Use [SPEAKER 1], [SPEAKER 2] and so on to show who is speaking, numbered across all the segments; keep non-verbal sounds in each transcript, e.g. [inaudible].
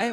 [SPEAKER 1] 哎，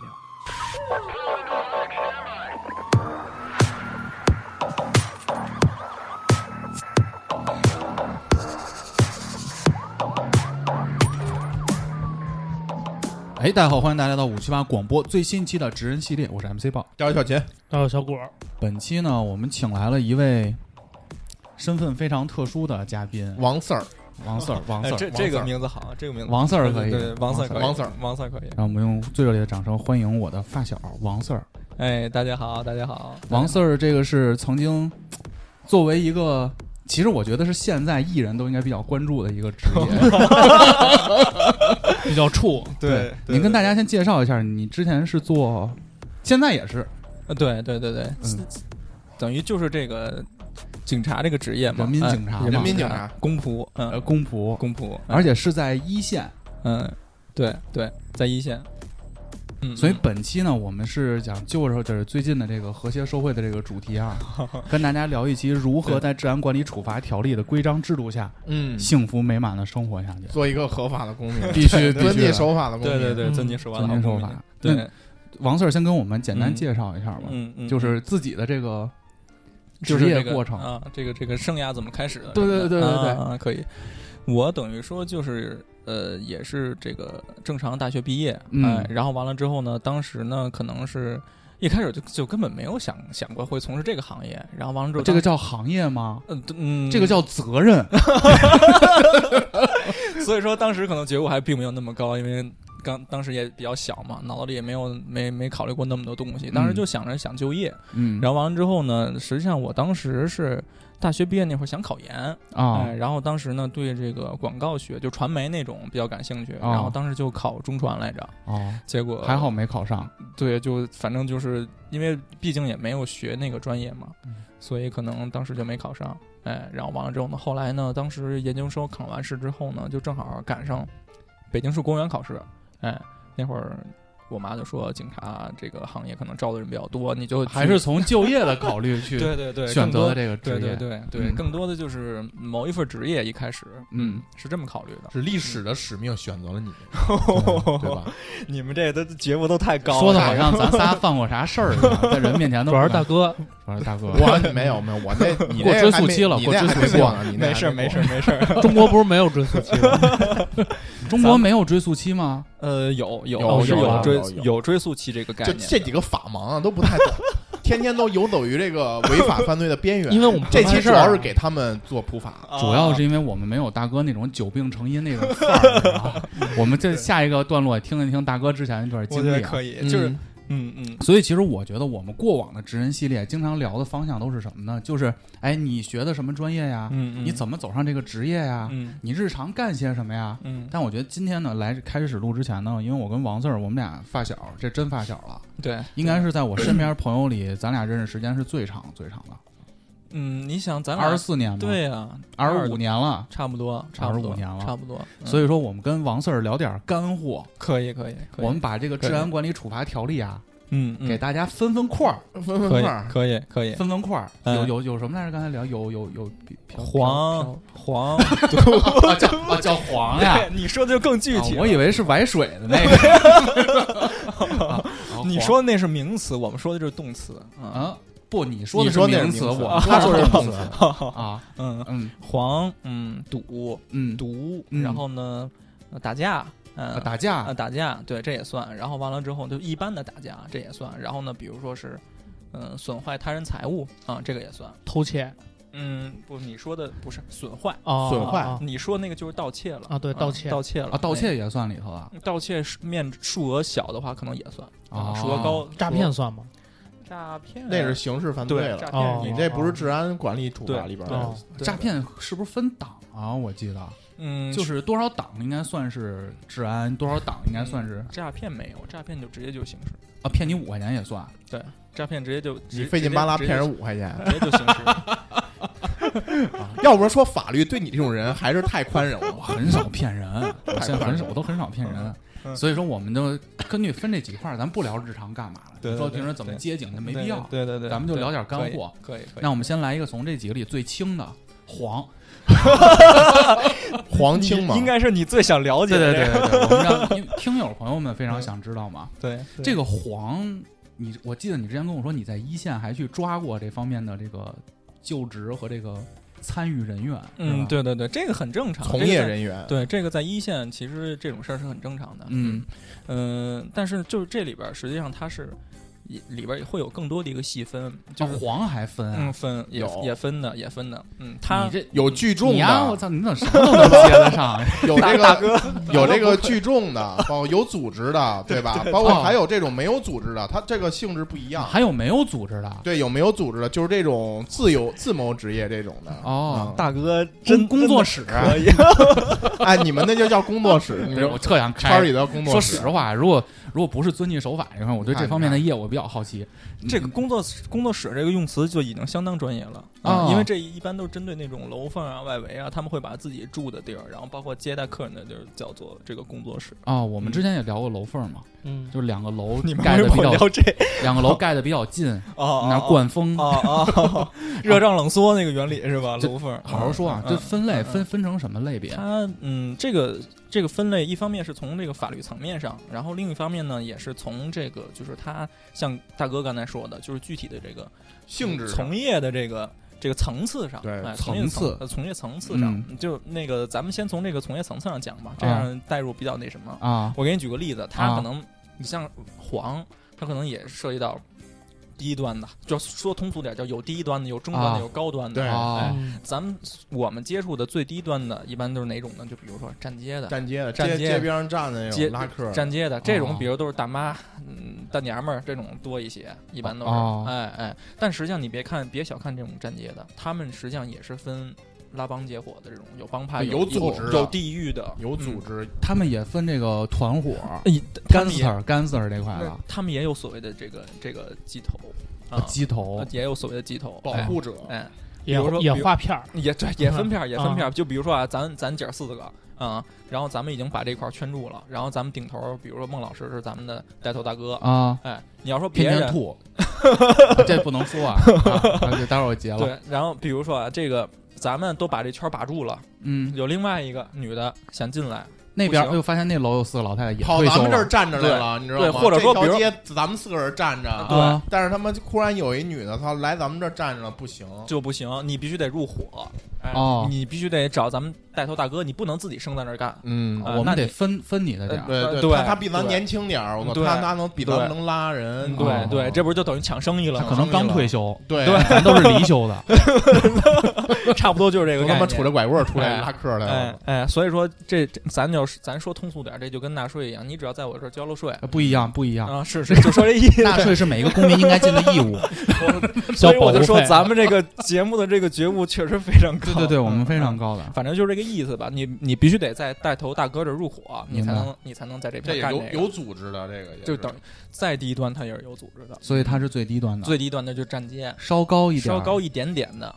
[SPEAKER 2] 聊。
[SPEAKER 3] 哎，大家好，欢迎大家来到五七八广播最新期的职人系列，我是 MC 豹。
[SPEAKER 4] 加油小秦，
[SPEAKER 5] 还有小果儿，
[SPEAKER 3] 本期呢，我们请来了一位身份非常特殊的嘉宾，
[SPEAKER 4] 王四儿，
[SPEAKER 3] 王四儿，王四
[SPEAKER 6] 哎，
[SPEAKER 3] 儿，
[SPEAKER 6] 这
[SPEAKER 4] 王
[SPEAKER 6] 这
[SPEAKER 4] 四
[SPEAKER 6] 个
[SPEAKER 4] 儿
[SPEAKER 6] 名字好，这个名字
[SPEAKER 3] 王四儿可以
[SPEAKER 6] 对对，对王四儿可以，
[SPEAKER 4] 王四儿
[SPEAKER 6] 王四儿可以。
[SPEAKER 3] 让我们用最热烈的掌声欢迎我的发小王四儿。
[SPEAKER 6] 哎，大家好，大家好，
[SPEAKER 3] 王四儿这个是曾经作为一个，其实我觉得是现在艺人都应该比较关注的一个职
[SPEAKER 6] [laughs]
[SPEAKER 3] 业。
[SPEAKER 5] 比较怵，
[SPEAKER 6] 对，
[SPEAKER 3] 您跟大家先介绍一下，你之前是做，现在也是
[SPEAKER 6] 呃对对对对，
[SPEAKER 3] 嗯
[SPEAKER 6] 等于就是这个警察这个职业嘛，
[SPEAKER 3] 人民
[SPEAKER 6] 哎
[SPEAKER 3] 警察嘛
[SPEAKER 4] 人民警察，
[SPEAKER 6] 公仆，
[SPEAKER 3] 呃
[SPEAKER 6] 嗯，
[SPEAKER 3] 公仆，
[SPEAKER 6] 公仆，
[SPEAKER 3] 而且是在一线。
[SPEAKER 6] 嗯，对对，在一线，嗯，
[SPEAKER 3] 所以本期呢，我们是想就着就是最近的这个和谐社会的这个主题啊，跟大家聊一期如何在治安管理处罚条例的规章制度下，
[SPEAKER 4] 嗯，
[SPEAKER 3] 幸福美满的生活下去。
[SPEAKER 4] 做一个合法的公民，
[SPEAKER 3] [laughs] 必须必
[SPEAKER 4] 遵
[SPEAKER 3] 须
[SPEAKER 4] 纪
[SPEAKER 3] 的
[SPEAKER 4] 守法的公
[SPEAKER 6] 对
[SPEAKER 4] 民。
[SPEAKER 6] 对对，
[SPEAKER 5] 嗯
[SPEAKER 6] 遵纪守法的
[SPEAKER 3] 遵
[SPEAKER 6] 好
[SPEAKER 3] 纪
[SPEAKER 6] 公
[SPEAKER 3] 守
[SPEAKER 6] 民，
[SPEAKER 3] 法。那
[SPEAKER 6] 对，
[SPEAKER 3] 王 Sir 先跟我们简单
[SPEAKER 6] 嗯
[SPEAKER 3] 介绍一下吧，
[SPEAKER 6] 嗯嗯，
[SPEAKER 3] 就是自己的这个
[SPEAKER 6] 就
[SPEAKER 3] 职
[SPEAKER 6] 是
[SPEAKER 3] 业
[SPEAKER 6] 这个
[SPEAKER 3] 过程
[SPEAKER 6] 啊，这个这个生涯怎么开始的？
[SPEAKER 3] 对对对对对对
[SPEAKER 6] 啊啊可以。我等于说就是呃，也是这个正常大学毕业，
[SPEAKER 3] 嗯
[SPEAKER 6] 哎然后完了之后呢，当时呢可能是一开始就就根本没有想想过会从事这个行业，然后完了之后
[SPEAKER 3] 这个
[SPEAKER 6] 当。
[SPEAKER 3] 叫行业吗？
[SPEAKER 6] 嗯嗯，
[SPEAKER 3] 这个，叫责任，
[SPEAKER 6] [laughs] 所以说当时可能觉悟还并没有那么高，因为刚当时也比较小嘛，脑子里也没有没没考虑过那么多东西，当时
[SPEAKER 3] 嗯
[SPEAKER 6] 就想着想就业，
[SPEAKER 3] 嗯，
[SPEAKER 6] 然后完了之后呢，实际上我当时是大学毕业那会儿想考研，
[SPEAKER 3] 后啊
[SPEAKER 6] 哎，，然后当时呢对这个广告学就传媒那种比较感兴趣，
[SPEAKER 3] 哦
[SPEAKER 6] 然后当时就考中传来着，
[SPEAKER 3] 哦，
[SPEAKER 6] 结果
[SPEAKER 3] 还好，没考上，
[SPEAKER 6] 对，就反正就是因为毕竟也没有学那个专业嘛，
[SPEAKER 3] 嗯
[SPEAKER 6] 所以可能当时就没考上，哎，然后完了之后呢，后来呢，当时研究生考完试之后呢，就正好赶上北京市公务员考试，哎，那会儿。我妈就说，警察这个行业可能招的人比较多，你就去
[SPEAKER 3] 还是从就业的考虑去
[SPEAKER 6] [laughs] 对对对
[SPEAKER 3] 选
[SPEAKER 6] 更多
[SPEAKER 3] 择的这个职
[SPEAKER 6] 对
[SPEAKER 3] 业，
[SPEAKER 6] 对 [laughs] 对对，
[SPEAKER 3] 嗯
[SPEAKER 6] 更多的就是某一份职业一开始，
[SPEAKER 3] 嗯，
[SPEAKER 6] 是这么考虑的。
[SPEAKER 4] 是历史的使命选择了 [laughs] 你，对吧？
[SPEAKER 6] 你们这都觉悟都太
[SPEAKER 3] 说的好像咱仨犯过啥事儿一
[SPEAKER 6] [laughs]
[SPEAKER 3] 样，在人面前都
[SPEAKER 5] 主要是大哥，
[SPEAKER 3] 主要是大哥，
[SPEAKER 4] [laughs] 我没有没有，我那你
[SPEAKER 3] 过
[SPEAKER 4] 那
[SPEAKER 3] 追
[SPEAKER 4] 还
[SPEAKER 3] 溯
[SPEAKER 4] 没
[SPEAKER 3] 期了
[SPEAKER 4] 你
[SPEAKER 3] 过
[SPEAKER 4] 那
[SPEAKER 3] 追
[SPEAKER 4] 还
[SPEAKER 3] 溯
[SPEAKER 4] 没
[SPEAKER 3] 期
[SPEAKER 4] 过
[SPEAKER 3] 了
[SPEAKER 4] 呢，你那
[SPEAKER 6] 没事
[SPEAKER 4] 还
[SPEAKER 6] 儿没
[SPEAKER 4] 过
[SPEAKER 6] 事儿。没事儿。
[SPEAKER 5] 中国不是没有追溯期
[SPEAKER 3] [laughs]
[SPEAKER 5] 吗？
[SPEAKER 3] 中国没有追溯期吗？
[SPEAKER 6] [laughs] 呃，有
[SPEAKER 4] 有
[SPEAKER 6] 是
[SPEAKER 5] 有
[SPEAKER 6] 有
[SPEAKER 5] 有
[SPEAKER 6] 追
[SPEAKER 4] 有
[SPEAKER 6] 有追溯期这个概
[SPEAKER 4] 就
[SPEAKER 6] 念，
[SPEAKER 4] 这几个法盲啊，都不太懂，天天都游走于这个违法犯罪的边缘。
[SPEAKER 5] 因为我们
[SPEAKER 4] 这期主要是
[SPEAKER 5] 是
[SPEAKER 4] 给他们做普法，
[SPEAKER 6] 啊
[SPEAKER 3] 主要是因为我们没有大哥那种久病成医那种范儿你知道
[SPEAKER 6] [laughs]
[SPEAKER 3] 吧，我们这下一个段落也听一听大哥之前那段
[SPEAKER 6] 我
[SPEAKER 3] 经
[SPEAKER 6] 觉得
[SPEAKER 3] 历啊。
[SPEAKER 6] 可以，就是嗯嗯
[SPEAKER 3] 所以其实我觉得我们过往的职人系列经常聊的方向都是什么呢？就是哎，你学的什么专业呀？
[SPEAKER 6] 嗯，
[SPEAKER 3] 你怎么走上这个职业呀？
[SPEAKER 6] 嗯
[SPEAKER 3] 你日常干些什么呀？
[SPEAKER 6] 嗯
[SPEAKER 3] 但我觉得今天呢，来开始录之前呢，因为我跟王四儿，我们俩发小，这真发小了，
[SPEAKER 6] 对，
[SPEAKER 3] 应该是在我身边朋友里，咱俩认识时间是最长最长的，
[SPEAKER 6] 嗯，你想咱俩
[SPEAKER 3] 二十四年嘛，
[SPEAKER 6] 对呀，
[SPEAKER 3] 二十五年了。
[SPEAKER 6] 差不多，差不多
[SPEAKER 3] 25年了
[SPEAKER 6] 差不多，嗯
[SPEAKER 3] 所以说，我们跟王四儿聊点儿干货，
[SPEAKER 6] 可以可以，可以
[SPEAKER 3] 我们把这个
[SPEAKER 6] 可以
[SPEAKER 3] 治安管理处罚条例啊，
[SPEAKER 6] 嗯嗯
[SPEAKER 3] 给大家分分块儿，
[SPEAKER 4] 分分
[SPEAKER 6] 可
[SPEAKER 4] 块
[SPEAKER 6] 以
[SPEAKER 4] 儿。
[SPEAKER 6] 可以可以，
[SPEAKER 3] 分分块儿。
[SPEAKER 6] 嗯
[SPEAKER 3] 有有有什么来着？刚才聊有有有飘
[SPEAKER 6] 黄 [laughs] 黄，
[SPEAKER 3] 飘飘啊叫啊叫黄呀。
[SPEAKER 6] 对 [laughs] 你说的就更具
[SPEAKER 3] 啊
[SPEAKER 6] 体了，
[SPEAKER 3] 我以为是崴水的那个。
[SPEAKER 6] [laughs]
[SPEAKER 3] 啊啊
[SPEAKER 6] 你
[SPEAKER 3] 黄
[SPEAKER 6] 说的那是名词，我们说的就是动词哦啊。
[SPEAKER 3] 啊？不，你说的
[SPEAKER 4] 你说那是
[SPEAKER 3] 名
[SPEAKER 4] 名
[SPEAKER 3] 词，
[SPEAKER 4] 词
[SPEAKER 3] 我
[SPEAKER 4] 啊
[SPEAKER 3] 他说的是
[SPEAKER 4] 他说
[SPEAKER 3] 动
[SPEAKER 4] 的是
[SPEAKER 3] 词
[SPEAKER 6] [laughs]
[SPEAKER 3] 啊。
[SPEAKER 6] 嗯，
[SPEAKER 3] 嗯
[SPEAKER 6] 黄，嗯，赌，
[SPEAKER 3] 嗯，
[SPEAKER 6] 毒，
[SPEAKER 3] 嗯
[SPEAKER 6] 然后呢，呃打架，
[SPEAKER 3] 啊
[SPEAKER 6] 嗯，
[SPEAKER 3] 打
[SPEAKER 6] 啊
[SPEAKER 3] 架
[SPEAKER 6] 打架，对，这也算。然后完了之后，就一般的打架，这也算。然后呢，比如说是，嗯，损坏他人财物啊，这个也算。
[SPEAKER 5] 偷窃
[SPEAKER 6] 嗯，不，你说的不是损坏，
[SPEAKER 5] 啊，
[SPEAKER 4] 损坏
[SPEAKER 5] 啊
[SPEAKER 6] 你说那个就是盗窃了
[SPEAKER 5] 啊对盗窃
[SPEAKER 6] 盗窃了
[SPEAKER 3] 啊，盗窃也算里头啊。
[SPEAKER 6] 哎盗窃是面数额小的话，可能也算啊
[SPEAKER 3] 哦
[SPEAKER 6] 数额高，
[SPEAKER 5] 诈骗算吗？
[SPEAKER 6] 诈骗
[SPEAKER 4] 那是刑事犯罪
[SPEAKER 6] 对
[SPEAKER 4] 了，
[SPEAKER 6] 诈骗
[SPEAKER 5] 哦
[SPEAKER 6] 也
[SPEAKER 4] 你这不是治安管理处罚里边
[SPEAKER 6] 对
[SPEAKER 4] 的
[SPEAKER 5] 哦，
[SPEAKER 6] 对
[SPEAKER 3] 诈骗是不是分档啊？我记得
[SPEAKER 6] 嗯
[SPEAKER 3] 就是多少档应该算是治安，多少档应该算是
[SPEAKER 6] 诈骗没有，诈骗就直接就刑事，
[SPEAKER 3] 啊，骗你五块钱也算。
[SPEAKER 6] 诈骗直接就
[SPEAKER 4] 你费劲巴拉骗人五块钱，
[SPEAKER 6] 直接就刑事。
[SPEAKER 4] 要不然说法律对你这种人还是太宽容
[SPEAKER 3] 我
[SPEAKER 4] 了。
[SPEAKER 3] [laughs] 很少骗人，我现在很少，我都很少骗人。
[SPEAKER 6] 嗯
[SPEAKER 3] 所以说，我们都根据分这几块儿，咱不聊日常干嘛了，
[SPEAKER 6] 对对
[SPEAKER 3] 说
[SPEAKER 6] 对
[SPEAKER 3] 平时怎么
[SPEAKER 6] 对
[SPEAKER 3] 接警，那哎没必要。
[SPEAKER 6] 对对对，
[SPEAKER 3] 咱们就
[SPEAKER 6] 对
[SPEAKER 3] 聊点干
[SPEAKER 6] 可以
[SPEAKER 3] 货
[SPEAKER 6] 可以可以。
[SPEAKER 3] 那我们先来一个从这几个里最轻的黄，
[SPEAKER 4] 黄青嘛，
[SPEAKER 6] 应该是你最想了解
[SPEAKER 3] 对对
[SPEAKER 6] 的
[SPEAKER 3] 对
[SPEAKER 6] 这个，
[SPEAKER 3] 对对，我们让因为听友朋友们非常想知道嘛。
[SPEAKER 6] 对对
[SPEAKER 3] 这个黄，你我记得你之前跟我说你在一线还去抓过这方面的这个就职和这个参与人员，是吧
[SPEAKER 6] 嗯，，对对对，这个很正常，
[SPEAKER 4] 从
[SPEAKER 6] 这个
[SPEAKER 4] 业
[SPEAKER 6] 在。
[SPEAKER 4] 人员。
[SPEAKER 6] 对，这个在一线其实这种事儿是很正常的。
[SPEAKER 3] 嗯
[SPEAKER 6] 嗯、呃但是就是这里边儿实际上它是也里边儿也会有更多的一个细分，
[SPEAKER 3] 就
[SPEAKER 6] 就是、
[SPEAKER 3] 黄还分啊
[SPEAKER 6] 嗯，分也
[SPEAKER 4] 有
[SPEAKER 6] 也分的也分的，嗯，它
[SPEAKER 3] 你这
[SPEAKER 4] 有聚
[SPEAKER 6] 嗯
[SPEAKER 4] 众
[SPEAKER 3] 你呀，我
[SPEAKER 4] 的，
[SPEAKER 3] 操，你怎么什么都能接得上？ [laughs]
[SPEAKER 4] 有这个有这个聚众的，包括有组织的，对
[SPEAKER 6] [laughs]
[SPEAKER 4] 吧？包括还有这种没有组织的，它这个性质不一样。
[SPEAKER 3] 还有没有组织的？啊
[SPEAKER 4] 对，有没有组织的，就是这种自由自谋职业这种的。
[SPEAKER 3] 哦
[SPEAKER 4] 嗯
[SPEAKER 1] 大哥
[SPEAKER 3] 工
[SPEAKER 1] 真
[SPEAKER 3] 工作室，
[SPEAKER 1] 可以，
[SPEAKER 4] 哎，你们那就叫工作室，
[SPEAKER 6] 嗯 [laughs]
[SPEAKER 4] 你
[SPEAKER 3] 不是
[SPEAKER 4] 们
[SPEAKER 3] 我特想
[SPEAKER 4] 圈
[SPEAKER 3] 开
[SPEAKER 4] 里的工作
[SPEAKER 3] 说
[SPEAKER 4] 室。
[SPEAKER 3] 实话，如果如果不是遵纪守法，你看我对
[SPEAKER 4] 你看
[SPEAKER 3] 这方面的业务比较好奇。
[SPEAKER 6] 这个工作室工作室这个用词就已经相当专业了啊
[SPEAKER 3] 哦
[SPEAKER 6] 因为这一般都是针对那种楼房啊、外围啊，他们会把自己住的地儿，然后包括接待客人的地儿叫做这个工作室。
[SPEAKER 3] 啊、我们之前也聊过楼缝嘛，
[SPEAKER 5] 嗯，
[SPEAKER 3] 就是两个楼
[SPEAKER 6] 嗯你们
[SPEAKER 3] 盖
[SPEAKER 6] 还
[SPEAKER 3] 的
[SPEAKER 6] 跟
[SPEAKER 3] 比
[SPEAKER 6] 我
[SPEAKER 3] 较，
[SPEAKER 6] 聊这
[SPEAKER 3] 两个楼盖的比较近，
[SPEAKER 6] [laughs] 哦，
[SPEAKER 3] 那灌风。
[SPEAKER 6] 哦哦
[SPEAKER 3] [laughs]
[SPEAKER 6] 哦，热胀冷缩那个原理是吧？
[SPEAKER 3] 这
[SPEAKER 6] 楼缝，
[SPEAKER 3] 好好说啊，
[SPEAKER 6] 嗯
[SPEAKER 3] 这分类
[SPEAKER 6] 嗯
[SPEAKER 3] 分分成什么类别？啊
[SPEAKER 6] 它嗯，这个这个分类，一方面是从这个法律层面上，然后另一方面呢，也是从这个就是它像大哥刚才说的，就是具体的这个
[SPEAKER 4] 性质上
[SPEAKER 6] 从业的这个这个层次上，
[SPEAKER 4] 对
[SPEAKER 6] 哎
[SPEAKER 4] 层
[SPEAKER 6] 从业
[SPEAKER 4] 次
[SPEAKER 6] 呃从业层次上，
[SPEAKER 3] 嗯
[SPEAKER 6] 就那个咱们先从这个从业层次上讲吧，这
[SPEAKER 4] 啊
[SPEAKER 6] 样带入比较那什么。
[SPEAKER 3] 啊，
[SPEAKER 6] 我给你举个例子，他
[SPEAKER 3] 啊
[SPEAKER 6] 可能你像黄，他可能也涉及到低端的，就说通俗点叫有低端的，有中端
[SPEAKER 3] 啊
[SPEAKER 6] 的，有高端的。
[SPEAKER 4] 对
[SPEAKER 3] 啊
[SPEAKER 6] 哎，
[SPEAKER 5] 嗯
[SPEAKER 6] 咱们我们接触的最低端的，一般都是哪种呢？就比如说站街的，
[SPEAKER 4] 站街的，
[SPEAKER 6] 站
[SPEAKER 4] 街
[SPEAKER 6] 街
[SPEAKER 4] 街边上站的那
[SPEAKER 6] 街
[SPEAKER 4] 种拉客，
[SPEAKER 6] 站街的这
[SPEAKER 3] 哦
[SPEAKER 6] 种，比如都是大妈、嗯大娘们儿这种多一些，一般都是，
[SPEAKER 3] 哦
[SPEAKER 6] 哎哎。但实际上你别看，别小看这种站街的，他们实际上也是分拉帮结伙的这种，有帮派，
[SPEAKER 4] 有组织的
[SPEAKER 6] 有地域的，
[SPEAKER 4] 有组
[SPEAKER 6] 嗯。
[SPEAKER 4] 织，
[SPEAKER 3] 他们也分这个团伙
[SPEAKER 6] 哎他们也
[SPEAKER 3] ，gangster gangster 这块了，
[SPEAKER 6] 他们也有所谓的这个这个鸡头
[SPEAKER 3] 啊
[SPEAKER 6] 啊，
[SPEAKER 3] 鸡头
[SPEAKER 6] 也有所谓的鸡头
[SPEAKER 4] 保
[SPEAKER 6] 哎
[SPEAKER 4] 护者，
[SPEAKER 6] 哎， [laughs]
[SPEAKER 5] 也
[SPEAKER 6] 比如说
[SPEAKER 5] 也
[SPEAKER 6] 比如
[SPEAKER 5] 画片儿，
[SPEAKER 6] 也对，也分片儿，也分
[SPEAKER 5] 啊
[SPEAKER 6] 片儿。就比如说啊，咱咱姐儿四个啊，然后咱们已经把这块儿圈住了，然后咱们顶头儿，比如说孟老师是咱们的带头大哥，
[SPEAKER 3] 啊，
[SPEAKER 6] 哎，你要说别
[SPEAKER 3] 天
[SPEAKER 6] 人
[SPEAKER 3] 天
[SPEAKER 6] [laughs]
[SPEAKER 3] 吐，这不能说啊，啊这待会儿我结了。
[SPEAKER 6] 对，然后比如说啊，这个咱们都把这圈儿把住了，
[SPEAKER 3] 嗯，
[SPEAKER 6] 有另外一个女的想进来，
[SPEAKER 3] 那边
[SPEAKER 6] 不行
[SPEAKER 3] 哎呦，发现那楼有四个老太太也
[SPEAKER 4] 跑
[SPEAKER 3] 退
[SPEAKER 4] 咱
[SPEAKER 3] 休
[SPEAKER 4] 们这儿
[SPEAKER 3] 了
[SPEAKER 4] 站着来了，你知道吗？
[SPEAKER 6] 对或者说
[SPEAKER 4] 这条
[SPEAKER 6] 比
[SPEAKER 4] 街咱们四个人站着，
[SPEAKER 6] 对
[SPEAKER 3] 啊，
[SPEAKER 4] 但是他们忽然有一女的，她来咱们这儿站着了，不行，
[SPEAKER 6] 就不行，你必须得入伙，哎，
[SPEAKER 3] 哦
[SPEAKER 6] 你必须得找咱们带头大哥，你不能自己生在那儿干。
[SPEAKER 4] 嗯
[SPEAKER 6] 啊
[SPEAKER 3] 我们
[SPEAKER 6] 那
[SPEAKER 3] 得
[SPEAKER 6] 你呃
[SPEAKER 3] 分分你的点儿。
[SPEAKER 4] 对
[SPEAKER 6] 对
[SPEAKER 4] 呃他他比咱
[SPEAKER 6] 对
[SPEAKER 4] 年轻点儿，我操，
[SPEAKER 6] 对
[SPEAKER 4] 他他能比咱们能拉人，啊
[SPEAKER 6] 对、
[SPEAKER 3] 哦
[SPEAKER 6] 对，这不是就等于抢生意了
[SPEAKER 3] 他
[SPEAKER 6] 吗？
[SPEAKER 3] 可
[SPEAKER 6] [laughs]
[SPEAKER 3] 能刚退休，
[SPEAKER 4] 对
[SPEAKER 6] 对
[SPEAKER 3] 咱都是离休
[SPEAKER 6] [laughs]
[SPEAKER 3] 的。
[SPEAKER 6] 差不多就是这个
[SPEAKER 4] 都
[SPEAKER 6] 概
[SPEAKER 4] 他妈
[SPEAKER 6] 念。
[SPEAKER 4] 杵着拐棍儿出来拉客来
[SPEAKER 3] 啊
[SPEAKER 6] 哎
[SPEAKER 4] 了，
[SPEAKER 6] 哎，所以说这这咱就是咱说通俗点儿，这就跟纳税一样，你只要在我这儿交了税
[SPEAKER 3] 呃不一样，不一样。
[SPEAKER 6] 啊，是是，就说这
[SPEAKER 3] [laughs]
[SPEAKER 6] 意思。
[SPEAKER 3] 纳税是每个公民应该尽的义
[SPEAKER 6] [laughs]
[SPEAKER 3] 务。
[SPEAKER 6] 所以我就
[SPEAKER 5] 交保护
[SPEAKER 6] 说
[SPEAKER 5] 费
[SPEAKER 6] 咱们这个节目的这个觉悟确实非常高。
[SPEAKER 3] 对对对，我们
[SPEAKER 6] 嗯
[SPEAKER 3] 非常
[SPEAKER 6] 嗯
[SPEAKER 3] 高的。
[SPEAKER 6] 反正就是这个意思吧。你你必须得在带头大哥这儿入伙，你
[SPEAKER 3] 明白
[SPEAKER 6] 才能你才能在这
[SPEAKER 4] 这
[SPEAKER 6] 边
[SPEAKER 4] 也
[SPEAKER 6] 干
[SPEAKER 4] 有
[SPEAKER 6] 这个。
[SPEAKER 4] 有组织的这个也是，
[SPEAKER 6] 就等于再低端，它也是有组织的。
[SPEAKER 3] 所以它是最低端的，
[SPEAKER 6] 最低端的就是站街，
[SPEAKER 3] 稍高嗯一点儿，
[SPEAKER 6] 稍高一点点的，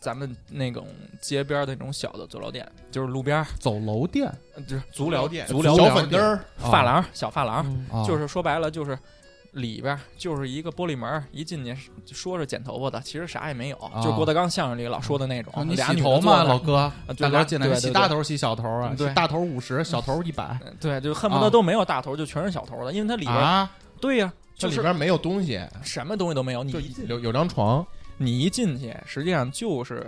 [SPEAKER 6] 咱们那种街边儿的那种小的足疗店，就是路边儿，
[SPEAKER 3] 走楼店
[SPEAKER 6] 呃就是足疗
[SPEAKER 4] 店、
[SPEAKER 6] 足疗
[SPEAKER 4] 小
[SPEAKER 6] 店
[SPEAKER 4] 粉灯儿，
[SPEAKER 3] 哦
[SPEAKER 6] 发廊、小发廊，
[SPEAKER 5] 嗯
[SPEAKER 3] 啊，
[SPEAKER 6] 就是说白了就是。里边儿就是一个玻璃门儿，一进去说是剪头发的，其实啥也没有，就是郭德纲相声里老说的那种
[SPEAKER 3] 啊。哦你
[SPEAKER 6] 俩
[SPEAKER 3] 洗
[SPEAKER 6] 女的
[SPEAKER 3] 头
[SPEAKER 6] 坐
[SPEAKER 3] 嘛，
[SPEAKER 6] 那儿
[SPEAKER 3] 老哥，
[SPEAKER 6] 就
[SPEAKER 3] 大哥
[SPEAKER 6] 俩
[SPEAKER 3] 进来
[SPEAKER 6] 对
[SPEAKER 3] 洗
[SPEAKER 6] 对
[SPEAKER 3] 大
[SPEAKER 6] 对嗯
[SPEAKER 3] 头洗小头啊，
[SPEAKER 6] 对
[SPEAKER 3] 洗大头五十，小头一百
[SPEAKER 6] 对，就恨不
[SPEAKER 3] 啊
[SPEAKER 6] 得都没有大头，就全是小头的，因为它 [laughs] 里边儿
[SPEAKER 3] 啊，
[SPEAKER 6] 对呀、
[SPEAKER 4] 这
[SPEAKER 6] 就
[SPEAKER 4] 里
[SPEAKER 6] 是
[SPEAKER 4] 边没有东西，
[SPEAKER 6] 什么东西都没有。你
[SPEAKER 4] 就
[SPEAKER 6] 一
[SPEAKER 4] 一
[SPEAKER 6] 进
[SPEAKER 4] 有有张床，
[SPEAKER 6] 你一进去，实际上就是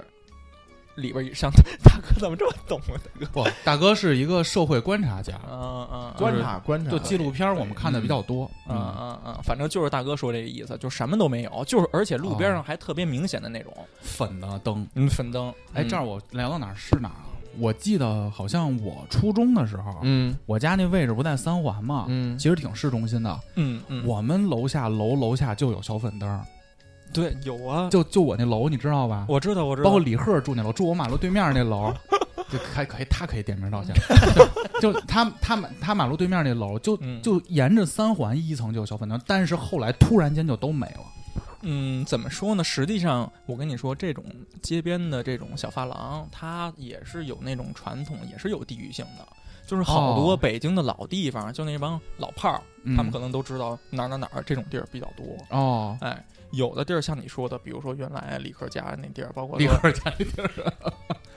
[SPEAKER 6] 里边儿像大哥怎么这么懂啊？大哥，
[SPEAKER 3] 不，大哥是一个社会观察家，
[SPEAKER 6] 嗯嗯，
[SPEAKER 4] 观察观察，
[SPEAKER 3] 就纪录片儿我们看的比较多，
[SPEAKER 6] 嗯
[SPEAKER 3] 嗯，
[SPEAKER 6] 嗯嗯，反正就是大哥说这个意思，就什么都没有，就是而且路边上还特别明显的那种，
[SPEAKER 3] 粉的灯。
[SPEAKER 6] 嗯，粉灯。
[SPEAKER 3] 哎，这儿我聊到哪儿是哪儿啊？我记得好像我初中的时候，啊
[SPEAKER 4] 嗯
[SPEAKER 3] 我家那位置不在三环嘛，
[SPEAKER 4] 嗯，
[SPEAKER 3] 其实挺市中心的。
[SPEAKER 6] 嗯嗯，
[SPEAKER 3] 我们楼下楼楼下就有小粉灯儿，
[SPEAKER 6] 对有啊，
[SPEAKER 3] 就就我那楼，你知道吧？
[SPEAKER 6] 我知道我知道，
[SPEAKER 3] 包括李贺住那楼，住我马路对面那
[SPEAKER 6] [laughs]
[SPEAKER 3] 楼，就还可以，他可以点名道姓。就他他马他马路对面那楼，就
[SPEAKER 6] 嗯
[SPEAKER 3] 就沿着三环一层就有小粉灯，但是后来突然间就都没了。
[SPEAKER 6] 嗯，怎么说呢？实际上，我跟你说，这种街边的这种小发廊，它也是有那种传统，也是有地域性的。就是好
[SPEAKER 3] 哦
[SPEAKER 6] 多北京的老地方，就那帮老炮儿，
[SPEAKER 3] 嗯
[SPEAKER 6] 他们可能都知道哪儿哪儿哪儿这种地儿比较多。
[SPEAKER 3] 哦，
[SPEAKER 6] 哎，有的地儿像你说的，比如说原来李克家那地儿，包括
[SPEAKER 3] 立
[SPEAKER 6] 说
[SPEAKER 3] 刻家那地儿，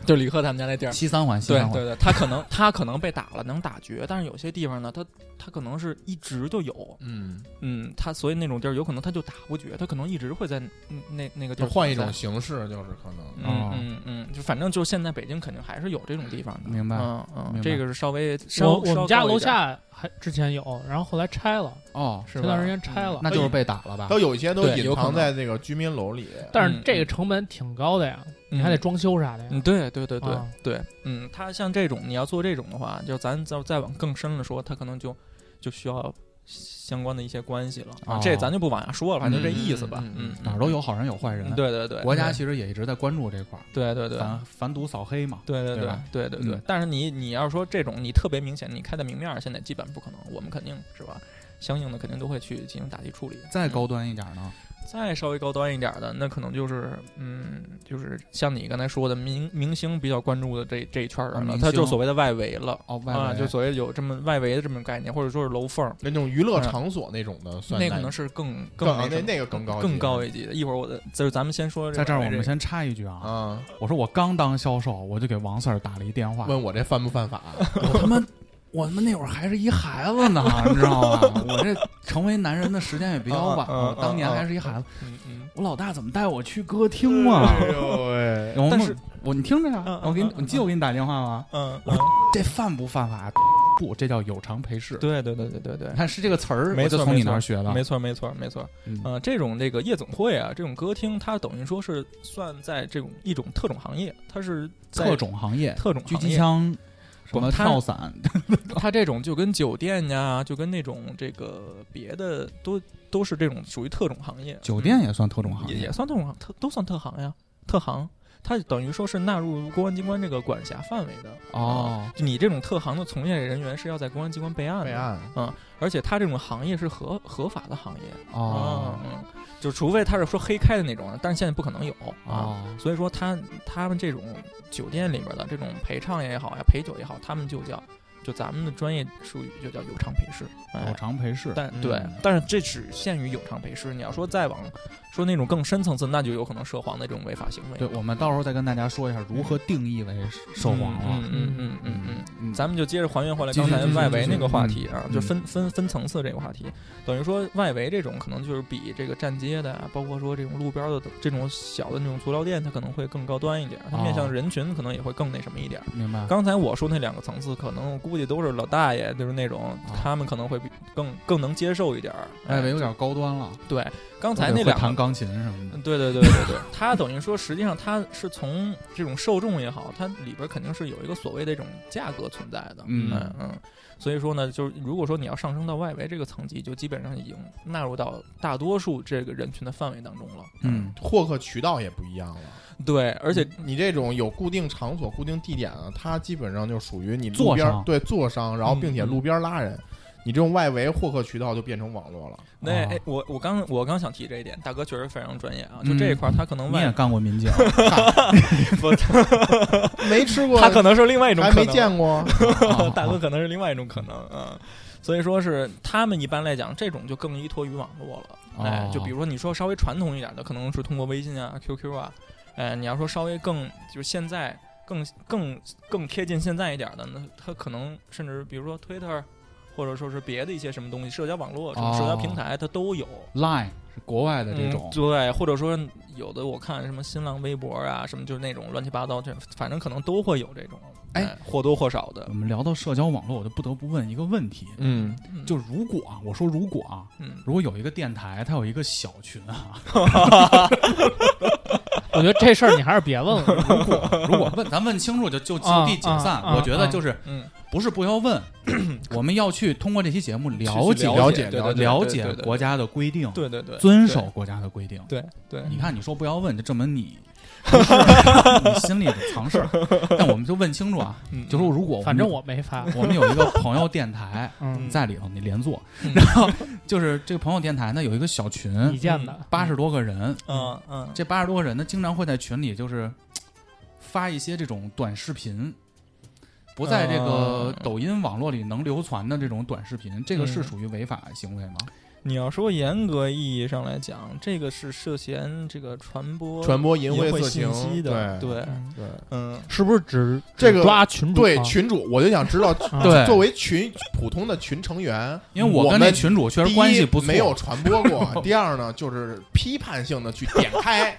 [SPEAKER 6] 就李克他们家那地儿，
[SPEAKER 3] 西三环，西
[SPEAKER 6] 嗯对
[SPEAKER 3] 三环，
[SPEAKER 6] 对对，他可能 [laughs] 他可能被打了能打绝，但是有些地方呢，他他可能是一直就有，
[SPEAKER 4] 嗯，
[SPEAKER 6] 嗯，他所以那种地儿有可能他就打不绝，他可能一直会在嗯那那个地
[SPEAKER 4] 就
[SPEAKER 6] 儿
[SPEAKER 4] 换一种
[SPEAKER 6] 存在
[SPEAKER 4] 形式，就是可能
[SPEAKER 3] 哦
[SPEAKER 6] 嗯嗯嗯，就反正就现在北京肯定还是有这种地方的，
[SPEAKER 3] 明白
[SPEAKER 6] 嗯嗯
[SPEAKER 3] 明，白
[SPEAKER 6] 这个是稍微稍
[SPEAKER 5] 我我
[SPEAKER 6] 稍
[SPEAKER 5] 们家
[SPEAKER 6] 高一
[SPEAKER 5] 楼
[SPEAKER 6] 点
[SPEAKER 5] 下还之前有，然后后来拆了，
[SPEAKER 3] 哦，
[SPEAKER 6] 是
[SPEAKER 5] 前
[SPEAKER 6] 吧
[SPEAKER 5] 段时间拆了，
[SPEAKER 3] 那就是被打了吧？
[SPEAKER 4] 都有一些都
[SPEAKER 6] 对
[SPEAKER 4] 隐
[SPEAKER 6] 有可
[SPEAKER 4] 藏
[SPEAKER 6] 能
[SPEAKER 4] 在这个居民楼里。
[SPEAKER 5] 但是这个成本挺高的呀，你还得。装修啥的呀。
[SPEAKER 6] 嗯，对对对对
[SPEAKER 5] 啊
[SPEAKER 6] 对，嗯，他像这种你要做这种的话，就咱再再往更深了说，他可能就就需要相关的一些关系了
[SPEAKER 3] 哦
[SPEAKER 6] 啊，这咱就不往下说了，反正就这意思吧
[SPEAKER 4] 嗯。嗯
[SPEAKER 6] 嗯，
[SPEAKER 3] 哪儿都有好人有坏人
[SPEAKER 6] 嗯，，对对对，
[SPEAKER 3] 国家
[SPEAKER 6] 对
[SPEAKER 3] 其实也一直在关注这块儿，
[SPEAKER 6] 对对对。
[SPEAKER 3] 反反赌扫黑嘛。
[SPEAKER 6] 对对
[SPEAKER 3] 对
[SPEAKER 6] 对
[SPEAKER 3] 吧
[SPEAKER 6] 对对对
[SPEAKER 3] 嗯，
[SPEAKER 6] 但是你你要说这种你特别明显，你开在明面儿，现在基本不可能，我们肯定是吧，相应的肯定都会去进行打击处理。
[SPEAKER 3] 再
[SPEAKER 6] 嗯
[SPEAKER 3] 高端一点呢？
[SPEAKER 6] 再稍微高端一点的，那可能就是，嗯，就是像你刚才说的，明明星比较关注的这这一圈
[SPEAKER 3] 啊
[SPEAKER 6] 人
[SPEAKER 3] 明
[SPEAKER 6] 了，
[SPEAKER 3] 星
[SPEAKER 6] 他就所谓的外围了
[SPEAKER 3] 哦，外
[SPEAKER 6] 啊，
[SPEAKER 3] 围
[SPEAKER 6] 就所谓有这么外围的这么概念，或者说是楼缝儿，
[SPEAKER 4] 那种娱乐
[SPEAKER 6] 嗯
[SPEAKER 4] 场所那种的，算
[SPEAKER 6] 那可
[SPEAKER 4] 哪
[SPEAKER 6] 能是更
[SPEAKER 4] 更啊
[SPEAKER 3] 啊
[SPEAKER 6] 更
[SPEAKER 4] 那
[SPEAKER 6] 什么
[SPEAKER 4] 那个更高级
[SPEAKER 6] 更高一级的。一会儿我的就是咱们先说
[SPEAKER 3] 在这儿我们
[SPEAKER 6] 先
[SPEAKER 3] 先插一句啊，
[SPEAKER 4] 啊？
[SPEAKER 3] 我说我刚当销售，我就给王 Sir 打了一
[SPEAKER 6] 啊
[SPEAKER 3] 电话，
[SPEAKER 4] 问我这犯不犯法？啊
[SPEAKER 6] [laughs]
[SPEAKER 3] 我他妈，我他妈那会儿还是一孩子呢，你知道吗？ [laughs] 我这成为男人的时间也比较晚
[SPEAKER 6] 啊
[SPEAKER 4] 嗯嗯
[SPEAKER 3] 了，
[SPEAKER 4] 嗯
[SPEAKER 3] 当年还是一孩子。
[SPEAKER 6] 嗯嗯
[SPEAKER 3] 我老大怎么带我去歌厅啊？
[SPEAKER 4] 哎呦喂！
[SPEAKER 3] 我
[SPEAKER 6] 但
[SPEAKER 3] 们
[SPEAKER 6] 是
[SPEAKER 3] 我你听着呀
[SPEAKER 6] 嗯，
[SPEAKER 3] 我给你
[SPEAKER 6] 嗯，嗯
[SPEAKER 3] 你记得我给你打电话吗？
[SPEAKER 6] 嗯
[SPEAKER 3] 我
[SPEAKER 6] 嗯，
[SPEAKER 3] 这犯不犯法？不，这叫有偿陪侍。
[SPEAKER 6] 对对对对对对
[SPEAKER 3] 你。看是这个词儿，
[SPEAKER 6] 没
[SPEAKER 3] 我就
[SPEAKER 6] 错
[SPEAKER 3] 从你
[SPEAKER 6] 没错
[SPEAKER 3] 那儿学的。
[SPEAKER 6] 没错，没错，没错。
[SPEAKER 3] 嗯
[SPEAKER 6] 呃，这种这个夜总会啊，这种歌厅，它等于说是算在这种一种特种行业，它是在
[SPEAKER 3] 特种行业，
[SPEAKER 6] 特种
[SPEAKER 3] 狙
[SPEAKER 6] 行
[SPEAKER 3] 击
[SPEAKER 6] 业。
[SPEAKER 3] 枪，什
[SPEAKER 6] 不
[SPEAKER 3] 么
[SPEAKER 6] 他嗯
[SPEAKER 3] 跳伞，
[SPEAKER 6] 它这种就跟酒店呀，就跟那种这个别的都都是这种属于特种行业，
[SPEAKER 3] 酒店
[SPEAKER 6] 嗯
[SPEAKER 3] 也算特种行
[SPEAKER 6] 也
[SPEAKER 3] 业
[SPEAKER 6] 也。算特种行，特都算特行呀，特行。它等于说是纳入公安机关这个管辖范围的，
[SPEAKER 3] 哦，
[SPEAKER 6] 就你这种特行的从业人员是要在公安机关备案的，
[SPEAKER 4] 备案
[SPEAKER 6] 而且它这种行业是合合法的行业
[SPEAKER 3] 哦
[SPEAKER 6] 嗯，就除非他是说黑开的那种，但是现在不可能有啊。
[SPEAKER 3] 哦，
[SPEAKER 6] 所以说他他们这种酒店里边的这种陪唱也好呀，陪酒也好，他们就叫就咱们的专业术语就叫有偿陪侍。哎
[SPEAKER 3] 有偿陪侍。
[SPEAKER 6] 但
[SPEAKER 4] 嗯
[SPEAKER 6] 对，但是这只限于有偿陪侍。你要说再往说那种更深层次，那就有可能涉黄的这种违法行为。
[SPEAKER 3] 对，我们到时候再跟大家说一下如何定义为涉
[SPEAKER 6] 嗯，
[SPEAKER 3] 黄了。
[SPEAKER 6] 嗯嗯嗯嗯嗯。
[SPEAKER 3] 嗯
[SPEAKER 6] 咱们就接着还原回来
[SPEAKER 3] 继续
[SPEAKER 6] 刚才
[SPEAKER 3] 继续
[SPEAKER 6] 外围
[SPEAKER 3] 继续
[SPEAKER 6] 那个话题啊，
[SPEAKER 3] 嗯
[SPEAKER 6] 就分分分层次这个话题，等于说外围这种可能就是比这个站街的啊，包括说这种路边的这种小的那种足疗店，它可能会更高端一点，它
[SPEAKER 3] 哦
[SPEAKER 6] 面向人群可能也会更那什么一点。
[SPEAKER 3] 明白。
[SPEAKER 6] 刚才我说那两个层次，可能我估计都是老大爷，就是那种他们可能会比更更能接受一点儿。
[SPEAKER 3] 外
[SPEAKER 6] 哎
[SPEAKER 3] 哦哎围有点高端了，
[SPEAKER 6] 对，刚才
[SPEAKER 3] 我
[SPEAKER 6] 那
[SPEAKER 3] 得会
[SPEAKER 6] 两个嗯
[SPEAKER 3] 弹钢琴什么的。
[SPEAKER 6] 对对对对对，
[SPEAKER 3] [laughs]
[SPEAKER 6] 它等于说，实际上它是从这种受众也好，它里边肯定是有一个所谓的这种价格存在的，
[SPEAKER 3] 嗯
[SPEAKER 6] 嗯嗯所以说呢，就是如果说你要上升到外围这个层级，就基本上已经纳入到大多数这个人群的范围当中了，嗯
[SPEAKER 3] 嗯，
[SPEAKER 4] 获客渠道也不一样了，
[SPEAKER 6] 对，而且
[SPEAKER 4] 你这种有固定场所、固定地点啊，它基本上就属于你路
[SPEAKER 3] 坐
[SPEAKER 4] 边
[SPEAKER 3] 商
[SPEAKER 4] 对坐商，然后并且
[SPEAKER 6] 嗯嗯
[SPEAKER 4] 路边拉人，你这种外围获客渠道就变成网络了。
[SPEAKER 6] 那、
[SPEAKER 3] 哦
[SPEAKER 6] 哎我我刚我刚想提这一点，大哥确实非常专业啊，就这一
[SPEAKER 3] 嗯
[SPEAKER 6] 块儿他可能
[SPEAKER 3] 你也
[SPEAKER 6] 外
[SPEAKER 3] 干过民警，
[SPEAKER 6] 不，
[SPEAKER 4] 没吃过，
[SPEAKER 6] [laughs] 他可能是另外一种
[SPEAKER 4] 还
[SPEAKER 6] 可
[SPEAKER 4] 没
[SPEAKER 6] 能，啊
[SPEAKER 4] 见过。
[SPEAKER 3] 哦
[SPEAKER 6] 大哥可能是另外一种可能啊。所以说是他们一般来讲，这种就更依托于网络了。哎
[SPEAKER 3] 哦，
[SPEAKER 6] 就比如说你说稍微传统一点的，可能是通过微信啊、QQ 啊。哎，你要说稍微更就是现在更更更贴近现在一点的，那他可能甚至比如说 Twitter，或者说是别的一些什么东西，社交网络、这种社交平台，它都有。
[SPEAKER 3] Line 是国外的这
[SPEAKER 6] 嗯
[SPEAKER 3] 种，
[SPEAKER 6] 对，或者说有的我看什么新浪微博啊，什么就是那种乱七八糟，这反正可能都会有这种，
[SPEAKER 3] 哎，
[SPEAKER 6] 或多或少的
[SPEAKER 3] 我，们聊到社交网络，我就不得不问一个问题，
[SPEAKER 4] 嗯，
[SPEAKER 6] [laughs] 嗯
[SPEAKER 3] 就如果啊，我说如果啊，
[SPEAKER 6] 嗯，
[SPEAKER 3] 如果有一个电台，它有一个小群啊，
[SPEAKER 5] [laughs] 我觉得这事儿你还是别问了，
[SPEAKER 3] 如果问咱问清楚就就就地解散，
[SPEAKER 5] 啊啊啊
[SPEAKER 3] 我觉得就是
[SPEAKER 6] 嗯，
[SPEAKER 3] 不是不要
[SPEAKER 6] [clears throat]
[SPEAKER 3] 问，我们要去通过这期节目了
[SPEAKER 6] 去
[SPEAKER 3] 解
[SPEAKER 6] 去
[SPEAKER 4] 了
[SPEAKER 6] 解
[SPEAKER 4] 解
[SPEAKER 6] 对对
[SPEAKER 4] 了
[SPEAKER 6] 对
[SPEAKER 3] 了
[SPEAKER 6] 对
[SPEAKER 3] 解
[SPEAKER 6] 对对
[SPEAKER 3] 国家的规定，
[SPEAKER 6] 对对对，
[SPEAKER 3] 遵守国家的规定。
[SPEAKER 6] 对对
[SPEAKER 3] 你看，你说不要问，就证明
[SPEAKER 6] [laughs]
[SPEAKER 3] 你不是你心里的藏事儿。但我们就问清楚啊，
[SPEAKER 6] 对，
[SPEAKER 3] 就说如果
[SPEAKER 5] 反正
[SPEAKER 3] 我
[SPEAKER 5] 我没
[SPEAKER 3] [laughs]
[SPEAKER 5] 发。
[SPEAKER 3] 们我们有一个朋友电台
[SPEAKER 5] 嗯，
[SPEAKER 3] 在里头，你连坐
[SPEAKER 6] 嗯，
[SPEAKER 3] 然后就是这个朋友电台呢有一个小
[SPEAKER 5] 你
[SPEAKER 3] 群，
[SPEAKER 5] 见的
[SPEAKER 3] 八十多个人，
[SPEAKER 6] 嗯嗯
[SPEAKER 3] 这八十多个人呢，经常会在群里就是发一些这种短视频，不在这个
[SPEAKER 6] 嗯
[SPEAKER 3] 抖音网络里能流传的这种短视频，这个是
[SPEAKER 6] 嗯
[SPEAKER 3] 属于违法行为吗？
[SPEAKER 6] 你要说严格意义上来讲，这个是涉嫌这个传播
[SPEAKER 4] 传播淫
[SPEAKER 6] 淫
[SPEAKER 4] 秽
[SPEAKER 6] 秽
[SPEAKER 4] 色
[SPEAKER 6] 信息
[SPEAKER 4] 情，
[SPEAKER 6] 的，
[SPEAKER 4] 对
[SPEAKER 6] 对，
[SPEAKER 5] 嗯
[SPEAKER 4] 对
[SPEAKER 6] 嗯，
[SPEAKER 5] 是不是只
[SPEAKER 4] 这个
[SPEAKER 5] 只抓群主啊？
[SPEAKER 4] 对，群主我就想
[SPEAKER 6] [laughs]
[SPEAKER 4] 知道，
[SPEAKER 5] 啊
[SPEAKER 3] 对
[SPEAKER 4] 作为群普通的群成员，
[SPEAKER 3] 因为我跟那
[SPEAKER 4] 们
[SPEAKER 3] 群主确
[SPEAKER 4] 第
[SPEAKER 3] 实
[SPEAKER 4] 一
[SPEAKER 3] 关系不错，
[SPEAKER 4] 没有传播过。第二呢，就是批判性的去点开，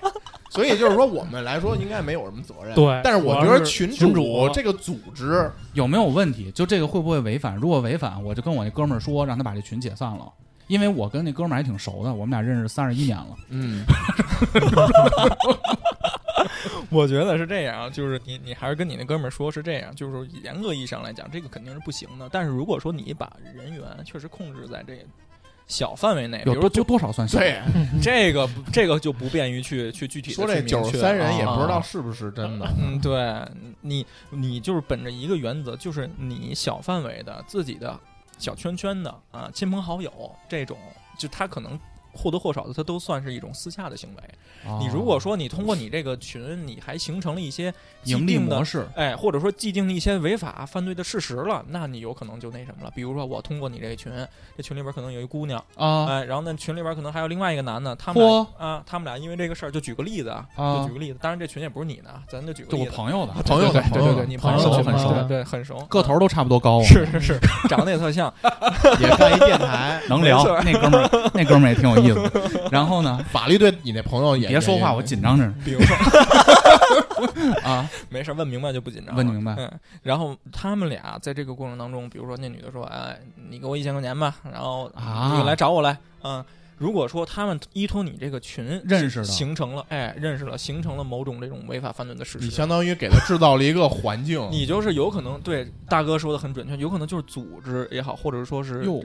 [SPEAKER 4] 所以就是说我们来说应该没有什么责任。
[SPEAKER 5] 对
[SPEAKER 4] 但是我
[SPEAKER 5] 我
[SPEAKER 4] 觉得
[SPEAKER 5] 是
[SPEAKER 4] 群
[SPEAKER 5] 群主
[SPEAKER 4] 这个组织，
[SPEAKER 3] 有没有问题？就这个会不会违反？如果违反，我就跟我那哥们儿说，让他把这群解散了。因为我跟那哥们儿还挺熟的，我们俩认识三十一年了。
[SPEAKER 4] 嗯，
[SPEAKER 6] [laughs] 我觉得是这样，啊，就是你你还是跟你那哥们儿说是这样，就是严格意义上来讲，这个肯定是不行的。但是如果说你把人员确实控制在这小范围哎内，比
[SPEAKER 3] 有
[SPEAKER 6] 如说
[SPEAKER 3] 多
[SPEAKER 6] 就
[SPEAKER 3] 多多少算小？
[SPEAKER 4] 对，
[SPEAKER 6] 这个不这个就不便于去去具体地
[SPEAKER 4] 说这
[SPEAKER 6] 去明确
[SPEAKER 4] 九十三人也
[SPEAKER 6] 啊
[SPEAKER 4] 不知道是不是真的。
[SPEAKER 6] 嗯，对你，你就是本着一个原则，就是你小范围的自己的小圈圈的啊，亲朋好友这种，就他可能或多或少的，他都算是一种私下的行为。
[SPEAKER 3] 哦
[SPEAKER 6] 你如果说你通过你这个群，你还形成了一些既
[SPEAKER 3] 盈利
[SPEAKER 6] 定的
[SPEAKER 3] 模。式，
[SPEAKER 6] 哎，或者说既定的一些违法犯罪的事实了，那你有可能就那什么了。比如说，我通过你这个群，这群里边可能有一姑娘，
[SPEAKER 3] 啊
[SPEAKER 6] 哎，然后那群里边可能还有另外一个男的，他们俩
[SPEAKER 3] 嚯
[SPEAKER 6] 啊，他们俩因为这个事儿，就举个例子啊，
[SPEAKER 3] 啊
[SPEAKER 6] 就举个例子。当然，这群也不是你的，啊咱就举个
[SPEAKER 3] 就
[SPEAKER 6] 例
[SPEAKER 3] 我
[SPEAKER 6] 子。
[SPEAKER 3] 朋友的，
[SPEAKER 4] 朋友
[SPEAKER 3] 对
[SPEAKER 4] 的朋
[SPEAKER 3] 对
[SPEAKER 4] 友
[SPEAKER 3] 对
[SPEAKER 4] 的
[SPEAKER 3] 对，你
[SPEAKER 5] 朋
[SPEAKER 3] 朋
[SPEAKER 5] 友
[SPEAKER 3] 友
[SPEAKER 5] 的
[SPEAKER 3] 的很
[SPEAKER 5] 朋友
[SPEAKER 3] 熟
[SPEAKER 5] 的，
[SPEAKER 6] 对，很熟，啊
[SPEAKER 3] 个头都嗯差不多高，啊
[SPEAKER 6] [laughs] 是是是，长得也特像，
[SPEAKER 4] 也干一电台，
[SPEAKER 3] 能聊
[SPEAKER 6] 没错。
[SPEAKER 3] 那哥们儿，那哥们儿也挺有意思的。然后呢，
[SPEAKER 4] 法律对你那朋友也
[SPEAKER 3] 别说话，我紧张着呢
[SPEAKER 6] 比如说，
[SPEAKER 3] 啊。
[SPEAKER 6] 没事儿，问明白就不紧张了。
[SPEAKER 3] 问明白
[SPEAKER 6] 嗯，然后他们俩在这个过程当中，比如说那女的说：“哎，你给我一千块钱吧。”然后
[SPEAKER 3] 啊
[SPEAKER 6] 你来找我来。嗯，如果说他们依托你这个群
[SPEAKER 3] 认识的
[SPEAKER 6] 形成了，哎，认识了，形成了某种这种违法犯罪的事
[SPEAKER 4] 你
[SPEAKER 6] 实。
[SPEAKER 4] 相当于给他制造了一个环境，
[SPEAKER 6] 你就是有可能对大哥说的很准确，有可能就是组织也好，或者说是
[SPEAKER 3] 哟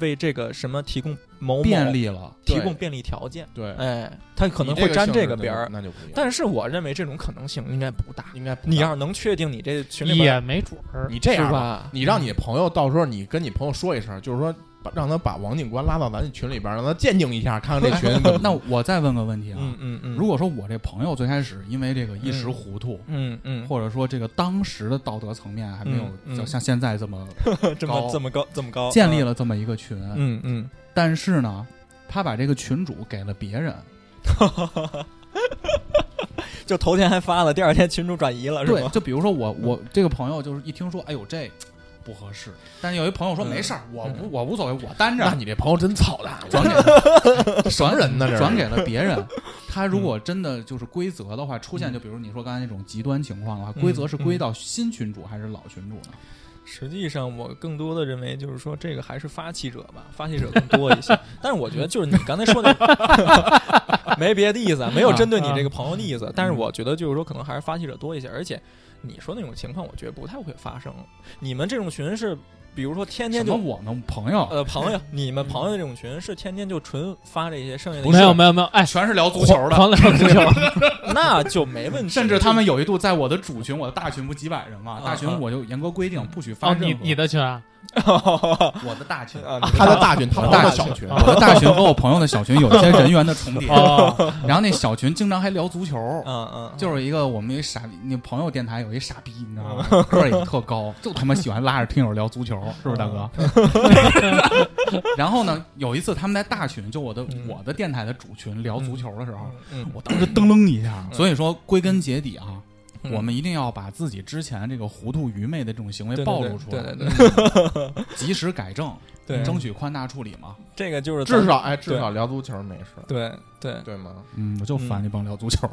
[SPEAKER 6] 为这个什么提供某某
[SPEAKER 3] 便利了，
[SPEAKER 6] 提供便利条件，
[SPEAKER 4] 对，
[SPEAKER 6] 哎，他可能
[SPEAKER 4] 你
[SPEAKER 6] 会
[SPEAKER 4] 个
[SPEAKER 6] 沾
[SPEAKER 4] 性
[SPEAKER 6] 这
[SPEAKER 4] 质
[SPEAKER 6] 个
[SPEAKER 4] 那
[SPEAKER 6] 边
[SPEAKER 4] 就
[SPEAKER 6] 儿，
[SPEAKER 4] 那就不一样
[SPEAKER 6] 但是我认为这种可能性应该不大。
[SPEAKER 4] 应该不
[SPEAKER 6] 你
[SPEAKER 4] 大
[SPEAKER 6] 要是能确定你这群里边
[SPEAKER 5] 也没准儿。
[SPEAKER 4] 你这样
[SPEAKER 6] 是吧
[SPEAKER 4] 你让你朋友到时候你跟你朋友说一声，就是说把让他把王警官拉到咱群里边，让他鉴定一下，看看这群
[SPEAKER 6] [laughs]
[SPEAKER 4] 怎么。
[SPEAKER 3] 那我再问个问题啊，
[SPEAKER 6] 嗯嗯嗯，
[SPEAKER 3] 如果说我这朋友最开始因为这个一时糊涂，
[SPEAKER 6] 嗯嗯，
[SPEAKER 3] 或者说这个当时的道德层面还没
[SPEAKER 6] 嗯
[SPEAKER 3] 有
[SPEAKER 6] 嗯
[SPEAKER 3] 像像现在这么
[SPEAKER 6] [laughs] 这
[SPEAKER 3] 高
[SPEAKER 6] 么这么高这么高，
[SPEAKER 3] 建立
[SPEAKER 6] 嗯
[SPEAKER 3] 了这么一个群，
[SPEAKER 6] 嗯嗯， [laughs]
[SPEAKER 3] 但是呢，他把这个群主给了别人，
[SPEAKER 6] 就头天还发了，第二天群主转移了啊是
[SPEAKER 3] 对，
[SPEAKER 6] 吗？
[SPEAKER 3] 就比如说我我这个朋友就是一听说，哎呦这不合适，但是有一朋友说
[SPEAKER 6] 嗯
[SPEAKER 3] 没事儿，我
[SPEAKER 6] 嗯
[SPEAKER 3] 无我无所谓，我担
[SPEAKER 4] 那
[SPEAKER 3] 着，
[SPEAKER 4] 你这朋友真操蛋，
[SPEAKER 3] 转 [laughs] 给
[SPEAKER 4] 什么人呢？这是
[SPEAKER 3] 转给了别人。他如果真的就是规则的话，出现就比如你说刚才那种极端情况的话，
[SPEAKER 6] 嗯
[SPEAKER 3] 规则是归到新群主还是老群主呢？
[SPEAKER 6] 实际上，我更多的认为就是说，这个还是发起者吧，发起者更多一
[SPEAKER 3] [laughs]
[SPEAKER 6] 些。但是我觉得，就是你刚才说的， [laughs] 没别的意思，啊，没有针对你这个朋友的
[SPEAKER 3] 嗯
[SPEAKER 6] 意思。但是我觉得，就是说，可能还是发起者多一些。而且，你说那种情况，我觉得不太会发生。你们这种群是，比如说天天
[SPEAKER 3] 什么
[SPEAKER 6] 就
[SPEAKER 3] 我们朋友
[SPEAKER 6] [laughs] 呃朋友，你们朋友这种群是天天就纯发这些，剩下的
[SPEAKER 5] 没有没有没有，哎，
[SPEAKER 3] 全是聊足球的，
[SPEAKER 5] [laughs] 狂聊足球，
[SPEAKER 6] 那就没问题。
[SPEAKER 3] 甚至他
[SPEAKER 6] [laughs]
[SPEAKER 3] 们有一度在我的主群，我的大群不几百人嘛，
[SPEAKER 6] 啊
[SPEAKER 3] 大群
[SPEAKER 6] 啊
[SPEAKER 3] 我就严格规定不许发
[SPEAKER 5] 哦，
[SPEAKER 3] 任何。
[SPEAKER 5] 你你的群啊，
[SPEAKER 6] 嗯
[SPEAKER 3] 我的大群，
[SPEAKER 6] 啊，
[SPEAKER 4] 他的大群，他
[SPEAKER 3] 我的
[SPEAKER 4] 朋友
[SPEAKER 3] 大
[SPEAKER 4] 的小啊群，
[SPEAKER 3] 我的大群和我朋友的小群有一些人员的重叠，
[SPEAKER 5] 哦，
[SPEAKER 3] 然后那小群经常还聊足球。
[SPEAKER 6] 嗯嗯，
[SPEAKER 3] 就是一个我们一傻逼，那朋友电台有一傻逼，你知道吗？个儿也特高，就他妈喜欢拉着听友聊足球，是不是大哥？ [laughs] 然后呢，有一次他们在大群，就我的
[SPEAKER 6] 嗯
[SPEAKER 3] 我的电台的主群聊足球的时候，
[SPEAKER 6] 嗯，
[SPEAKER 3] 我当时噔楞一下。
[SPEAKER 6] 嗯
[SPEAKER 3] 所以说，归根结底啊，
[SPEAKER 6] 嗯
[SPEAKER 3] 我们一定要把自己之前这个糊涂愚昧的这种行为
[SPEAKER 6] 对对
[SPEAKER 3] 暴露出来，
[SPEAKER 6] 对对
[SPEAKER 3] 及时改正，
[SPEAKER 6] 对，
[SPEAKER 3] 争取宽大处理嘛。
[SPEAKER 6] 这个就是咱
[SPEAKER 4] 至少哎，至少聊足球没事，
[SPEAKER 6] 对对，
[SPEAKER 4] 对吗？
[SPEAKER 3] 嗯，我就
[SPEAKER 6] 烦
[SPEAKER 3] 烦那帮聊足球。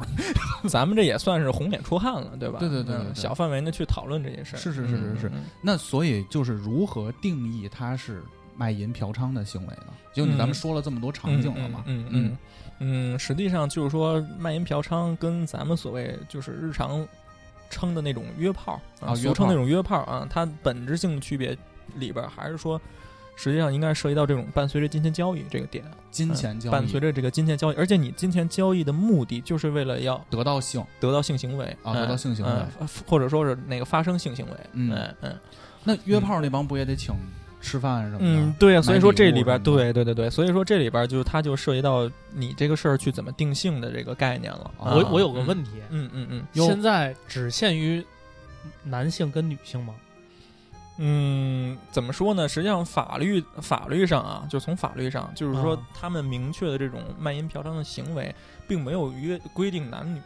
[SPEAKER 6] 咱们这也算是红脸出汗了，对吧？
[SPEAKER 3] 对对对对
[SPEAKER 6] 嗯
[SPEAKER 3] 对
[SPEAKER 6] 小范围的去讨论这件事儿，
[SPEAKER 3] 是是是是是
[SPEAKER 6] 嗯，嗯
[SPEAKER 3] 那所以就是如何定义它是卖淫嫖娼的行为呢？就你咱们说了这么多场景了嘛，
[SPEAKER 6] 嗯嗯嗯，嗯实际上就是说卖淫嫖娼跟咱们所谓就是日常称的那种约炮
[SPEAKER 3] 啊
[SPEAKER 6] 啊，
[SPEAKER 3] 约
[SPEAKER 6] 俗
[SPEAKER 3] 炮
[SPEAKER 6] 称那种约炮啊，它本质性的区别里边儿还是说，实际上应该涉及到这种伴随着金钱交易这个点，
[SPEAKER 3] 金钱交易，
[SPEAKER 6] 伴随着这个金钱交易，而且你金钱交易的目的就是为了要
[SPEAKER 3] 得到性。
[SPEAKER 6] 得到性行为
[SPEAKER 3] 啊
[SPEAKER 6] 哎
[SPEAKER 3] 得到性行为
[SPEAKER 6] 嗯或者说是那个发生性行为，
[SPEAKER 3] 嗯
[SPEAKER 6] 哎嗯
[SPEAKER 3] 那约炮那帮不也得请吃饭什么的？
[SPEAKER 6] 嗯，对啊，所以说这里
[SPEAKER 3] 买
[SPEAKER 6] 边
[SPEAKER 3] 礼物什么的
[SPEAKER 6] 对对对对，所以说这里边就是它就涉及到你这个事儿去怎么定性的这个概念了。
[SPEAKER 3] 啊
[SPEAKER 5] 我我有个问题，
[SPEAKER 6] 嗯嗯嗯
[SPEAKER 5] 现在只限于男性跟女性吗？
[SPEAKER 6] 嗯，怎么说呢？实际上法律法律上啊，就从法律上，就是说
[SPEAKER 5] 啊
[SPEAKER 6] 他们明确的这种卖淫嫖娼的行为，并没有约规定男女。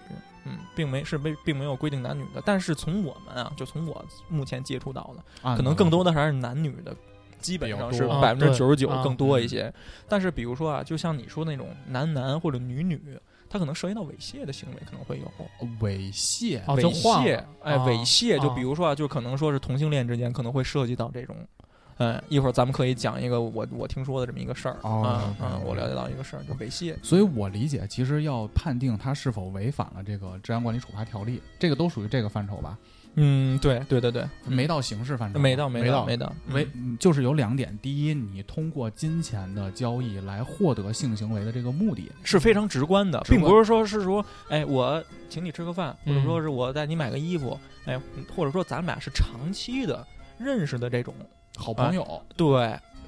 [SPEAKER 6] 嗯，并没是没并没有规定男女的，但是从我们啊，就从我目前接触到的，
[SPEAKER 3] 啊
[SPEAKER 6] 可能更多的还是男女的，基本上是
[SPEAKER 5] 比较多
[SPEAKER 6] 百分之九十九
[SPEAKER 5] 啊对
[SPEAKER 6] 更多一些。但是比如说啊，就像你说那种男男或者女女，他可能涉及到猥亵的行为，可能会有
[SPEAKER 3] 啊猥亵
[SPEAKER 5] 哦，就
[SPEAKER 6] 猥
[SPEAKER 5] 换
[SPEAKER 6] 亵
[SPEAKER 5] 了，，
[SPEAKER 6] 哎，
[SPEAKER 5] 啊
[SPEAKER 6] 猥亵。就
[SPEAKER 5] 啊
[SPEAKER 6] 比如说啊，就可能说是同性恋之间可能会涉及到这种。哎，一会儿咱们可以讲一个我我听说的这么一个事儿
[SPEAKER 3] 哦
[SPEAKER 6] 啊
[SPEAKER 3] 明白
[SPEAKER 5] 嗯
[SPEAKER 6] 啊，我了解到一个事儿，就猥亵。
[SPEAKER 3] 所以我理解，其实要判定他是否违反了这个治安管理处罚条例，这个都属于这个范畴吧？
[SPEAKER 6] 嗯，对对对对，
[SPEAKER 3] 没到刑事范畴，
[SPEAKER 6] 没到
[SPEAKER 4] 没
[SPEAKER 6] 到
[SPEAKER 4] 到
[SPEAKER 6] 没到
[SPEAKER 3] 违，嗯就是有两点：第一，你通过金钱的交易来获得性行为的这个目的，
[SPEAKER 6] 是非常直观的，
[SPEAKER 3] 直
[SPEAKER 6] 并
[SPEAKER 3] 观
[SPEAKER 6] 不是说是说，哎，我请你吃个饭，或者
[SPEAKER 5] 嗯
[SPEAKER 6] 说是我带你买个衣服，哎，或者说咱们俩是长期的认识的这种，
[SPEAKER 3] 好
[SPEAKER 6] 啊
[SPEAKER 3] 朋友，
[SPEAKER 6] 对，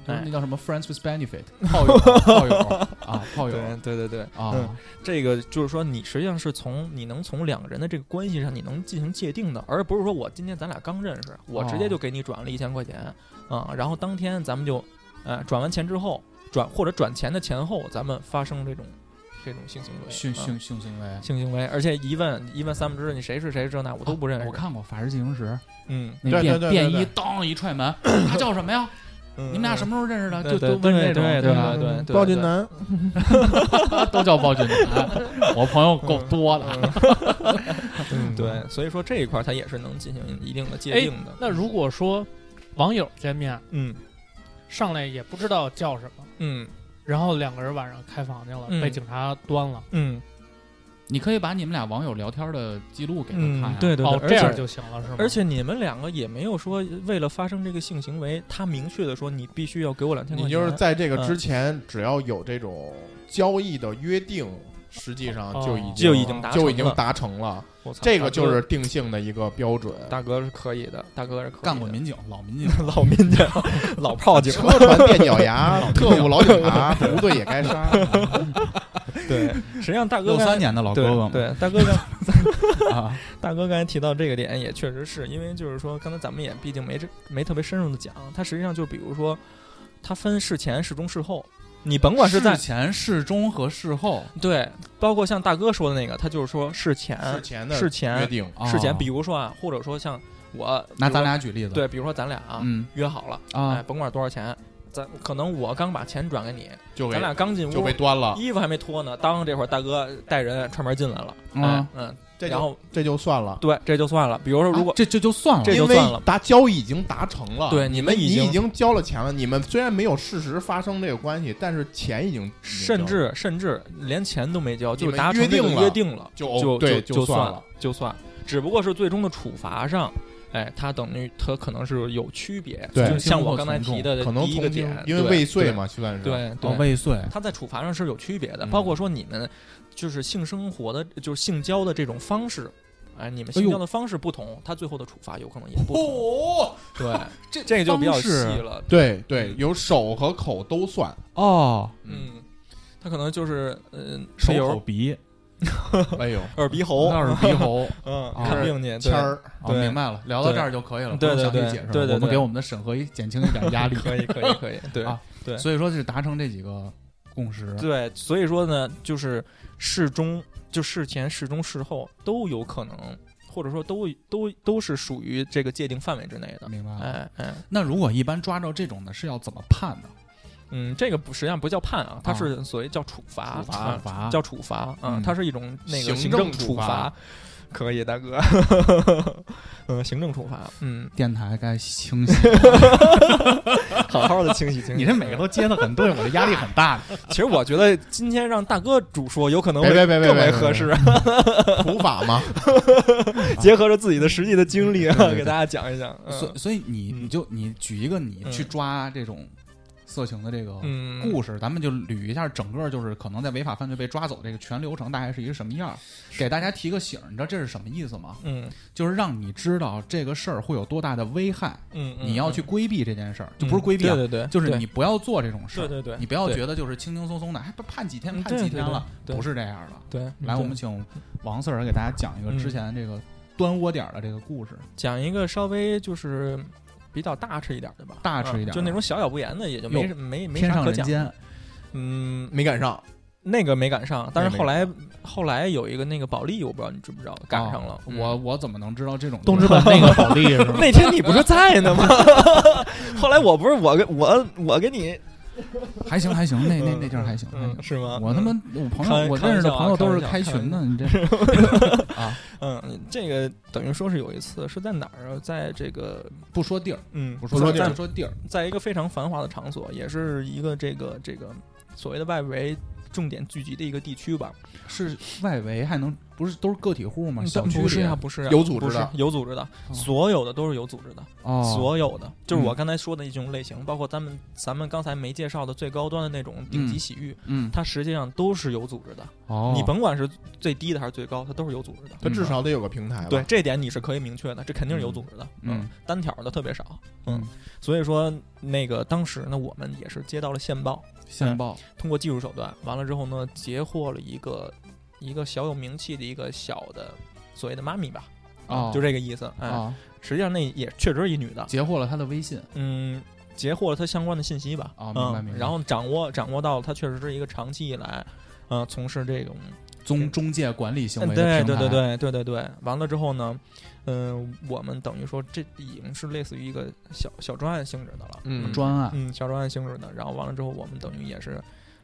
[SPEAKER 3] 就是
[SPEAKER 6] 哎
[SPEAKER 3] 那叫什么 friends with benefit，炮友，炮友啊，炮友
[SPEAKER 6] 对对对对，
[SPEAKER 3] 啊
[SPEAKER 6] 嗯，这个就是说你实际上是从你能从两个人的这个关系上你能进行界定的，而不是说我今天咱俩刚认识，我直接就给你转了一千块钱啊、然后当天咱们就，呃，转完钱之后转或者转钱的前后，咱们发生这种这种性行为，
[SPEAKER 3] 性
[SPEAKER 6] 啊
[SPEAKER 3] 性性行为。
[SPEAKER 6] 性行为，而且一问一问三不知，你谁是谁这哦那我都不认识。
[SPEAKER 3] 啊我看过《法制进行时》，
[SPEAKER 6] 嗯，
[SPEAKER 3] 那
[SPEAKER 4] 对
[SPEAKER 3] 便
[SPEAKER 4] 对对
[SPEAKER 3] 便
[SPEAKER 4] 对对
[SPEAKER 3] 衣当一踹门， [clears throat] 他叫什么呀？
[SPEAKER 6] 你
[SPEAKER 3] 你们俩什
[SPEAKER 6] 么？
[SPEAKER 3] 么时候认识的？
[SPEAKER 6] 对
[SPEAKER 3] 就
[SPEAKER 6] 对
[SPEAKER 3] 都问
[SPEAKER 6] 对
[SPEAKER 3] 这种，
[SPEAKER 6] 对
[SPEAKER 3] 对
[SPEAKER 6] 对
[SPEAKER 3] 吧
[SPEAKER 6] 啊对对，对
[SPEAKER 4] 暴君，男，
[SPEAKER 3] 都叫暴君男。我朋友够多
[SPEAKER 6] 嗯
[SPEAKER 3] 啊了，
[SPEAKER 4] 嗯
[SPEAKER 6] 对，所以说这一块儿它也是能进行一定的界
[SPEAKER 5] 哎
[SPEAKER 6] 定的。
[SPEAKER 5] 那如果说网友见面
[SPEAKER 6] 嗯
[SPEAKER 5] 上来也不知道叫什么，
[SPEAKER 6] 嗯
[SPEAKER 5] 然后两个人晚上开房去了，
[SPEAKER 6] 嗯
[SPEAKER 5] 被警察端了，
[SPEAKER 6] 嗯
[SPEAKER 3] 你可以把你们俩网友聊天的记录给他看呀。
[SPEAKER 6] 嗯，对对
[SPEAKER 5] 哦，
[SPEAKER 6] 对，
[SPEAKER 5] 这
[SPEAKER 6] 而
[SPEAKER 5] 样
[SPEAKER 6] 且
[SPEAKER 5] 就行了是吗？
[SPEAKER 6] 而且你们两个也没有说为了发生这个性行为，他明确的说你必须要给我两千块
[SPEAKER 4] 你
[SPEAKER 6] 钱。
[SPEAKER 4] 就是在这
[SPEAKER 6] 嗯
[SPEAKER 4] 个之前，只要有这种交易的约定，实际上就已经
[SPEAKER 6] 哦就已经达成
[SPEAKER 4] 就已经
[SPEAKER 6] 了
[SPEAKER 4] 达成了，
[SPEAKER 6] 我操
[SPEAKER 4] 这个
[SPEAKER 6] 大哥
[SPEAKER 4] 就是定性的一个标准。
[SPEAKER 6] 大哥是可以的，大哥是可以的
[SPEAKER 3] 干过民警，老民警，
[SPEAKER 6] [laughs] 老民警、 [laughs] 老
[SPEAKER 4] [laughs]
[SPEAKER 6] 炮警，
[SPEAKER 4] 车船垫脚牙，特务老警察，无罪也该
[SPEAKER 6] [laughs]
[SPEAKER 4] 杀。
[SPEAKER 6] 对，实际上大哥
[SPEAKER 3] 六
[SPEAKER 6] 刚才
[SPEAKER 3] 三年的老哥
[SPEAKER 6] 对
[SPEAKER 3] 哥嘛，
[SPEAKER 6] 对，大哥刚
[SPEAKER 3] 啊，
[SPEAKER 6] 大哥刚才提到这个点，也确实是因为就是说，刚才咱们也毕竟没这没特别深入的讲，它实际上就比如说，它分事前、事中、事后，你甭管是在
[SPEAKER 3] 事前、事中和事后。
[SPEAKER 6] 对，包括像大哥说的那个，他就是说事前、
[SPEAKER 4] 事前的
[SPEAKER 6] 事前
[SPEAKER 4] 约定，
[SPEAKER 3] 啊
[SPEAKER 6] 事前，比如说啊，或者说像我
[SPEAKER 3] 拿咱
[SPEAKER 6] 俩
[SPEAKER 3] 俩举例子，
[SPEAKER 6] 对，比如说咱俩啊、
[SPEAKER 3] 嗯
[SPEAKER 6] 约好了，哎，
[SPEAKER 3] 啊，
[SPEAKER 6] 甭管多少钱，咱可能我刚把钱转给你，
[SPEAKER 4] 就
[SPEAKER 6] 咱俩
[SPEAKER 4] 被
[SPEAKER 6] 刚进
[SPEAKER 4] 就
[SPEAKER 6] 屋
[SPEAKER 4] 被，端了，
[SPEAKER 6] 衣服还没脱呢，当这会儿大哥带人串门进来了，
[SPEAKER 3] 嗯
[SPEAKER 6] 哎嗯，
[SPEAKER 4] 这
[SPEAKER 6] 然
[SPEAKER 4] 就
[SPEAKER 6] 后
[SPEAKER 4] 这就算了。
[SPEAKER 6] 对，这就算了。比如说如果、
[SPEAKER 3] 啊这这就算了
[SPEAKER 6] 这，就
[SPEAKER 4] 因为
[SPEAKER 6] 算了
[SPEAKER 4] 达交易已经达成了，
[SPEAKER 6] 对
[SPEAKER 4] 你
[SPEAKER 6] 你们
[SPEAKER 4] 你
[SPEAKER 6] 已经
[SPEAKER 4] 已经交了钱了，你们虽然没有事实发生这个关系，但是钱已经
[SPEAKER 6] 甚至甚至连钱都没交，
[SPEAKER 4] 你
[SPEAKER 6] 就
[SPEAKER 4] 们
[SPEAKER 6] 达成
[SPEAKER 4] 约
[SPEAKER 6] 这个
[SPEAKER 4] 定了
[SPEAKER 6] 约定了，
[SPEAKER 4] 就
[SPEAKER 6] 就
[SPEAKER 4] 对
[SPEAKER 6] 就
[SPEAKER 4] 就
[SPEAKER 6] 算
[SPEAKER 4] 了，，
[SPEAKER 6] 就算，只不过是最终的处罚上。哎，它等于它可能是有区别，
[SPEAKER 4] 对
[SPEAKER 6] 就像我刚才提的
[SPEAKER 4] 可能
[SPEAKER 6] 第一个
[SPEAKER 4] 从轻
[SPEAKER 6] 点，
[SPEAKER 4] 因为啊
[SPEAKER 6] 对
[SPEAKER 4] 未遂，嘛，就算是
[SPEAKER 6] 对
[SPEAKER 3] 哦
[SPEAKER 6] 对，
[SPEAKER 3] 未遂，
[SPEAKER 6] 它在处罚上是有区别的，
[SPEAKER 3] 嗯
[SPEAKER 6] 包括说你们就是性生活的，就是性交的这种方式，哎，你们
[SPEAKER 3] 哎呦
[SPEAKER 6] 性交的方式不同，它最后的处罚有可能也不同。
[SPEAKER 3] 哦，
[SPEAKER 6] 对，
[SPEAKER 3] 这
[SPEAKER 6] 这个就比较
[SPEAKER 3] 方
[SPEAKER 6] 细
[SPEAKER 3] 式
[SPEAKER 6] 了。
[SPEAKER 4] 对对，有手和口都算，
[SPEAKER 3] 哦，
[SPEAKER 6] 嗯，它可能就是嗯，
[SPEAKER 3] 手
[SPEAKER 6] 比
[SPEAKER 3] 口
[SPEAKER 6] 如
[SPEAKER 3] 鼻，
[SPEAKER 4] 哎呦，
[SPEAKER 6] 耳鼻喉，
[SPEAKER 3] 那是鼻 [laughs] 喉，
[SPEAKER 6] 嗯，
[SPEAKER 3] 啊
[SPEAKER 6] 看病去，
[SPEAKER 4] 签
[SPEAKER 6] [laughs] 对
[SPEAKER 4] 儿，
[SPEAKER 3] 哦，
[SPEAKER 6] 对
[SPEAKER 3] 明白了，聊到这儿就可以了，
[SPEAKER 6] 对
[SPEAKER 3] 不用
[SPEAKER 6] 对
[SPEAKER 3] 详
[SPEAKER 6] 对
[SPEAKER 3] 细解释了，
[SPEAKER 6] 对对对
[SPEAKER 3] 我们给我们的审核也减轻一点压力，
[SPEAKER 6] 可以，
[SPEAKER 4] [laughs]
[SPEAKER 6] 可以，可以，对
[SPEAKER 3] 啊
[SPEAKER 6] 对
[SPEAKER 3] 所以说是达成这几个共识，
[SPEAKER 6] 对，所以说呢，就是事中就事前、事中、事后都有可能，或者说都都都是属于这个界定范围之内的。
[SPEAKER 3] 明
[SPEAKER 4] 啊
[SPEAKER 3] 白了。
[SPEAKER 6] 哎哎，
[SPEAKER 3] 那如果一般抓着这种的，是要怎么判的？
[SPEAKER 6] 嗯，这个不实际上不叫判啊，它
[SPEAKER 3] 啊
[SPEAKER 6] 是所谓叫处罚，
[SPEAKER 3] 处罚
[SPEAKER 6] 啊
[SPEAKER 3] 罚
[SPEAKER 6] 叫处罚，嗯
[SPEAKER 3] 嗯，
[SPEAKER 6] 它是一种那
[SPEAKER 4] 行
[SPEAKER 6] 个行
[SPEAKER 4] 政
[SPEAKER 6] 政
[SPEAKER 4] 处
[SPEAKER 6] 处
[SPEAKER 4] 罚
[SPEAKER 6] 罚。可以，大哥， [laughs] 嗯，行政处罚，嗯，
[SPEAKER 3] 电台该清洗。
[SPEAKER 6] 好好的清洗清
[SPEAKER 3] [laughs]
[SPEAKER 6] 洗。
[SPEAKER 3] 你这每个都接的很对，我这压力很大。
[SPEAKER 6] 其实我觉得今天让大哥主说，有可能
[SPEAKER 4] 别
[SPEAKER 6] 会
[SPEAKER 4] 别别别
[SPEAKER 6] 更为
[SPEAKER 4] 别别
[SPEAKER 6] 合适，
[SPEAKER 4] 普法
[SPEAKER 6] [laughs]
[SPEAKER 4] 嘛，
[SPEAKER 6] 结合着自己的实际的经历啊，
[SPEAKER 3] 嗯对对对
[SPEAKER 6] 给大家讲一讲。
[SPEAKER 3] [laughs]
[SPEAKER 6] 嗯
[SPEAKER 3] 所所以你
[SPEAKER 6] 嗯
[SPEAKER 3] 你就你举一个你去抓这种色情的这个
[SPEAKER 6] 嗯，
[SPEAKER 3] 故事，咱们就捋一下整个就是可能在违法犯罪被抓走这个全流程大概是一个什么样儿，给大家提个醒儿。你知道这是什么意思吗？
[SPEAKER 6] 嗯
[SPEAKER 3] 就是让你知道这个事儿会有多大的危害，
[SPEAKER 6] 嗯，嗯
[SPEAKER 3] 你要去规避这件事儿，就不是规避啊，
[SPEAKER 6] 对对对，
[SPEAKER 3] 就是
[SPEAKER 6] 对
[SPEAKER 3] 你不要做这种事
[SPEAKER 6] 对
[SPEAKER 3] 儿。
[SPEAKER 6] 对对，
[SPEAKER 3] 你不要
[SPEAKER 6] 对
[SPEAKER 3] 觉得就是轻轻松松的，哎还不判几天
[SPEAKER 6] 嗯
[SPEAKER 3] 判
[SPEAKER 6] 对
[SPEAKER 3] 几
[SPEAKER 6] 对
[SPEAKER 3] 天了，
[SPEAKER 6] 对对
[SPEAKER 3] 不是这样的。
[SPEAKER 6] 对
[SPEAKER 3] 来，我
[SPEAKER 6] 对
[SPEAKER 3] 们请王 Sir 给大家讲一个
[SPEAKER 6] 嗯
[SPEAKER 3] 之前这个端窝点儿的这个故事，
[SPEAKER 6] 讲一个稍微就是比较大吃一点的吧，
[SPEAKER 3] 大吃一点
[SPEAKER 6] 啊就那种小小不言的，也就没什没没
[SPEAKER 3] 天
[SPEAKER 6] 啥
[SPEAKER 3] 上
[SPEAKER 6] 可
[SPEAKER 3] 人
[SPEAKER 6] 讲。
[SPEAKER 3] 间，啊
[SPEAKER 6] 嗯，
[SPEAKER 4] 没赶上，
[SPEAKER 6] 那个没赶上，但是
[SPEAKER 4] 那
[SPEAKER 6] 后
[SPEAKER 4] 个没
[SPEAKER 6] 来后来有一个那个保利，我不知道你知不知道，赶上了
[SPEAKER 3] 哦。我我怎么能知道这种
[SPEAKER 5] 东直门那个保利是
[SPEAKER 6] 嗯
[SPEAKER 5] 吗？
[SPEAKER 6] 那天你不是在呢吗？ [laughs] 后来我不是我跟我我跟你
[SPEAKER 3] [laughs]
[SPEAKER 6] 嗯
[SPEAKER 3] 还行还行，那那那地儿还行。还行
[SPEAKER 6] 是吗？
[SPEAKER 3] 嗯我他妈，我朋
[SPEAKER 6] 啊嗯开
[SPEAKER 3] 友，我认识的朋友都是
[SPEAKER 6] 开
[SPEAKER 3] 开
[SPEAKER 6] 玩笑啊
[SPEAKER 3] 群的，你这
[SPEAKER 6] [laughs] 嗯，这个等于说是有一次是在哪儿啊？在这个
[SPEAKER 3] 不说地儿，
[SPEAKER 6] 嗯，
[SPEAKER 3] 不
[SPEAKER 4] 不说
[SPEAKER 3] 说
[SPEAKER 4] 地儿
[SPEAKER 3] 不说地儿，
[SPEAKER 6] 在一个非常繁华的场所，也是一个这个这个所谓的外围重点聚集的一个地区吧。
[SPEAKER 3] 是外围还能不是都是个体户吗？啊
[SPEAKER 6] 嗯
[SPEAKER 3] 小
[SPEAKER 6] 但
[SPEAKER 3] 区
[SPEAKER 6] 不是
[SPEAKER 3] 里
[SPEAKER 6] 啊，不是啊
[SPEAKER 4] 有组织
[SPEAKER 6] 不是
[SPEAKER 4] 的
[SPEAKER 6] 有组织的，所有的都是有组织的，
[SPEAKER 3] 哦，
[SPEAKER 6] 所有的就是我
[SPEAKER 3] 嗯
[SPEAKER 6] 刚才说的一种类型，包括咱们咱们刚才没介绍的最高端的那种顶级
[SPEAKER 3] 嗯
[SPEAKER 6] 洗浴，
[SPEAKER 3] 嗯
[SPEAKER 6] 它实际上都是有组织的。
[SPEAKER 3] 哦，
[SPEAKER 6] 你甭管是最低的还是最高，它都是有组织的。
[SPEAKER 4] 它至少得有个平台吧。
[SPEAKER 6] 嗯对，这点你是可以明确的，这肯定是有组织的。
[SPEAKER 3] 嗯嗯
[SPEAKER 6] 单挑的特别少。
[SPEAKER 3] 嗯，
[SPEAKER 6] 所以说那个当时呢，我们也是接到了线报，
[SPEAKER 3] 线报
[SPEAKER 6] 通过技术手段，完了之后呢，截获了一个一个小有名气的一个小的所谓的妈咪吧，
[SPEAKER 3] 哦
[SPEAKER 6] 就这个意思。哎，
[SPEAKER 3] 啊，
[SPEAKER 6] 实际上那也确实是一女的，
[SPEAKER 3] 截获了他的微信，
[SPEAKER 6] 嗯，截获了她相关的信息吧。
[SPEAKER 3] 哦明白
[SPEAKER 6] 嗯
[SPEAKER 3] 明，白
[SPEAKER 6] 然后掌握掌握到了她确实是一个长期以来，呃，从事这种
[SPEAKER 3] 中中介管理行
[SPEAKER 6] 嗯
[SPEAKER 3] 为的
[SPEAKER 6] 对
[SPEAKER 3] 平
[SPEAKER 6] 对对
[SPEAKER 3] 台，
[SPEAKER 6] 对对对对，完了之后呢，嗯、我们等于说这已经是类似于一个小小专案性质的了，
[SPEAKER 4] 嗯，
[SPEAKER 3] 专案
[SPEAKER 6] 嗯，小专案性质的。然后完了之后，我们等于也是，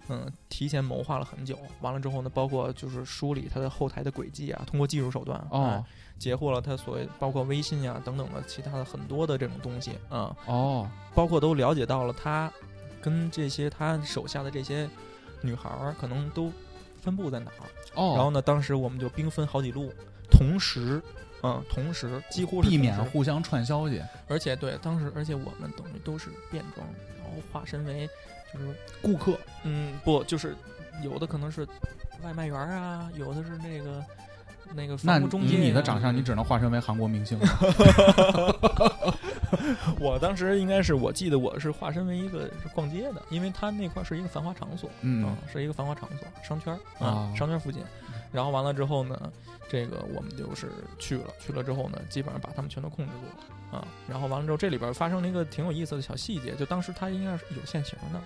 [SPEAKER 6] 嗯，提前谋划了很久。完了之后呢，包括就是梳理它的后台的轨迹啊，通过技术手段
[SPEAKER 3] 哦
[SPEAKER 6] 哎截获了它所谓包括微信啊等等的其他的很多的这种东西啊、
[SPEAKER 3] 哦
[SPEAKER 6] 包括都了解到了他跟这些他手下的这些女孩儿可能都分布在哪儿。
[SPEAKER 3] 哦，
[SPEAKER 6] 然后呢，当时我们就兵分好几路，同时，嗯，同时几乎是
[SPEAKER 3] 避
[SPEAKER 6] 同
[SPEAKER 3] 免
[SPEAKER 6] 时
[SPEAKER 3] 互相串消息，
[SPEAKER 6] 而且对，当时而且我们等于都是变装，然后化身为就是
[SPEAKER 3] 顾客
[SPEAKER 6] 嗯不就是有的可能是外卖员儿啊，有的是那个那个
[SPEAKER 3] 那
[SPEAKER 6] 房屋中
[SPEAKER 3] 以
[SPEAKER 6] 介、啊。
[SPEAKER 3] 你的长相，你只能化身为韩国明星。
[SPEAKER 6] [laughs] 我当时应该是我记得我是化身为一个是逛街的，因为他那块儿是一个繁华场所，
[SPEAKER 3] 嗯，
[SPEAKER 6] 啊是一个繁华场所，商圈儿
[SPEAKER 3] 啊
[SPEAKER 4] 哦
[SPEAKER 6] 啊，商圈附近。
[SPEAKER 4] 嗯
[SPEAKER 6] 然后完了之后呢，这个我们就是去了，去了之后呢，基本上把他们全都控制住了啊。然后完了之后，这里边发生了一个挺有意思的小细节，就当时他应该是有限行的，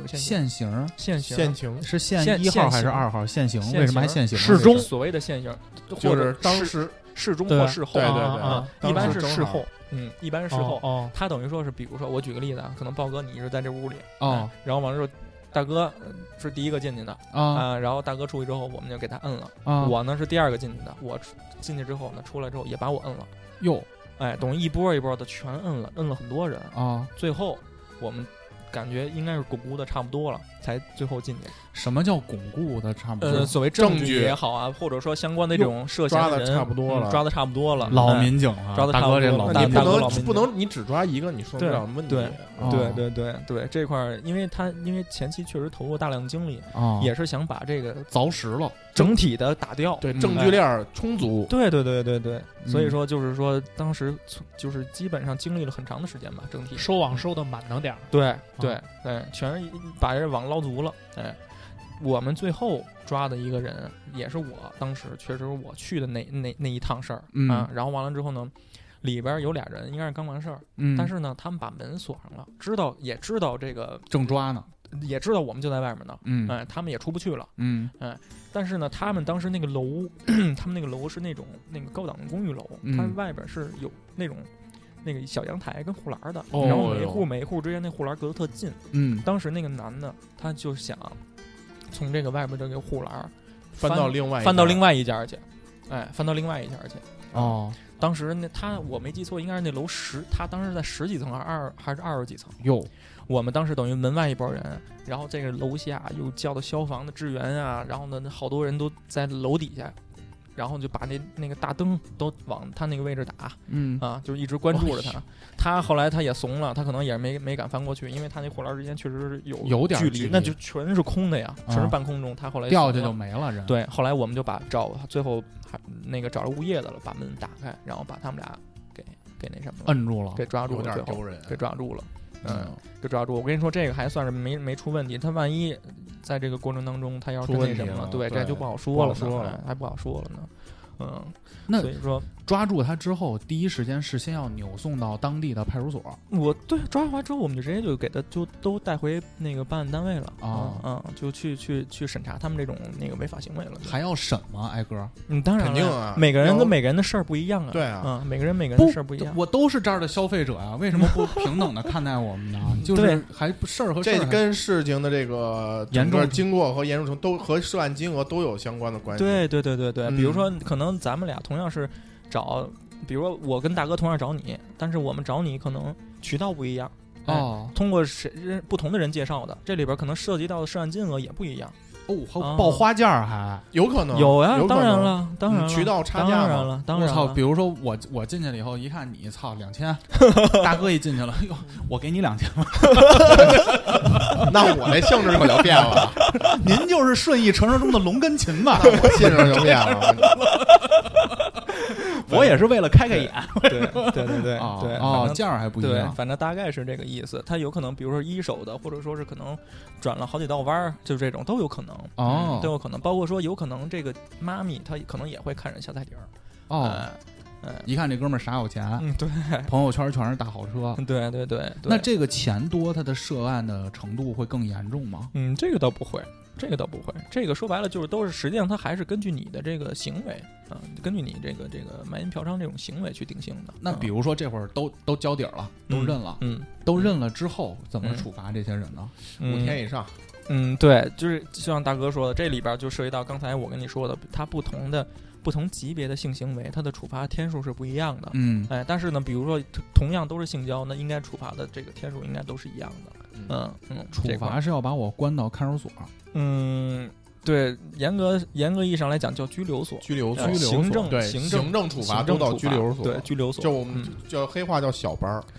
[SPEAKER 6] 有
[SPEAKER 3] 限
[SPEAKER 6] 限行
[SPEAKER 3] 行
[SPEAKER 6] 限行
[SPEAKER 4] 现情
[SPEAKER 2] 是限
[SPEAKER 6] 限
[SPEAKER 2] 一号
[SPEAKER 6] 限
[SPEAKER 2] 还是
[SPEAKER 6] 行
[SPEAKER 2] 二号？限行
[SPEAKER 6] 限
[SPEAKER 2] 为什么还
[SPEAKER 6] 行
[SPEAKER 2] 限行呢？这
[SPEAKER 5] 适中
[SPEAKER 2] 是
[SPEAKER 6] 所谓的限行，
[SPEAKER 4] 就
[SPEAKER 6] 或者
[SPEAKER 4] 是当
[SPEAKER 6] 事
[SPEAKER 4] 时
[SPEAKER 6] 事中
[SPEAKER 5] 对
[SPEAKER 6] 或事后，
[SPEAKER 4] 对对
[SPEAKER 5] 啊
[SPEAKER 4] 对
[SPEAKER 6] 啊
[SPEAKER 5] 啊，
[SPEAKER 4] 当
[SPEAKER 6] 一般
[SPEAKER 4] 时
[SPEAKER 6] 是
[SPEAKER 4] 正
[SPEAKER 6] 事
[SPEAKER 4] 好
[SPEAKER 6] 后，嗯，一般是事
[SPEAKER 5] [laughs] 哦
[SPEAKER 6] 后。
[SPEAKER 5] 哦，
[SPEAKER 6] 他等于说是，比如说我举个例子啊，可能豹哥你一直在这屋里
[SPEAKER 3] 哦，
[SPEAKER 6] 哎然后完了之后，大哥呃是第一个进去的
[SPEAKER 4] 哦
[SPEAKER 3] 啊
[SPEAKER 6] 啊，然后大哥出去之后，我们就给他摁了。
[SPEAKER 3] 啊！
[SPEAKER 6] 我呢是第二个进去的，我出进去之后呢，出来之后也把我摁了，
[SPEAKER 3] 哟
[SPEAKER 6] 哎，等于一波一波的全摁了，摁了很多人，
[SPEAKER 3] 啊，
[SPEAKER 6] 最后我们感觉应该是巩固的差不多了，才最后进去。
[SPEAKER 3] 什么叫巩固的差不
[SPEAKER 6] 呃，
[SPEAKER 3] 多？
[SPEAKER 6] 所谓
[SPEAKER 4] 证
[SPEAKER 6] 据
[SPEAKER 4] 据
[SPEAKER 6] 也好啊，或者说相关的这种涉嫌
[SPEAKER 4] 抓
[SPEAKER 6] 的
[SPEAKER 4] 得
[SPEAKER 6] 人
[SPEAKER 4] 差不多
[SPEAKER 6] 嗯
[SPEAKER 4] 了
[SPEAKER 6] 抓的差不多了，
[SPEAKER 3] 老
[SPEAKER 6] 哎。
[SPEAKER 3] 民警啊，
[SPEAKER 6] 抓得
[SPEAKER 3] 大
[SPEAKER 6] 差不
[SPEAKER 3] 哥这
[SPEAKER 6] 多
[SPEAKER 3] 老
[SPEAKER 6] 了
[SPEAKER 3] 大
[SPEAKER 4] 哦你
[SPEAKER 6] 那
[SPEAKER 3] 哥
[SPEAKER 4] 不
[SPEAKER 6] 你大哥
[SPEAKER 4] 能
[SPEAKER 6] 老
[SPEAKER 4] 不能你只抓一个，你说不
[SPEAKER 6] 对
[SPEAKER 4] 了问题。
[SPEAKER 6] 对
[SPEAKER 3] 哦
[SPEAKER 4] 嗯
[SPEAKER 6] 对对对对，这块儿，因为他因为前期确实投入大量精力，
[SPEAKER 3] 啊，
[SPEAKER 6] 也是想把这个
[SPEAKER 3] 凿实了，
[SPEAKER 6] 整体的打掉。
[SPEAKER 4] 对，
[SPEAKER 3] 嗯
[SPEAKER 4] 证据链儿充足，
[SPEAKER 6] 对对对对对，所以
[SPEAKER 3] 嗯
[SPEAKER 6] 说就是说，当时就是基本上经历了很长的时间吧，整体
[SPEAKER 5] 收网收的满当点儿，
[SPEAKER 6] 对
[SPEAKER 3] 啊
[SPEAKER 6] 对对，全是一把这网捞足了。哎，我们最后抓的一个人也是我，当时确实我去的那那那一趟事儿、
[SPEAKER 3] 嗯
[SPEAKER 6] 啊。然后完了之后呢，里边有俩人应该是刚完事儿，
[SPEAKER 3] 嗯，
[SPEAKER 6] 但是呢，他们把门锁上了，知道也知道这个，
[SPEAKER 3] 正抓呢，
[SPEAKER 6] 也知道我们就在外面呢。
[SPEAKER 3] 嗯
[SPEAKER 6] 哎，他们也出不去了。
[SPEAKER 3] 嗯
[SPEAKER 6] 但是呢，他们当时那个楼， [clears throat] 他们那个楼是那种那个高档的公寓楼，
[SPEAKER 3] 嗯
[SPEAKER 6] 它外边是有那种那个小阳台跟护栏的，
[SPEAKER 3] 哦
[SPEAKER 6] 然后每一户每一户之间那护栏隔得特近。
[SPEAKER 3] 嗯，
[SPEAKER 6] 当时那个男的他就想从这个外边这个护栏儿
[SPEAKER 4] 翻到另外一
[SPEAKER 6] 翻到
[SPEAKER 4] 家
[SPEAKER 6] 另外一家去，哎，翻到另外一家去。
[SPEAKER 3] 哦，
[SPEAKER 6] 当时那他我没记错，应该是那楼十，他当时在十几层还是二还是二十几层？
[SPEAKER 3] 哟，
[SPEAKER 6] 我们当时等于门外一拨人，然后这个楼下又叫的消防的支援啊，然后呢，好多人都在楼底下，然后就把那那个大灯都往他那个位置打
[SPEAKER 3] 嗯，
[SPEAKER 6] 啊，就一直关注着他。他后来他也怂了，他可能也没没敢翻过去，因为他那护栏之间确实是有
[SPEAKER 3] 有点
[SPEAKER 6] 距
[SPEAKER 3] 距离
[SPEAKER 6] 那就全是空的呀，
[SPEAKER 3] 啊
[SPEAKER 6] 全是半空中。他后来
[SPEAKER 3] 掉下
[SPEAKER 6] 怂
[SPEAKER 3] 去
[SPEAKER 6] 了
[SPEAKER 3] 就没了人。，
[SPEAKER 6] 哎对，后来我们就把找最后还那个找着物业的了，把门打开，然后把他们俩给给那什么了，
[SPEAKER 3] 摁住了。
[SPEAKER 6] 给抓住
[SPEAKER 4] 有
[SPEAKER 6] 了，
[SPEAKER 4] 点
[SPEAKER 6] 最
[SPEAKER 4] 丢
[SPEAKER 6] 后
[SPEAKER 4] 人。
[SPEAKER 6] 给抓住了，嗯
[SPEAKER 3] 嗯，
[SPEAKER 6] 给抓住。我跟你说，这个还算是没没出问题，他万一在这个过程当中他要是
[SPEAKER 4] 出
[SPEAKER 6] 真
[SPEAKER 4] 问
[SPEAKER 6] 那什
[SPEAKER 4] 题
[SPEAKER 6] 么
[SPEAKER 4] 了
[SPEAKER 6] 对，这
[SPEAKER 4] 对
[SPEAKER 6] 就不好
[SPEAKER 4] 不
[SPEAKER 6] 说
[SPEAKER 4] 好
[SPEAKER 6] 了呢，
[SPEAKER 4] 说
[SPEAKER 6] 哎
[SPEAKER 4] 了
[SPEAKER 6] 还不好说了呢，嗯，
[SPEAKER 3] 那
[SPEAKER 6] 所以说
[SPEAKER 3] 抓住他之后，第一时间是先要扭送到当地的派出所。
[SPEAKER 6] 我对抓完之后，我们就直接就给他就都带回那个办案单位了
[SPEAKER 3] 啊
[SPEAKER 4] 哦
[SPEAKER 6] 嗯，嗯就去去去审查他们这种那个违法行为了，
[SPEAKER 3] 还要审吗？挨个儿
[SPEAKER 6] 嗯，当然
[SPEAKER 4] 肯定
[SPEAKER 6] 了
[SPEAKER 4] 啊
[SPEAKER 6] 每个人
[SPEAKER 4] 要
[SPEAKER 6] 跟每个人的事儿不一样啊，
[SPEAKER 4] 对啊，
[SPEAKER 6] 嗯，每个人每个人的事儿不一样。
[SPEAKER 3] 我都是这儿的消费者啊，为什么不平等的看待我们
[SPEAKER 6] [laughs]
[SPEAKER 3] 呢？就是
[SPEAKER 6] 对
[SPEAKER 3] 还不事儿和事儿
[SPEAKER 4] 这
[SPEAKER 3] 还
[SPEAKER 4] 跟事情的这个
[SPEAKER 3] 严重
[SPEAKER 4] 整个经过和严重程度都和涉案金额都有相关的关系。
[SPEAKER 6] 对对对对对，
[SPEAKER 4] 嗯
[SPEAKER 6] 比如说，可能咱们俩同样是找，比如说我跟大哥同样找你，但是我们找你可能渠道不一样，
[SPEAKER 3] 哦
[SPEAKER 6] 通过谁人不同的人介绍的，这里边可能涉及到的涉案金额也不一样。
[SPEAKER 3] 哦，还有
[SPEAKER 6] 啊
[SPEAKER 3] 报花价儿还。
[SPEAKER 4] 有可能
[SPEAKER 6] 有呀、
[SPEAKER 4] 嗯有可
[SPEAKER 6] 当然
[SPEAKER 4] 能。嗯
[SPEAKER 6] 了，当然了，
[SPEAKER 4] 渠道差
[SPEAKER 6] 当
[SPEAKER 4] 价
[SPEAKER 6] 然
[SPEAKER 4] 嘛
[SPEAKER 6] 了，当
[SPEAKER 3] 我
[SPEAKER 6] 然
[SPEAKER 3] 操！
[SPEAKER 6] 了
[SPEAKER 3] 比如说我我进去了以后，一看你操两千，啊大哥一进去了，哟，我给你两千吧，
[SPEAKER 4] 那我这性质可就变
[SPEAKER 6] [laughs]
[SPEAKER 4] 了，
[SPEAKER 3] 您就是顺义传说中的龙根琴 [laughs] 吧？
[SPEAKER 4] 那我性质就变了。
[SPEAKER 6] [laughs]
[SPEAKER 3] 我也是为了开开眼
[SPEAKER 6] 对对对
[SPEAKER 4] [laughs]
[SPEAKER 6] 对
[SPEAKER 3] 啊
[SPEAKER 6] 对反
[SPEAKER 3] 哦
[SPEAKER 6] 正，
[SPEAKER 3] 价儿还不一
[SPEAKER 6] 对，
[SPEAKER 3] 样
[SPEAKER 6] 反正大概是这个意思。他有可能，比如说一手的，或者说是可能转了好几道弯儿，就这种都有可能，嗯
[SPEAKER 3] 哦
[SPEAKER 6] 都有可能。包括说，有可能这个妈咪她可能也会看人下菜碟儿。
[SPEAKER 3] 哦。
[SPEAKER 6] 哎，哎
[SPEAKER 3] 一看这哥们儿傻有钱，
[SPEAKER 6] 嗯，对，
[SPEAKER 3] 朋友圈全是大豪车。
[SPEAKER 6] 对对对对。
[SPEAKER 3] 哦那这个钱多，他的涉案的程度会更严重吗？
[SPEAKER 6] 嗯，这个倒不会，这个倒不会，这个说白了就是都是，实际上它还是根据你的这个行为啊、根据你这个这个卖淫嫖娼这种行为去定性的。
[SPEAKER 3] 那比
[SPEAKER 6] 如，
[SPEAKER 3] 如说这会儿都都交底儿了，都认了，
[SPEAKER 6] 嗯，
[SPEAKER 3] 都认了之后，怎么
[SPEAKER 6] 嗯
[SPEAKER 3] 处罚这些人呢？
[SPEAKER 4] 五
[SPEAKER 6] 嗯
[SPEAKER 4] 天以上，
[SPEAKER 6] 嗯，对，就是就像大哥说的，这里边就涉及到刚才我跟你说的，它不同的不同级别的性行为，它的处罚天数是不一样的。
[SPEAKER 3] 嗯，
[SPEAKER 6] 哎，但是呢，比如说同样都是性交，那应该处罚的这个天数应该都是一样的。嗯嗯，
[SPEAKER 3] 处
[SPEAKER 6] 这块儿
[SPEAKER 3] 罚是要把我关到看守所，
[SPEAKER 6] 嗯，对，严格严格意义上来讲叫拘留所，
[SPEAKER 4] 拘留所
[SPEAKER 6] 呃，行政
[SPEAKER 4] 对
[SPEAKER 6] 行政
[SPEAKER 4] 行政处罚
[SPEAKER 6] 行
[SPEAKER 4] 都
[SPEAKER 6] 政
[SPEAKER 4] 到
[SPEAKER 6] 处
[SPEAKER 4] 拘
[SPEAKER 6] 罚
[SPEAKER 4] 留所，
[SPEAKER 6] 对拘留所
[SPEAKER 4] 就我们
[SPEAKER 6] 嗯
[SPEAKER 4] 叫黑话叫小班儿，
[SPEAKER 3] [laughs]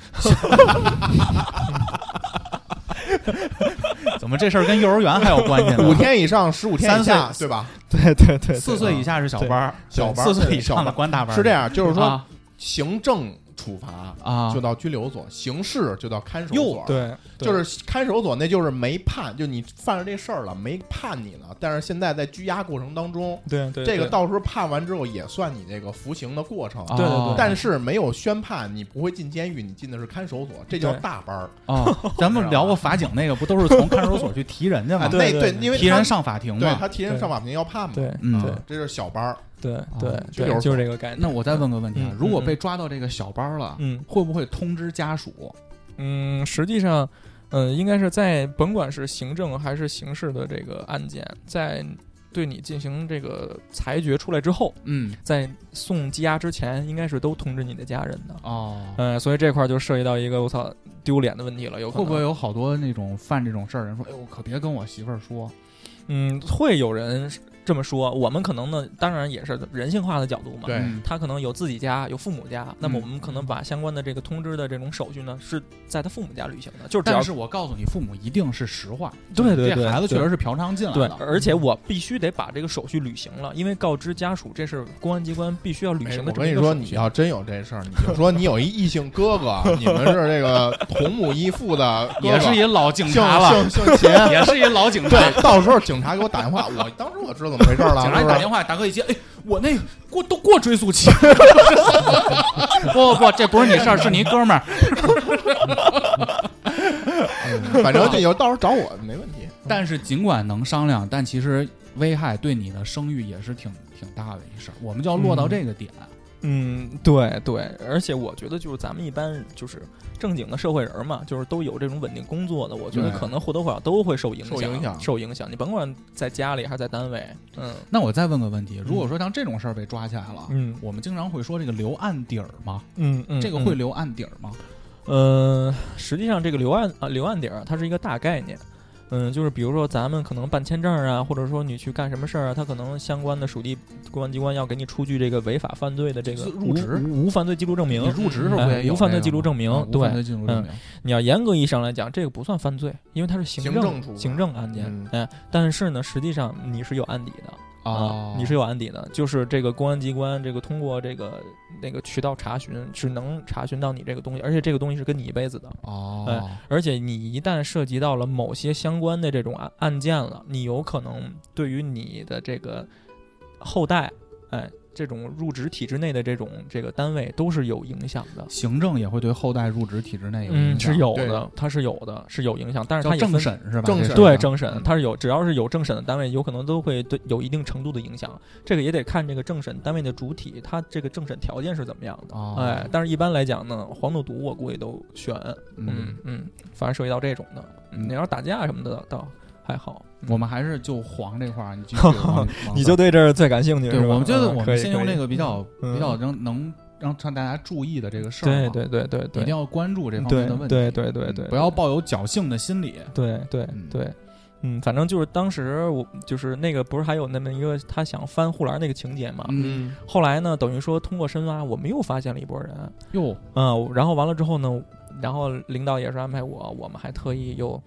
[SPEAKER 3] 怎么这事儿跟幼儿园还有关 [laughs] 系
[SPEAKER 4] [laughs] 五天以上十五天
[SPEAKER 3] 三
[SPEAKER 4] 以
[SPEAKER 3] 岁
[SPEAKER 4] 下，对吧？
[SPEAKER 6] 对对对
[SPEAKER 3] 四岁以下是小班儿，
[SPEAKER 4] 小班儿
[SPEAKER 3] 四岁以上
[SPEAKER 4] 小
[SPEAKER 3] 的
[SPEAKER 4] 班
[SPEAKER 3] 关大班
[SPEAKER 4] 儿
[SPEAKER 3] 儿。
[SPEAKER 4] 是这样，就是说
[SPEAKER 3] 啊
[SPEAKER 4] 行政处罚
[SPEAKER 3] 啊
[SPEAKER 4] 就到拘留所，刑事就到看守
[SPEAKER 3] 哟
[SPEAKER 4] 所。，
[SPEAKER 6] 对，
[SPEAKER 4] 就是看守所，那就是没判，就你犯了这事儿了，没判你呢。但是现在在拘押过程当中，
[SPEAKER 6] 对对
[SPEAKER 4] 这个到时候判完之后也算你这个服刑的过程。
[SPEAKER 3] 啊
[SPEAKER 6] 对对对
[SPEAKER 4] 但是没有宣判，你不会进监狱，你进的是看守所，这叫
[SPEAKER 6] 对
[SPEAKER 4] 大班儿。
[SPEAKER 3] 哦，咱们聊过法警那个，不都是从看守所去提人去
[SPEAKER 4] [laughs] 啊，
[SPEAKER 3] 吗？
[SPEAKER 4] 那
[SPEAKER 6] 对对
[SPEAKER 4] 对，因为
[SPEAKER 3] 提
[SPEAKER 4] 他
[SPEAKER 3] 人上法庭
[SPEAKER 4] 对
[SPEAKER 3] 嘛。
[SPEAKER 4] 他提人上法庭要判嘛，
[SPEAKER 6] 对
[SPEAKER 3] 嗯
[SPEAKER 6] 对
[SPEAKER 4] 这是小班儿，
[SPEAKER 6] 对
[SPEAKER 3] 啊
[SPEAKER 6] 对
[SPEAKER 4] 拘留
[SPEAKER 6] 对，
[SPEAKER 4] 所
[SPEAKER 6] 就是这个概念。
[SPEAKER 3] 那我再问个问题啊
[SPEAKER 6] 嗯，
[SPEAKER 3] 如果被抓到这个小班儿了，
[SPEAKER 6] 嗯
[SPEAKER 3] 会不会通知家属？
[SPEAKER 6] 嗯，实际上，嗯，应该是在甭管是行政还是刑事的这个案件，在对你进行这个裁决出来之后，
[SPEAKER 3] 嗯，
[SPEAKER 6] 在送羁押之前，应该是都通知你的家人的。
[SPEAKER 3] 哦，
[SPEAKER 6] 嗯，所以这块儿就涉及到一个我操丢脸的问题了，有可
[SPEAKER 3] 会
[SPEAKER 6] 能
[SPEAKER 3] 不会有好多那种犯这种事儿的人说，哎呦，可别跟我媳妇儿说，
[SPEAKER 6] 嗯，会有人这么说。我们可能呢，当然也是人性化的角度嘛。
[SPEAKER 4] 对
[SPEAKER 3] 嗯
[SPEAKER 6] 他可能有自己家，有父母家，那么
[SPEAKER 3] 嗯
[SPEAKER 6] 我们可能把相关的这个通知的这种手续呢，是在他父母家履行的，就是只要
[SPEAKER 3] 但是我告诉你，父母一定是实话，
[SPEAKER 6] 对对对，
[SPEAKER 3] 这孩子确实
[SPEAKER 6] 对
[SPEAKER 3] 是嫖娼进来
[SPEAKER 6] 对，
[SPEAKER 3] 的。
[SPEAKER 6] 而且我必须得把这个手续履行了，因为告知家属这是公安机关必须要履
[SPEAKER 4] 没事
[SPEAKER 6] 行的
[SPEAKER 4] 哎我
[SPEAKER 6] 这么
[SPEAKER 4] 跟
[SPEAKER 6] 一
[SPEAKER 4] 你
[SPEAKER 6] 个
[SPEAKER 4] 说，
[SPEAKER 6] 手
[SPEAKER 4] 你
[SPEAKER 6] 续。
[SPEAKER 4] 要真有这事儿，你就说你有一异性哥哥，你们是这个同母异父的哥哥，
[SPEAKER 3] 也是一老警
[SPEAKER 4] 姓
[SPEAKER 3] 察了，
[SPEAKER 4] 姓姓秦。
[SPEAKER 3] 也是一老警察。
[SPEAKER 4] 对，到时候警察给我打电话，我当时我知道怎么回事了，
[SPEAKER 3] 警察
[SPEAKER 4] 是
[SPEAKER 3] 一
[SPEAKER 4] 不
[SPEAKER 3] 打
[SPEAKER 4] 是？
[SPEAKER 3] 电话，大哥一接，哎，我那过都过追溯期。 [laughs] 不不不，这不是你事儿，是你哥们儿。
[SPEAKER 6] 嗯
[SPEAKER 4] 反正你就到时候找我没问题。
[SPEAKER 3] 啊但是尽管能商量，但其实危害对你的声誉也是挺挺大的一事儿。我
[SPEAKER 6] 嗯
[SPEAKER 3] 们就要落到这个点。
[SPEAKER 6] 嗯，对对，而且我觉得就是咱们一般就是正经的社会人嘛，就是都有这种稳定工作的，我觉得
[SPEAKER 4] 对
[SPEAKER 6] 可能或多或少都会受影
[SPEAKER 4] 嗯受影响
[SPEAKER 6] 受影响。你甭管在家里还是在单位，嗯
[SPEAKER 3] 那我再问个问题：如果说像这种事儿被抓起来了，
[SPEAKER 6] 嗯
[SPEAKER 3] 我们经常会说这个留案底儿吗？
[SPEAKER 6] 嗯嗯
[SPEAKER 3] 这个会留案底儿吗？
[SPEAKER 6] 呃，实际上这个留案啊，留案底儿它是一个大概念。嗯，就是比如说咱们可能办签证啊，或者说你去干什么事儿啊，他可能相关的属地公安机关要给你出具这个违法犯罪的这个
[SPEAKER 3] 入职嗯
[SPEAKER 6] 无无犯罪记录证明
[SPEAKER 3] 你。入职时候
[SPEAKER 6] 哎
[SPEAKER 3] 会有
[SPEAKER 6] 无犯罪
[SPEAKER 3] 这个
[SPEAKER 6] 记录证明
[SPEAKER 3] 吗啊无
[SPEAKER 6] 对嗯
[SPEAKER 3] 犯罪记录证明，
[SPEAKER 6] 你要严格意义上来讲，这个不算犯罪，因为它是行
[SPEAKER 4] 行政处罚
[SPEAKER 6] 行政案件。
[SPEAKER 4] 嗯
[SPEAKER 6] 哎，但是呢，实际上你是有案底的。啊
[SPEAKER 3] 哦
[SPEAKER 6] 你是有案底的，就是这个公安机关这个通过这个那个渠道查询是能查询到你这个东西，而且这个东西是跟你一辈子的，
[SPEAKER 3] 哦，
[SPEAKER 6] 而且你一旦涉及到了某些相关的这种案案件了，你有可能对于你的这个后代，哎，这种入职体制内的这种这个单位都是有影响的。
[SPEAKER 3] 行政也会对后代入职体制内有影
[SPEAKER 6] 嗯，
[SPEAKER 3] 响
[SPEAKER 6] 是有
[SPEAKER 4] 对
[SPEAKER 6] 的，它是有的，是有影响，但是
[SPEAKER 3] 叫
[SPEAKER 6] 它也分
[SPEAKER 3] 政审是吧？
[SPEAKER 4] 政
[SPEAKER 3] 这
[SPEAKER 4] 审
[SPEAKER 3] 是
[SPEAKER 6] 对政审，
[SPEAKER 3] 嗯
[SPEAKER 6] 它是有，只要是有政审的单位，有可能都会对有一定程度的影响。这个也得看这个政审单位的主体，它这个政审条件是怎么样的。
[SPEAKER 3] 哦
[SPEAKER 6] 哎，但是一般来讲呢，黄赌毒我估计都选，
[SPEAKER 3] 嗯
[SPEAKER 6] 嗯，嗯，反正涉及到这种的，
[SPEAKER 3] 嗯
[SPEAKER 6] 你要是打架什么的倒还好。嗯
[SPEAKER 3] 我们还是就黄这块儿，你继续
[SPEAKER 6] [laughs]
[SPEAKER 3] 往。往
[SPEAKER 6] 你就对这儿最感兴趣，
[SPEAKER 3] 对，
[SPEAKER 6] 是吧
[SPEAKER 3] 我们觉得
[SPEAKER 6] 嗯
[SPEAKER 3] 我
[SPEAKER 6] 可
[SPEAKER 3] 们
[SPEAKER 6] 以
[SPEAKER 3] 先用
[SPEAKER 6] 可以
[SPEAKER 3] 这个比较
[SPEAKER 6] 嗯
[SPEAKER 3] 比较能能让让大家注意的这个事儿
[SPEAKER 6] 对
[SPEAKER 3] 嘛，
[SPEAKER 6] 对对对对，
[SPEAKER 3] 一定要关注这方
[SPEAKER 6] 对
[SPEAKER 3] 面的问题，嗯
[SPEAKER 6] 对对对对，
[SPEAKER 3] 不要抱有侥幸的心理。
[SPEAKER 6] 对对
[SPEAKER 3] 嗯
[SPEAKER 6] 对，嗯，反正就是当时我就是那个不是还有那么一个他想翻护栏那个情节嘛，
[SPEAKER 3] 嗯，
[SPEAKER 6] 后来呢，等于说通过深挖，我们又发现了一波人，
[SPEAKER 3] 哟，
[SPEAKER 6] 嗯，然后完了之后呢，然后领导也是安排我，我们还特意又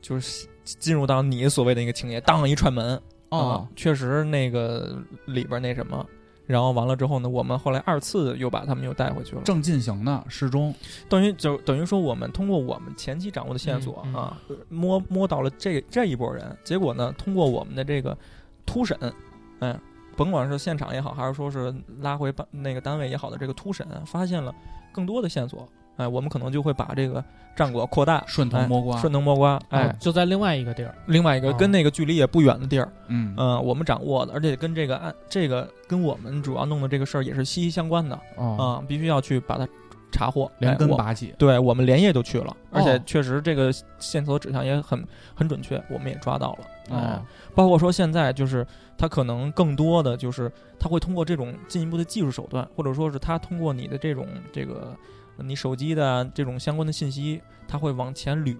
[SPEAKER 6] 就是进入到你所谓的一个情节，当一串门
[SPEAKER 3] 哦
[SPEAKER 6] 啊，确实那个里边那什么。然后完了之后呢，我们后来二次又把他们又带回去了，
[SPEAKER 3] 正进行呢，适中
[SPEAKER 6] 等于就等于说我们通过我们前期掌握的线索
[SPEAKER 5] 嗯嗯
[SPEAKER 6] 啊，摸摸到了这这一波人，结果呢，通过我们的这个突审，嗯，甭管是现场也好，还是说是拉回办那个单位也好的这个突审，发现了更多的线索，哎，我们可能就会把这个战果扩大，
[SPEAKER 3] 顺藤摸瓜，
[SPEAKER 6] 顺藤摸瓜，哎，
[SPEAKER 5] 哦就在另外一个地儿，
[SPEAKER 6] 另外一个
[SPEAKER 5] 哦
[SPEAKER 6] 跟那个距离也不远的地儿，
[SPEAKER 3] 嗯
[SPEAKER 6] 嗯、我们掌握的，而且跟这个案这个跟我们主要弄的这个事儿也是息息相关的，
[SPEAKER 3] 哦，
[SPEAKER 6] 啊、必须要去把它查获，
[SPEAKER 3] 连
[SPEAKER 6] 哎
[SPEAKER 3] 根
[SPEAKER 6] 我
[SPEAKER 3] 拔起，
[SPEAKER 6] 对我们连夜就去了，而且
[SPEAKER 3] 哦
[SPEAKER 6] 确实这个线索指向也很很准确，我们也抓到了。
[SPEAKER 3] 哦
[SPEAKER 6] 哎，包括说现在就是他可能更多的就是他会通过这种进一步的技术手段，或者说是他通过你的这种这个你手机的这种相关的信息，他会往前捋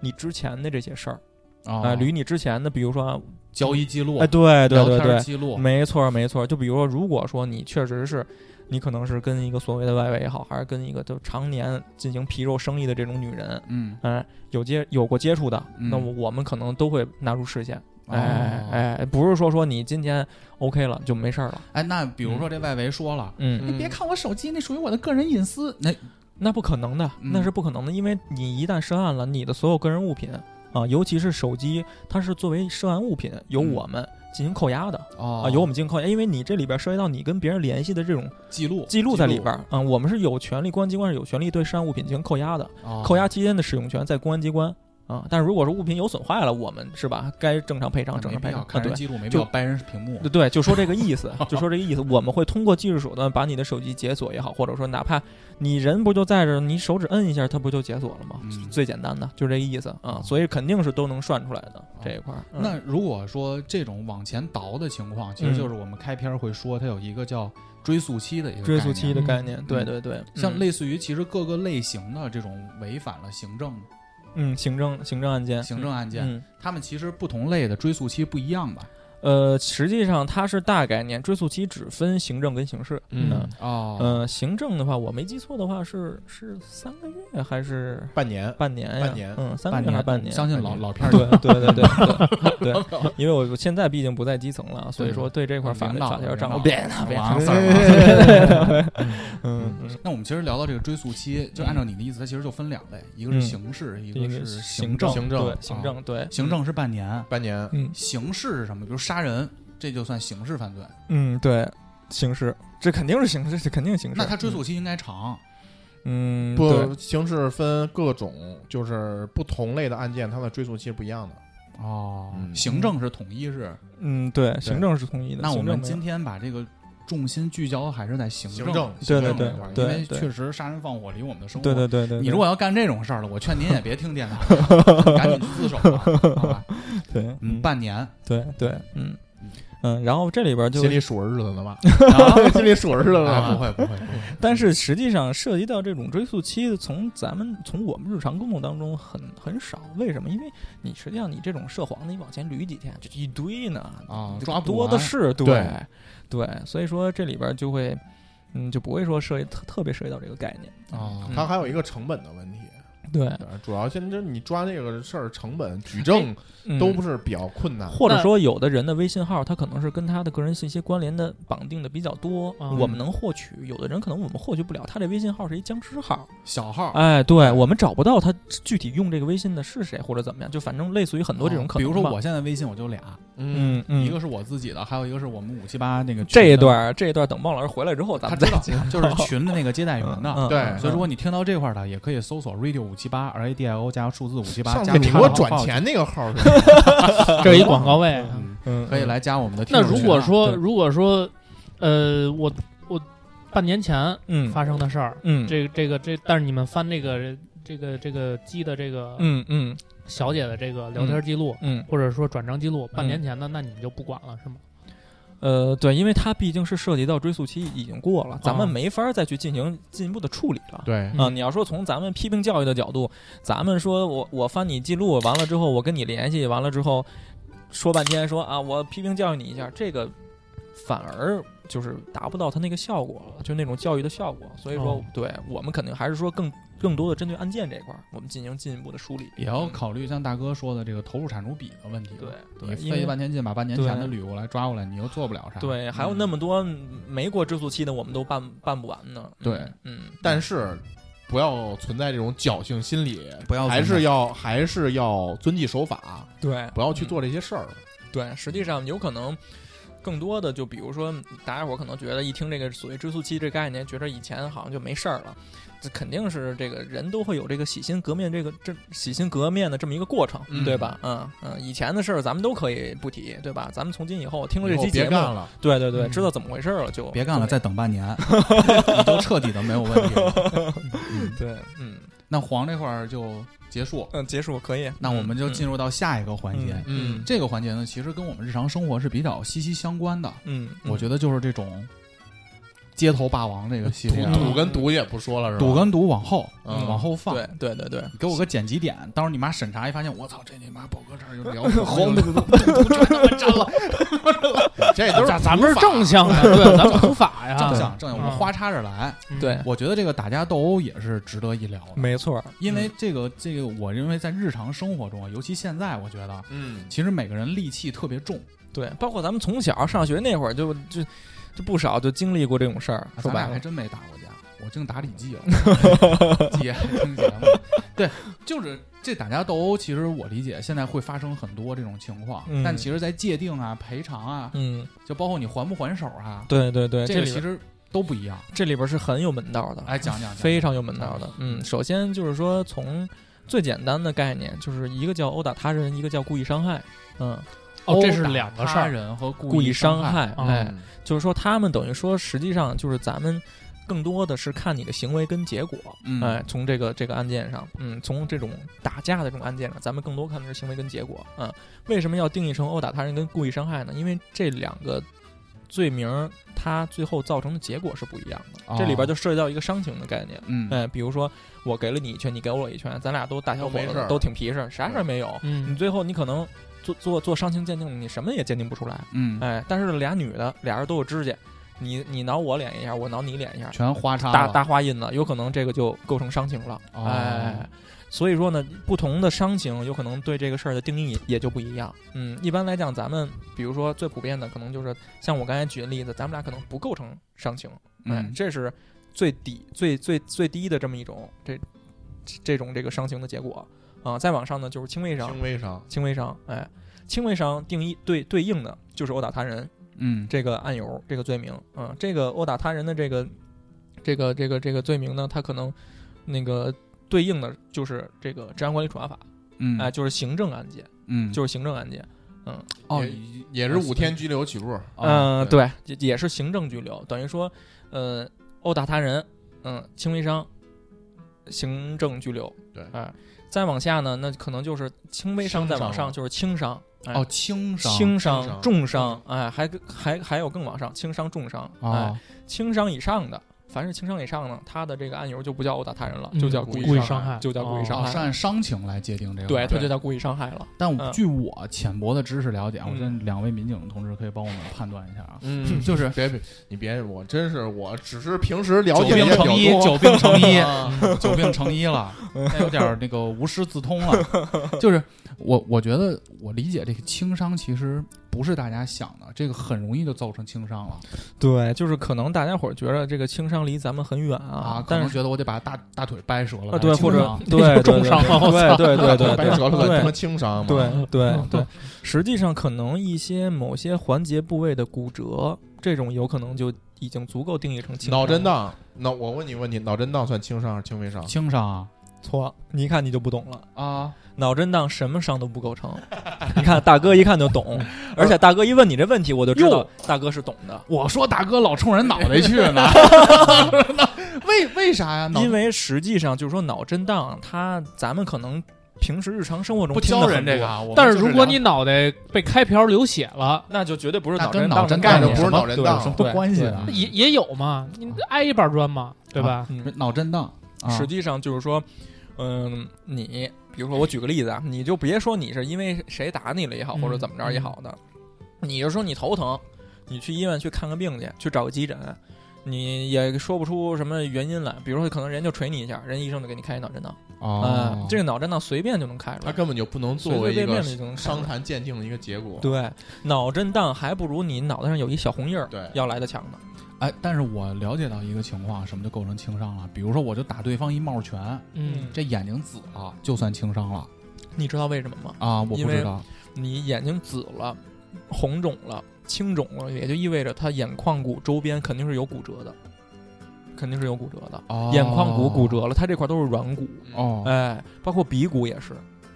[SPEAKER 6] 你之前的这些事儿
[SPEAKER 3] 哦
[SPEAKER 6] 啊、捋你之前的，比如说啊
[SPEAKER 3] 交易记录，
[SPEAKER 6] 哎，对对
[SPEAKER 3] 聊
[SPEAKER 6] 对嗯
[SPEAKER 3] 天
[SPEAKER 6] 对，
[SPEAKER 3] 记录，
[SPEAKER 6] 没错，没错。就比如说，如果说你确实是，你可能是跟一个所谓的外围也好，还是跟一个就常年进行皮肉生意的这种女人，
[SPEAKER 3] 嗯，
[SPEAKER 6] 哎，有接有过接触的，
[SPEAKER 3] 嗯
[SPEAKER 6] 那么我们可能都会纳入视线。
[SPEAKER 3] 哦
[SPEAKER 6] 哎哎，不是说说你今天 OK 了就没事儿了，
[SPEAKER 3] 哎，那比如说这外围说了，
[SPEAKER 6] 嗯，
[SPEAKER 3] 你别看我手机，那属于我的个人隐私，那
[SPEAKER 6] 那不可能的，
[SPEAKER 3] 嗯
[SPEAKER 6] 那是不可能的，因为你一旦涉案了，你的所有个人物品啊，尤其是手机，它是作为涉案物品由
[SPEAKER 3] 嗯
[SPEAKER 6] 我们进行扣押的。
[SPEAKER 3] 哦
[SPEAKER 6] 啊，由我们进行扣押，因为你这里边涉及到你跟别人联系的这种
[SPEAKER 3] 记录
[SPEAKER 6] 记录在里边儿。嗯，我们是有权利，公安机关是有权利对涉案物品进行扣押的，
[SPEAKER 3] 哦
[SPEAKER 6] 扣押期间的使用权在公安机关啊。但是如果是物品有损坏了，我们是吧，该正常赔偿，正
[SPEAKER 3] 没
[SPEAKER 6] 常
[SPEAKER 3] 必
[SPEAKER 6] 赔
[SPEAKER 3] 要
[SPEAKER 6] 偿。
[SPEAKER 3] 看
[SPEAKER 6] 啊，对
[SPEAKER 3] 人。记录，没必要
[SPEAKER 6] 就
[SPEAKER 3] 掰人屏幕
[SPEAKER 6] 对，对，就说这个意思，就说这个意思。我们会通过技术手段把你的手机解锁也好，或者说哪怕你人不就在这儿，你手指摁一下，它不就解锁了吗？
[SPEAKER 3] 嗯哦
[SPEAKER 6] 最简单的就这个意思啊，所以肯定是都能算出来的这一块儿。嗯
[SPEAKER 3] 那如果说这种往前倒的情况，其实就是我们开篇会说，它有一个叫追溯期的一个
[SPEAKER 6] 追溯
[SPEAKER 3] 概
[SPEAKER 6] 期
[SPEAKER 3] 念嗯
[SPEAKER 6] 的
[SPEAKER 5] 概
[SPEAKER 6] 概念，对对对，
[SPEAKER 3] 像
[SPEAKER 6] 嗯
[SPEAKER 3] 类似于其实各个类型的这种违反了行政
[SPEAKER 6] 嗯行政行政案件，
[SPEAKER 3] 行政案件，
[SPEAKER 6] 嗯，
[SPEAKER 3] 他们其实不同类的追溯期不一样吧？
[SPEAKER 6] 呃，实际上它是大概念，追溯期只分行政跟刑事。
[SPEAKER 4] 嗯，
[SPEAKER 3] 哦，
[SPEAKER 6] 呃，行政的话，我没记错的话是是三个月还是
[SPEAKER 4] 半年，
[SPEAKER 6] 半年呀？
[SPEAKER 4] 半年
[SPEAKER 6] 嗯，三个
[SPEAKER 3] 半
[SPEAKER 6] 月还是
[SPEAKER 3] 年，
[SPEAKER 6] 半年？
[SPEAKER 3] 相信老
[SPEAKER 6] 半年
[SPEAKER 3] 老片儿
[SPEAKER 6] [laughs] 对对对对
[SPEAKER 3] [laughs]
[SPEAKER 6] 对对，因为我我现在毕竟不在基层了，所以说对这块法律
[SPEAKER 3] 领导
[SPEAKER 6] 法条
[SPEAKER 3] 领
[SPEAKER 6] 掌
[SPEAKER 3] 导
[SPEAKER 6] 握别呢别
[SPEAKER 3] 王
[SPEAKER 6] 呢，
[SPEAKER 3] 三儿嘛
[SPEAKER 6] [laughs] 嗯嗯
[SPEAKER 3] 那我们其实聊到这个追溯期，就按照你的意思，它其实就分两类，一个是刑事，一
[SPEAKER 6] 嗯一
[SPEAKER 3] 是
[SPEAKER 6] 个
[SPEAKER 3] 行
[SPEAKER 6] 政
[SPEAKER 4] 行
[SPEAKER 6] 对
[SPEAKER 4] 政
[SPEAKER 6] 行政对
[SPEAKER 3] 行政是半年，
[SPEAKER 4] 半年，
[SPEAKER 6] 嗯
[SPEAKER 3] 刑事是什么？比如杀人，这就算刑事犯罪。
[SPEAKER 6] 嗯对刑事，这肯定是刑事，这肯定刑事。
[SPEAKER 3] 那它追溯期应该长。
[SPEAKER 6] 嗯对
[SPEAKER 4] 不，刑事分各种，就是不同类的案件，它的追诉期是不一样的。
[SPEAKER 3] 哦
[SPEAKER 4] 嗯
[SPEAKER 3] 行政是统一是，
[SPEAKER 6] 嗯对行政是同意的。
[SPEAKER 3] 那我
[SPEAKER 6] 行政
[SPEAKER 3] 们
[SPEAKER 6] 没有
[SPEAKER 3] 今天把这个重心聚焦还是在行
[SPEAKER 4] 行政
[SPEAKER 3] 行
[SPEAKER 6] 对
[SPEAKER 3] 政
[SPEAKER 6] 对
[SPEAKER 3] 这块儿，
[SPEAKER 6] 对
[SPEAKER 3] 因为
[SPEAKER 6] 对
[SPEAKER 3] 确实杀人放火离我们的生活
[SPEAKER 6] 对对对对，
[SPEAKER 3] 你如果要干这种事儿了，我劝您也别听
[SPEAKER 6] [laughs]
[SPEAKER 3] 电台了，赶紧自首吧，好吧？
[SPEAKER 6] 对
[SPEAKER 3] 嗯，半年，
[SPEAKER 6] 对对，嗯嗯，然后这里边就
[SPEAKER 4] 心里数日子呢吧，
[SPEAKER 3] 啊
[SPEAKER 4] 心里数日子
[SPEAKER 3] 哎
[SPEAKER 4] 呢
[SPEAKER 3] 不
[SPEAKER 4] 吧。
[SPEAKER 3] 会不会不会，
[SPEAKER 6] 但是实际上涉及到这种追溯期，从咱们从我们日常工作当中很很少。为什么？因为你实际上你这种涉黄的，你往前捋几天就一堆呢
[SPEAKER 3] 啊
[SPEAKER 6] 这
[SPEAKER 3] 抓不
[SPEAKER 6] 多的
[SPEAKER 3] 完
[SPEAKER 6] 是，对
[SPEAKER 4] 对
[SPEAKER 6] 对所以说这里边就会，嗯，就不会说涉及特特别涉及到这个概念。
[SPEAKER 3] 啊
[SPEAKER 6] 嗯
[SPEAKER 4] 它还有一个成本的问题，
[SPEAKER 6] 对，
[SPEAKER 4] 主要现在你抓这个事儿成本举证
[SPEAKER 6] 嗯
[SPEAKER 4] 都不是比较困难。
[SPEAKER 6] 或者
[SPEAKER 5] 那
[SPEAKER 6] 说有的人的微信号，他可能是跟他的个人信息关联的绑定的比较多，
[SPEAKER 5] 嗯
[SPEAKER 6] 我们能获取；有的人可能我们获取不了，他这微信号是一僵尸号。
[SPEAKER 3] 小号
[SPEAKER 6] 哎，对我们找不到他具体用这个微信的是谁或者怎么样，就反正类似于很多这种可能吧。
[SPEAKER 3] 啊哦比如说我现在微信我就俩，
[SPEAKER 4] 嗯，
[SPEAKER 6] 嗯嗯，
[SPEAKER 3] 一个是我自己的，还有一个是我们五七八那个群的
[SPEAKER 6] 这一段这一段等孟老师回来之后咱
[SPEAKER 3] 他
[SPEAKER 6] 们
[SPEAKER 3] 知
[SPEAKER 6] 再
[SPEAKER 3] 道哎
[SPEAKER 6] 讲，
[SPEAKER 3] 就是群的那个接待员
[SPEAKER 6] 嗯
[SPEAKER 3] 的。
[SPEAKER 4] 对
[SPEAKER 3] 所以如果你听到这块儿的，也可以搜索 radio 五七八 R A D I O 加数字五七八
[SPEAKER 4] 上
[SPEAKER 3] 嗯加
[SPEAKER 4] 次你给我
[SPEAKER 3] 长
[SPEAKER 4] 转
[SPEAKER 3] 号，
[SPEAKER 4] 钱那个号是吧
[SPEAKER 5] 这是一广告位。
[SPEAKER 1] 嗯
[SPEAKER 6] 嗯
[SPEAKER 3] 可以来加我们的听
[SPEAKER 5] 那
[SPEAKER 3] 友群啊。
[SPEAKER 5] 如果说
[SPEAKER 6] 对
[SPEAKER 5] 如果说，呃，我我半年前
[SPEAKER 6] 嗯
[SPEAKER 5] 发生的事儿，
[SPEAKER 6] 嗯
[SPEAKER 5] 这这个这，但是你们翻这个这个这个鸡的这个
[SPEAKER 6] 嗯嗯
[SPEAKER 5] 小姐的这个聊天记录，
[SPEAKER 6] 嗯
[SPEAKER 5] 或者说转账记录，半年前的，那你们就不管了是吗？
[SPEAKER 6] 呃对，因为它毕竟是涉及到追溯期已经过了，咱们
[SPEAKER 3] 哦
[SPEAKER 5] 啊
[SPEAKER 6] 没法再去进行进一步的处理了。
[SPEAKER 4] 对
[SPEAKER 6] 啊，你要说从咱们批评教育的角度，咱们说我我翻你记录完了之后，我跟你联系完了之后，说半天说啊，我批评教育你一下，这个反而就是达不到他那个效果了，就那种教育的效果。所以说，
[SPEAKER 5] 哦
[SPEAKER 6] 对我们肯定还是说更更多的针对案件这块儿，我们进行进一步的梳理。
[SPEAKER 3] 也要考虑像大哥说的这个投入产出比的问题。
[SPEAKER 6] 对，对，
[SPEAKER 3] 你
[SPEAKER 6] 因
[SPEAKER 3] 费
[SPEAKER 6] 为
[SPEAKER 3] 半天劲把半年前的
[SPEAKER 6] 对
[SPEAKER 3] 捋过来抓过来，你又做不了啥。嗯
[SPEAKER 6] 对还有那么多没过追溯期的，我们都办办不完呢。
[SPEAKER 3] 对
[SPEAKER 6] 嗯，
[SPEAKER 4] 但是不要存在这种侥幸心理，
[SPEAKER 3] 不要
[SPEAKER 4] 还
[SPEAKER 3] 总
[SPEAKER 4] 是要还是要遵纪守法，
[SPEAKER 6] 嗯对，
[SPEAKER 4] 不要去
[SPEAKER 6] 嗯
[SPEAKER 4] 做这些事儿。
[SPEAKER 6] 对，实际上有可能更多的，就比如说，大家伙儿可能觉得一听这个所谓追溯期这概念，觉得以前好像就没事儿了。这肯定是这个人都会有这个洗心革面这个这洗心革面的这么一个过程，
[SPEAKER 4] 嗯
[SPEAKER 6] 对吧？嗯嗯，以前的事儿咱们都可以不提，对吧？咱们从今以后听了
[SPEAKER 4] 以
[SPEAKER 6] 这
[SPEAKER 4] 后
[SPEAKER 6] 期
[SPEAKER 4] 别
[SPEAKER 6] 节
[SPEAKER 4] 干
[SPEAKER 6] 目，
[SPEAKER 4] 了，
[SPEAKER 6] 对对对，
[SPEAKER 5] 嗯
[SPEAKER 6] 知道怎么回事儿了就
[SPEAKER 3] 别干了，
[SPEAKER 6] 对
[SPEAKER 3] 再等半年，你就彻底的没有问题了。
[SPEAKER 6] 对，嗯
[SPEAKER 3] 那黄这块儿就结束，
[SPEAKER 6] 嗯，结束可以。嗯
[SPEAKER 3] 那我们就进入到下一个环节。
[SPEAKER 4] 嗯
[SPEAKER 3] 这个环节呢，其实跟我们日常生活是比较息息相关的。
[SPEAKER 6] 嗯，嗯
[SPEAKER 3] 我觉得就是这种街头霸王这个系列啊，
[SPEAKER 4] 赌跟赌也不说了是吧？
[SPEAKER 3] 赌跟赌往后
[SPEAKER 4] 嗯
[SPEAKER 3] 往后放。
[SPEAKER 6] 对对对对，
[SPEAKER 3] 你给我个剪辑点，到时候你妈审查一发现，我操，这你妈宝哥这儿又聊
[SPEAKER 4] [laughs]
[SPEAKER 3] 黄
[SPEAKER 4] 这都是
[SPEAKER 5] 咱咱们是正向 [laughs] 的，对，咱们无法
[SPEAKER 3] 哎
[SPEAKER 5] 呀。
[SPEAKER 3] 正向正向，我们
[SPEAKER 5] 嗯
[SPEAKER 3] 花插着来。
[SPEAKER 5] 嗯
[SPEAKER 6] 对
[SPEAKER 3] 我觉得这个打架斗殴也是值得一聊的，
[SPEAKER 6] 没错儿，
[SPEAKER 3] 因为这个这个，我认为在日常生活中，尤其现在，我觉得啊
[SPEAKER 4] 嗯，
[SPEAKER 3] 其实每个人戾气特别重。
[SPEAKER 6] 对，包括咱们从小上学那会儿就就就不少就经历过这种事儿，
[SPEAKER 3] 啊咱
[SPEAKER 6] 说白
[SPEAKER 3] 俩
[SPEAKER 6] 了
[SPEAKER 3] 还。真没打过架，我净打李
[SPEAKER 6] [laughs]
[SPEAKER 3] 记了，姐还听节目。对，就是这打架斗殴，其实我理解现在会发生很多这种情况，
[SPEAKER 6] 嗯
[SPEAKER 3] 但其实，在界定啊、赔偿啊，
[SPEAKER 6] 嗯，
[SPEAKER 3] 就包括你还不还手啊，
[SPEAKER 6] 对对对，
[SPEAKER 3] 这
[SPEAKER 6] 这
[SPEAKER 3] 个
[SPEAKER 6] 里
[SPEAKER 3] 其
[SPEAKER 6] 边
[SPEAKER 3] 实都不一样。
[SPEAKER 6] 这里边是很有门道的，
[SPEAKER 3] 来哎讲讲，讲
[SPEAKER 6] 非常有门道的。嗯，首先就是说，从最简单的概念，就是一个叫殴打他人，一个叫故意伤害。嗯，
[SPEAKER 5] 哦，这是
[SPEAKER 3] 殴打
[SPEAKER 5] 两个事
[SPEAKER 3] 他
[SPEAKER 5] 儿。
[SPEAKER 3] 人和故
[SPEAKER 6] 故意伤
[SPEAKER 3] 害。啊
[SPEAKER 6] 害，
[SPEAKER 5] 嗯
[SPEAKER 6] 哎，就是说他们等于说，实际上就是咱们更多的是看你的行为跟结果。
[SPEAKER 3] 嗯
[SPEAKER 6] 哎，从这个这个案件上，嗯，从这种打架的这种案件上，咱们更多看的是行为跟结果。嗯，为什么要定义成殴打他人跟故意伤害呢？因为这两个罪名儿，它最后造成的结果是不一样的。
[SPEAKER 3] 哦
[SPEAKER 6] 这里边就涉及到一个伤情的概念。
[SPEAKER 3] 嗯，
[SPEAKER 6] 哎，比如说我给了你一拳，你给我一拳，咱俩都大小伙
[SPEAKER 4] 都没
[SPEAKER 6] 子
[SPEAKER 4] 事儿
[SPEAKER 6] 都挺皮实，啥事儿没有。你
[SPEAKER 5] 嗯，
[SPEAKER 6] 最后你可能做做做伤情鉴定，你什么也鉴定不出来。
[SPEAKER 3] 嗯，
[SPEAKER 6] 哎，但是俩女的，俩人都有指甲，你你挠我脸一下，我挠你脸一下，
[SPEAKER 3] 全花叉
[SPEAKER 6] 大
[SPEAKER 3] 了
[SPEAKER 6] 大花印呢，有可能这个就构成伤情了。
[SPEAKER 3] 啊哦
[SPEAKER 6] 哎，所以说呢，不同的伤情有可能对这个事儿的定义也也就不一样。嗯，一般来讲，咱们比如说最普遍的，可能就是像我刚才举的例子，咱们俩可能不构成伤情。哎，
[SPEAKER 3] 嗯
[SPEAKER 6] 这是最低、最最最低的这么一种这这这种这个伤情的结果啊。再往上呢，就是轻微伤，
[SPEAKER 4] 轻微伤，
[SPEAKER 6] 轻微伤，哎，轻微伤定义对对应的就是殴打他人，
[SPEAKER 3] 嗯，
[SPEAKER 6] 这个案由这个罪名啊、这个殴打他人的这个这个这个这个罪名呢，它可能那个对应的就是这个治安管理处罚法，哎、
[SPEAKER 3] 嗯，
[SPEAKER 6] 就是行政案件，
[SPEAKER 3] 嗯，
[SPEAKER 6] 就是行政案件。嗯
[SPEAKER 3] 哦，
[SPEAKER 4] 也
[SPEAKER 3] 你
[SPEAKER 4] 也是五天拘留起步。啊
[SPEAKER 3] 哦
[SPEAKER 6] 嗯，对，也也是行政拘留，等于说，呃，殴打他人，嗯，轻微伤，行政拘留。
[SPEAKER 4] 对
[SPEAKER 6] 哎，再往下呢，那可能就是轻微伤，
[SPEAKER 3] 轻
[SPEAKER 6] 再
[SPEAKER 3] 伤
[SPEAKER 6] 往上
[SPEAKER 3] 了
[SPEAKER 6] 就是轻伤。哎
[SPEAKER 3] 哦，轻伤
[SPEAKER 6] 轻
[SPEAKER 4] 轻伤
[SPEAKER 6] 重伤，哎，还跟还还有更往上，轻伤、重伤，哎，
[SPEAKER 3] 哦，
[SPEAKER 6] 轻伤以上的，凡是轻伤以上呢，他的这个案由就不叫殴打他人了，就叫故
[SPEAKER 5] 故
[SPEAKER 4] 意
[SPEAKER 6] 意
[SPEAKER 5] 意
[SPEAKER 4] 伤
[SPEAKER 5] 伤
[SPEAKER 4] 害
[SPEAKER 5] 害，
[SPEAKER 6] 就叫故意
[SPEAKER 5] 哦
[SPEAKER 6] 伤
[SPEAKER 3] 哦
[SPEAKER 6] 害
[SPEAKER 3] 是按伤情来界定这个，
[SPEAKER 6] 哎对，他
[SPEAKER 4] 对
[SPEAKER 6] 就叫故意伤害了。
[SPEAKER 3] 但
[SPEAKER 6] 嗯
[SPEAKER 3] 据我浅薄的知识了解，啊，我
[SPEAKER 6] 嗯
[SPEAKER 3] 觉得两位民警同志可以帮我们判断一下啊。
[SPEAKER 4] 嗯，
[SPEAKER 3] [laughs] 就是
[SPEAKER 4] 别别，你别，我真是我只是平时了
[SPEAKER 3] 久
[SPEAKER 4] 解的
[SPEAKER 3] 病
[SPEAKER 4] 也
[SPEAKER 3] 成
[SPEAKER 4] 比
[SPEAKER 3] 医，久
[SPEAKER 4] 较多。啊
[SPEAKER 3] 病成
[SPEAKER 6] [laughs]
[SPEAKER 3] 医，久病成医了，那有点儿那个无师自通了。就是我，我觉得我理解这个轻伤其实不是大家想的，这个很容易就造成轻伤了
[SPEAKER 6] 对，就是可能大家伙儿觉得这个轻伤离咱们很远啊，
[SPEAKER 3] 可
[SPEAKER 6] 但
[SPEAKER 3] 能
[SPEAKER 6] 是
[SPEAKER 3] 觉得我得把大大腿掰折了，
[SPEAKER 6] 啊，对，
[SPEAKER 3] 轻
[SPEAKER 6] 或者
[SPEAKER 3] 伤
[SPEAKER 6] 对对
[SPEAKER 5] 重
[SPEAKER 6] 对
[SPEAKER 5] 伤了我
[SPEAKER 6] 对
[SPEAKER 5] 操
[SPEAKER 6] 对对
[SPEAKER 4] [laughs]
[SPEAKER 6] 对，
[SPEAKER 4] 掰折了
[SPEAKER 6] 对
[SPEAKER 4] 个他妈轻伤嘛。
[SPEAKER 6] 对对对，实际上可能一些某些环节部位的骨折，这种有可能就已经足够定义成轻伤
[SPEAKER 4] 脑震
[SPEAKER 6] 了
[SPEAKER 4] 荡，那我问你问题，脑震荡算轻伤还是轻微伤？
[SPEAKER 3] 轻伤啊
[SPEAKER 6] 错，你一看你就不懂了。
[SPEAKER 3] 啊，
[SPEAKER 6] 脑震荡什么伤都不构成。 [laughs] 你看大哥一看就 [laughs] 懂，而且大哥一问你这问题，我就知道
[SPEAKER 3] 哟
[SPEAKER 6] 大哥是懂的。
[SPEAKER 3] 我说大哥老冲人脑袋去
[SPEAKER 6] [laughs]
[SPEAKER 3] 呢，为为啥呀？脑
[SPEAKER 6] 因为实际上就是说脑震荡，它咱们可能平时日常生活中
[SPEAKER 3] 不
[SPEAKER 6] 听
[SPEAKER 3] 教
[SPEAKER 6] 得
[SPEAKER 3] 人
[SPEAKER 6] 很多
[SPEAKER 3] 这个，啊，我们
[SPEAKER 5] 但是
[SPEAKER 3] 就是
[SPEAKER 5] 如果
[SPEAKER 3] 聊
[SPEAKER 5] 你脑袋被开瓢流血了，
[SPEAKER 6] 那就绝对不是
[SPEAKER 3] 那
[SPEAKER 6] 脑
[SPEAKER 3] 跟
[SPEAKER 6] 震
[SPEAKER 3] 脑
[SPEAKER 6] 荡
[SPEAKER 3] 震
[SPEAKER 6] 的
[SPEAKER 3] 荡
[SPEAKER 6] 概
[SPEAKER 4] 那
[SPEAKER 3] 有
[SPEAKER 4] 就
[SPEAKER 6] 念
[SPEAKER 4] 不
[SPEAKER 3] 什
[SPEAKER 4] 是
[SPEAKER 3] 么
[SPEAKER 4] 脑震
[SPEAKER 3] 对有什么
[SPEAKER 4] 荡。
[SPEAKER 6] 对
[SPEAKER 3] 关系
[SPEAKER 6] 对
[SPEAKER 3] 啊
[SPEAKER 5] 那？也也有嘛，你挨一板砖嘛，对吧？
[SPEAKER 6] 嗯
[SPEAKER 3] 脑震荡啊
[SPEAKER 6] 实际上就是说，嗯，你比如说我举个例子啊，你就别说你是因为谁打你了也好，
[SPEAKER 5] 嗯
[SPEAKER 6] 或者怎么着也好的，你就说你头疼，你去医院去看个病去，去找个急诊，你也说不出什么原因来。比如说可能人就捶你一下，人医生就给你开一脑震荡，啊、
[SPEAKER 3] 哦
[SPEAKER 6] 这个脑震荡随便就能开出
[SPEAKER 4] 他
[SPEAKER 6] 来。
[SPEAKER 4] 根本就不能作
[SPEAKER 6] 随
[SPEAKER 4] 为
[SPEAKER 6] 随
[SPEAKER 4] 一
[SPEAKER 6] 便
[SPEAKER 4] 个
[SPEAKER 6] 便的就能看
[SPEAKER 4] 伤
[SPEAKER 6] 出来
[SPEAKER 4] 残鉴定的一个结果。
[SPEAKER 6] 对，脑震荡还不如你脑袋上有一小红印儿
[SPEAKER 4] 对
[SPEAKER 6] 要来的强呢。
[SPEAKER 3] 哎，但是我了解到一个情况，什么就构成轻伤了？比如说，我就打对方一帽拳，
[SPEAKER 5] 嗯，
[SPEAKER 3] 这眼睛紫了，就算轻伤了
[SPEAKER 6] 你知道为什么吗？
[SPEAKER 3] 啊！我
[SPEAKER 6] 因
[SPEAKER 3] 不
[SPEAKER 6] 为
[SPEAKER 3] 知道，
[SPEAKER 6] 你眼睛紫了、红肿了、青肿了，也就意味着他眼眶骨周边肯定是有骨折的，肯定是有骨折的。
[SPEAKER 3] 哦
[SPEAKER 6] 眼眶骨骨折了，它这块都是软骨，
[SPEAKER 4] 嗯
[SPEAKER 3] 哦，
[SPEAKER 6] 哎，包括鼻骨也是，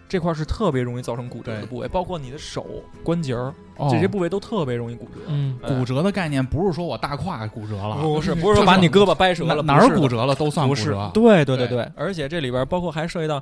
[SPEAKER 6] 这块是特别容易造成骨折的
[SPEAKER 4] 对
[SPEAKER 6] 部位，包括你的手关节儿
[SPEAKER 3] 哦呃
[SPEAKER 6] 这些部位都特别容易骨折。
[SPEAKER 5] 嗯，
[SPEAKER 6] 哎
[SPEAKER 3] 骨折的概念不是说我大胯骨折了，
[SPEAKER 6] 不是不是说把你胳膊掰折
[SPEAKER 3] 哪
[SPEAKER 6] 了，
[SPEAKER 3] 哪
[SPEAKER 6] 不
[SPEAKER 3] 儿
[SPEAKER 6] 是的
[SPEAKER 3] 骨折了都算骨
[SPEAKER 6] 不是
[SPEAKER 3] 折，啊
[SPEAKER 6] 对对对
[SPEAKER 4] 对
[SPEAKER 6] 对，而且这里边包括还涉及到，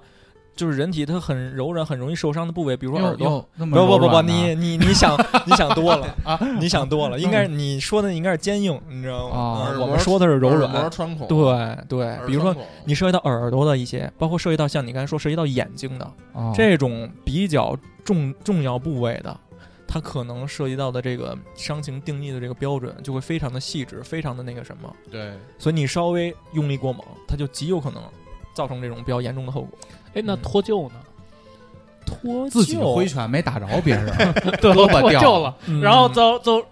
[SPEAKER 6] 就是人体它很柔软、很容易受伤的部位，比如说耳
[SPEAKER 3] 又
[SPEAKER 6] 朵。
[SPEAKER 3] 又那么
[SPEAKER 6] 不不
[SPEAKER 3] 柔
[SPEAKER 6] 不不，
[SPEAKER 3] 软呢
[SPEAKER 6] 你你你 [laughs] 想你想多了啊，你想多了，应该是你说的应该是坚硬，你知道吗？
[SPEAKER 3] 啊
[SPEAKER 6] 啊
[SPEAKER 4] 耳
[SPEAKER 6] 我
[SPEAKER 4] 膜
[SPEAKER 6] 们说的是柔
[SPEAKER 4] 耳膜
[SPEAKER 6] 软，
[SPEAKER 4] 穿孔，
[SPEAKER 6] 对对
[SPEAKER 4] 耳，
[SPEAKER 6] 比如说
[SPEAKER 4] 穿孔
[SPEAKER 6] 你涉及到耳朵的一些，包括涉及到像你刚才说涉及到眼睛的
[SPEAKER 3] 哦
[SPEAKER 6] 这种比较重重要部位的。它可能涉及到的这个伤情定义的这个标准就会非常的细致，非常的那个什么，
[SPEAKER 4] 对
[SPEAKER 6] 所以你稍微用力过猛，它就极有可能造成这种比较严重的后果。
[SPEAKER 5] 哎，那脱臼呢？
[SPEAKER 6] 脱
[SPEAKER 3] 自己挥拳没打着别人，胳膊
[SPEAKER 5] 脱
[SPEAKER 3] 掉
[SPEAKER 5] 臼了，
[SPEAKER 6] 嗯
[SPEAKER 5] 然后走走，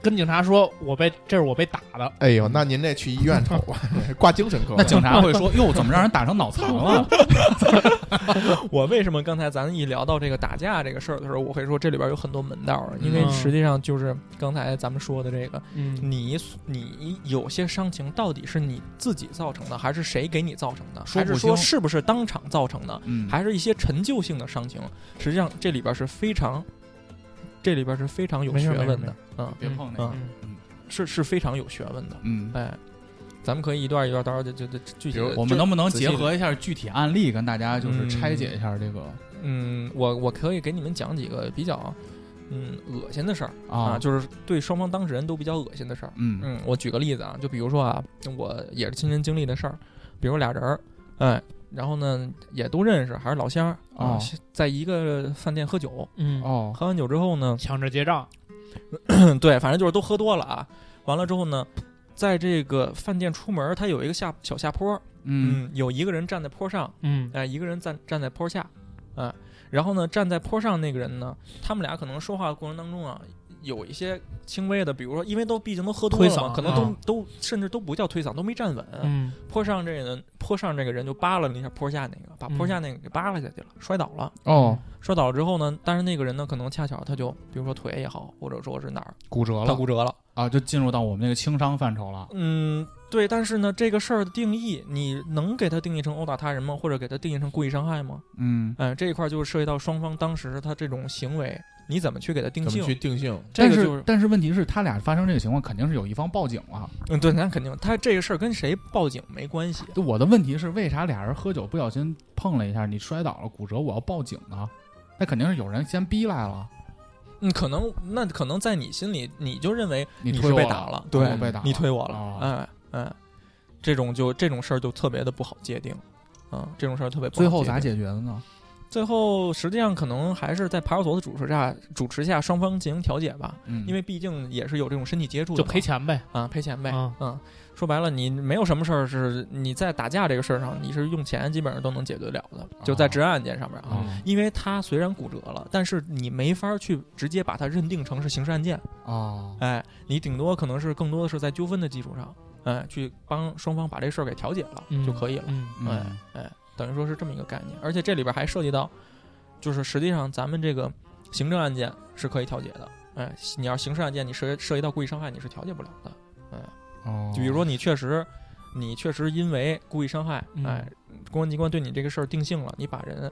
[SPEAKER 5] 跟警察说，我被这是我被打的，
[SPEAKER 4] 哎呦，那您这去医 [laughs] 院瞅吧，挂精神科
[SPEAKER 3] 那。警察会说哟，怎么让人打成脑残了？
[SPEAKER 6] 我为什么刚才咱一聊到这个打架这个事儿的时候，我会说这里边有很多门道儿，因为
[SPEAKER 5] 嗯
[SPEAKER 6] 实际上就是刚才咱们说的这个，
[SPEAKER 5] 嗯，
[SPEAKER 6] 你你有些伤情到底是你自己造成的，还是谁给你造成的，
[SPEAKER 3] 说
[SPEAKER 6] 还
[SPEAKER 3] 不
[SPEAKER 6] 是说
[SPEAKER 3] 清
[SPEAKER 6] 是不是当场造成的，
[SPEAKER 3] 嗯，
[SPEAKER 6] 还是一些陈旧性的伤情？实际上这里边是非常，这里边是非常有
[SPEAKER 5] 没事
[SPEAKER 6] 学
[SPEAKER 5] 没事
[SPEAKER 6] 问
[SPEAKER 5] 没
[SPEAKER 6] 的
[SPEAKER 5] 事，
[SPEAKER 6] 嗯，
[SPEAKER 3] 别碰那个，
[SPEAKER 5] 嗯
[SPEAKER 6] 是是非常有学问的，
[SPEAKER 3] 嗯。
[SPEAKER 6] 哎，咱们可以一段一段，到时候就就就具
[SPEAKER 4] 比
[SPEAKER 6] 体
[SPEAKER 4] 如
[SPEAKER 6] 的
[SPEAKER 3] 我们能不能
[SPEAKER 6] 仔细
[SPEAKER 3] 结
[SPEAKER 6] 地
[SPEAKER 3] 合一下具体案例，跟大家就是拆解一下这个
[SPEAKER 6] 嗯，我我可以给你们讲几个比较嗯恶心的事儿啊，
[SPEAKER 3] 啊？
[SPEAKER 6] 就是对双方当事人都比较恶心的事儿。
[SPEAKER 3] 嗯
[SPEAKER 6] 嗯，我举个例子啊，就比如说啊，我也是亲身经历的事儿，比如俩人儿，哎，然后呢也都认识，还是老乡儿啊
[SPEAKER 3] 哦，
[SPEAKER 6] 在一个饭店喝酒，
[SPEAKER 5] 嗯，
[SPEAKER 3] 哦
[SPEAKER 6] 喝完酒之后呢， [clears throat]
[SPEAKER 5] 抢着结账，
[SPEAKER 6] 嗯，对，反正就是都喝多了啊，完了之后呢。在这个饭店出门儿，它有一个下小下坡儿，
[SPEAKER 3] 嗯，
[SPEAKER 6] 有一个人站在坡上，
[SPEAKER 5] 嗯
[SPEAKER 6] 哎、一个人站站在坡下，哎、然后呢，站在坡上那个人呢，他们俩可能说话的过程当中啊，有一些轻微的，比如说，因为都毕竟都喝多了
[SPEAKER 5] 推
[SPEAKER 6] 嘛，
[SPEAKER 5] 搡
[SPEAKER 6] 可能都、
[SPEAKER 5] 啊
[SPEAKER 6] 都甚至都不叫推搡，都没站稳。
[SPEAKER 5] 嗯
[SPEAKER 6] 坡上这人，坡上这个人就扒拉了一下坡下那个，把
[SPEAKER 5] 嗯
[SPEAKER 6] 坡下那个给扒拉下去了，摔倒了。
[SPEAKER 3] 哦，
[SPEAKER 6] 摔倒了之后呢，但是那个人呢，可能恰巧他就，比如说腿也好，或者说是哪儿，
[SPEAKER 3] 骨折
[SPEAKER 6] 他
[SPEAKER 3] 了
[SPEAKER 6] 骨折了。
[SPEAKER 3] 啊，就进入到我们那个轻伤范畴了。
[SPEAKER 6] 嗯，对，但是呢，这个事儿的定义，你能给他定义成殴打他人吗？或者给他定义成故意伤害吗？
[SPEAKER 3] 嗯
[SPEAKER 6] 嗯，这一块儿就是涉及到双方当时他这种行为你怎么去给它定
[SPEAKER 4] 怎么
[SPEAKER 6] 性？
[SPEAKER 4] 去定性？
[SPEAKER 6] 这
[SPEAKER 3] 但
[SPEAKER 6] 个
[SPEAKER 3] 是、
[SPEAKER 6] 就是，
[SPEAKER 3] 但是问题是他俩发生这个情况，肯定是有一方报警了。
[SPEAKER 6] 嗯，对，那肯定，他这个事儿跟谁报警没关系。
[SPEAKER 3] 就我的问题是，为啥俩人喝酒不小心碰了一下，你摔倒了骨折，我要报警呢？那肯定是有人先逼来了，
[SPEAKER 6] 嗯，可能那可能在你心里，你就认为
[SPEAKER 3] 你推
[SPEAKER 6] 是
[SPEAKER 3] 我
[SPEAKER 6] 被打了，
[SPEAKER 3] 我
[SPEAKER 6] 对，
[SPEAKER 3] 被打了，
[SPEAKER 6] 你推我了
[SPEAKER 3] 哦，
[SPEAKER 6] 哎哎，这种就这种事儿就特别的不好界定，嗯，这种事儿特别不好
[SPEAKER 3] 最后
[SPEAKER 6] 定
[SPEAKER 3] 咋？解决的呢？
[SPEAKER 6] 最后实际上可能还是在派出所的主持下主持下双方进行调解吧，
[SPEAKER 3] 嗯，
[SPEAKER 6] 因为毕竟也是有这种身体接触的
[SPEAKER 5] 就
[SPEAKER 6] 嘛，
[SPEAKER 5] 赔钱呗。
[SPEAKER 6] 啊，赔钱呗，
[SPEAKER 5] 啊
[SPEAKER 6] 嗯，说白了，你没有什么事儿是你在打架这个事儿上，你是用钱基本上都能解决得了的，就在
[SPEAKER 3] 哦
[SPEAKER 6] 治安案件上面啊。
[SPEAKER 5] 嗯
[SPEAKER 3] 啊
[SPEAKER 6] 因为他虽然骨折了，但是你没法去直接把它认定成是刑事案件，
[SPEAKER 3] 啊
[SPEAKER 6] 哎，你顶多可能是更多的是在纠纷的基础上，哎，去帮双方把这事儿给调解了、
[SPEAKER 5] 嗯
[SPEAKER 6] 就可以了，
[SPEAKER 5] 嗯，
[SPEAKER 3] 嗯
[SPEAKER 6] 等于说是这么一个概念。而且这里边还涉及到，就是实际上咱们这个行政案件是可以调解的，哎，你要是刑事案件，你涉涉及到故意伤害，你是调解不了的。
[SPEAKER 3] 哦，
[SPEAKER 6] 就比如说你确实，你确实因为故意伤害，
[SPEAKER 5] 嗯
[SPEAKER 6] 哎，公安机关对你这个事儿定性了，你把人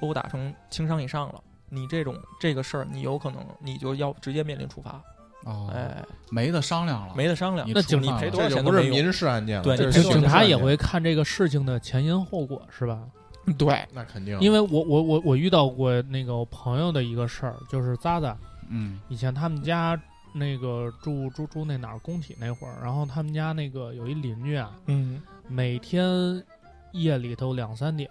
[SPEAKER 6] 殴打成轻伤以上了，你这种这个事儿，你有可能你就要直接面临处罚，
[SPEAKER 3] 哦，
[SPEAKER 6] 哎，
[SPEAKER 3] 没得商量了，
[SPEAKER 6] 没得商量
[SPEAKER 3] 你。
[SPEAKER 5] 那
[SPEAKER 3] 出
[SPEAKER 5] 警
[SPEAKER 3] 犯
[SPEAKER 6] 你
[SPEAKER 3] 了
[SPEAKER 6] 赔多
[SPEAKER 4] 啊这
[SPEAKER 6] 少
[SPEAKER 4] 就
[SPEAKER 6] 钱都
[SPEAKER 4] 不是
[SPEAKER 6] 没用，
[SPEAKER 4] 民事案件了，
[SPEAKER 6] 对
[SPEAKER 4] 这
[SPEAKER 5] 警
[SPEAKER 4] 是
[SPEAKER 6] 这
[SPEAKER 5] 警
[SPEAKER 4] 刑事
[SPEAKER 5] 察
[SPEAKER 4] 案
[SPEAKER 5] 也
[SPEAKER 4] 件
[SPEAKER 5] 会看这个事情的前因后果，是吧？
[SPEAKER 6] 对，
[SPEAKER 4] 那肯定，
[SPEAKER 5] 因
[SPEAKER 4] 为
[SPEAKER 5] 为我我我我遇到过那个我朋友的一个事儿，就是渣渣
[SPEAKER 3] 嗯
[SPEAKER 5] 以前他们家那个住住住那哪儿工体那会儿，然后他们家那个有一邻居啊，
[SPEAKER 6] 嗯
[SPEAKER 5] 每天夜里头两三点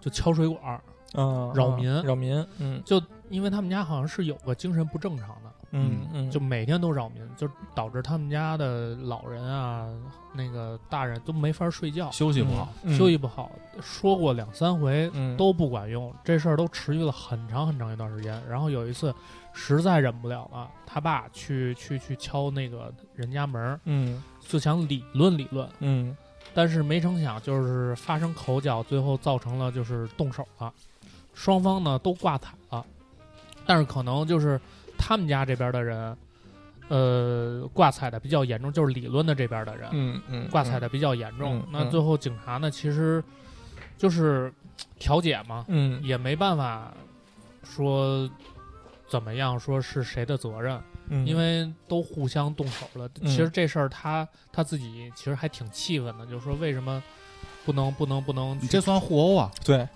[SPEAKER 5] 就敲水管儿，
[SPEAKER 6] 啊，
[SPEAKER 5] 扰
[SPEAKER 6] 啊
[SPEAKER 5] 民
[SPEAKER 6] 扰民，嗯
[SPEAKER 5] 就因为他们家好像是有个精神不正常的，
[SPEAKER 6] 嗯嗯，
[SPEAKER 5] 就每天都扰民，就导致他们家的老人啊，那个大人都没法睡觉，
[SPEAKER 3] 休息不好，
[SPEAKER 6] 嗯
[SPEAKER 5] 休息不好。说过两三回
[SPEAKER 6] 嗯
[SPEAKER 5] 都不管用，这事儿都持续了很长很长一段时间。然后有一次实在忍不了了，他爸去去去敲那个人家门儿，
[SPEAKER 6] 嗯
[SPEAKER 5] 就想理论理论，
[SPEAKER 6] 嗯
[SPEAKER 5] 但是没成想就是发生口角，最后造成了就是动手了，双方呢都挂彩了，但是可能就是他们家这边的人，呃，挂彩的比较严重，就是理论的这边的人、
[SPEAKER 6] 嗯嗯，
[SPEAKER 5] 啊挂彩的比较严重。
[SPEAKER 6] 嗯
[SPEAKER 5] 那
[SPEAKER 6] 嗯
[SPEAKER 5] 最后警察呢，其实就是调解嘛，
[SPEAKER 6] 嗯，
[SPEAKER 5] 也没办法说怎么样，说是谁的责任。
[SPEAKER 6] 嗯，
[SPEAKER 5] 因为都互相动手了。
[SPEAKER 6] 嗯
[SPEAKER 5] 其实这事儿他他自己其实还挺气愤的，就是说为什么不能不能不能
[SPEAKER 3] 你
[SPEAKER 5] 去？
[SPEAKER 3] 这算互殴啊？
[SPEAKER 6] 对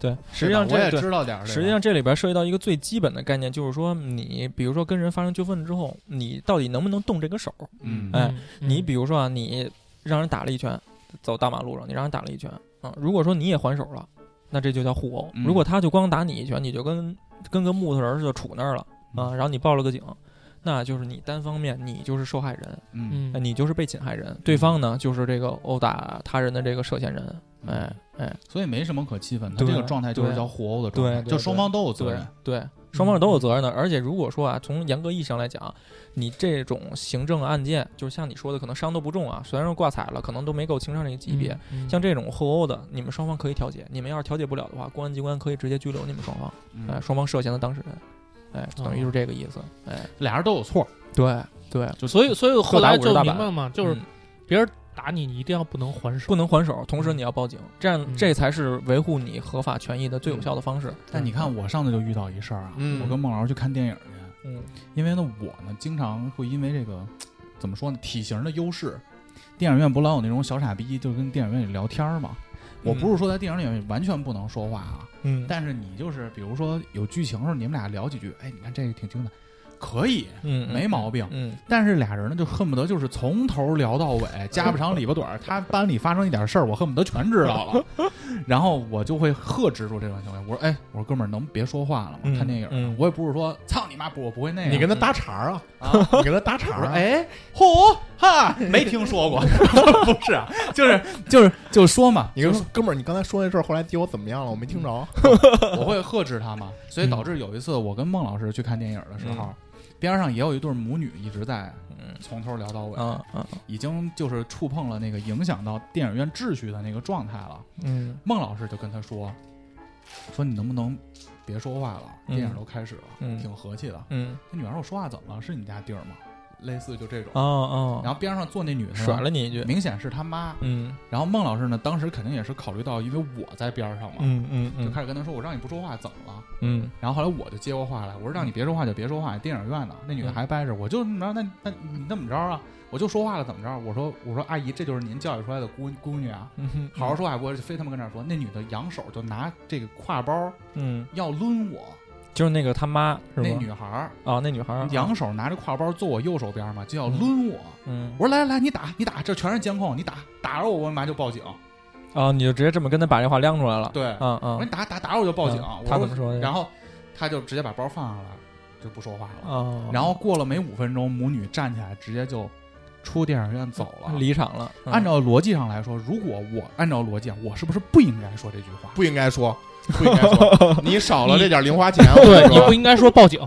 [SPEAKER 6] 对，实际上
[SPEAKER 3] 对吧我
[SPEAKER 6] 这
[SPEAKER 3] 也
[SPEAKER 6] 对
[SPEAKER 3] 知道点儿这个，
[SPEAKER 6] 实际上，这里边涉及到一个最基本的概念，就是说，你比如说跟人发生纠纷之后，你到底能不能动这个手？
[SPEAKER 3] 嗯
[SPEAKER 6] 哎
[SPEAKER 5] 嗯，
[SPEAKER 6] 你比如说啊，你让人打了一拳，走大马路上，你让人打了一拳啊，如果说你也还手了，那这就叫互殴。
[SPEAKER 3] 嗯
[SPEAKER 6] 如果他就光打你一拳，你就跟跟个木头人似的杵那儿了啊，
[SPEAKER 3] 嗯
[SPEAKER 6] 然后你报了个警，那就是你单方面，你就是受害人，呃
[SPEAKER 3] 嗯
[SPEAKER 5] 嗯，
[SPEAKER 6] 哎你就是被侵害人，对方呢就是这个殴打他人的这个涉嫌人。
[SPEAKER 3] 嗯
[SPEAKER 6] 哎哎，
[SPEAKER 3] 所以没什么可气愤，他
[SPEAKER 6] 对
[SPEAKER 3] 这个状态就是叫互殴的状态，
[SPEAKER 6] 对对
[SPEAKER 3] 就双方都有责
[SPEAKER 6] 对
[SPEAKER 3] 任。嗯
[SPEAKER 6] 对，双方都有责任的。而且如果说啊，从严格意义上来讲，你这种行政案件，就是像你说的，可能伤都不重啊，虽然说挂彩了，可能都没够情商这个级别。
[SPEAKER 5] 嗯
[SPEAKER 6] 像这种互殴的，你们双方可以调解，你们要是调解不了的话，公安机关可以直接拘留你们双方，
[SPEAKER 3] 嗯哦
[SPEAKER 6] 哎，双方涉嫌的当事人，哎，等于就是这个意思，哎，
[SPEAKER 3] 俩人都有错，
[SPEAKER 6] 对对，
[SPEAKER 3] 就
[SPEAKER 5] 所以所以后来
[SPEAKER 6] 各
[SPEAKER 5] 就
[SPEAKER 6] 打五十大
[SPEAKER 5] 明
[SPEAKER 6] 板
[SPEAKER 5] 白嘛，就是
[SPEAKER 6] 嗯
[SPEAKER 5] 别人打你，你一定要不能还手。
[SPEAKER 6] 不能还手，同时你要报警，这样
[SPEAKER 5] 嗯
[SPEAKER 6] 这才是维护你合法权益的最有效的方式。
[SPEAKER 3] 嗯但你看，我上次就遇到一事儿啊，
[SPEAKER 4] 嗯
[SPEAKER 3] 我跟孟老师去看电影去，
[SPEAKER 6] 嗯
[SPEAKER 3] 因为呢，我呢经常会因为这个怎么说呢，体型的优势，电影院不老有那种小傻逼，就跟电影院里聊天儿嘛。我不是说在电影里完全不能说话啊，
[SPEAKER 6] 嗯
[SPEAKER 3] 但是你就是比如说有剧情的时候，你们俩聊几句，哎，你看这个挺精彩，可以。
[SPEAKER 6] 嗯
[SPEAKER 3] 没毛病
[SPEAKER 6] 嗯
[SPEAKER 3] 但是俩人呢，就恨不得就是从头聊到尾，家不长里不短儿。他班里发生一点事儿，我恨不得全知道了。 [laughs] 然后我就会呵斥住这种行为，我说：“哎，我说哥们儿，能别说话了吗？
[SPEAKER 6] 嗯
[SPEAKER 3] 看电影呢，
[SPEAKER 6] 嗯
[SPEAKER 3] 我也不是说操你妈，不，我不会那样。”
[SPEAKER 4] 你跟他搭茬儿啊，
[SPEAKER 3] 啊，
[SPEAKER 4] 你跟他搭茬
[SPEAKER 3] 我
[SPEAKER 4] 儿
[SPEAKER 3] 说
[SPEAKER 4] [laughs] 啊，
[SPEAKER 3] 哎，嚯哈，没听说过， [laughs] 不是啊，就是就是就是说嘛，
[SPEAKER 4] 你跟他说哥们儿，你刚才说那事儿，后来对我怎么样了？我没听着。啊
[SPEAKER 3] 我会呵斥他嘛，所以导致有一次我跟孟老师去看电影的时候，边上也有一对母女一直在
[SPEAKER 6] 嗯
[SPEAKER 3] 从头聊到尾，
[SPEAKER 6] 啊啊
[SPEAKER 3] 已经就是触碰了那个影响到电影院秩序的那个状态了。
[SPEAKER 6] 嗯
[SPEAKER 3] 孟老师就跟他说，说你能不能别说话了，
[SPEAKER 6] 嗯
[SPEAKER 3] 电影都开始了，
[SPEAKER 6] 嗯
[SPEAKER 3] 挺和气的。
[SPEAKER 6] 嗯
[SPEAKER 3] 那女孩说我说话怎么了？是你家地儿吗？类似就这种。
[SPEAKER 6] 哦哦，
[SPEAKER 3] 然后边上坐那女的呢
[SPEAKER 6] 甩，了你一句，
[SPEAKER 3] 明显是他妈。
[SPEAKER 6] 嗯
[SPEAKER 3] 然后孟老师呢，当时肯定也是考虑到，因为我在边上嘛，
[SPEAKER 6] 嗯嗯
[SPEAKER 3] 就
[SPEAKER 6] 嗯
[SPEAKER 3] 开始跟他说：“我让你不说话，怎么了
[SPEAKER 6] 嗯？”
[SPEAKER 3] 然后后来我就接过话来，我说：“让你别说话就别说话。”电影院呢，那女的
[SPEAKER 6] 嗯
[SPEAKER 3] 还掰着，我就那那那你那么着啊？我就说话了，怎么着？我说我说阿姨，这就是您教育出来的姑姑娘啊，
[SPEAKER 6] 嗯哼，
[SPEAKER 3] [laughs] 好好说话。我就非他妈跟这儿说，那女的扬手就拿这个挎包
[SPEAKER 6] 嗯，
[SPEAKER 3] 要抡我，
[SPEAKER 6] 就是那个他妈是
[SPEAKER 3] 那
[SPEAKER 6] 吗？
[SPEAKER 3] 女孩儿
[SPEAKER 6] 啊，那女孩儿
[SPEAKER 3] 扬，手拿着挎包坐我右手边嘛，就要抡我。
[SPEAKER 6] 嗯
[SPEAKER 3] 我说来来来，你打你打，这全是监控，你打打着我，我妈就报警。
[SPEAKER 6] 啊，你就直接这么跟他把这话亮出来了，
[SPEAKER 3] 对，
[SPEAKER 6] 嗯
[SPEAKER 3] 我说你
[SPEAKER 6] 嗯，
[SPEAKER 3] 打打打我就报警。
[SPEAKER 6] 嗯
[SPEAKER 3] 我
[SPEAKER 6] 他怎么说的
[SPEAKER 3] 然后他就直接把包放下来，就不说话了。
[SPEAKER 6] 哦，
[SPEAKER 3] 然后过了没五分钟，母女站起来，直接就出电影院走了。
[SPEAKER 6] 离场了，嗯
[SPEAKER 3] 按照逻辑上来说，如果我按照逻辑，啊我是不是不应该说这句话？
[SPEAKER 4] 不应该说，不应该 [laughs] 说，你少了这点零花钱，我跟
[SPEAKER 5] 对，
[SPEAKER 4] 你
[SPEAKER 5] 你不
[SPEAKER 4] 说，
[SPEAKER 5] 应该说报警，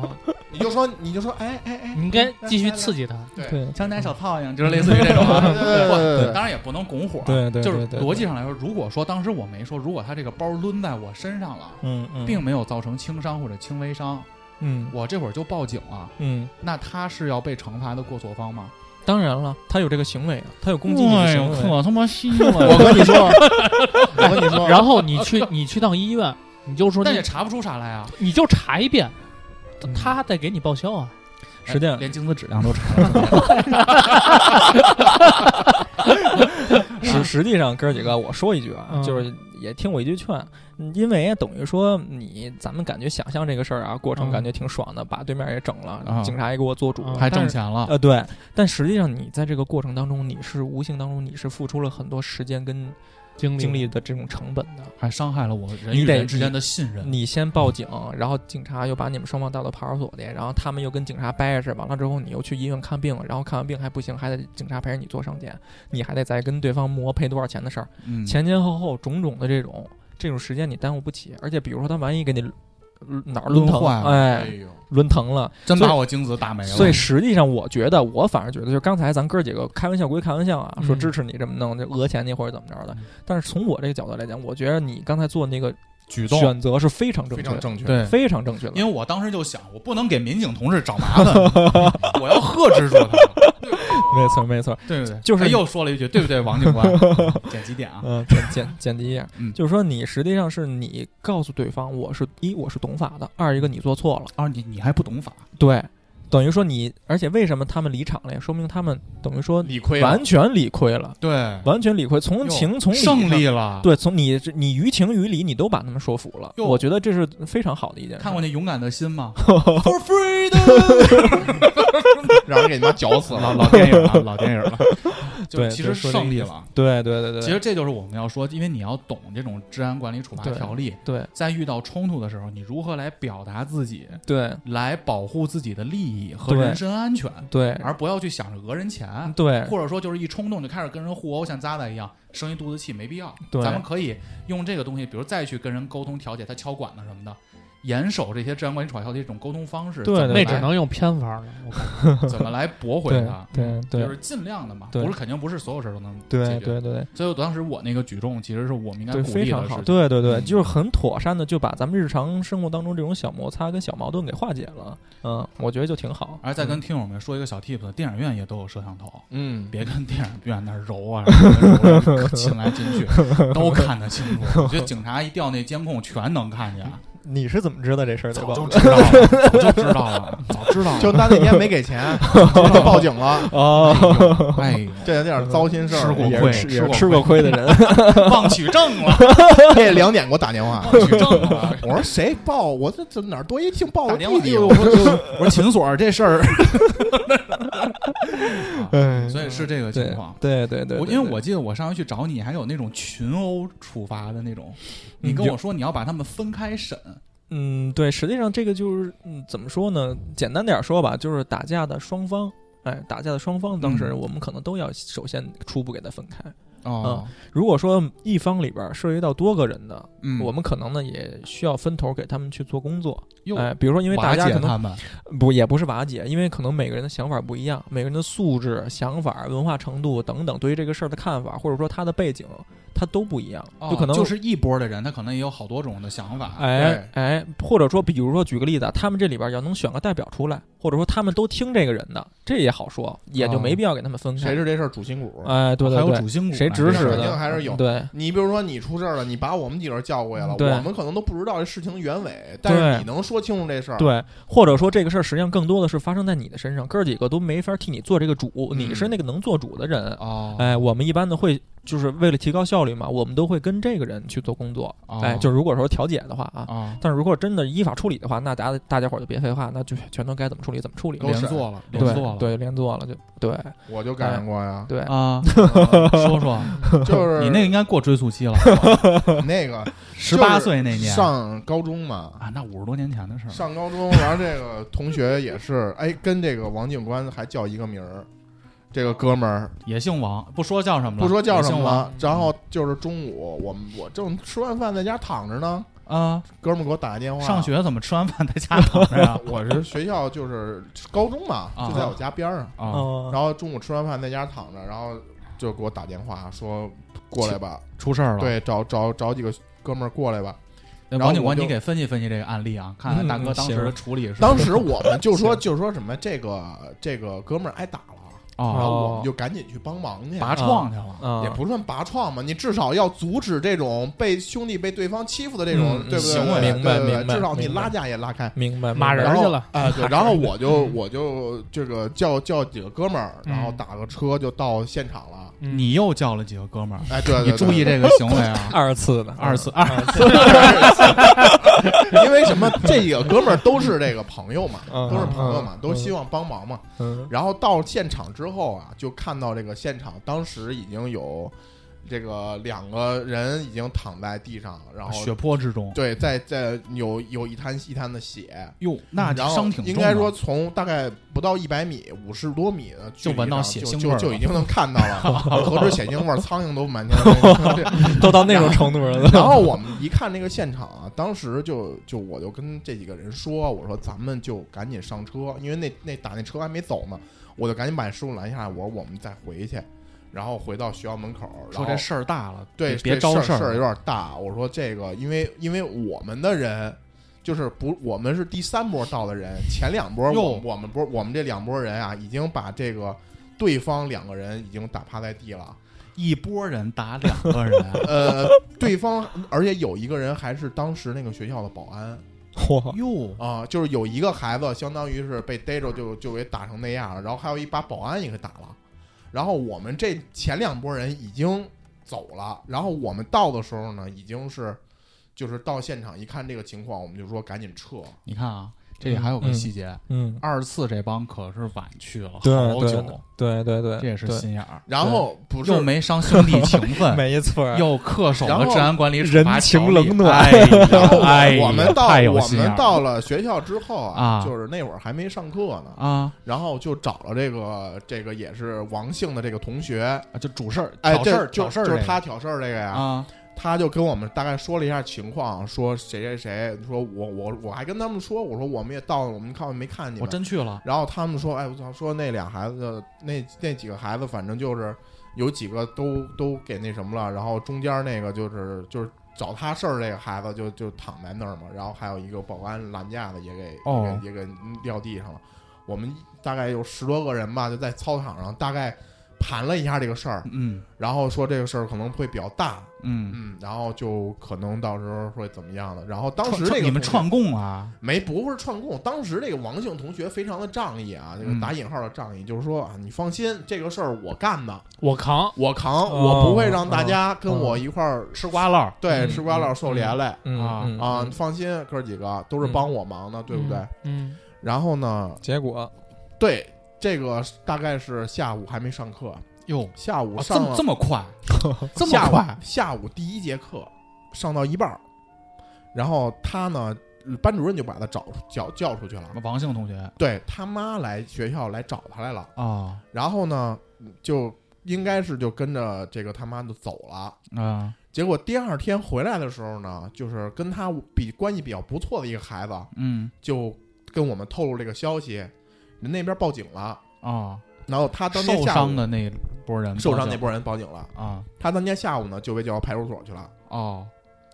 [SPEAKER 4] 你就说你就说，哎哎哎，
[SPEAKER 5] 你应该继续刺激他。
[SPEAKER 6] 对
[SPEAKER 3] 枪打小炮影，就是类似于这种啊。
[SPEAKER 4] 对对对对对
[SPEAKER 3] 不当然也不能拱火啊，
[SPEAKER 6] 对对，
[SPEAKER 3] 就是
[SPEAKER 6] 对
[SPEAKER 3] 逻辑，上来说，如果说当时我没说，如果他这个包抡在我身上了，
[SPEAKER 6] 对嗯嗯，
[SPEAKER 3] 并没有造成轻伤或者轻微伤，
[SPEAKER 6] 嗯
[SPEAKER 3] 我这会儿就报警了，
[SPEAKER 6] 嗯，
[SPEAKER 3] 那他是要被惩罚的过错方吗？
[SPEAKER 6] 当然了，他有这个行为啊，他有攻击你
[SPEAKER 3] 哎
[SPEAKER 6] 的行为，
[SPEAKER 3] 他妈信 [laughs] 了！
[SPEAKER 4] 啊哎我跟 [laughs] 你说，我跟你说，
[SPEAKER 5] 然后你去你去趟医院，你就说
[SPEAKER 3] 但
[SPEAKER 5] 你
[SPEAKER 3] 也查不出啥来啊，
[SPEAKER 5] 你就查一遍，
[SPEAKER 6] 嗯
[SPEAKER 5] 他再给你报销啊。
[SPEAKER 6] 实践
[SPEAKER 3] 哎连精子质量都查不出来。
[SPEAKER 6] 实实际上，哥儿几个，我说一句啊，
[SPEAKER 5] 嗯
[SPEAKER 6] 就是也听我一句劝，嗯因为等于说你咱们感觉想象这个事儿啊，过程
[SPEAKER 5] 嗯
[SPEAKER 6] 感觉挺爽的，把对面也整了，
[SPEAKER 3] 啊
[SPEAKER 6] 警察也给我做主，
[SPEAKER 5] 嗯
[SPEAKER 3] 还
[SPEAKER 6] 但
[SPEAKER 3] 挣
[SPEAKER 6] 是。
[SPEAKER 3] 钱了，
[SPEAKER 6] 呃，对，但实际上你在这个过程当中，你是无形当中你是付出了很多时间跟
[SPEAKER 5] 经
[SPEAKER 6] 精力的这种成本的。
[SPEAKER 3] 还伤害了我人与
[SPEAKER 6] 你得嗯
[SPEAKER 3] 人之间的信任。
[SPEAKER 6] 你先报警，然后警察又把你们双方带到派出所里，然后他们又跟警察掰扯，完了之后你又去医院看病，然后看完病还不行，还得警察陪着你做伤检，你还得再跟对方磨赔多少钱的事儿，
[SPEAKER 3] 嗯，
[SPEAKER 6] 前前后后种种的这种这种时间你耽误不起，而且比如说他万一给你呃哪儿
[SPEAKER 3] 抡
[SPEAKER 6] 抡疼，
[SPEAKER 3] 坏了哎
[SPEAKER 4] 哎
[SPEAKER 6] 哎，
[SPEAKER 4] 呦，
[SPEAKER 6] 抡疼了，
[SPEAKER 3] 真
[SPEAKER 6] 所以
[SPEAKER 3] 把我精子打没了。
[SPEAKER 6] 所以实际上我觉得，我反而觉得，就是刚才咱哥几个开玩笑归开玩笑啊，
[SPEAKER 5] 嗯
[SPEAKER 6] 说支持你这么弄，就讹钱你或者怎么着的
[SPEAKER 3] 嗯，
[SPEAKER 6] 但是从我这个角度来讲，我觉得你刚才做的那个
[SPEAKER 3] 举动
[SPEAKER 6] 选择是非常正
[SPEAKER 4] 非
[SPEAKER 6] 确
[SPEAKER 4] 常
[SPEAKER 6] 的，
[SPEAKER 4] 正确，
[SPEAKER 3] 对，
[SPEAKER 6] 非常正确的
[SPEAKER 3] 因。为我当时就想，我不能给民警同志找麻烦，我要呵斥住他，
[SPEAKER 6] 没错，没错。
[SPEAKER 3] 对不对？
[SPEAKER 6] 就是
[SPEAKER 3] 哎又说了一句，对不对，王警官？剪辑点啊，
[SPEAKER 6] 嗯，剪剪剪辑一下，
[SPEAKER 3] 嗯
[SPEAKER 6] 就是说你实际上是你告诉对方，我是一我是懂法的，二一个你做错了，
[SPEAKER 3] 啊，你你还不懂法，
[SPEAKER 6] 对，等于说你，而且为什么他们离场了，也说明他们等于说
[SPEAKER 4] 理亏了
[SPEAKER 6] 完全理亏啊了，
[SPEAKER 3] 对，
[SPEAKER 6] 完全理亏，从
[SPEAKER 3] 哟
[SPEAKER 6] 情从理
[SPEAKER 3] 胜
[SPEAKER 6] 上
[SPEAKER 3] 利了。
[SPEAKER 6] 对，从你这你于情于理，你都把他们说服了，
[SPEAKER 3] 哟
[SPEAKER 6] 我觉得这是非常好的一件事。
[SPEAKER 3] 看过那《勇敢的心》
[SPEAKER 6] [laughs]
[SPEAKER 3] 吗？
[SPEAKER 4] For freedom，让人给你妈绞死
[SPEAKER 3] 老
[SPEAKER 4] 了。
[SPEAKER 3] 老电影
[SPEAKER 6] [laughs]
[SPEAKER 3] 了，老电影了，就
[SPEAKER 6] 对
[SPEAKER 3] 其
[SPEAKER 6] 就
[SPEAKER 3] 实
[SPEAKER 6] 说这
[SPEAKER 3] 胜
[SPEAKER 6] 意
[SPEAKER 3] 利
[SPEAKER 6] 思
[SPEAKER 3] 了。
[SPEAKER 6] 对对对对，
[SPEAKER 3] 其实这就是我们要说，因为你要懂这种治安管理处罚
[SPEAKER 6] 对
[SPEAKER 3] 条例，
[SPEAKER 6] 对
[SPEAKER 3] 在遇到冲突的时候，你如何来表达自己，
[SPEAKER 6] 对
[SPEAKER 3] 来保护自己的利益和
[SPEAKER 6] 对
[SPEAKER 3] 人身安全，
[SPEAKER 6] 对
[SPEAKER 3] 而不要去想着讹人钱，
[SPEAKER 6] 对
[SPEAKER 3] 或者说就是一冲动就开始跟人互殴，像渣子一样生一肚子气，没必要。
[SPEAKER 6] 对
[SPEAKER 3] 咱们可以用这个东西，比如再去跟人沟通调解，他敲管子什么的，严守这些治安管理处罚条例这种沟通方式，
[SPEAKER 6] 对
[SPEAKER 3] 怎么
[SPEAKER 5] 那
[SPEAKER 3] 来
[SPEAKER 5] 只能用偏法了。我感
[SPEAKER 6] [laughs]
[SPEAKER 5] 觉
[SPEAKER 3] 怎么来驳回
[SPEAKER 6] 对
[SPEAKER 3] 它。
[SPEAKER 6] 对对
[SPEAKER 3] 啊就是尽量的嘛，
[SPEAKER 6] 对
[SPEAKER 3] 不是肯定不是所有事儿都能解
[SPEAKER 6] 对
[SPEAKER 3] 决。
[SPEAKER 6] 对对
[SPEAKER 3] 所以我当时我那个举重其实是我们应该
[SPEAKER 6] 对，
[SPEAKER 3] 鼓
[SPEAKER 6] 非
[SPEAKER 3] 励的
[SPEAKER 6] 常
[SPEAKER 3] 事
[SPEAKER 6] 好，
[SPEAKER 3] 情。
[SPEAKER 6] 对对对，
[SPEAKER 3] 嗯
[SPEAKER 6] 就是很妥善的就把咱们日常生活当中这种小摩擦跟小矛盾给化解了，嗯，我觉得就挺好。
[SPEAKER 3] 而再跟听友们说一个小 tips，电影院也都有摄像头，
[SPEAKER 4] 嗯，
[SPEAKER 3] 别跟电影院那儿揉啊，揉来进来进去
[SPEAKER 6] [laughs]
[SPEAKER 3] 都看得清楚。我觉得警察一调那监控全能看见，
[SPEAKER 6] 你是怎么知道这事儿的？
[SPEAKER 3] 早就知道了，早就知道了，早知道了。
[SPEAKER 4] 就他那天没给
[SPEAKER 3] [laughs]
[SPEAKER 4] 钱，就报警了，
[SPEAKER 6] 哦，
[SPEAKER 3] 哎呦，
[SPEAKER 4] 这有点糟心事儿，
[SPEAKER 3] 吃过
[SPEAKER 4] 也
[SPEAKER 3] 亏，
[SPEAKER 4] 是
[SPEAKER 3] 吃过
[SPEAKER 6] 吃过亏的
[SPEAKER 3] [laughs]
[SPEAKER 6] 人，
[SPEAKER 3] 忘取证了，
[SPEAKER 4] 这两点给我打电话， [laughs]
[SPEAKER 3] 忘取证了。
[SPEAKER 4] 我说谁报？我这这哪儿多一听报
[SPEAKER 3] 打
[SPEAKER 4] 我
[SPEAKER 3] 电话
[SPEAKER 4] 弟弟？
[SPEAKER 3] 我
[SPEAKER 4] 我
[SPEAKER 3] 说我说秦锁这事儿，
[SPEAKER 6] 嗯
[SPEAKER 3] 所以是这个情
[SPEAKER 6] 对
[SPEAKER 3] 况。
[SPEAKER 6] 对对对，
[SPEAKER 3] 我
[SPEAKER 6] 对
[SPEAKER 3] 因为
[SPEAKER 6] 对
[SPEAKER 3] 我记得我上回去找你，还有那种群殴处罚的那种，你跟
[SPEAKER 6] 嗯有
[SPEAKER 3] 我说你要把他们分开审，
[SPEAKER 6] 嗯，对，实际上这个就是，嗯，怎么说呢？简单点儿说吧，就是打架的双方，哎，打架的双方，当时
[SPEAKER 3] 嗯
[SPEAKER 6] 我们可能都要首先初步给它分开。
[SPEAKER 3] 哦，
[SPEAKER 6] 如果说一方里边儿涉及到多个人的，
[SPEAKER 3] 嗯，
[SPEAKER 6] 我们可能呢也需要分头给他们去做工作。
[SPEAKER 3] 又
[SPEAKER 6] 哎，比如说，因为大
[SPEAKER 3] 瓦
[SPEAKER 6] 家
[SPEAKER 3] 解
[SPEAKER 6] 可能
[SPEAKER 3] 他们，
[SPEAKER 6] 不也不是瓦解，因为可能每个人的想法不一样，每个人的素质、想法、文化程度等等，对于这个事儿的看法，或者说他的背景、他都不一样，
[SPEAKER 3] 哦
[SPEAKER 6] 就可能
[SPEAKER 3] 就是一波的人，他可能也有好多种的想法。
[SPEAKER 6] 哎哎，或者说，比如说举个例子啊，他们这里边要能选个代表出来，或者说他们都听这个人的，这也好说，也就没必要给他们分开。
[SPEAKER 4] [laughs] 谁是这事儿主心骨？
[SPEAKER 6] 哎，对
[SPEAKER 3] 哦还
[SPEAKER 6] 对
[SPEAKER 3] 有主啊
[SPEAKER 6] 对，
[SPEAKER 3] 心骨呢，
[SPEAKER 6] 谁指使
[SPEAKER 4] 肯
[SPEAKER 6] 的？
[SPEAKER 4] 定还是有
[SPEAKER 6] 对
[SPEAKER 4] 你比如说你出事儿了，你把我们几个人叫过来了，
[SPEAKER 6] 对
[SPEAKER 4] 我们可能都不知道这事情原委，但是
[SPEAKER 6] 对
[SPEAKER 4] 你能说清楚这事儿，
[SPEAKER 6] 对，或者说这个事儿实际上更多的是发生在你的身上，哥儿几个都没法替你做这个主，
[SPEAKER 3] 嗯
[SPEAKER 6] 你是那个能做主的人。
[SPEAKER 3] 哦，
[SPEAKER 6] 哎，我们一般的会就是为了提高效率嘛，我们都会跟这个人去做工作。
[SPEAKER 3] 哦
[SPEAKER 6] 哎，就如果说调解的话啊，
[SPEAKER 3] 啊，
[SPEAKER 6] 但是如果真的依法处理的话，那大家大家伙儿就别废话，那就全都该怎么处理怎么处理。
[SPEAKER 4] 都
[SPEAKER 3] 连
[SPEAKER 4] 是
[SPEAKER 3] 坐了，
[SPEAKER 6] 对
[SPEAKER 3] 连坐了，
[SPEAKER 6] 对，连坐了就对
[SPEAKER 4] 我就赶上过
[SPEAKER 6] [laughs]
[SPEAKER 4] 呀，
[SPEAKER 6] 对。
[SPEAKER 3] 啊，
[SPEAKER 4] 嗯
[SPEAKER 3] 说说
[SPEAKER 4] 就是
[SPEAKER 3] 你那个应该过追溯期
[SPEAKER 4] [laughs]
[SPEAKER 3] 了，
[SPEAKER 4] 那个
[SPEAKER 3] 十八岁那年
[SPEAKER 4] 上高中嘛，
[SPEAKER 3] 啊，那五十多年前的事儿了。
[SPEAKER 4] 上高中，然后这个同学也是，哎，跟这个王警官还叫一个名儿，这个哥们儿
[SPEAKER 3] 也姓王，不说叫什么了，
[SPEAKER 4] 不说叫什
[SPEAKER 3] 也
[SPEAKER 4] 么
[SPEAKER 3] 姓王
[SPEAKER 4] 了，然后就是中午我们我正吃完饭在家躺着呢，
[SPEAKER 3] 啊。
[SPEAKER 4] 哥们儿给我打一电话，
[SPEAKER 3] 上学怎么吃完饭在家躺着
[SPEAKER 4] [laughs]
[SPEAKER 3] 呀？
[SPEAKER 4] 我是学校就是高中嘛，
[SPEAKER 3] 啊
[SPEAKER 4] 就在我家边儿上。
[SPEAKER 3] 啊，
[SPEAKER 6] 哦，
[SPEAKER 4] 然后中午吃完饭在家躺着，然后就给我打电话说过来吧，
[SPEAKER 3] 出事儿了。，
[SPEAKER 4] 对，找找找几个哥们儿过来吧。然后
[SPEAKER 3] 王警
[SPEAKER 4] 我
[SPEAKER 3] 官，
[SPEAKER 4] 就嗯
[SPEAKER 3] 你给分析分析这个案例啊，看看大哥当时的处理是不是。
[SPEAKER 4] 当时我
[SPEAKER 3] [laughs]
[SPEAKER 4] 们就说就说什么这个这个哥们儿挨打了，然
[SPEAKER 3] 啊，
[SPEAKER 4] 后嗯我们就赶紧去帮忙去。
[SPEAKER 3] 拔创去了，
[SPEAKER 6] 啊，
[SPEAKER 4] 也不算拔创嘛，你至少要阻止这种被兄弟被对方欺负的这种，
[SPEAKER 6] 嗯
[SPEAKER 4] 对不对？
[SPEAKER 6] 行为
[SPEAKER 4] 对
[SPEAKER 6] 明白
[SPEAKER 4] 对对
[SPEAKER 6] 明白
[SPEAKER 4] 至少你
[SPEAKER 6] 明白
[SPEAKER 4] 拉架也拉开。
[SPEAKER 6] 明白。
[SPEAKER 5] 骂人
[SPEAKER 4] 然
[SPEAKER 5] 儿
[SPEAKER 4] 后
[SPEAKER 5] 去了
[SPEAKER 4] 啊、对，然后我就我就这个叫叫几个哥们儿，然后打个车就到现场了。
[SPEAKER 5] 嗯
[SPEAKER 3] 你又叫了几个哥们儿，
[SPEAKER 4] 哎，对嗯
[SPEAKER 3] 你
[SPEAKER 4] 对对
[SPEAKER 3] 注意
[SPEAKER 4] 对
[SPEAKER 3] 这
[SPEAKER 4] 嗯
[SPEAKER 3] 个行为啊
[SPEAKER 4] [laughs]
[SPEAKER 6] 二次的
[SPEAKER 3] 二次二
[SPEAKER 4] [laughs] 因为什么？这几个哥们儿都是这个朋友嘛，
[SPEAKER 6] 嗯
[SPEAKER 4] 都是朋友嘛，
[SPEAKER 6] 嗯
[SPEAKER 4] 都希望帮忙嘛。
[SPEAKER 6] 嗯
[SPEAKER 4] 然后到现场之后啊，就看到这个现场，当时已经有这个两个人已经躺在地上，然
[SPEAKER 6] 啊
[SPEAKER 4] 后
[SPEAKER 3] 血泊之中，
[SPEAKER 4] 对，在在有有一滩一滩的血。
[SPEAKER 3] 哟，那
[SPEAKER 4] 嗯然后
[SPEAKER 3] 伤挺重的。啊
[SPEAKER 4] 应该说，从大概不到一百米、五十多米的距离上
[SPEAKER 3] 就闻到血腥
[SPEAKER 4] 就
[SPEAKER 3] 味
[SPEAKER 4] 就
[SPEAKER 3] 儿
[SPEAKER 4] 就
[SPEAKER 3] 了
[SPEAKER 4] 已经能看到
[SPEAKER 3] [laughs]
[SPEAKER 4] 了，何止血腥味儿，苍蝇都满天飞。
[SPEAKER 6] 都到那种程
[SPEAKER 3] [laughs]
[SPEAKER 6] 度了，
[SPEAKER 4] 然后我们一看那个现场啊，当时就就我就跟这几个人说，我说咱们就赶紧上车，因为那那打那车还没走呢，我就赶紧把师傅拦下来，我说我们再回去，然后回到学校门口，然
[SPEAKER 3] 说
[SPEAKER 4] 后
[SPEAKER 3] 这事儿大了，
[SPEAKER 4] 对
[SPEAKER 3] 别
[SPEAKER 4] 这
[SPEAKER 3] 招
[SPEAKER 4] 事儿
[SPEAKER 3] 儿
[SPEAKER 4] 有点大，我说这个因为因为我们的人。就是不，我们是第三波到的人，前两波
[SPEAKER 3] 哟
[SPEAKER 4] 我我们波我们这两波人啊，已经把这个对方两个人已经打趴在地了，。
[SPEAKER 3] 一拨人打两个人 [laughs]
[SPEAKER 4] 呃， [laughs] 对方而且有一个人还是当时那个学校的保安，
[SPEAKER 6] 嚯，
[SPEAKER 3] 哟，
[SPEAKER 4] 啊，就是有一个孩子，相当于是被逮着就就给打成那样了，然后还有一把保安也给打了，然后我们这前两拨人已经走了，然后我们到的时候呢，已经是就是到现场一看这个情况，我们就说赶紧撤，
[SPEAKER 3] 你看啊，这里还有个细节，
[SPEAKER 6] 嗯，
[SPEAKER 3] 二次这帮可是晚去了好
[SPEAKER 6] 对
[SPEAKER 3] 久，哦
[SPEAKER 6] 对对对，
[SPEAKER 3] 这也是
[SPEAKER 6] 对
[SPEAKER 3] 心眼儿，
[SPEAKER 4] 然后不是
[SPEAKER 3] 又没伤兄弟情
[SPEAKER 4] [laughs]
[SPEAKER 3] 分，
[SPEAKER 6] 没错儿，
[SPEAKER 3] 又恪守
[SPEAKER 4] 然
[SPEAKER 3] 了
[SPEAKER 4] 后
[SPEAKER 3] 治安管理处
[SPEAKER 6] 人
[SPEAKER 3] 罚条
[SPEAKER 6] 情
[SPEAKER 3] 例
[SPEAKER 6] 冷暖
[SPEAKER 3] 哎
[SPEAKER 4] [laughs] 然后
[SPEAKER 3] 呀，哎呀
[SPEAKER 4] 我们到
[SPEAKER 3] 太有
[SPEAKER 4] 我
[SPEAKER 3] 心眼
[SPEAKER 4] 们
[SPEAKER 3] 儿
[SPEAKER 4] 到了学校之后啊，
[SPEAKER 3] 啊
[SPEAKER 4] 就是那会儿还没上课呢，
[SPEAKER 3] 啊，
[SPEAKER 4] 然后就找了这个这个也是王姓的这个同学，
[SPEAKER 3] 啊就主事儿，
[SPEAKER 4] 哎，
[SPEAKER 3] 挑事
[SPEAKER 4] 这
[SPEAKER 3] 儿，
[SPEAKER 4] 就
[SPEAKER 3] 挑事儿
[SPEAKER 4] 就
[SPEAKER 3] 这
[SPEAKER 4] 是
[SPEAKER 3] 个
[SPEAKER 4] 他挑事儿这个呀，
[SPEAKER 3] 啊，
[SPEAKER 4] 他就跟我们大概说了一下情况，说谁谁谁，说我我我还跟他们说，我说我们也到了，我们看没看见。
[SPEAKER 3] 我真去了，
[SPEAKER 4] 然后他们说，哎，我操，说那俩孩子，那那几个孩子，反正就是有几个都都给那什么了，然后中间那个就是就是找他事儿这个孩子就就躺在那儿嘛，然后还有一个保安拦架的也给、
[SPEAKER 3] 哦
[SPEAKER 4] 也给也给撂地上了。我们大概有十多个人吧，就在操场上大概盘了一下这个事儿，
[SPEAKER 3] 嗯
[SPEAKER 4] 然后说这个事儿可能会比较大，
[SPEAKER 3] 嗯，
[SPEAKER 4] 嗯，然后就可能到时候会怎么样的。然后当时
[SPEAKER 3] 串
[SPEAKER 4] 这个
[SPEAKER 3] 你们
[SPEAKER 4] 同学
[SPEAKER 3] 串供啊，
[SPEAKER 4] 没不是串供，当时这个王姓同学非常的仗义啊，这个
[SPEAKER 3] 嗯
[SPEAKER 4] 打引号的仗义，就是说啊，你放心，这个事儿我干的，
[SPEAKER 5] 我扛，
[SPEAKER 4] 我扛，
[SPEAKER 6] 哦
[SPEAKER 4] 我不会让大家跟我一块儿
[SPEAKER 3] 吃瓜唠儿
[SPEAKER 4] 对
[SPEAKER 6] 嗯
[SPEAKER 4] 吃瓜唠受连累
[SPEAKER 6] 嗯
[SPEAKER 3] 啊
[SPEAKER 6] 嗯
[SPEAKER 4] 啊，
[SPEAKER 6] 嗯
[SPEAKER 4] 你放心，哥几个都是帮我忙的，对不对？
[SPEAKER 5] 嗯？
[SPEAKER 4] 然后呢，
[SPEAKER 6] 结果
[SPEAKER 4] 对这个大概是下午还没上课，
[SPEAKER 3] 哟，
[SPEAKER 4] 下午
[SPEAKER 3] 啊这
[SPEAKER 4] 上
[SPEAKER 3] 么
[SPEAKER 4] 了
[SPEAKER 3] 这么
[SPEAKER 4] [laughs]
[SPEAKER 3] 快，这么
[SPEAKER 4] 下午
[SPEAKER 3] 快，
[SPEAKER 4] 下午第一节课上到一半儿，然后他呢，班主任就把他找出叫叫出去了。
[SPEAKER 3] 王姓同学
[SPEAKER 4] 对他妈来学校来找他来了，
[SPEAKER 3] 啊
[SPEAKER 4] 然后呢，就应该是就跟着这个他妈就走了。
[SPEAKER 3] 啊，
[SPEAKER 4] 结果第二天回来的时候呢，就是跟他比关系比较不错的一个孩子，
[SPEAKER 3] 嗯
[SPEAKER 4] 就跟我们透露这个消息，人那边报警了。
[SPEAKER 3] 啊，
[SPEAKER 4] 然后他当天
[SPEAKER 3] 受
[SPEAKER 4] 下
[SPEAKER 3] 伤
[SPEAKER 4] 午
[SPEAKER 3] 的那波人
[SPEAKER 4] 受伤
[SPEAKER 3] 报
[SPEAKER 4] 那
[SPEAKER 3] 警
[SPEAKER 4] 波人报警了。
[SPEAKER 3] 啊
[SPEAKER 4] 他当天下午呢就被叫到派出所去了
[SPEAKER 3] 哦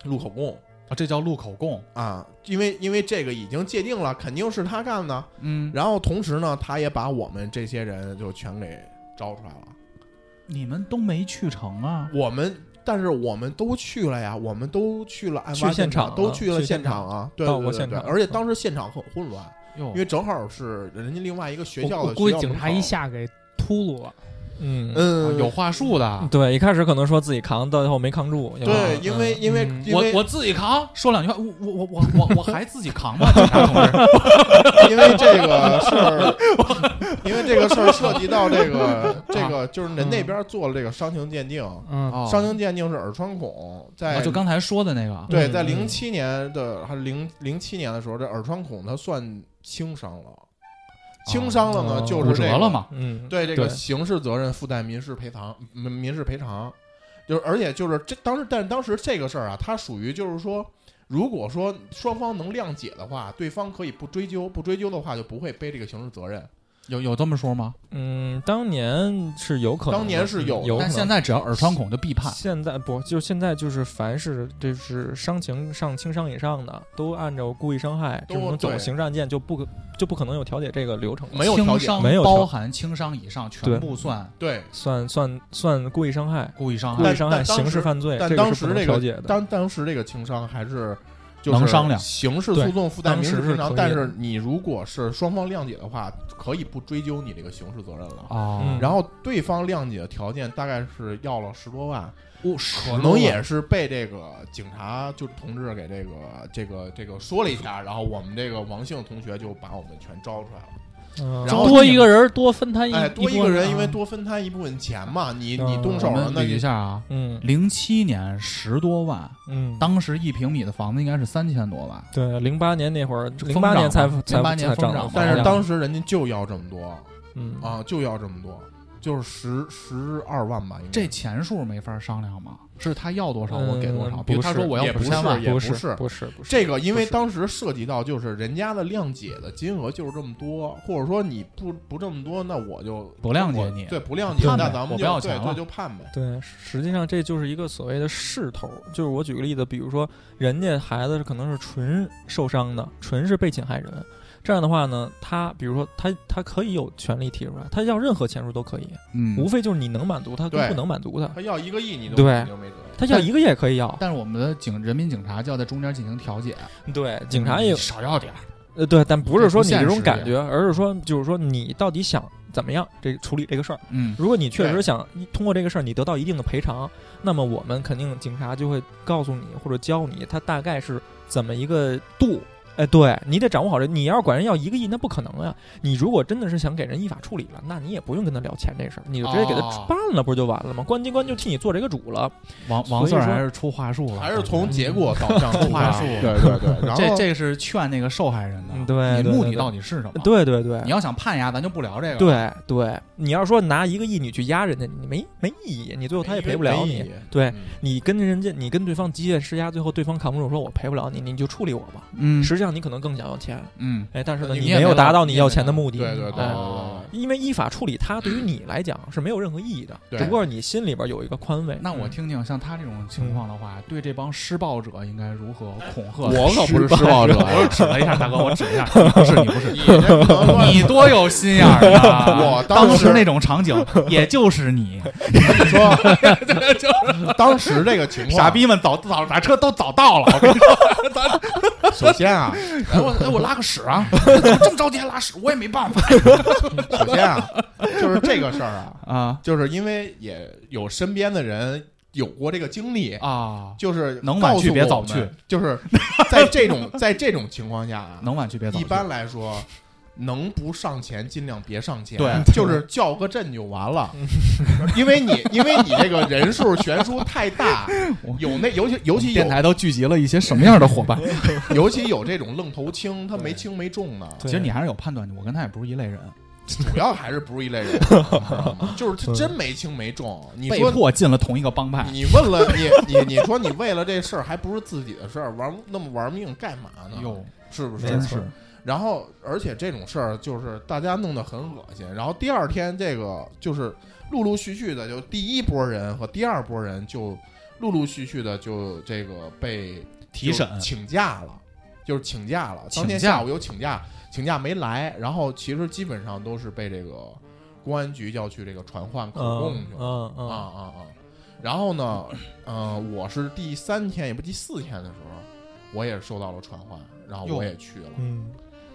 [SPEAKER 4] 录口供
[SPEAKER 3] 啊，这叫录口供，
[SPEAKER 4] 啊，因为因为这个已经界定了，肯定是他干的。
[SPEAKER 3] 嗯，
[SPEAKER 4] 然后同时呢，他也把我们这些人就全给招出来了。
[SPEAKER 3] 你们都没去成啊，
[SPEAKER 4] 我们但是我们都去了呀，我们都去了案发
[SPEAKER 6] 去现场
[SPEAKER 4] 场，
[SPEAKER 6] 了
[SPEAKER 4] 都去了
[SPEAKER 6] 去现
[SPEAKER 4] 现
[SPEAKER 6] 场
[SPEAKER 4] 场啊，对
[SPEAKER 6] 到
[SPEAKER 4] 对
[SPEAKER 6] 过
[SPEAKER 4] 对
[SPEAKER 6] 现
[SPEAKER 4] 对
[SPEAKER 6] 场
[SPEAKER 4] 而且当时现场很混乱，
[SPEAKER 3] 哟啊
[SPEAKER 4] 因为正好是人家另外一个学校
[SPEAKER 5] 我
[SPEAKER 4] 的
[SPEAKER 5] 我估计
[SPEAKER 4] 学校门
[SPEAKER 5] 警察一
[SPEAKER 4] 口，
[SPEAKER 5] 下给秃噜
[SPEAKER 3] 啊
[SPEAKER 6] 嗯
[SPEAKER 5] 了，
[SPEAKER 4] 嗯，
[SPEAKER 3] 有话术的，
[SPEAKER 6] 对，一开始可能说自己扛，到最后没扛住。有可
[SPEAKER 4] 对，
[SPEAKER 6] 能
[SPEAKER 4] 因为因为
[SPEAKER 5] 嗯
[SPEAKER 4] 因为
[SPEAKER 3] 我我自己扛，说两句话，我我我我 [laughs] 我我还自己扛吗？警察同志，
[SPEAKER 4] 因为这个事儿，因为这个事儿涉及到这个这个，就是人那边做了这个伤情鉴定，
[SPEAKER 5] 嗯，
[SPEAKER 3] [laughs] 哦
[SPEAKER 4] 伤情鉴定是耳穿孔，在
[SPEAKER 3] 啊就刚才说的那个，
[SPEAKER 4] 对，
[SPEAKER 5] 嗯
[SPEAKER 4] 在
[SPEAKER 5] 嗯
[SPEAKER 4] 零七年的还是零零七年的时候，这耳穿孔它算轻伤了，
[SPEAKER 3] 哦
[SPEAKER 4] 轻伤了呢
[SPEAKER 6] 哦
[SPEAKER 4] 就
[SPEAKER 3] 骨
[SPEAKER 4] 是
[SPEAKER 3] 折
[SPEAKER 4] 这个
[SPEAKER 3] 了嘛，
[SPEAKER 6] 嗯，
[SPEAKER 4] 对这个
[SPEAKER 6] 对
[SPEAKER 4] 刑事责任附带民事赔偿，嗯民民事赔偿，就是而且就是这当时，但是当时这个事儿啊，它属于就是说，如果说双方能谅解的话，对方可以不追究，不追究的话就不会背这个刑事责任。
[SPEAKER 3] 有有这么说吗？
[SPEAKER 6] 嗯，当年是有可能的，
[SPEAKER 4] 当年是有的
[SPEAKER 6] 有可
[SPEAKER 3] 但
[SPEAKER 6] 能。
[SPEAKER 3] 现在只要耳穿孔就必判，
[SPEAKER 6] 现在不就现在就是凡是就是伤情上轻伤以上的，都按照故意伤害这
[SPEAKER 4] 都
[SPEAKER 6] 种
[SPEAKER 4] 对嗯
[SPEAKER 6] 走刑事案件就不可就不可能有调解这个流程了，
[SPEAKER 4] 没有条
[SPEAKER 3] 轻
[SPEAKER 4] 件
[SPEAKER 3] 伤
[SPEAKER 6] 没有条
[SPEAKER 3] 包含轻伤以上全部算
[SPEAKER 4] 对，
[SPEAKER 6] 算算算故意伤害、
[SPEAKER 3] 故意伤
[SPEAKER 6] 故
[SPEAKER 3] 害
[SPEAKER 4] 但
[SPEAKER 6] 意伤害、
[SPEAKER 4] 但当时
[SPEAKER 6] 刑事犯罪，
[SPEAKER 4] 但
[SPEAKER 6] 这
[SPEAKER 4] 当
[SPEAKER 6] 个
[SPEAKER 4] 时
[SPEAKER 6] 是不
[SPEAKER 4] 这
[SPEAKER 6] 能
[SPEAKER 4] 个
[SPEAKER 6] 调解的。
[SPEAKER 4] 当当时这个轻伤还是。就是
[SPEAKER 3] 能商量
[SPEAKER 4] 刑事
[SPEAKER 6] 对
[SPEAKER 4] 诉讼附带
[SPEAKER 6] 当
[SPEAKER 4] 民
[SPEAKER 6] 时
[SPEAKER 4] 事
[SPEAKER 6] 是
[SPEAKER 4] 赔偿
[SPEAKER 6] 可，以
[SPEAKER 4] 但
[SPEAKER 6] 的
[SPEAKER 4] 是你如果是双方谅解的话，可以不追究你这个刑事责任了。
[SPEAKER 3] 哦
[SPEAKER 6] 嗯
[SPEAKER 4] 然后对方谅解的条件大概是要了十多万，
[SPEAKER 3] 哦十
[SPEAKER 4] 可
[SPEAKER 3] 多
[SPEAKER 4] 能
[SPEAKER 3] 万
[SPEAKER 4] 也是被这个警察就同志给这个这个这个说了一下，然后我们这个王姓同学就把我们全招出来了。
[SPEAKER 6] 嗯
[SPEAKER 4] 然后
[SPEAKER 5] 多一个人多分摊一
[SPEAKER 4] 哎，多一个人，因为
[SPEAKER 5] 啊
[SPEAKER 4] 多分摊一部分钱嘛，你
[SPEAKER 6] 嗯
[SPEAKER 4] 你动手
[SPEAKER 3] 我
[SPEAKER 4] 了
[SPEAKER 3] 们，
[SPEAKER 4] 那
[SPEAKER 3] 捋一
[SPEAKER 4] 你
[SPEAKER 3] 下啊，
[SPEAKER 6] 嗯
[SPEAKER 3] 零七年十多万，
[SPEAKER 6] 嗯，
[SPEAKER 3] 当时一平米的房子应该是三千多吧？
[SPEAKER 6] 对零八年那会儿，零
[SPEAKER 3] 疯
[SPEAKER 6] 八
[SPEAKER 3] 涨
[SPEAKER 6] 年才
[SPEAKER 3] 嘛
[SPEAKER 6] 才
[SPEAKER 3] 08年疯
[SPEAKER 6] 才涨
[SPEAKER 3] 涨
[SPEAKER 6] 了
[SPEAKER 3] 嘛
[SPEAKER 4] 但是
[SPEAKER 6] 房
[SPEAKER 4] 当时人家就要这么多
[SPEAKER 6] 嗯
[SPEAKER 4] 啊，就要这么多，就是十十二万吧，应该
[SPEAKER 3] 这钱数没法商量吗？是他要多少我给多少？
[SPEAKER 6] 嗯
[SPEAKER 3] 比如他
[SPEAKER 6] 不
[SPEAKER 3] 说
[SPEAKER 6] 是
[SPEAKER 3] 我要
[SPEAKER 4] 也不
[SPEAKER 3] 五
[SPEAKER 4] 是
[SPEAKER 3] 千万，
[SPEAKER 4] 也
[SPEAKER 6] 不
[SPEAKER 4] 不
[SPEAKER 6] 是
[SPEAKER 4] 是
[SPEAKER 6] 不是不是
[SPEAKER 4] 这个，因为
[SPEAKER 6] 不是
[SPEAKER 4] 当时涉及到就是人家的谅解的金额就是这么多，或者说你不不这么多，那我就
[SPEAKER 3] 不谅解
[SPEAKER 4] 我
[SPEAKER 3] 你
[SPEAKER 4] 对不谅解，
[SPEAKER 3] 判
[SPEAKER 4] 那
[SPEAKER 3] 呗
[SPEAKER 4] 咱
[SPEAKER 3] 我
[SPEAKER 4] 们
[SPEAKER 3] 不
[SPEAKER 4] 就
[SPEAKER 3] 要
[SPEAKER 4] 对
[SPEAKER 3] 钱
[SPEAKER 4] 对
[SPEAKER 3] 了
[SPEAKER 4] 就判呗。
[SPEAKER 6] 对，实际上这就是一个所谓的势头。就是我举个例子，比如说人家孩子是可能是纯受伤的，纯是被侵害人，这样的话呢，他比如说他他可以有权利提出来，他要任何钱数都可以，
[SPEAKER 3] 嗯，
[SPEAKER 6] 无非就是你能满足他跟
[SPEAKER 4] 对
[SPEAKER 6] 不能满足他，
[SPEAKER 4] 他要一个亿，你都
[SPEAKER 6] 对
[SPEAKER 4] 你就没辙。
[SPEAKER 6] 他要一个也可以要。
[SPEAKER 3] 但是我们的警人民警察就要在中间进行调解，
[SPEAKER 6] 对，警察
[SPEAKER 5] 嗯
[SPEAKER 6] 也有
[SPEAKER 3] 少要点儿。
[SPEAKER 6] 呃对，但不是说你这种感
[SPEAKER 3] 这不现实
[SPEAKER 6] 觉，而是说就是说你到底想怎么样这处理这个事儿。
[SPEAKER 3] 嗯，
[SPEAKER 6] 如果你确实
[SPEAKER 4] 对
[SPEAKER 6] 想一通过这个事儿你得到一定的赔偿，那么我们肯定警察就会告诉你或者教你，他大概是怎么一个度。哎，对你得掌握好这，你要是管人要一个亿，那不可能啊！你如果真的是想给人依法处理了，那你也不用跟他聊钱这事儿，你就直接给他
[SPEAKER 3] 哦
[SPEAKER 6] 办了，不就完了吗？公安机关就替你做这个主了。
[SPEAKER 3] 王
[SPEAKER 6] 所以
[SPEAKER 3] 王四儿
[SPEAKER 6] 说
[SPEAKER 3] 还是出话术了，
[SPEAKER 4] 还是从结果导向出
[SPEAKER 3] 话
[SPEAKER 4] 发。
[SPEAKER 3] 术
[SPEAKER 4] 对对对，然后
[SPEAKER 3] 这这是劝那个受害人的，
[SPEAKER 6] 嗯对
[SPEAKER 3] 你
[SPEAKER 6] 对
[SPEAKER 3] 目
[SPEAKER 6] 对
[SPEAKER 3] 的到底是什么？，
[SPEAKER 6] 对对对
[SPEAKER 3] 你，要想判呀，咱就不聊这个。，
[SPEAKER 6] 对对，你要说拿一个亿你去压人家，你没没意义，你最后他也赔不了你。对
[SPEAKER 4] 嗯
[SPEAKER 6] 你跟人家，你跟对方激烈施压，最后对方扛不住，说我赔不了你，你就处理我吧。
[SPEAKER 3] 嗯
[SPEAKER 6] 实际上你可能更想要钱，
[SPEAKER 3] 嗯，
[SPEAKER 6] 哎，但是呢，
[SPEAKER 7] 呃
[SPEAKER 4] 你
[SPEAKER 6] 你
[SPEAKER 3] 也
[SPEAKER 6] 没
[SPEAKER 3] 没拿
[SPEAKER 6] 有达
[SPEAKER 3] 到
[SPEAKER 6] 到
[SPEAKER 3] 你
[SPEAKER 6] 你
[SPEAKER 3] 也
[SPEAKER 6] 要
[SPEAKER 3] 没
[SPEAKER 6] 钱的
[SPEAKER 3] 拿
[SPEAKER 6] 目的，
[SPEAKER 4] 对对对
[SPEAKER 6] 哎
[SPEAKER 4] 对
[SPEAKER 6] 因为依法处理它对于你来讲是没有任何意义的，
[SPEAKER 4] 对
[SPEAKER 6] 只不过你心里边有一个宽慰。
[SPEAKER 3] 那
[SPEAKER 7] 嗯
[SPEAKER 3] 我听听像他这种情况的话，对这帮施暴者应该如何恐吓？
[SPEAKER 4] 我可不是施暴者呀
[SPEAKER 3] 我是指了一下大哥，我指一下，不是你不是
[SPEAKER 4] 你这不能乱
[SPEAKER 3] 你多有心眼儿啊！
[SPEAKER 4] 我
[SPEAKER 3] 当
[SPEAKER 4] 当时
[SPEAKER 3] 那种场景，也就是你
[SPEAKER 4] [laughs] 说，当时这个情
[SPEAKER 3] [laughs]
[SPEAKER 4] 况，
[SPEAKER 3] 傻。逼们早早打车都早到了。我跟你说，
[SPEAKER 4] [laughs] 首先啊，
[SPEAKER 3] 哎我哎我拉个屎
[SPEAKER 4] [laughs]
[SPEAKER 3] 啊！我这么着急还拉屎，我也没办法
[SPEAKER 4] 首先啊，
[SPEAKER 3] [laughs]
[SPEAKER 4] 就是这个事儿啊，
[SPEAKER 3] 啊
[SPEAKER 4] 就是因为也有身边的人有过这个经历，
[SPEAKER 3] 啊！
[SPEAKER 4] 就是
[SPEAKER 3] 能晚去
[SPEAKER 4] 告诉
[SPEAKER 3] 别
[SPEAKER 4] 我
[SPEAKER 3] 早
[SPEAKER 4] 们
[SPEAKER 3] 去，
[SPEAKER 4] 就是在这种在这种情况下啊，
[SPEAKER 3] 能晚去别早
[SPEAKER 4] 一
[SPEAKER 3] 去。
[SPEAKER 4] 般来说。能不上前尽量别上前，
[SPEAKER 3] 对
[SPEAKER 4] 就是叫个阵就完了，因为你因为你这个人数悬殊太大，有那尤其尤其有
[SPEAKER 3] 电台都聚集了一些什么样的伙伴？
[SPEAKER 4] 尤其有这种愣头青，他没轻没重
[SPEAKER 3] [laughs]
[SPEAKER 4] 呢，
[SPEAKER 3] 其实你还是有判断的，我跟他也不是一类人。
[SPEAKER 4] 主要还是不是一类
[SPEAKER 3] [laughs]
[SPEAKER 4] 人，知道吗就是他真没轻没重。你
[SPEAKER 3] 被
[SPEAKER 4] 说
[SPEAKER 3] 迫进了同一个帮派，
[SPEAKER 4] 你问了你你你说你为了这事儿还不是自己的事儿玩那么玩命干嘛呢？
[SPEAKER 3] 哟，
[SPEAKER 4] 是不是？
[SPEAKER 3] 真是。
[SPEAKER 4] 然后，而且这种事儿就是大家弄得很恶心。然后第二天，这个就是陆陆续续的，就第一波人和第二波人就陆陆续续的就这个被
[SPEAKER 7] 提审
[SPEAKER 4] 就请假了，就是请假了。
[SPEAKER 3] 请假
[SPEAKER 4] 当天下午有请假，请假没来。然后其实基本上都是被这个公安局要去这个传唤口
[SPEAKER 7] 嗯
[SPEAKER 4] 供去了。
[SPEAKER 7] 嗯
[SPEAKER 4] 啊
[SPEAKER 7] 嗯，
[SPEAKER 4] 啊啊！然后呢，呃，我是第三天也不第四天的时候，我也收到了传唤，然后
[SPEAKER 3] 哟
[SPEAKER 4] 我也去了。
[SPEAKER 7] 嗯，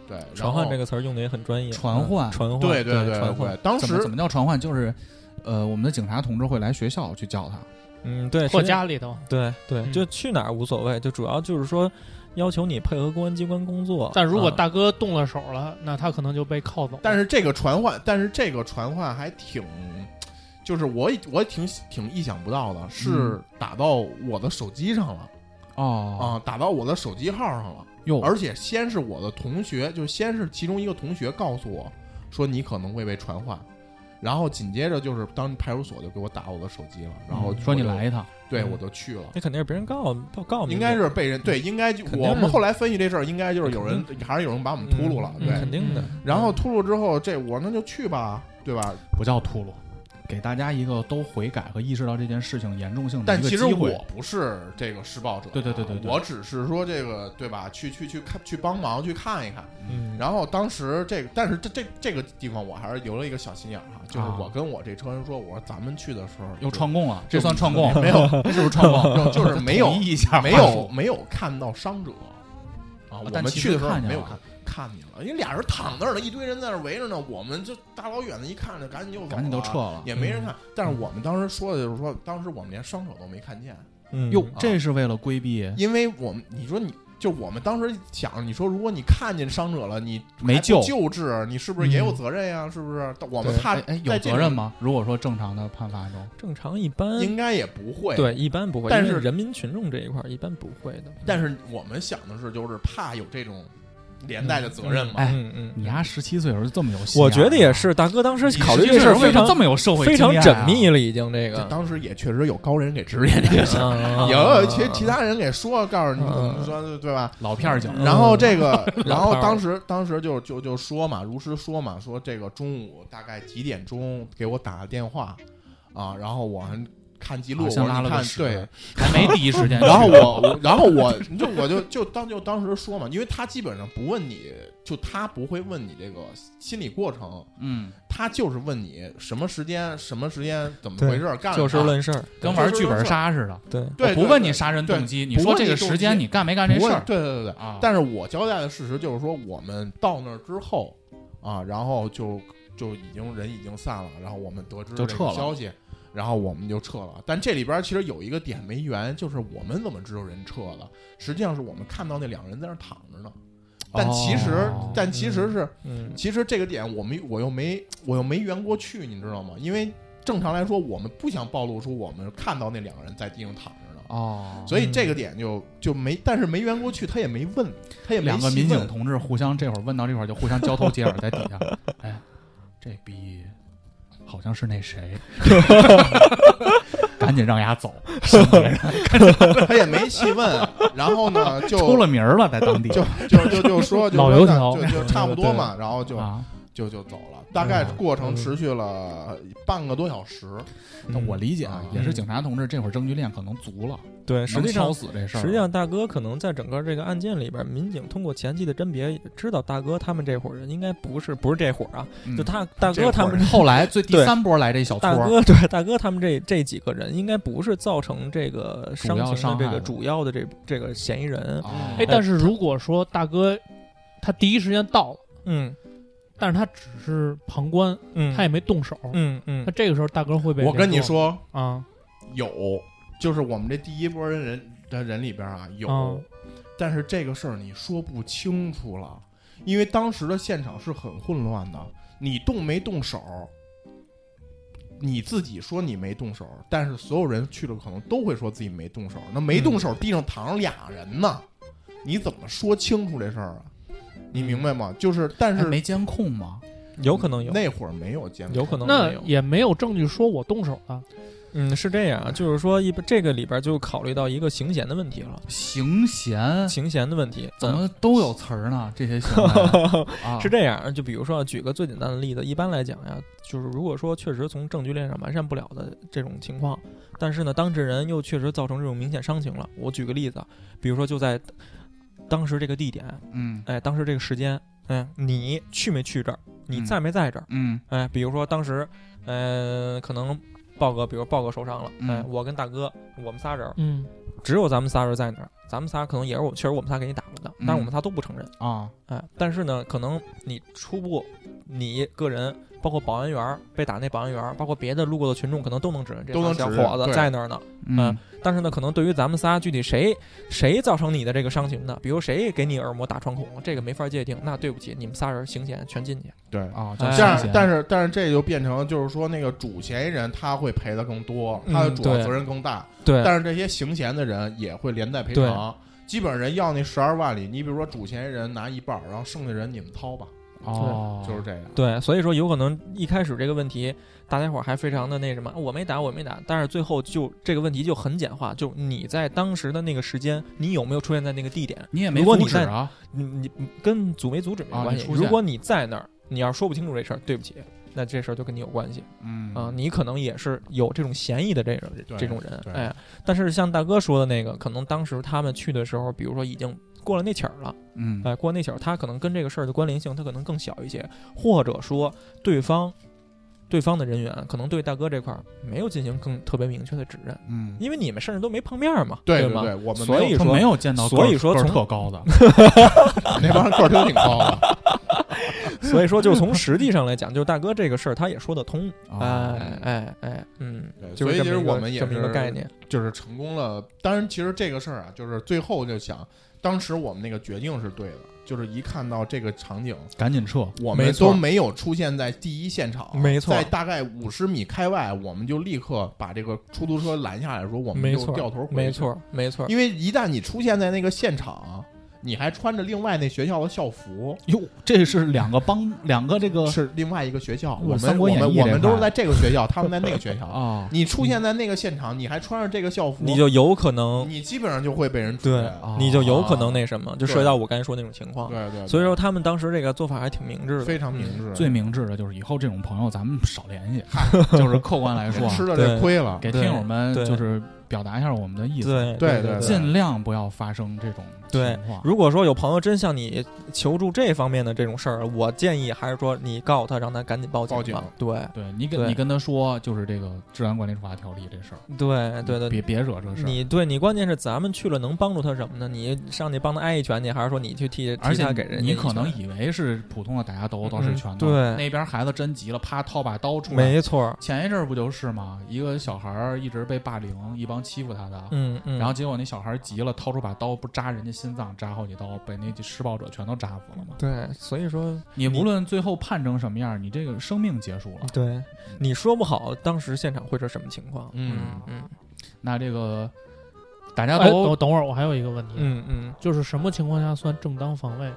[SPEAKER 4] 对，然
[SPEAKER 7] 传唤
[SPEAKER 4] 后
[SPEAKER 7] 这个词儿用的也很专业，
[SPEAKER 3] 传
[SPEAKER 7] 嗯
[SPEAKER 3] 唤
[SPEAKER 7] 传唤，
[SPEAKER 4] 对对
[SPEAKER 7] 传
[SPEAKER 4] 对
[SPEAKER 7] 唤，，
[SPEAKER 4] 当
[SPEAKER 3] 怎么
[SPEAKER 4] 时
[SPEAKER 3] 怎么叫传唤？就是，呃，我们的警察同志会来学校去叫他。
[SPEAKER 7] 嗯，对，
[SPEAKER 5] 或
[SPEAKER 7] 是
[SPEAKER 5] 家里头。
[SPEAKER 7] 对对，
[SPEAKER 5] 嗯
[SPEAKER 7] 就去哪儿无所谓，就主要就是说要求你配合公安机关工作。
[SPEAKER 5] 但如果
[SPEAKER 7] 嗯
[SPEAKER 5] 大哥动了手了，那他可能就被铐走了。
[SPEAKER 4] 但是这个传唤，但是这个传唤还挺，就是我也我也挺挺意想不到的，
[SPEAKER 7] 嗯
[SPEAKER 4] 是打到我的手机上了
[SPEAKER 3] 哦，
[SPEAKER 4] 啊、打到我的手机号上了，
[SPEAKER 3] 哟，
[SPEAKER 4] 而且先是我的同学，就先是其中一个同学告诉我说你可能会被传唤。然后紧接着就是当派出所就给我打我的手机了，然后
[SPEAKER 3] 嗯说你
[SPEAKER 4] 我就
[SPEAKER 3] 来一趟，
[SPEAKER 4] 对，
[SPEAKER 7] 嗯
[SPEAKER 4] 我就去了。
[SPEAKER 7] 那肯定是别人告告告你，
[SPEAKER 4] 应该是被人对，应该就
[SPEAKER 7] 肯定
[SPEAKER 4] 我
[SPEAKER 7] 是
[SPEAKER 4] 们后来分析这事儿，应该就是有人还是有人把我们秃噜了，
[SPEAKER 7] 嗯
[SPEAKER 4] 对
[SPEAKER 7] 肯。定的。
[SPEAKER 4] 然后秃噜之后，这我那就去吧，对吧？
[SPEAKER 3] 不叫秃噜，给大家一个都悔改和意识到这件事情严重性的
[SPEAKER 4] 但
[SPEAKER 3] 一个
[SPEAKER 4] 其实
[SPEAKER 3] 机
[SPEAKER 4] 我
[SPEAKER 3] 会。
[SPEAKER 4] 不是这个施暴者啊，
[SPEAKER 3] 对对对对对
[SPEAKER 4] 我只是说这个对吧？去去去看去帮忙去看一看。
[SPEAKER 7] 嗯，
[SPEAKER 4] 然后当时这个，但是这这这个地方我还是留了一个小心眼儿哈，就是
[SPEAKER 3] 啊
[SPEAKER 4] 我跟我这车人说，我说咱们去的时候
[SPEAKER 3] 又
[SPEAKER 4] 就
[SPEAKER 3] 串供了，这算串供？ [laughs]
[SPEAKER 4] 没有
[SPEAKER 3] 这是不是串供？
[SPEAKER 4] 就就是
[SPEAKER 3] [laughs]
[SPEAKER 4] 没有
[SPEAKER 3] 统一一下，
[SPEAKER 4] 没有。没有看到伤者啊，我
[SPEAKER 3] 但
[SPEAKER 4] 们
[SPEAKER 3] 其实
[SPEAKER 4] 去的时候
[SPEAKER 3] 看见
[SPEAKER 4] 没有
[SPEAKER 3] 了
[SPEAKER 4] 看看见了，因为俩人躺那儿呢，一堆人在那儿围着呢，我们就大老远的一看就赶紧就走
[SPEAKER 3] 赶紧都
[SPEAKER 4] 了
[SPEAKER 3] 撤，嗯了。
[SPEAKER 4] 也没人看。但是我们当时说的就是说，当时我们连伤者都没看见，
[SPEAKER 7] 嗯
[SPEAKER 4] 啊
[SPEAKER 3] 哟，这是为了规避
[SPEAKER 4] 因为我们你说你。就我们当时想，你说如果你看见伤者了，你
[SPEAKER 3] 没
[SPEAKER 4] 还不
[SPEAKER 3] 救嗯
[SPEAKER 4] 救治，你是不是也有责任呀？是不是？我们
[SPEAKER 7] 对
[SPEAKER 4] 怕
[SPEAKER 3] 哎哎有
[SPEAKER 4] 在这
[SPEAKER 3] 责任
[SPEAKER 4] 种？
[SPEAKER 3] 吗？如果说正常的判罚中，
[SPEAKER 7] 正常一般
[SPEAKER 4] 应该也不会。
[SPEAKER 7] 对，一般不会，
[SPEAKER 4] 但
[SPEAKER 7] 因为
[SPEAKER 4] 是
[SPEAKER 7] 人民群众这一块儿一般不会的。
[SPEAKER 4] 但是我们想的是，就是怕有这种连带的责任嘛。
[SPEAKER 3] 哎
[SPEAKER 7] 嗯嗯，
[SPEAKER 3] 你丫十七岁的时候就这么有心眼儿啊，
[SPEAKER 7] 我觉得也是，大哥当时考虑这事
[SPEAKER 3] 是
[SPEAKER 7] 儿非常
[SPEAKER 3] 这么有社会
[SPEAKER 7] 非常
[SPEAKER 3] 经验
[SPEAKER 7] 缜
[SPEAKER 3] 啊
[SPEAKER 7] 密了，已经这
[SPEAKER 4] 这
[SPEAKER 7] 个。
[SPEAKER 4] 当时也确实有高人给
[SPEAKER 3] [laughs]
[SPEAKER 4] 指点这个事儿，
[SPEAKER 3] 嗯
[SPEAKER 4] 也有其其他人给说，告诉你
[SPEAKER 7] 嗯
[SPEAKER 4] 怎么说，对吧？
[SPEAKER 3] 老片儿警。
[SPEAKER 4] 嗯然后这个，然后
[SPEAKER 7] 老炮儿
[SPEAKER 4] 当时当时就就就说嘛，如实说嘛，说这个中午大概几点钟给我打个电话啊，然后我还看记录，
[SPEAKER 3] 好
[SPEAKER 4] 我
[SPEAKER 3] 像
[SPEAKER 4] 说
[SPEAKER 3] 拉
[SPEAKER 4] 你
[SPEAKER 3] 了个
[SPEAKER 4] 看
[SPEAKER 3] 屎
[SPEAKER 4] 对，
[SPEAKER 3] 还没第一时间
[SPEAKER 4] [laughs]
[SPEAKER 3] 去。
[SPEAKER 4] 然后我我然后我就我就就当就当时说嘛，因为他基本上不问你，就他不会问你这个心理过程，
[SPEAKER 3] 嗯，
[SPEAKER 4] 他就是问你什么时间什么时间怎么
[SPEAKER 7] 对
[SPEAKER 4] 回事儿干了
[SPEAKER 7] 就事
[SPEAKER 3] 啊
[SPEAKER 4] 啥
[SPEAKER 7] 论事儿，
[SPEAKER 3] 跟玩剧本杀似的，
[SPEAKER 7] 对，
[SPEAKER 4] 对，
[SPEAKER 3] 我
[SPEAKER 4] 对
[SPEAKER 3] 不问
[SPEAKER 4] 对
[SPEAKER 3] 你杀人
[SPEAKER 4] 对
[SPEAKER 3] 动机，你
[SPEAKER 4] 不
[SPEAKER 3] 说
[SPEAKER 4] 问
[SPEAKER 3] 这
[SPEAKER 4] 你
[SPEAKER 3] 个
[SPEAKER 4] 动
[SPEAKER 3] 时
[SPEAKER 4] 机
[SPEAKER 3] 间你干没干这事
[SPEAKER 4] 不是
[SPEAKER 3] 儿
[SPEAKER 4] 对对对对。
[SPEAKER 3] 啊？
[SPEAKER 4] 但是我交代的事实就是说，我们到那儿之后啊，然后就就已经人已经散了，然后我们得知
[SPEAKER 3] 就
[SPEAKER 4] 这
[SPEAKER 3] 撤
[SPEAKER 4] 个
[SPEAKER 3] 了
[SPEAKER 4] 消息，然后我们就撤了。但这里边其实有一个点没圆，就是我们怎么知道人撤了？实际上是我们看到那两个人在那儿躺着呢。但其实，
[SPEAKER 3] 哦
[SPEAKER 4] 但其实是，
[SPEAKER 7] 嗯，
[SPEAKER 4] 其实这个点我们我又没我又没圆过去，你知道吗？因为正常来说，我们不想暴露出我们看到那两个人在地上躺着呢。
[SPEAKER 3] 哦，
[SPEAKER 4] 所以这个点就就没，但是没圆过去，他也没问，他也没
[SPEAKER 3] 两个
[SPEAKER 4] 细
[SPEAKER 3] 民警
[SPEAKER 4] 问
[SPEAKER 3] 同志互相这会儿问到这块儿就互相交头接耳，在底下，哎，这逼好像是那谁， [laughs] 赶紧让丫走，什么人
[SPEAKER 4] 他也没细问。然
[SPEAKER 3] [laughs]
[SPEAKER 4] 后呢，就
[SPEAKER 3] 出了名儿了，在当地
[SPEAKER 4] 就就就就说就
[SPEAKER 5] 老
[SPEAKER 4] 说
[SPEAKER 5] 油
[SPEAKER 4] 那
[SPEAKER 5] 条
[SPEAKER 4] 就就差不多嘛，然后就
[SPEAKER 3] 啊，嗯
[SPEAKER 4] 就就走了。大概过程持续了半个多小时，
[SPEAKER 3] 那我理解啊
[SPEAKER 4] 嗯，
[SPEAKER 3] 也是警察同志这会儿证据链可能足了，
[SPEAKER 7] 对，实
[SPEAKER 3] 能
[SPEAKER 7] 际
[SPEAKER 3] 敲
[SPEAKER 7] 上
[SPEAKER 3] 死这事儿。
[SPEAKER 7] 实际上大哥可能在整个这个案件里边，民警通过前期的甄别也知道大哥他们这伙人应该不是不是这伙啊，
[SPEAKER 3] 嗯
[SPEAKER 7] 就他大
[SPEAKER 4] 这伙
[SPEAKER 7] 哥他们
[SPEAKER 4] 人
[SPEAKER 3] 后来最第
[SPEAKER 7] 对
[SPEAKER 3] 三波来这小撮
[SPEAKER 7] 大
[SPEAKER 3] 儿，
[SPEAKER 7] 哥对大哥他们这这几个人应该不是造成这个伤
[SPEAKER 3] 主要
[SPEAKER 7] 情
[SPEAKER 3] 伤
[SPEAKER 7] 的
[SPEAKER 3] 害
[SPEAKER 7] 这个
[SPEAKER 3] 的
[SPEAKER 7] 主要的这这个嫌疑人，
[SPEAKER 3] 哦
[SPEAKER 5] 哎，但是如果说大哥他第一时间到了，
[SPEAKER 7] 嗯
[SPEAKER 5] 但是他只是旁观，
[SPEAKER 7] 嗯，
[SPEAKER 5] 他也没动手，
[SPEAKER 7] 嗯嗯
[SPEAKER 5] 那这个时候大哥会被
[SPEAKER 4] 我跟你
[SPEAKER 5] 联络
[SPEAKER 4] 说
[SPEAKER 5] 啊，
[SPEAKER 4] 有，就是我们这第一波人人的人里边啊有
[SPEAKER 5] 嗯，
[SPEAKER 4] 但是这个事儿你说不清楚了，因为当时的现场是很混乱的，你动没动手？你自己说你没动手，但是所有人去了可能都会说自己没动手。那没动手，地上躺着俩人呢，你怎么说清楚这事儿啊？你明白吗？就是，但
[SPEAKER 3] 哎
[SPEAKER 4] 是
[SPEAKER 3] 没监控吗？
[SPEAKER 7] 有可能有，
[SPEAKER 4] 那会儿没有监控，
[SPEAKER 7] 有可能
[SPEAKER 5] 那
[SPEAKER 7] 没有
[SPEAKER 5] 也没有证据说我动手了，
[SPEAKER 6] 嗯，是这样，就是说一般这个里边就考虑到一个刑衔的问题了，
[SPEAKER 3] 行贤
[SPEAKER 6] 刑衔的问题嗯
[SPEAKER 3] 怎么都有词儿呢？这些行啊，
[SPEAKER 6] [laughs] 是这样，就比如说，啊举个最简单的例子，一般来讲呀，就是如果说确实从证据链上完善不了的这种情况，但是呢，当事人又确实造成这种明显伤情了。我举个例子啊，比如说就在当时这个地点，
[SPEAKER 3] 嗯
[SPEAKER 6] 哎，当时这个时间，哎，你去没去这儿？你
[SPEAKER 3] 嗯
[SPEAKER 6] 在没在这儿？
[SPEAKER 3] 嗯
[SPEAKER 6] 哎，比如说当时，呃，可能豹哥，比如豹哥受伤了，哎，
[SPEAKER 3] 嗯
[SPEAKER 6] 我跟大哥，我们仨人儿，
[SPEAKER 5] 嗯，
[SPEAKER 6] 只有咱们仨人在那儿，咱们仨可能也是我，确实我们仨给你打过的，但是
[SPEAKER 4] 嗯
[SPEAKER 6] 我们仨都不承认。
[SPEAKER 7] 呃
[SPEAKER 3] 啊，
[SPEAKER 6] 哎，但是呢，可能你初步你个人，包括保安员儿被打那保安员儿，包括别的路过的群众，可能都能指认这
[SPEAKER 4] 都能
[SPEAKER 6] 小
[SPEAKER 4] 指认
[SPEAKER 6] 伙子
[SPEAKER 4] 对
[SPEAKER 6] 在那儿呢。
[SPEAKER 3] 嗯
[SPEAKER 6] 但是呢，可能对于咱们仨具体谁谁造成你的这个伤情的，比如谁给你耳膜打穿孔了，这个没法界定。那对不起，你们仨人刑险全进去。
[SPEAKER 4] 对。
[SPEAKER 3] 啊，
[SPEAKER 6] 哎
[SPEAKER 3] 叫
[SPEAKER 4] 这
[SPEAKER 3] 行
[SPEAKER 4] 样
[SPEAKER 3] 贤，，
[SPEAKER 4] 但是但是这就变成就是说，那个主嫌疑人他会赔的更多，他的
[SPEAKER 6] 嗯
[SPEAKER 4] 主要
[SPEAKER 6] 对
[SPEAKER 4] 责任更大，
[SPEAKER 6] 对
[SPEAKER 4] 但是这些行嫌的人也会连带赔偿。基本上人要那十二万里，你比如说主嫌疑人拿一半儿，然后剩下人你们掏吧，
[SPEAKER 3] 哦，
[SPEAKER 4] 就是这样。
[SPEAKER 6] 对，所以说有可能一开始这个问题，大家伙儿还非常的那什么，我没打，我没打，但是最后就这个问题就很简化，就你在当时的那个时间，你有没有出现在那个地点？
[SPEAKER 3] 你也没
[SPEAKER 6] 如果
[SPEAKER 3] 阻
[SPEAKER 6] 你
[SPEAKER 3] 止
[SPEAKER 6] 在
[SPEAKER 3] 啊，
[SPEAKER 6] 你你你跟阻没阻止没
[SPEAKER 3] 啊
[SPEAKER 6] 关
[SPEAKER 3] 你
[SPEAKER 6] 系。
[SPEAKER 3] 出现
[SPEAKER 6] 如果你在那儿，你要说不清楚这事儿，对不起，那这事儿就跟你有关系
[SPEAKER 3] 嗯
[SPEAKER 6] 啊、你可能也是有这种嫌疑的这种
[SPEAKER 4] 对
[SPEAKER 6] 这种人，
[SPEAKER 4] 对
[SPEAKER 6] 哎，但是像大哥说的那个，可能当时他们去的时候，比如说已经过了那起儿了，
[SPEAKER 3] 嗯
[SPEAKER 6] 哎，过了那起儿，他可能跟这个事儿的关联性，他可能更小一些，或者说对方。对方的人员可能对大哥这块儿没有进行更特别明确的指认，
[SPEAKER 3] 嗯，
[SPEAKER 6] 因为你们甚至都没碰面儿嘛，
[SPEAKER 4] 对
[SPEAKER 6] 吗？
[SPEAKER 4] 对，我们
[SPEAKER 6] 所以
[SPEAKER 3] 他
[SPEAKER 6] 说
[SPEAKER 3] 没有见到个儿，
[SPEAKER 6] 所以说
[SPEAKER 3] 个儿
[SPEAKER 6] 从
[SPEAKER 3] 特
[SPEAKER 6] [laughs]
[SPEAKER 3] 高的，
[SPEAKER 4] 没有那帮人个儿都挺高的，
[SPEAKER 6] 所以说，就是从实际上来讲，就是大哥这个事儿他也说得通，
[SPEAKER 3] 哦
[SPEAKER 6] 哎哎哎，嗯
[SPEAKER 4] 对，
[SPEAKER 6] 就
[SPEAKER 4] 所
[SPEAKER 6] 是
[SPEAKER 4] 以
[SPEAKER 6] 这
[SPEAKER 4] 其
[SPEAKER 6] 么
[SPEAKER 4] 实
[SPEAKER 6] 一个
[SPEAKER 4] 我们也
[SPEAKER 6] 这么一个
[SPEAKER 4] 是
[SPEAKER 6] 概念，
[SPEAKER 4] 就是成功了。当然，其实这个事儿啊，就是最后就想，当时我们那个决定是对的，就是一看到这个场景，
[SPEAKER 3] 赶紧撤，
[SPEAKER 4] 我
[SPEAKER 6] 没
[SPEAKER 4] 们
[SPEAKER 6] 错
[SPEAKER 4] 都没有出现在第一现场，
[SPEAKER 6] 没错
[SPEAKER 4] 在大概五十米开外，我们就立刻把这个出租车拦下来说，我们
[SPEAKER 6] 没
[SPEAKER 4] 就
[SPEAKER 6] 错，
[SPEAKER 4] 掉头回去
[SPEAKER 6] 没，错，没错，
[SPEAKER 4] 因为一旦你出现在那个现场，你还穿着另外那学校的校服，
[SPEAKER 3] 哟，这是两个帮两个这个
[SPEAKER 6] 呃
[SPEAKER 4] 是另外一个学校，
[SPEAKER 3] 我
[SPEAKER 4] 我
[SPEAKER 3] 三
[SPEAKER 4] 们
[SPEAKER 3] 国
[SPEAKER 4] 我
[SPEAKER 3] 演义
[SPEAKER 4] 们我
[SPEAKER 3] 这
[SPEAKER 4] 们都
[SPEAKER 3] 块
[SPEAKER 4] 是在这个学校，他们在那个学
[SPEAKER 6] [laughs]
[SPEAKER 4] 校。
[SPEAKER 3] 啊
[SPEAKER 4] 你出现在那个现场，你还穿着这个校服，
[SPEAKER 6] 你就有可能，
[SPEAKER 4] 你基本上就会被人
[SPEAKER 6] 对
[SPEAKER 4] 追
[SPEAKER 3] 啊
[SPEAKER 6] 你就有可能那什么，就涉及到我刚才说那种情况，
[SPEAKER 4] 对对，
[SPEAKER 6] 所以说他们当时这个做法还挺明智的，
[SPEAKER 4] 非常明智，
[SPEAKER 3] 最明智的就是以后这种朋友咱们少联系， [laughs] 就是客观来说啊，
[SPEAKER 4] 吃了这
[SPEAKER 6] 对
[SPEAKER 4] 亏了。
[SPEAKER 3] 给听
[SPEAKER 6] 对
[SPEAKER 3] 友们
[SPEAKER 6] 对
[SPEAKER 3] 就是表达一下我们的意思，
[SPEAKER 6] 对
[SPEAKER 4] 对
[SPEAKER 6] 对
[SPEAKER 4] 对
[SPEAKER 3] 尽量不要发生这种
[SPEAKER 6] 对
[SPEAKER 3] 情况。
[SPEAKER 6] 如果说有朋友真向你求助这方面的这种事儿，我建议还是说你告他，让他赶紧报警
[SPEAKER 4] 报
[SPEAKER 6] 吧。
[SPEAKER 4] 警
[SPEAKER 6] 对
[SPEAKER 3] 对你跟
[SPEAKER 6] 对
[SPEAKER 3] 你跟他说，就是这个治安管理处罚条例这事儿，
[SPEAKER 6] 对对对，
[SPEAKER 3] 别别惹这事儿。
[SPEAKER 6] 你对你关键是咱们去了能帮助他什么呢？你上去帮他挨一拳去，还是说你去替
[SPEAKER 3] 而
[SPEAKER 6] 替
[SPEAKER 3] 且
[SPEAKER 6] 他给人家
[SPEAKER 3] 你
[SPEAKER 6] 一拳
[SPEAKER 3] 可能以为是普通的打架斗殴
[SPEAKER 6] 嗯
[SPEAKER 3] 倒是拳头，
[SPEAKER 6] 对
[SPEAKER 3] 那边孩子真急了，啪掏把刀出来。
[SPEAKER 6] 没错儿，
[SPEAKER 3] 前一阵儿不就是吗？一个小孩儿一直被霸凌，一帮欺负他的，
[SPEAKER 6] 嗯嗯，
[SPEAKER 3] 然后结果那小孩儿急了，掏出把刀不扎人家心脏，扎好几刀，被那施暴者全都扎死了嘛。
[SPEAKER 6] 对，所以说
[SPEAKER 3] 你无论最后判成什么样，你这个生命结束了。
[SPEAKER 6] 对，你说不好当时现场会是什么情况，嗯嗯
[SPEAKER 3] 那这个打架
[SPEAKER 5] 哎，
[SPEAKER 3] 斗
[SPEAKER 5] 等
[SPEAKER 3] 殴，
[SPEAKER 5] 等会儿，我还有一个问题，
[SPEAKER 6] 嗯嗯，
[SPEAKER 5] 就是什么情况下算正当防卫？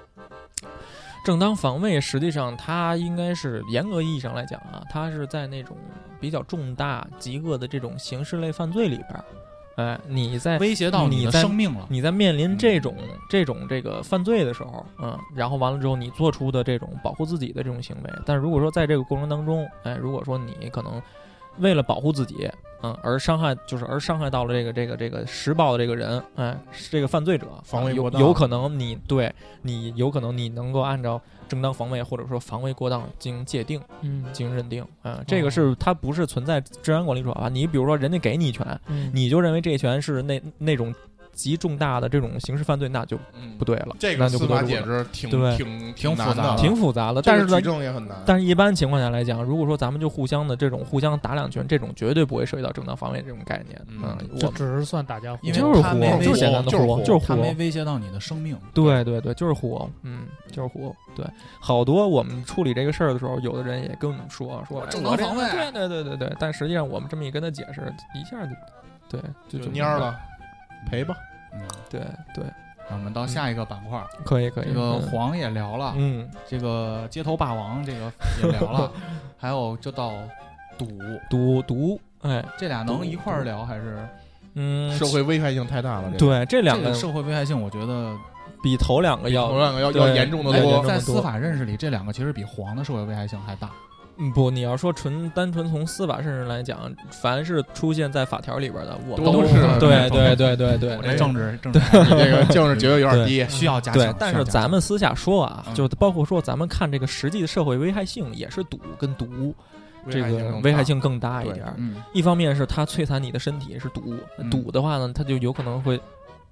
[SPEAKER 6] 正当防卫实际上它应该是严格意义上来讲啊，它是在那种比较重大极恶的这种刑事类犯罪里边儿，哎，你在
[SPEAKER 3] 威胁到
[SPEAKER 6] 你
[SPEAKER 3] 的
[SPEAKER 6] 在
[SPEAKER 3] 生命了。
[SPEAKER 6] 你在面
[SPEAKER 4] 嗯
[SPEAKER 6] 临这种这种这个犯罪的时候，嗯，然后完了之后，你做出的这种保护自己的这种行为，但如果说在这个过程当中，哎，如果说你可能为了保护自己，嗯，而伤害就是而伤害到了这个这个这个施暴的这个人，哎，是这个犯罪者，
[SPEAKER 4] 防卫
[SPEAKER 6] 啊有
[SPEAKER 4] 过当
[SPEAKER 6] 有可能你对你有可能你能够按照正当防卫或者说防卫过当进行界定。
[SPEAKER 5] 嗯
[SPEAKER 6] 进行认定啊、这
[SPEAKER 4] 哦
[SPEAKER 6] 个是它不是存在治安管理处罚、你比如说，人家给你一拳，
[SPEAKER 5] 嗯，
[SPEAKER 6] 你就认为这一拳是那那种极重大的这种刑事犯罪，那就
[SPEAKER 4] 嗯
[SPEAKER 6] 不，对了，
[SPEAKER 4] 这
[SPEAKER 6] 那
[SPEAKER 4] 个
[SPEAKER 6] 就
[SPEAKER 4] 司
[SPEAKER 6] 不对
[SPEAKER 4] 法
[SPEAKER 6] 路
[SPEAKER 4] 解
[SPEAKER 6] 了，
[SPEAKER 4] 释挺
[SPEAKER 6] 对
[SPEAKER 4] 挺
[SPEAKER 3] 挺复
[SPEAKER 4] 难
[SPEAKER 3] 杂
[SPEAKER 4] 的，
[SPEAKER 6] 挺复杂的。
[SPEAKER 4] 这
[SPEAKER 6] 啊但
[SPEAKER 4] 个
[SPEAKER 6] 是呢
[SPEAKER 4] 举，证也很难。
[SPEAKER 6] 但是一般情况下来讲，如果说咱们就互相的这种互相打两拳，这种绝对不会涉及到正当防卫这种概念。
[SPEAKER 4] 嗯
[SPEAKER 6] 嗯，
[SPEAKER 5] 就
[SPEAKER 6] 我
[SPEAKER 5] 只是算打架互殴，
[SPEAKER 3] 因为
[SPEAKER 6] 就是
[SPEAKER 3] 他
[SPEAKER 6] 互
[SPEAKER 3] 没
[SPEAKER 6] 殴，
[SPEAKER 3] 威
[SPEAKER 6] 就
[SPEAKER 3] 胁
[SPEAKER 6] 是简单的
[SPEAKER 4] 哦就是
[SPEAKER 6] 互殴，
[SPEAKER 4] 互殴
[SPEAKER 6] 就是互
[SPEAKER 3] 他没
[SPEAKER 6] 殴。
[SPEAKER 3] 威胁到你的生命，
[SPEAKER 6] 对对对，就是互殴，嗯，就是互殴。对，好多我们处理这个事儿的时候，有的人也跟我们说说，哎
[SPEAKER 3] 正
[SPEAKER 6] 我
[SPEAKER 3] 当防
[SPEAKER 6] 这
[SPEAKER 3] 卫
[SPEAKER 6] 对对对对对，但实际上我们这么一跟他解释，一下就，对，就
[SPEAKER 4] 就
[SPEAKER 6] 就
[SPEAKER 4] 蔫儿。了，赔吧。
[SPEAKER 3] 嗯，
[SPEAKER 6] 对对，
[SPEAKER 3] 那我们到下一个板块儿，
[SPEAKER 6] 可以可以。
[SPEAKER 3] 这个
[SPEAKER 6] 嗯
[SPEAKER 3] 黄也聊了，
[SPEAKER 6] 嗯，
[SPEAKER 3] 这个 [laughs] 街头霸王这个也聊了，还有就到赌
[SPEAKER 6] 赌毒，哎，
[SPEAKER 3] 这俩能一块儿聊还是？
[SPEAKER 6] 嗯，
[SPEAKER 4] 社会危害性太大了，这个
[SPEAKER 6] 对这两
[SPEAKER 3] 这
[SPEAKER 6] 个
[SPEAKER 3] 社会危害性，我觉得
[SPEAKER 6] 比头两个要
[SPEAKER 4] 头两个要
[SPEAKER 6] 对
[SPEAKER 4] 要严重的
[SPEAKER 6] 哎
[SPEAKER 4] 多。
[SPEAKER 6] 这么
[SPEAKER 3] 在
[SPEAKER 6] 多
[SPEAKER 3] 司法认识里，这两个其实比黄的社会危害性还大。
[SPEAKER 6] 嗯不，你要说纯单纯从司法甚至来讲，凡是出现在法条里边的，我们
[SPEAKER 4] 都
[SPEAKER 6] 都
[SPEAKER 4] 是
[SPEAKER 6] 对对对对
[SPEAKER 3] 我
[SPEAKER 6] 对
[SPEAKER 3] 这政治
[SPEAKER 6] [laughs]
[SPEAKER 3] 政治
[SPEAKER 4] 你这个净是觉得有点低，
[SPEAKER 3] [laughs] 需要加强。需
[SPEAKER 6] 对
[SPEAKER 3] 要，
[SPEAKER 6] 但是
[SPEAKER 3] 加强
[SPEAKER 6] 咱们私下说啊，
[SPEAKER 3] 嗯
[SPEAKER 6] 就包括说咱们看这个实际的社会危害性，也是赌跟毒
[SPEAKER 4] 危
[SPEAKER 6] 这
[SPEAKER 4] 害性
[SPEAKER 6] 个
[SPEAKER 4] 更
[SPEAKER 6] 危害
[SPEAKER 4] 大
[SPEAKER 6] 性更大一点儿。
[SPEAKER 3] 嗯
[SPEAKER 6] 一方面是它摧残你的身体是赌，
[SPEAKER 3] 嗯
[SPEAKER 6] 赌的话呢，它就有可能会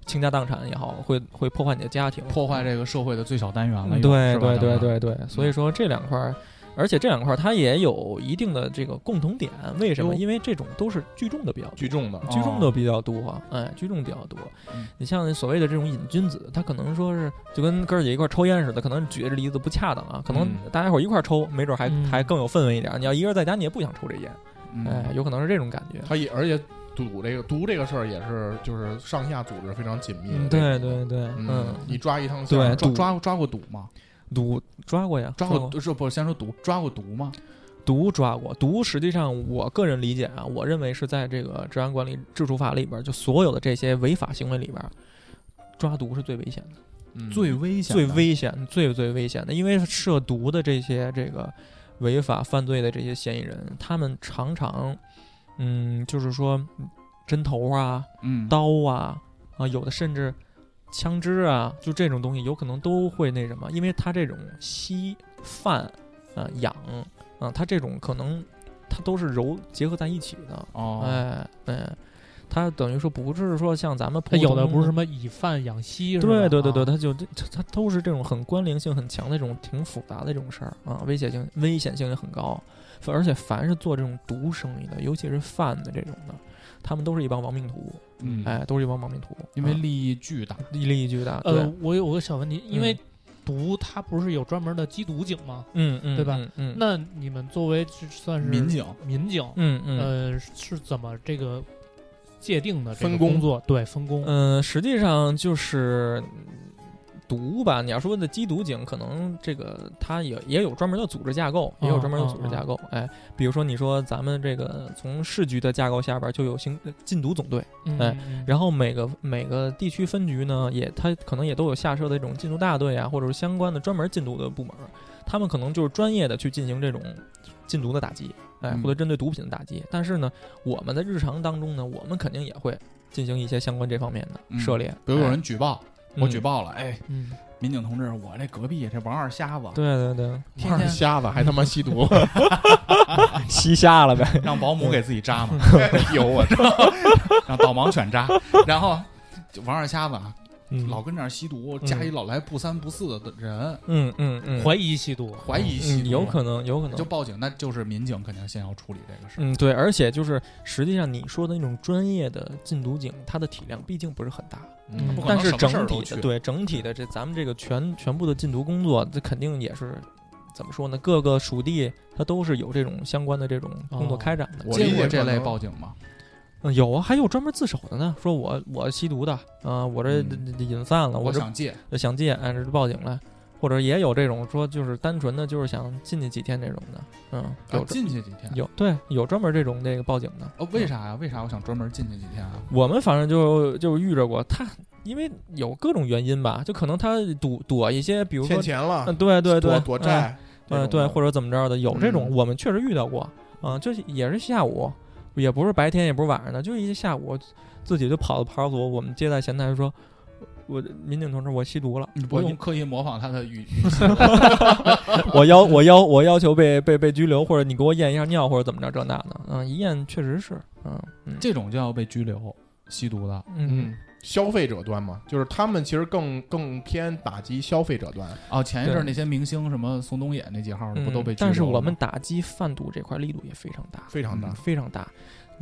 [SPEAKER 6] 倾家荡产也好，会会破坏你的家庭，
[SPEAKER 3] 破坏这个社会的最小单元了又。
[SPEAKER 6] 嗯对
[SPEAKER 3] 啊是吧
[SPEAKER 6] 对对
[SPEAKER 3] 咱们
[SPEAKER 6] 对对，所以说这两块儿，而且这两块儿它也有一定的这个共同点，为什么？
[SPEAKER 4] 哟
[SPEAKER 6] 因为这种都是聚众的比较多，
[SPEAKER 4] 聚众的。
[SPEAKER 6] 聚众的比较多，哎，聚众比较多
[SPEAKER 3] 嗯。
[SPEAKER 6] 你像所谓的这种瘾君子，他可能说是就跟哥儿姐一块儿抽烟似的，可能举着例子不恰当啊，可能
[SPEAKER 4] 嗯
[SPEAKER 6] 大家伙儿一块儿抽，没准还
[SPEAKER 5] 嗯
[SPEAKER 6] 还更有氛围一点儿。你要一个人在家，你也不想抽这烟，
[SPEAKER 3] 嗯
[SPEAKER 6] 哎，有可能是这种感觉。
[SPEAKER 4] 他也而且赌这个毒这个事儿也是就是上下组织非常紧密的
[SPEAKER 6] 嗯，
[SPEAKER 4] 这个。
[SPEAKER 6] 对对对，
[SPEAKER 4] 嗯
[SPEAKER 6] 嗯，，
[SPEAKER 4] 你抓一趟线
[SPEAKER 6] 对
[SPEAKER 4] 儿
[SPEAKER 3] 抓
[SPEAKER 6] 赌哦
[SPEAKER 3] 抓抓过赌吗？
[SPEAKER 6] 毒抓过呀，
[SPEAKER 3] 抓
[SPEAKER 6] 过
[SPEAKER 3] 过是不是先说毒？抓过毒吗？
[SPEAKER 6] 毒抓过，毒实际上我个人理解啊，我认为是在这个治安管理治处法里边儿，就所有的这些违法行为里边儿，抓毒是最危险的，
[SPEAKER 4] 嗯
[SPEAKER 3] 最危险
[SPEAKER 6] 最
[SPEAKER 3] 的，
[SPEAKER 6] 危险、最最危险的，因为涉毒的这些这个违法犯罪的这些嫌疑人，他们常常，嗯，就是说针头啊、
[SPEAKER 3] 嗯，
[SPEAKER 6] 刀啊啊，有的甚至枪支啊，就这种东西，有可能都会那什么，因为他这种吸、贩、啊、养啊，他这种可能他都是揉结合在一起的，
[SPEAKER 3] 哦，
[SPEAKER 6] 哎哎，他等于说不是说像咱们
[SPEAKER 5] 他
[SPEAKER 6] 普
[SPEAKER 5] 哎有的
[SPEAKER 6] 通
[SPEAKER 5] 不是什么以贩养吸，是吧
[SPEAKER 6] 对对对对，
[SPEAKER 5] 啊
[SPEAKER 6] 他就这他他都是这种很关联性很强的这种挺复杂的这种事儿啊，危险性危险性也很高，反而且凡是做这种毒生意的，尤其是贩的这种的，他们都是一帮亡命徒，
[SPEAKER 3] 嗯，
[SPEAKER 6] 哎，都是一帮亡命徒，
[SPEAKER 3] 因为
[SPEAKER 6] 嗯
[SPEAKER 3] 利益巨大，
[SPEAKER 6] 利利益巨大，对，
[SPEAKER 5] 呃，我有个小问题，因为
[SPEAKER 6] 嗯
[SPEAKER 5] 毒它不是有专门的缉毒警吗？
[SPEAKER 6] 嗯嗯，
[SPEAKER 5] 对吧
[SPEAKER 6] 嗯嗯
[SPEAKER 5] 那你们作为这算是
[SPEAKER 3] 民警
[SPEAKER 5] 民警，
[SPEAKER 6] 嗯嗯
[SPEAKER 5] 呃，是怎么这个界定的这个
[SPEAKER 4] 分工
[SPEAKER 5] 工作？对，分工。
[SPEAKER 6] 嗯，实际上就是。毒吧，你要说的缉毒警，可能这个它也也有专门的组织架构，也有专门的组织架构。哎，比如说你说咱们这个从市局的架构下边儿就有刑呃禁毒总队，
[SPEAKER 5] 嗯
[SPEAKER 6] 哎，
[SPEAKER 5] 嗯
[SPEAKER 6] 然后每个每个地区分局呢，也它可能也都有下设的这种禁毒大队啊，或者是相关的专门禁毒的部门儿，他们可能就是专业的去进行这种禁毒的打击，哎，
[SPEAKER 3] 嗯
[SPEAKER 6] 或者针对毒品的打击。但是呢，我们在日常当中呢，我们肯定也会进行一些相关这方面
[SPEAKER 3] 嗯
[SPEAKER 6] 的涉猎。
[SPEAKER 3] 比如有
[SPEAKER 6] 哎
[SPEAKER 3] 人举报，我举，
[SPEAKER 6] 嗯
[SPEAKER 3] 报了，哎，
[SPEAKER 5] 嗯，
[SPEAKER 3] 民警同志，我这隔壁这王二瞎子，
[SPEAKER 6] 对对
[SPEAKER 3] [laughs]
[SPEAKER 6] 对，
[SPEAKER 3] 天
[SPEAKER 4] 二
[SPEAKER 3] 天
[SPEAKER 4] 瞎子还他妈吸
[SPEAKER 6] [laughs]
[SPEAKER 4] 毒，
[SPEAKER 3] 哎
[SPEAKER 6] 吸瞎了呗。
[SPEAKER 3] 让保姆给自己扎嘛， [laughs]
[SPEAKER 4] 有我这
[SPEAKER 3] 让导盲犬扎，然后就王二瞎子啊，
[SPEAKER 6] 嗯
[SPEAKER 3] [laughs] 老跟那儿吸毒，家里老来不三不四的人，
[SPEAKER 6] 嗯嗯嗯，
[SPEAKER 5] 怀疑吸毒，
[SPEAKER 3] 怀疑吸
[SPEAKER 6] 嗯
[SPEAKER 3] 毒，
[SPEAKER 6] 有可能，有可能
[SPEAKER 3] 就报警，那就是民警肯定先要处理这个事儿。
[SPEAKER 6] 嗯，对，而且就是实际上你说的那种专业的禁毒警，它的体量毕竟不是很大，
[SPEAKER 5] 嗯
[SPEAKER 3] 不可
[SPEAKER 6] 但
[SPEAKER 3] 能
[SPEAKER 6] 是
[SPEAKER 3] 什么事
[SPEAKER 6] 整
[SPEAKER 3] 儿都
[SPEAKER 6] 体
[SPEAKER 3] 去
[SPEAKER 6] 的对整体的这咱们这个全全部的禁毒工作，这肯定也是怎么说呢？各个属地它都是有这种相关的这种工作
[SPEAKER 5] 哦
[SPEAKER 6] 开展的。
[SPEAKER 4] 我理
[SPEAKER 3] 见
[SPEAKER 4] 解
[SPEAKER 3] 过这
[SPEAKER 4] 可能
[SPEAKER 3] 类报警吗？
[SPEAKER 6] 嗯有啊，还有专门自首的呢，说我我吸毒的，啊、我这
[SPEAKER 3] 嗯
[SPEAKER 6] 瘾犯了，
[SPEAKER 3] 我
[SPEAKER 6] 这
[SPEAKER 3] 想戒，
[SPEAKER 6] 就想戒，哎，这就报警来。或者也有这种说，就是单纯的就是想进去几天这种的，嗯，有
[SPEAKER 3] 我啊
[SPEAKER 6] 专、
[SPEAKER 3] 进去几天。
[SPEAKER 6] 有对有专门这种那个报警的，
[SPEAKER 3] 哦，为啥呀？为啥我想专门进去几天啊？
[SPEAKER 6] 我们反正就就遇着过他，因为有各种原因吧，就可能他躲躲一些，比如说
[SPEAKER 4] 欠，钱
[SPEAKER 3] 啊
[SPEAKER 4] 了
[SPEAKER 6] 嗯，，对对对，
[SPEAKER 4] 躲躲
[SPEAKER 6] 嗯
[SPEAKER 4] 债，
[SPEAKER 6] 嗯，对，或
[SPEAKER 4] 者
[SPEAKER 6] 者怎么着的，有这种，
[SPEAKER 3] 嗯
[SPEAKER 6] 我们确实遇到过，啊、就是也是下午，也不是白天，也不是晚上的，就是一下午，自己就跑到派出所，我们接待前台说，我民警同志，我吸毒
[SPEAKER 3] [laughs]
[SPEAKER 6] 了，
[SPEAKER 3] 你不
[SPEAKER 6] 我
[SPEAKER 3] 用刻意模仿他的语，
[SPEAKER 6] 我要我要我要求被被被拘留，或者你给我验一下尿，或者怎么着这那的，嗯、一验确实是，嗯嗯
[SPEAKER 3] 这种就要被拘留，吸毒的。
[SPEAKER 6] 嗯
[SPEAKER 4] 嗯，消费者端嘛，就是他们其实更更偏打击消费者端。
[SPEAKER 3] 哦，前一阵儿
[SPEAKER 6] 对
[SPEAKER 3] 那些明星，什么宋冬野那几号的，不都被
[SPEAKER 6] 嗯
[SPEAKER 3] 拘留了吗？
[SPEAKER 6] 但是我们打击贩毒这块力度也非常大，
[SPEAKER 4] 非常大
[SPEAKER 6] 嗯，非常大。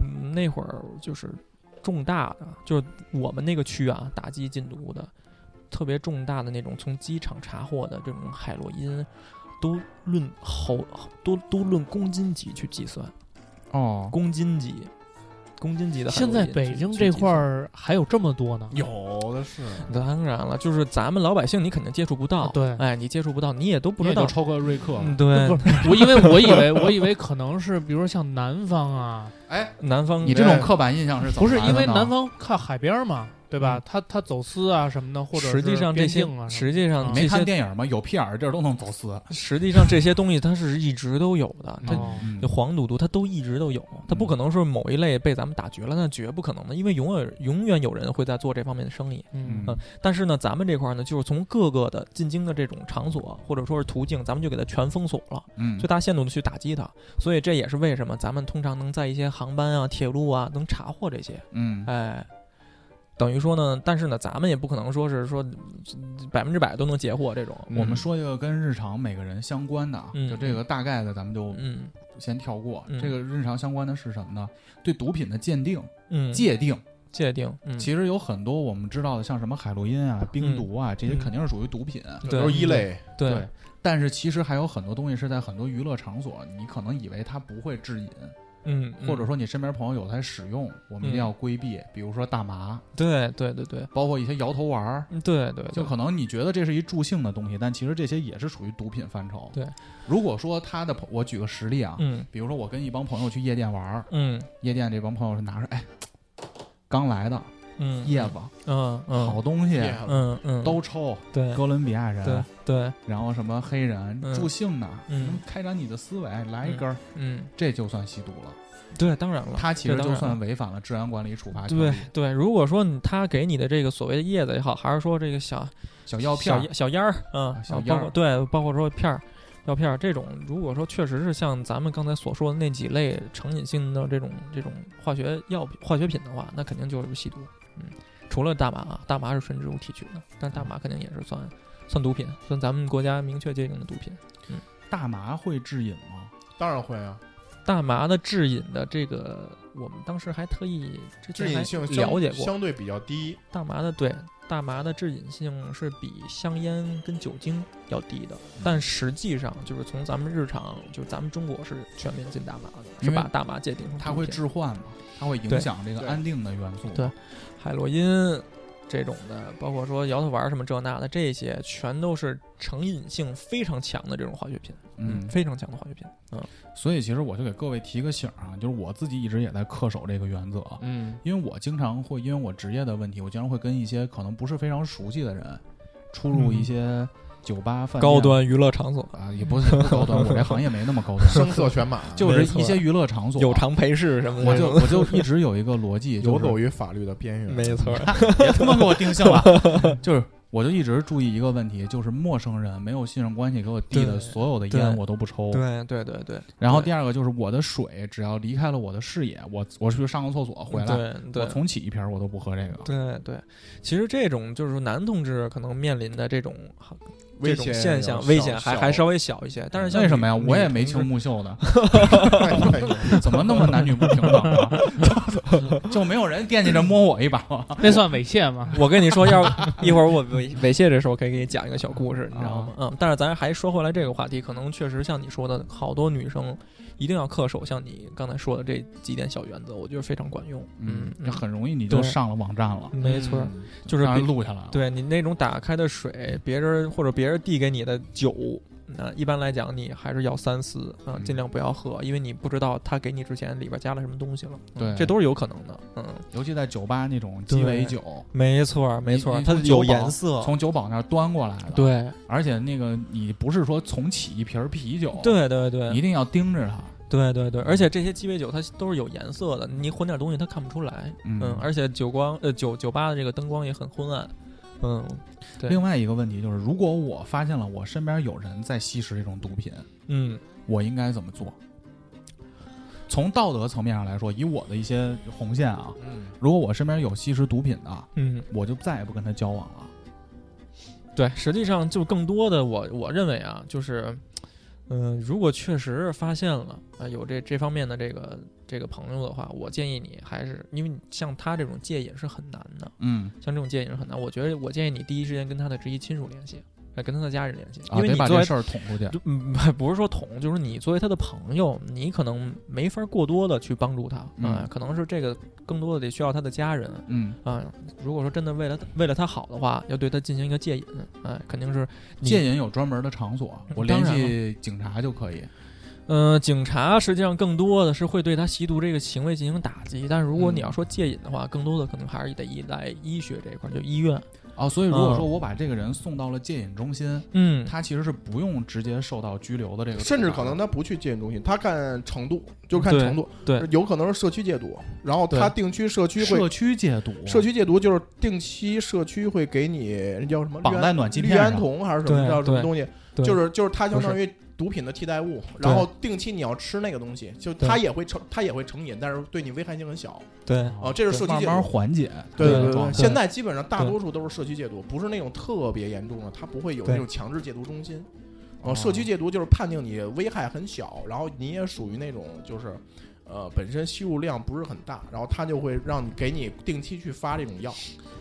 [SPEAKER 6] 嗯，那会儿就是重大的，就是我们那个区啊，打击禁毒的，特别重大的那种从机场查获的这种海洛因，都论毫都都论公斤级去计算，
[SPEAKER 3] 哦，
[SPEAKER 6] 公斤级。公斤级的海洛
[SPEAKER 5] 现
[SPEAKER 6] 因
[SPEAKER 5] 在
[SPEAKER 6] 去
[SPEAKER 5] 北京
[SPEAKER 6] 去
[SPEAKER 5] 这
[SPEAKER 6] 计
[SPEAKER 5] 块
[SPEAKER 6] 算
[SPEAKER 5] 儿还有这么多
[SPEAKER 6] [laughs]
[SPEAKER 5] 呢，
[SPEAKER 4] 有的是，
[SPEAKER 6] 当然了，就是咱们老百姓你肯定接触不到，
[SPEAKER 5] 对
[SPEAKER 6] 哎，你接触不到，你也都不
[SPEAKER 3] 你
[SPEAKER 6] 知
[SPEAKER 3] 也都
[SPEAKER 6] 道，
[SPEAKER 3] 超过瑞克了
[SPEAKER 6] 嗯，对，
[SPEAKER 5] 不
[SPEAKER 6] [laughs]
[SPEAKER 5] 是我，因为我以为我以为可能是，比如说像南方啊，
[SPEAKER 4] 哎，
[SPEAKER 6] 南方
[SPEAKER 3] 你这种刻板印象是怎
[SPEAKER 5] 不
[SPEAKER 3] 么
[SPEAKER 5] 是
[SPEAKER 3] 来的
[SPEAKER 5] 因为
[SPEAKER 3] 呢嗯
[SPEAKER 5] 南方靠海边儿嘛，对吧？他他走私啊什么的，或者
[SPEAKER 6] 实际上这
[SPEAKER 5] 边
[SPEAKER 6] 些
[SPEAKER 5] 境啊，什
[SPEAKER 6] 实
[SPEAKER 5] 么
[SPEAKER 6] 际上
[SPEAKER 5] 啊
[SPEAKER 6] 这
[SPEAKER 3] 没看
[SPEAKER 6] 些
[SPEAKER 3] 电影吗？有屁眼儿的地儿都能走私，
[SPEAKER 6] 实际上这些东西它是一直都有的，
[SPEAKER 5] 的
[SPEAKER 6] 它
[SPEAKER 5] 哦
[SPEAKER 3] 嗯
[SPEAKER 6] 那黄赌毒它都一直都有，它不可能说某一类被咱们打绝了，那绝不可能的，因为永远永远有人会在做这方面的生意。
[SPEAKER 5] 嗯
[SPEAKER 3] 嗯
[SPEAKER 6] 但是呢，咱们这块儿呢，就是从各个的进京的这种场所或者说是途径，咱们就给它全封锁了。
[SPEAKER 3] 嗯
[SPEAKER 6] 最，大限度的去打击它。所以这也是为什么咱们通常能在一些航班啊、铁路啊能查获这些。
[SPEAKER 3] 嗯，
[SPEAKER 6] 哎，等于说呢，但是呢，咱们也不可能说是说嗯百分之百都能截获这种。
[SPEAKER 3] 我们说一个跟日常每个人相关的啊，
[SPEAKER 6] 嗯
[SPEAKER 3] 就这个大概的，咱们就
[SPEAKER 6] 嗯
[SPEAKER 3] 先跳过。
[SPEAKER 6] 嗯
[SPEAKER 3] 这个日常相关的是什么呢？对毒品的鉴定、
[SPEAKER 6] 嗯，
[SPEAKER 3] 界定，
[SPEAKER 6] 界定，嗯，
[SPEAKER 3] 其实有很多我们知道的，像什么海洛因啊、冰毒啊，这些肯定是属于毒品。
[SPEAKER 6] 对嗯
[SPEAKER 4] 都是一类，
[SPEAKER 6] 对
[SPEAKER 3] 对，但是其实还有很多东西是在很多娱乐场所，你可能以为它不会致瘾，
[SPEAKER 6] 嗯，
[SPEAKER 3] 或者
[SPEAKER 6] 嗯
[SPEAKER 3] 说你身边朋友有在使用，我们一定要规避。比如说大麻，
[SPEAKER 6] 对对对对
[SPEAKER 3] 包括一些摇头丸儿，
[SPEAKER 6] 嗯对对，
[SPEAKER 3] 就
[SPEAKER 6] 对
[SPEAKER 3] 可能你觉得这是一助兴的东西，但其实这些也是属于毒品范畴。
[SPEAKER 6] 对，
[SPEAKER 3] 如果说他的朋，我举个实例啊，
[SPEAKER 6] 嗯
[SPEAKER 3] 比如说我跟一帮朋友去夜店玩儿，
[SPEAKER 6] 嗯
[SPEAKER 3] 夜店这帮朋友是拿着哎，刚来的
[SPEAKER 6] 嗯
[SPEAKER 3] 叶子、
[SPEAKER 6] 嗯嗯
[SPEAKER 3] 好东西、
[SPEAKER 4] Yeah
[SPEAKER 6] 嗯嗯
[SPEAKER 3] 都啊抽，
[SPEAKER 6] 对
[SPEAKER 3] 哥伦比亚人
[SPEAKER 6] 对，对
[SPEAKER 3] 然后什么黑人、
[SPEAKER 6] 嗯
[SPEAKER 3] 助兴的，
[SPEAKER 6] 嗯
[SPEAKER 3] 能开展你的思维，来一根儿，
[SPEAKER 6] 嗯
[SPEAKER 3] 这就算吸毒了。
[SPEAKER 6] 对，当然了，
[SPEAKER 3] 他其
[SPEAKER 6] 这
[SPEAKER 3] 实
[SPEAKER 6] 当
[SPEAKER 3] 就
[SPEAKER 6] 然了
[SPEAKER 3] 算违反了治安管理处罚条例
[SPEAKER 6] 对对，如果说你他给你的这个所谓的叶子也好，还是说这个小
[SPEAKER 3] 小药片儿
[SPEAKER 6] 小烟、小烟儿，嗯，
[SPEAKER 3] 小
[SPEAKER 6] 啊
[SPEAKER 3] 烟
[SPEAKER 6] 包括
[SPEAKER 3] 儿
[SPEAKER 6] 对，包括说片儿、药片儿这种，如果说确实是像咱们刚才所说的那几类成瘾性的这种这种化学药品、化学品的话，那肯定就是吸毒。嗯，除了大麻，啊，大麻是纯植物提取的，
[SPEAKER 3] 嗯
[SPEAKER 6] 但大麻肯定也是算算毒品，算咱们国家明确界定的毒品。
[SPEAKER 3] 大麻会致瘾吗？
[SPEAKER 6] 嗯
[SPEAKER 4] 当然会啊，
[SPEAKER 6] 大麻的致瘾的这个，我们当时还特意之前
[SPEAKER 4] 致
[SPEAKER 6] 还
[SPEAKER 4] 瘾性相
[SPEAKER 6] 了解过，
[SPEAKER 4] 相对比
[SPEAKER 3] [laughs]
[SPEAKER 4] 较低，
[SPEAKER 6] 大麻的对大麻的致瘾性是比香烟跟酒精要低的，
[SPEAKER 3] 嗯
[SPEAKER 6] 但实际上就是从咱们日常，就是咱们中国是全面禁大麻的，
[SPEAKER 3] 因
[SPEAKER 6] 是
[SPEAKER 3] 为
[SPEAKER 6] 把大麻界定成
[SPEAKER 3] 它
[SPEAKER 6] 毒
[SPEAKER 3] 会
[SPEAKER 6] 品
[SPEAKER 3] 致幻吗？它会
[SPEAKER 6] 对
[SPEAKER 3] 影响这个
[SPEAKER 4] 对
[SPEAKER 3] 安定的元素吗？
[SPEAKER 6] 对海洛因这种的，包括说摇头丸什么这那的，这些全都是成瘾性非常强的这种化学品，
[SPEAKER 3] 嗯，
[SPEAKER 6] 非常强的化学品，嗯
[SPEAKER 3] 所以其实我就给各位提个醒儿啊，就是我自己一直也在恪守这个原则，啊
[SPEAKER 6] 嗯
[SPEAKER 3] 因为我经常会因为我职业的问题，我经常会跟一些可能不是非常熟悉的人出入一些酒吧、饭店
[SPEAKER 6] 高端娱乐场所
[SPEAKER 3] 啊，也不是不高端，我这行业没那么高端，
[SPEAKER 4] 声色犬马，
[SPEAKER 3] [laughs] 就是
[SPEAKER 6] 没错
[SPEAKER 3] 一些娱乐场所
[SPEAKER 6] 有。偿陪侍什么的，
[SPEAKER 3] 我就我 [laughs] 就一直有一个逻
[SPEAKER 6] [laughs]
[SPEAKER 3] 辑，就
[SPEAKER 4] 游
[SPEAKER 3] 是
[SPEAKER 4] 走于法律的边缘。
[SPEAKER 6] 没错，
[SPEAKER 3] [laughs] 别他妈给我定性了，就是我就一直注意一个问题，就是陌生人没有信任关系给我递的
[SPEAKER 6] 对
[SPEAKER 3] 所有的
[SPEAKER 6] 对
[SPEAKER 3] 烟我都不抽。
[SPEAKER 6] 对对对对，
[SPEAKER 3] 然后第二个就是我的水，只要离开了我的视野，我我去上个厕所回来，
[SPEAKER 6] 对对
[SPEAKER 3] 我重启一瓶儿我都不喝这个。
[SPEAKER 6] 对对，其实这种就是说男同志可能面临的这种
[SPEAKER 4] 危
[SPEAKER 6] 这种
[SPEAKER 4] 险
[SPEAKER 6] 现象，
[SPEAKER 4] 要
[SPEAKER 6] 危
[SPEAKER 4] 小
[SPEAKER 6] 险还
[SPEAKER 4] 小
[SPEAKER 6] 还稍微小一些。但是像
[SPEAKER 3] 嗯为什么呀？
[SPEAKER 6] 女
[SPEAKER 3] 我也
[SPEAKER 6] 女
[SPEAKER 3] 没
[SPEAKER 6] 同
[SPEAKER 3] 青
[SPEAKER 6] 志
[SPEAKER 3] 木秀的，
[SPEAKER 4] 太
[SPEAKER 3] [laughs]
[SPEAKER 4] 远了
[SPEAKER 3] 怎么那么男女不平等啊？ [laughs] 就就没有人惦记着摸我一把
[SPEAKER 6] 嗯
[SPEAKER 3] 吗？
[SPEAKER 5] 那算猥亵 [laughs] 吗？
[SPEAKER 6] 我跟你
[SPEAKER 3] [laughs]
[SPEAKER 6] 说，要是一会儿我猥猥亵这时候可以给你讲一个小故事，你知
[SPEAKER 4] 啊
[SPEAKER 6] 道吗？嗯，但是咱还说回来这个话题，可能确实像你说的，好多女生一定要恪守像你刚才说的这几点小原则，我觉得非常管用。嗯，
[SPEAKER 3] 这
[SPEAKER 6] 嗯
[SPEAKER 3] 很容易你就
[SPEAKER 6] 对
[SPEAKER 3] 上了网站了，
[SPEAKER 6] 没错儿，
[SPEAKER 4] 嗯
[SPEAKER 6] 就是
[SPEAKER 3] 让
[SPEAKER 6] 比
[SPEAKER 3] 人录下来了。
[SPEAKER 6] 对你那种打开的水，别人或者别人递给你的酒，那一般来讲你还是要三思啊、
[SPEAKER 3] 嗯
[SPEAKER 6] 尽量不要喝，因为你不知道他给你之前里边加了什么东西了。嗯
[SPEAKER 3] 对
[SPEAKER 6] 这都是有可能的。嗯，
[SPEAKER 3] 尤其在酒吧那种鸡尾酒，
[SPEAKER 6] 没错，没错
[SPEAKER 3] 你，
[SPEAKER 6] 它
[SPEAKER 3] 从
[SPEAKER 6] 有
[SPEAKER 3] 酒保
[SPEAKER 6] 颜色。
[SPEAKER 3] 从酒保那儿端过来的。，
[SPEAKER 6] 对
[SPEAKER 3] 而且那个你不是说重启一瓶儿啤酒，，
[SPEAKER 6] 对对
[SPEAKER 3] 你一
[SPEAKER 6] 对
[SPEAKER 3] 定要盯着它。
[SPEAKER 6] 对对对，而且这些鸡尾酒它都是有颜色的，你混点东西它看不出来。
[SPEAKER 3] 嗯
[SPEAKER 6] 嗯，而且酒光呃酒酒吧的这个灯光也很昏暗。嗯，对
[SPEAKER 3] 另外一个问题就是，如果我发现了我身边有人在吸食这种毒品，
[SPEAKER 6] 嗯，
[SPEAKER 3] 我应该怎么做？从道德层面上来说，以我的一些红线啊，
[SPEAKER 4] 嗯
[SPEAKER 3] 如果我身边有吸食毒品的，
[SPEAKER 6] 嗯，
[SPEAKER 3] 我就再也不跟他交往了。
[SPEAKER 6] 对，实际上就更多的我我认为啊，就是，嗯、如果确实发现了啊、有这这方面的这个这个朋友的话，我建议你还是因为你像他这种戒瘾是很难的，
[SPEAKER 3] 嗯
[SPEAKER 6] 像这种戒瘾是很难，我觉得我建议你第一时间跟他的直系亲属联系，呃跟他的家人联系。
[SPEAKER 3] 啊，
[SPEAKER 6] 因为
[SPEAKER 3] 得
[SPEAKER 6] 你
[SPEAKER 3] 把
[SPEAKER 6] 作
[SPEAKER 3] 这
[SPEAKER 6] 为
[SPEAKER 3] 事儿捅出去。
[SPEAKER 6] 就嗯，不是说捅，就是你作为他的朋友，你可能没法过多的去帮助他，
[SPEAKER 3] 嗯
[SPEAKER 6] 呃可能是这个更多的得需要他的家人
[SPEAKER 3] 嗯，
[SPEAKER 6] 啊、如果说真的为了他为了他好的话，要对他进行一个戒瘾，哎、肯定是你
[SPEAKER 3] 戒瘾有专门的场所，我联
[SPEAKER 6] 当然
[SPEAKER 3] 系警察就可以。
[SPEAKER 6] 呃，警察实际上更多的是会对他吸毒这个行为进行打击，但是如果
[SPEAKER 3] 嗯
[SPEAKER 6] 你要说戒瘾的话，更多的可能还是得依赖医学这一块，就医院。
[SPEAKER 3] 哦，所以如果
[SPEAKER 6] 嗯
[SPEAKER 3] 说我把这个人送到了戒瘾中心，
[SPEAKER 6] 嗯，
[SPEAKER 3] 他其实是不用直接受到拘留的这个处罚的，
[SPEAKER 4] 甚至可能他不去戒瘾中心，他看程度，就看
[SPEAKER 6] 对
[SPEAKER 4] 程度，
[SPEAKER 6] 对，
[SPEAKER 4] 有可能是社区戒毒，然后他定区社区会
[SPEAKER 3] 社区戒毒，
[SPEAKER 4] 社区戒毒就是定期社区会给你那叫什么
[SPEAKER 3] 绑在暖气
[SPEAKER 4] 氯
[SPEAKER 3] 片
[SPEAKER 4] 胺
[SPEAKER 3] 上
[SPEAKER 4] 酮还是什么
[SPEAKER 6] 对
[SPEAKER 4] 叫什么
[SPEAKER 6] 对
[SPEAKER 4] 东西，
[SPEAKER 6] 对
[SPEAKER 4] 就是就是它相
[SPEAKER 6] 不
[SPEAKER 4] 当
[SPEAKER 6] 是
[SPEAKER 4] 于毒品的替代物，
[SPEAKER 6] 对
[SPEAKER 4] 然后定期你要吃那个东西，就它也会成它也会成瘾，但是对你危害性很小
[SPEAKER 6] 对，哦
[SPEAKER 4] 啊，这是社区
[SPEAKER 3] 慢
[SPEAKER 4] 戒
[SPEAKER 3] 慢
[SPEAKER 4] 毒。
[SPEAKER 3] 缓解他
[SPEAKER 4] 对
[SPEAKER 3] 这
[SPEAKER 4] 对
[SPEAKER 3] 个
[SPEAKER 4] 对
[SPEAKER 3] 状
[SPEAKER 4] 对，
[SPEAKER 3] 态。
[SPEAKER 4] 现在基本上大多数都是社区戒毒，不是那种特别严重的，它不会有
[SPEAKER 6] 对
[SPEAKER 4] 那种强制戒毒中心。
[SPEAKER 3] 哦
[SPEAKER 4] 啊，社区戒毒就是判定你危害很小，然后你也属于那种就是，呃，本身吸入量不是很大，然后它就会让你给你定期去发这种药，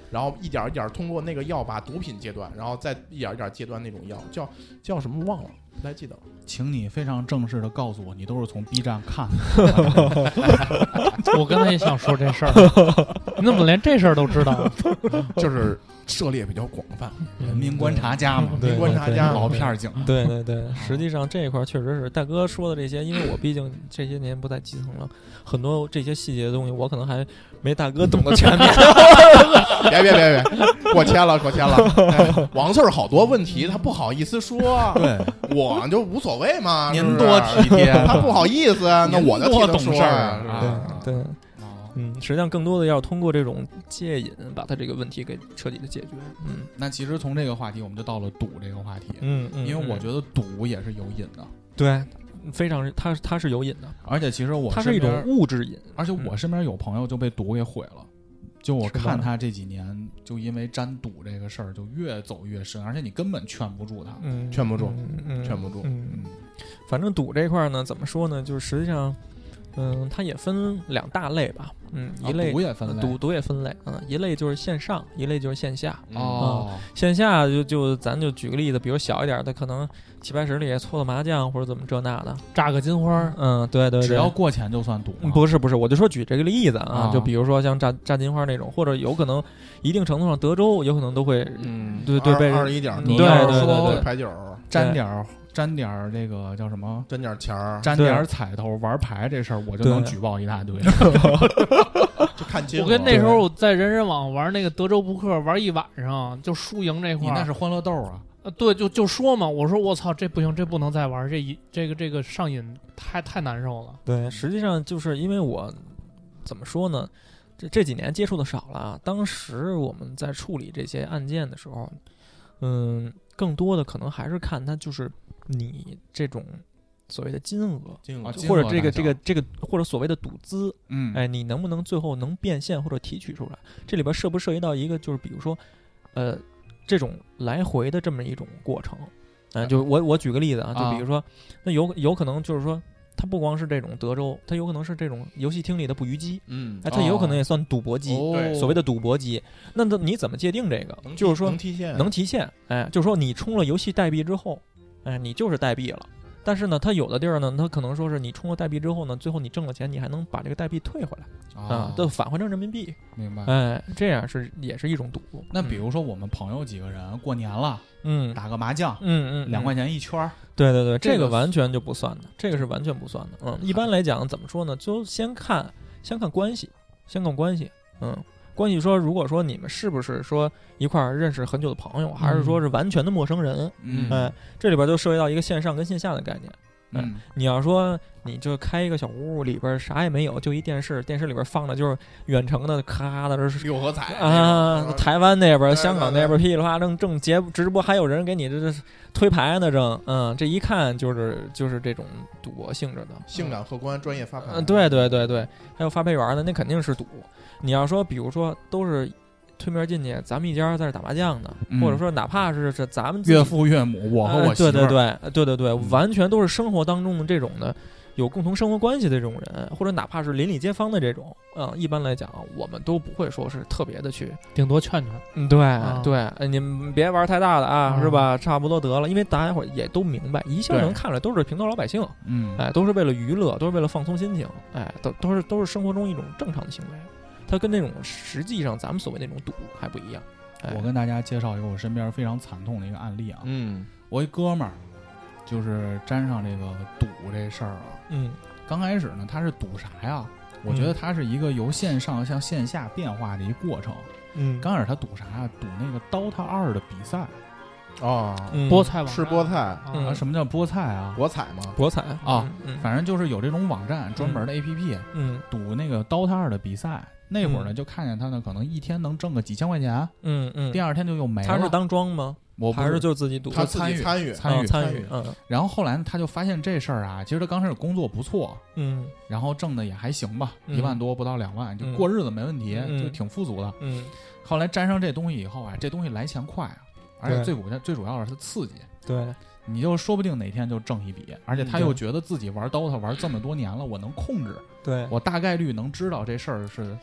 [SPEAKER 4] 然后一点儿一点儿通过那个药把毒品戒断，然后再一点儿一点儿戒断那种药，叫叫什么忘了，不太记 [laughs] 得了。
[SPEAKER 3] 请你非常正式的告诉我，你都是从 B 站看的。
[SPEAKER 5] 我刚才也想说这事儿，你怎么连这事儿都知道 [laughs] 啊？
[SPEAKER 4] 就是涉猎比较广泛，
[SPEAKER 3] 人民观察家嘛，
[SPEAKER 6] 对
[SPEAKER 4] 观察家
[SPEAKER 3] 老片儿警。
[SPEAKER 6] 对对对，实际上这一块儿确实是大哥说的这些，因为我毕竟这些年不在基层了，很多这些细节的东西，我可能还没大哥懂得全面。
[SPEAKER 4] 别别别别，过谦了过谦了。哎王四儿好多问题他不好意思说，
[SPEAKER 3] 对，
[SPEAKER 4] 我就无所谓嘛，是
[SPEAKER 3] 您
[SPEAKER 4] 不是
[SPEAKER 3] 多体贴。
[SPEAKER 4] 他不好意思，啊那
[SPEAKER 3] 您
[SPEAKER 4] 我就替
[SPEAKER 3] 多
[SPEAKER 4] 他
[SPEAKER 3] 懂
[SPEAKER 4] 说
[SPEAKER 3] 事儿
[SPEAKER 4] 呀
[SPEAKER 3] 啊
[SPEAKER 4] 是吧
[SPEAKER 6] 对，
[SPEAKER 3] 哦
[SPEAKER 6] 嗯，实际上更多的要通过这种戒瘾，把他这个问题给彻底的解决。嗯
[SPEAKER 3] 那其实从这个话题，我们就到了赌这个话题，
[SPEAKER 6] 嗯，嗯
[SPEAKER 3] 因为我
[SPEAKER 6] 得
[SPEAKER 3] 觉得赌也是有瘾的，
[SPEAKER 6] 对，非常他他是有瘾的，
[SPEAKER 3] 而且其实我
[SPEAKER 6] 它是一
[SPEAKER 3] 身
[SPEAKER 6] 种
[SPEAKER 3] 边
[SPEAKER 6] 物质瘾。
[SPEAKER 3] 而且我身边有朋友就被赌给毁了。就我
[SPEAKER 6] 是吧
[SPEAKER 3] 看他这几年，就因为沾赌这个事儿，就越走越深，而且你根本劝不住他。
[SPEAKER 6] 嗯，
[SPEAKER 4] 劝不住
[SPEAKER 6] 嗯，嗯
[SPEAKER 4] 劝不住
[SPEAKER 6] 嗯
[SPEAKER 3] 嗯，，
[SPEAKER 6] 反正赌这块儿呢，怎么说呢？就是实际上，嗯，它也分两大类吧。嗯，
[SPEAKER 3] 啊
[SPEAKER 6] 一类
[SPEAKER 3] 赌也分类
[SPEAKER 6] 赌赌也分类，嗯，一类就是线上，一类就是线下。
[SPEAKER 4] 嗯
[SPEAKER 3] 哦，
[SPEAKER 6] 线下就就咱就举个例子，比如小一点的，可能棋牌室里搓搓麻将或者怎么这那的。
[SPEAKER 5] 炸个金花儿，
[SPEAKER 6] 嗯，对对对，
[SPEAKER 3] 只要过钱就算赌吗
[SPEAKER 6] 嗯不是不是，我就说举这个例子啊，
[SPEAKER 3] 啊
[SPEAKER 6] 就比如说像炸炸金花那种，或者有可能一定程度上德州有可能都会，
[SPEAKER 4] 嗯
[SPEAKER 6] 对对被
[SPEAKER 4] 二二一点儿，
[SPEAKER 6] 对
[SPEAKER 4] 你要
[SPEAKER 6] 对
[SPEAKER 4] 是
[SPEAKER 6] 对
[SPEAKER 4] 说
[SPEAKER 6] 对
[SPEAKER 4] 牌九儿，
[SPEAKER 3] 沾点儿沾点儿这个叫什么？
[SPEAKER 4] 沾点儿钱儿，
[SPEAKER 3] 沾点儿彩头玩牌这事儿，我就
[SPEAKER 6] 对
[SPEAKER 3] 能举报一大堆。 [laughs]
[SPEAKER 4] 就看金额。
[SPEAKER 5] 我跟那时候我在人人网玩那个德州扑克，玩一晚上就输赢这
[SPEAKER 3] 你
[SPEAKER 5] 块
[SPEAKER 3] 那
[SPEAKER 5] 儿
[SPEAKER 3] 是，欢乐豆啊！
[SPEAKER 5] 呃对，就就说嘛，我说我操，这不行，这不能再玩，这一这个这个上瘾太太难受了。
[SPEAKER 3] 嗯
[SPEAKER 6] 对，实际上就是因为我怎么说呢，这这几年接触的少了啊，当时我们在处理这些案件的时候，嗯，更多的可能还是看他就是你这种所谓的金额。
[SPEAKER 4] 金
[SPEAKER 3] 啊
[SPEAKER 4] 额
[SPEAKER 3] 金
[SPEAKER 6] 或者
[SPEAKER 3] 额
[SPEAKER 6] 这个
[SPEAKER 3] 大小
[SPEAKER 6] 这个这个或者所谓的赌资，
[SPEAKER 3] 嗯，
[SPEAKER 6] 哎，你能不能最后能变现或者提取出来？这里边涉不涉及到一个就是比如说，呃，这种来回的这么一种过程？嗯、就我我举个例子啊，就
[SPEAKER 3] 啊
[SPEAKER 6] 比如说，那有有可能就是说，它不光是这种德州，它有可能是这种游戏厅里的捕鱼机，
[SPEAKER 4] 嗯
[SPEAKER 6] 哎，它有可能
[SPEAKER 3] 哦
[SPEAKER 6] 也算赌博机，
[SPEAKER 3] 哦
[SPEAKER 6] 所谓的赌博机。那那你怎么界定这个？
[SPEAKER 4] 能提
[SPEAKER 6] 就是说
[SPEAKER 4] 能提
[SPEAKER 3] 嗯
[SPEAKER 4] 现，
[SPEAKER 6] 能提现，哎，就是说你充了游戏代币之后，哎，你就是代币了。但是呢，它有的地儿呢，它可能说是你充了代币之后呢，最后你挣了钱，你还能把这个代币退回来啊
[SPEAKER 3] 啊，，
[SPEAKER 6] 都返换成人民币，
[SPEAKER 3] 明白。
[SPEAKER 6] 哎，这样是也是一种赌。
[SPEAKER 3] 嗯那比如说我们朋友几个人过年了，
[SPEAKER 6] 嗯，嗯
[SPEAKER 3] 打个麻将，
[SPEAKER 6] 嗯嗯，
[SPEAKER 3] 两块钱一圈儿，
[SPEAKER 6] 对对对，
[SPEAKER 3] 这
[SPEAKER 6] 这
[SPEAKER 3] 个
[SPEAKER 6] 个完全就不算的，这个是完全不算的。嗯，一般来讲怎么说呢？就先看先看关系，先看关系。嗯，关系说，如果说你们是不是说一块儿认识很久的朋友，还是说是完全的陌生人？
[SPEAKER 3] 嗯
[SPEAKER 6] 哎，这里边就涉及到一个线上跟线下的概念。
[SPEAKER 3] 嗯，
[SPEAKER 6] 你要说你就开一个小屋，里边啥也没有，就一电视，电视里边放的就是远程的，咔的是
[SPEAKER 4] 六合彩那
[SPEAKER 6] 啊，
[SPEAKER 4] 种
[SPEAKER 6] 台湾那边、
[SPEAKER 4] 对
[SPEAKER 6] 香港那边噼里啪啦正正节直播，还有人给你这这推牌呢，正嗯，这一看就是就是这种赌博性质的，
[SPEAKER 4] 性感荷官专业发牌，
[SPEAKER 6] 嗯，对对对对，还有发配员的，那肯定是赌。你要说，比如说都是推门进去，咱们一家在这打麻将呢，
[SPEAKER 3] 嗯
[SPEAKER 6] 或者说哪怕是这咱们自己
[SPEAKER 3] 岳父岳母，我和
[SPEAKER 6] 呃
[SPEAKER 3] 我媳妇儿，嗯
[SPEAKER 6] 对对对对对对，完全都是生活当中的这种的有共同生活关系的这种人，或者哪怕是邻里街坊的这种，嗯，一般来讲我们都不会说是特别的去
[SPEAKER 5] 顶多劝劝。
[SPEAKER 6] 嗯，对、
[SPEAKER 5] 啊
[SPEAKER 6] 对，呃你们别玩太大的啊，
[SPEAKER 5] 嗯
[SPEAKER 6] 是吧？差不多得了，因为大家伙儿也都明白，一下
[SPEAKER 3] 对
[SPEAKER 6] 能看出来都是平头老百姓，
[SPEAKER 3] 嗯，
[SPEAKER 6] 哎，都是为了娱乐，都是为了放松心情，哎，都都是都是生活中一种正常的行为，它跟那种实际上咱们所谓那种赌还不一样。哎、
[SPEAKER 3] 我跟大家介绍一个我身边非常惨痛的一个案例啊，
[SPEAKER 4] 嗯，
[SPEAKER 3] 我一哥们儿就是沾上这个赌这事儿了。
[SPEAKER 6] 嗯
[SPEAKER 3] 刚开始呢，他是赌啥呀？我觉得它是一个由线上向线下变化的一过程。
[SPEAKER 6] 嗯
[SPEAKER 3] 刚开始他赌啥呀？赌那个《DOTA 二》的比赛。
[SPEAKER 4] 哦，
[SPEAKER 5] 菠菜网
[SPEAKER 4] 吃菠菜
[SPEAKER 5] 啊
[SPEAKER 6] 嗯
[SPEAKER 3] 啊，什么叫菠菜啊？
[SPEAKER 4] 博彩嘛，
[SPEAKER 6] 博彩
[SPEAKER 3] 啊，
[SPEAKER 6] 嗯
[SPEAKER 3] 反正就是有这种网站专门的 APP
[SPEAKER 6] 嗯
[SPEAKER 3] 赌那个《DOTA 二》的比赛。那会儿呢，
[SPEAKER 6] 嗯
[SPEAKER 3] 就看见他呢，可能一天能挣个几千块钱，啊
[SPEAKER 6] 嗯嗯
[SPEAKER 3] 第
[SPEAKER 6] 嗯，
[SPEAKER 3] 二天就又没了。
[SPEAKER 6] 他是当庄吗？
[SPEAKER 3] 我不
[SPEAKER 6] 还是就自己赌？
[SPEAKER 4] 他自己
[SPEAKER 3] 他
[SPEAKER 4] 参与，
[SPEAKER 3] 参
[SPEAKER 6] 嗯
[SPEAKER 3] 与
[SPEAKER 6] 参
[SPEAKER 4] 与
[SPEAKER 6] 与，嗯
[SPEAKER 3] 然后后来呢，他就发现这事儿啊，其实他刚开始工作不错，
[SPEAKER 6] 嗯
[SPEAKER 3] 然后挣的也还行吧，
[SPEAKER 6] 嗯
[SPEAKER 3] 一万多不到两万，就
[SPEAKER 6] 嗯
[SPEAKER 3] 过日子没问题，
[SPEAKER 6] 嗯
[SPEAKER 3] 就挺富足的。
[SPEAKER 6] 嗯
[SPEAKER 3] 后来沾上这东西以后啊，这东西来钱快啊，而且
[SPEAKER 6] 对
[SPEAKER 3] 最主要最主要的是它刺激，
[SPEAKER 6] 对，
[SPEAKER 3] 你就说不定哪天就挣一
[SPEAKER 6] 嗯
[SPEAKER 3] 笔，而且他又觉得自己玩 DOTA 玩这么多年了，我能控制，
[SPEAKER 6] 对
[SPEAKER 3] 我大概率能知道这事儿是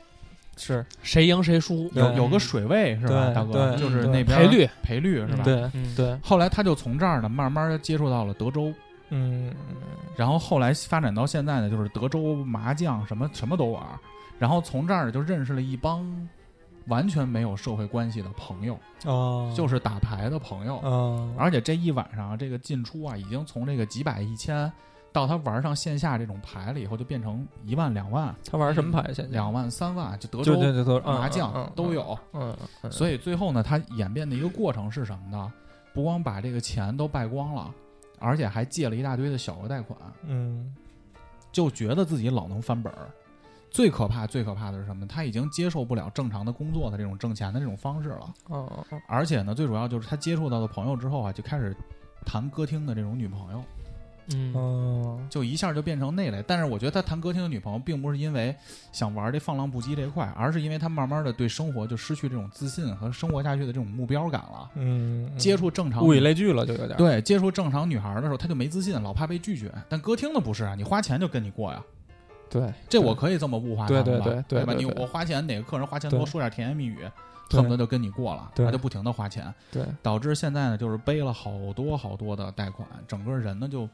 [SPEAKER 6] 是，
[SPEAKER 5] 谁赢谁输，
[SPEAKER 3] 有
[SPEAKER 6] 对
[SPEAKER 3] 有个水位是吧，
[SPEAKER 6] 对
[SPEAKER 3] 大哥，
[SPEAKER 6] 对
[SPEAKER 3] 就是
[SPEAKER 6] 对
[SPEAKER 3] 那边
[SPEAKER 5] 赔率
[SPEAKER 3] 赔率是吧？
[SPEAKER 6] 对
[SPEAKER 5] 嗯
[SPEAKER 6] 对，
[SPEAKER 3] 后来他就从这儿呢，慢慢地接触到了德州，
[SPEAKER 6] 嗯
[SPEAKER 3] 然后后来发展到现在呢，就是德州麻将什么什么都玩儿，然后从这儿就认识了一帮完全没有社会关系的朋友，
[SPEAKER 6] 哦，
[SPEAKER 3] 就是打牌的朋友。
[SPEAKER 6] 嗯，
[SPEAKER 3] 而且这一晚上啊这个进出啊，已经从这个几百一千，到他玩上线下这种牌了以后，就变成一万、两万、
[SPEAKER 6] 他玩什么牌现在？
[SPEAKER 3] 两万、三万，就德
[SPEAKER 6] 就
[SPEAKER 3] 州
[SPEAKER 6] 对对对，嗯
[SPEAKER 3] 麻将都，有。
[SPEAKER 6] 嗯嗯嗯，
[SPEAKER 3] 所以最后呢，他演变的一个过程是什么呢？不光把这个钱都败光了，而且还借了一大堆的小额贷款，
[SPEAKER 6] 嗯。
[SPEAKER 3] 就觉得自己老能翻本儿。最可怕、最可怕的是什么呢？他已经接受不了正常的工作的这种挣钱的这种方式了，
[SPEAKER 6] 哦，哦
[SPEAKER 3] 而且呢，最主要就是他接触到的朋友之后啊，就开始谈歌厅的这种女朋友。
[SPEAKER 5] 嗯，
[SPEAKER 6] 哦，
[SPEAKER 3] 就一下就变成那类。但是我觉得他谈歌厅的女朋友，并不是因为想玩这放浪不羁这一块，而是因为他慢慢的对生活就失去这种自信和生活下去的这种目标感了。
[SPEAKER 6] 嗯，
[SPEAKER 3] 接触正常
[SPEAKER 6] 物以类聚了，就有点。，
[SPEAKER 3] 对接触正常女孩的时候，他就没自信，老怕被拒绝。但歌厅的不是啊，你花钱就跟你过呀。
[SPEAKER 6] 对
[SPEAKER 3] 这我可以这么物化他
[SPEAKER 6] 对
[SPEAKER 3] 们
[SPEAKER 6] 对
[SPEAKER 3] 吧
[SPEAKER 6] 对对
[SPEAKER 3] 吧？
[SPEAKER 6] 对
[SPEAKER 3] 你
[SPEAKER 6] 对
[SPEAKER 3] 我花钱，哪个客人花钱
[SPEAKER 6] 对
[SPEAKER 3] 多，说点甜言蜜语，
[SPEAKER 6] 对
[SPEAKER 3] 恨不得就跟你过了，
[SPEAKER 6] 对
[SPEAKER 3] 他就不停的花钱，
[SPEAKER 6] 对，
[SPEAKER 3] 导致现在呢就是背了好多好多的贷款，整个人呢就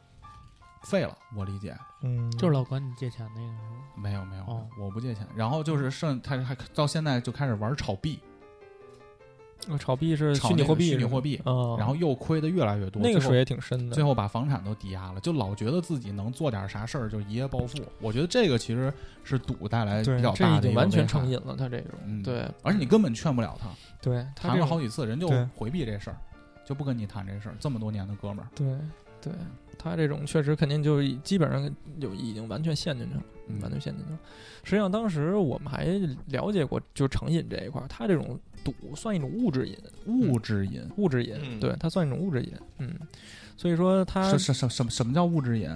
[SPEAKER 3] 废了。我理解，
[SPEAKER 6] 嗯，
[SPEAKER 5] 就是老管你借钱那个是吗？
[SPEAKER 3] 没有没有，
[SPEAKER 5] 哦
[SPEAKER 3] 我不借钱。然后就是剩他还到现在就开始玩炒币，
[SPEAKER 6] 老炒币是
[SPEAKER 3] 炒
[SPEAKER 6] 虚拟
[SPEAKER 3] 那个
[SPEAKER 6] 货币，
[SPEAKER 3] 虚拟货币，
[SPEAKER 6] 嗯，
[SPEAKER 3] 然后又亏的越来越多，
[SPEAKER 6] 那
[SPEAKER 3] 最
[SPEAKER 6] 个
[SPEAKER 3] 后
[SPEAKER 6] 水也挺深的
[SPEAKER 3] 最。后把房产都抵押了，就老觉得自己能做点啥事儿就一夜暴富。我觉得这个其实是赌带来比较
[SPEAKER 6] 这已
[SPEAKER 3] 大的一
[SPEAKER 6] 经
[SPEAKER 3] 个
[SPEAKER 6] 完全
[SPEAKER 3] 危害
[SPEAKER 6] 成，瘾了，他这种，
[SPEAKER 3] 嗯
[SPEAKER 6] 对，
[SPEAKER 3] 而且你根本劝不了他，
[SPEAKER 6] 对，他
[SPEAKER 3] 谈
[SPEAKER 6] 这
[SPEAKER 3] 了
[SPEAKER 6] 种
[SPEAKER 3] 好几次，人就
[SPEAKER 6] 对
[SPEAKER 3] 回避这事儿，就不跟你谈这事儿。这么多年的哥们儿，
[SPEAKER 6] 对对，他这种确实肯定就已基本上就已经完全陷进去了，
[SPEAKER 3] 嗯
[SPEAKER 6] 完全陷进去了。实际上当时我们还了解过，就是成瘾这一块儿，他这种赌算一种物质瘾，
[SPEAKER 3] 物质瘾。
[SPEAKER 6] 物质瘾，
[SPEAKER 4] 嗯
[SPEAKER 6] 对，它算一种物质瘾，嗯。所以说他
[SPEAKER 3] 什什什什么什么叫物质瘾？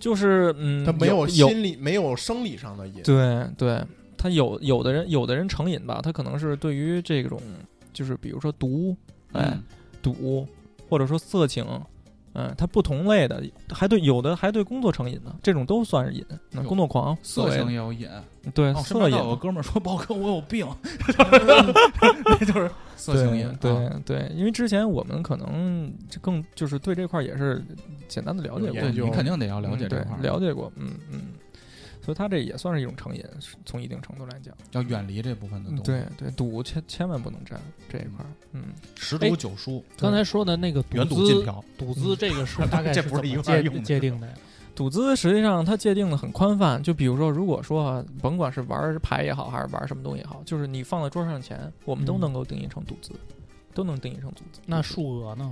[SPEAKER 6] 就是嗯，
[SPEAKER 4] 他没
[SPEAKER 6] 有
[SPEAKER 4] 心理，没有生理上的瘾，
[SPEAKER 6] 对对，他有有的人有的人成瘾吧，他可能是对于这种就是比如说毒，哎，
[SPEAKER 3] 嗯
[SPEAKER 6] 赌或者说色情，嗯，他不同类的，还对有的还对工作成瘾呢，这种都算是瘾，那
[SPEAKER 3] 哟
[SPEAKER 6] 工作狂，
[SPEAKER 3] 色
[SPEAKER 6] 所
[SPEAKER 3] 情
[SPEAKER 6] 谓
[SPEAKER 3] 也有瘾，
[SPEAKER 6] 的对
[SPEAKER 3] 哦，身
[SPEAKER 6] 呃色
[SPEAKER 3] 边
[SPEAKER 6] 瘾
[SPEAKER 3] 倒有个
[SPEAKER 6] 嘛。
[SPEAKER 3] 哥们儿说：“宝哥，我有
[SPEAKER 4] [laughs]
[SPEAKER 3] 病。” [laughs] 那就是色情
[SPEAKER 6] 对
[SPEAKER 3] 瘾。
[SPEAKER 6] 对
[SPEAKER 3] 啊
[SPEAKER 6] 对，因为之前我们可能这更就是对这块儿也是简单的了解
[SPEAKER 4] 有
[SPEAKER 6] 过，
[SPEAKER 3] 对，
[SPEAKER 4] 研究
[SPEAKER 3] 你肯定得要了解这
[SPEAKER 6] 嗯对
[SPEAKER 3] 块儿，
[SPEAKER 6] 了解过，嗯嗯，所以他这也算是一种成瘾，是从一定程度来讲，
[SPEAKER 3] 要远离这部分的东西。
[SPEAKER 6] 对，对，赌千千万不能沾这一块儿，嗯，
[SPEAKER 3] 十
[SPEAKER 5] 哎
[SPEAKER 3] 赌九输，
[SPEAKER 5] 刚才说的那个
[SPEAKER 3] 远
[SPEAKER 5] 赌
[SPEAKER 3] 赌
[SPEAKER 5] 资
[SPEAKER 3] 近，嫖。
[SPEAKER 5] 赌资这个是大概
[SPEAKER 4] 这
[SPEAKER 5] 是
[SPEAKER 4] 不是
[SPEAKER 5] 怎
[SPEAKER 4] 一
[SPEAKER 5] 么
[SPEAKER 4] 块儿
[SPEAKER 5] 界
[SPEAKER 4] 用的
[SPEAKER 5] 界定的呀？
[SPEAKER 6] 赌资实际上它界定的很宽泛，就比如说，如果说啊甭管是玩牌也好，还是玩什么东西也好，就是你放在桌上的钱，我们都
[SPEAKER 5] 嗯
[SPEAKER 6] 能够定义成赌资，都能定义成赌资。嗯
[SPEAKER 5] 那数额呢？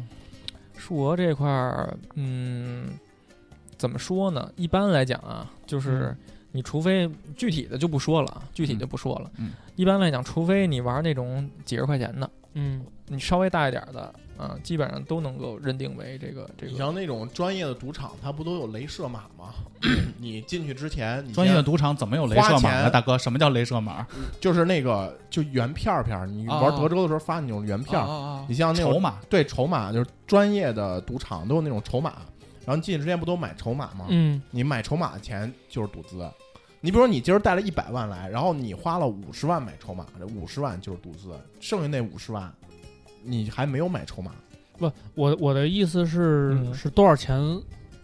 [SPEAKER 6] 数额这块儿，嗯，怎么说呢？一般来讲啊，就是你除非具体的就不说了，啊，具体就不说了。
[SPEAKER 3] 嗯
[SPEAKER 6] 一般来讲，除非你玩那种几十块钱的，
[SPEAKER 5] 嗯，
[SPEAKER 6] 你稍微大一点儿的，啊，基本上都能够认定为这个这
[SPEAKER 4] 你
[SPEAKER 6] 个。
[SPEAKER 4] 像那种专业的赌场，它不都有镭射码
[SPEAKER 3] [clears throat]
[SPEAKER 4] 吗？你进去之前，你
[SPEAKER 3] 专业的
[SPEAKER 4] 先
[SPEAKER 3] 赌场怎么有镭
[SPEAKER 4] 花
[SPEAKER 3] 射码
[SPEAKER 4] 钱
[SPEAKER 3] 呢？大哥，什么叫镭射码？
[SPEAKER 4] 就是那个就原片儿片儿，你
[SPEAKER 3] 啊
[SPEAKER 4] 玩德州的时候发那
[SPEAKER 6] 哦
[SPEAKER 4] 种原片儿，
[SPEAKER 3] 啊
[SPEAKER 4] 你像那
[SPEAKER 3] 筹
[SPEAKER 4] 种
[SPEAKER 3] 码，
[SPEAKER 4] 对筹码，就是专业的赌场都有那种筹码，然后进去之前不都买筹码吗？
[SPEAKER 5] 嗯
[SPEAKER 4] 你买筹码的钱就是赌资。你比如说，你今儿带了一百万来，然后你花了五十万买筹码，这五十万就是赌资，剩下那五十万，你还没有买筹码。
[SPEAKER 5] 不，我我的意思是、
[SPEAKER 6] 嗯
[SPEAKER 5] 是多少钱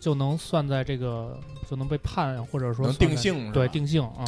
[SPEAKER 5] 就能算在这个就能被判，或者说
[SPEAKER 4] 能
[SPEAKER 5] 算在
[SPEAKER 4] 定性是吧
[SPEAKER 5] 对定性啊、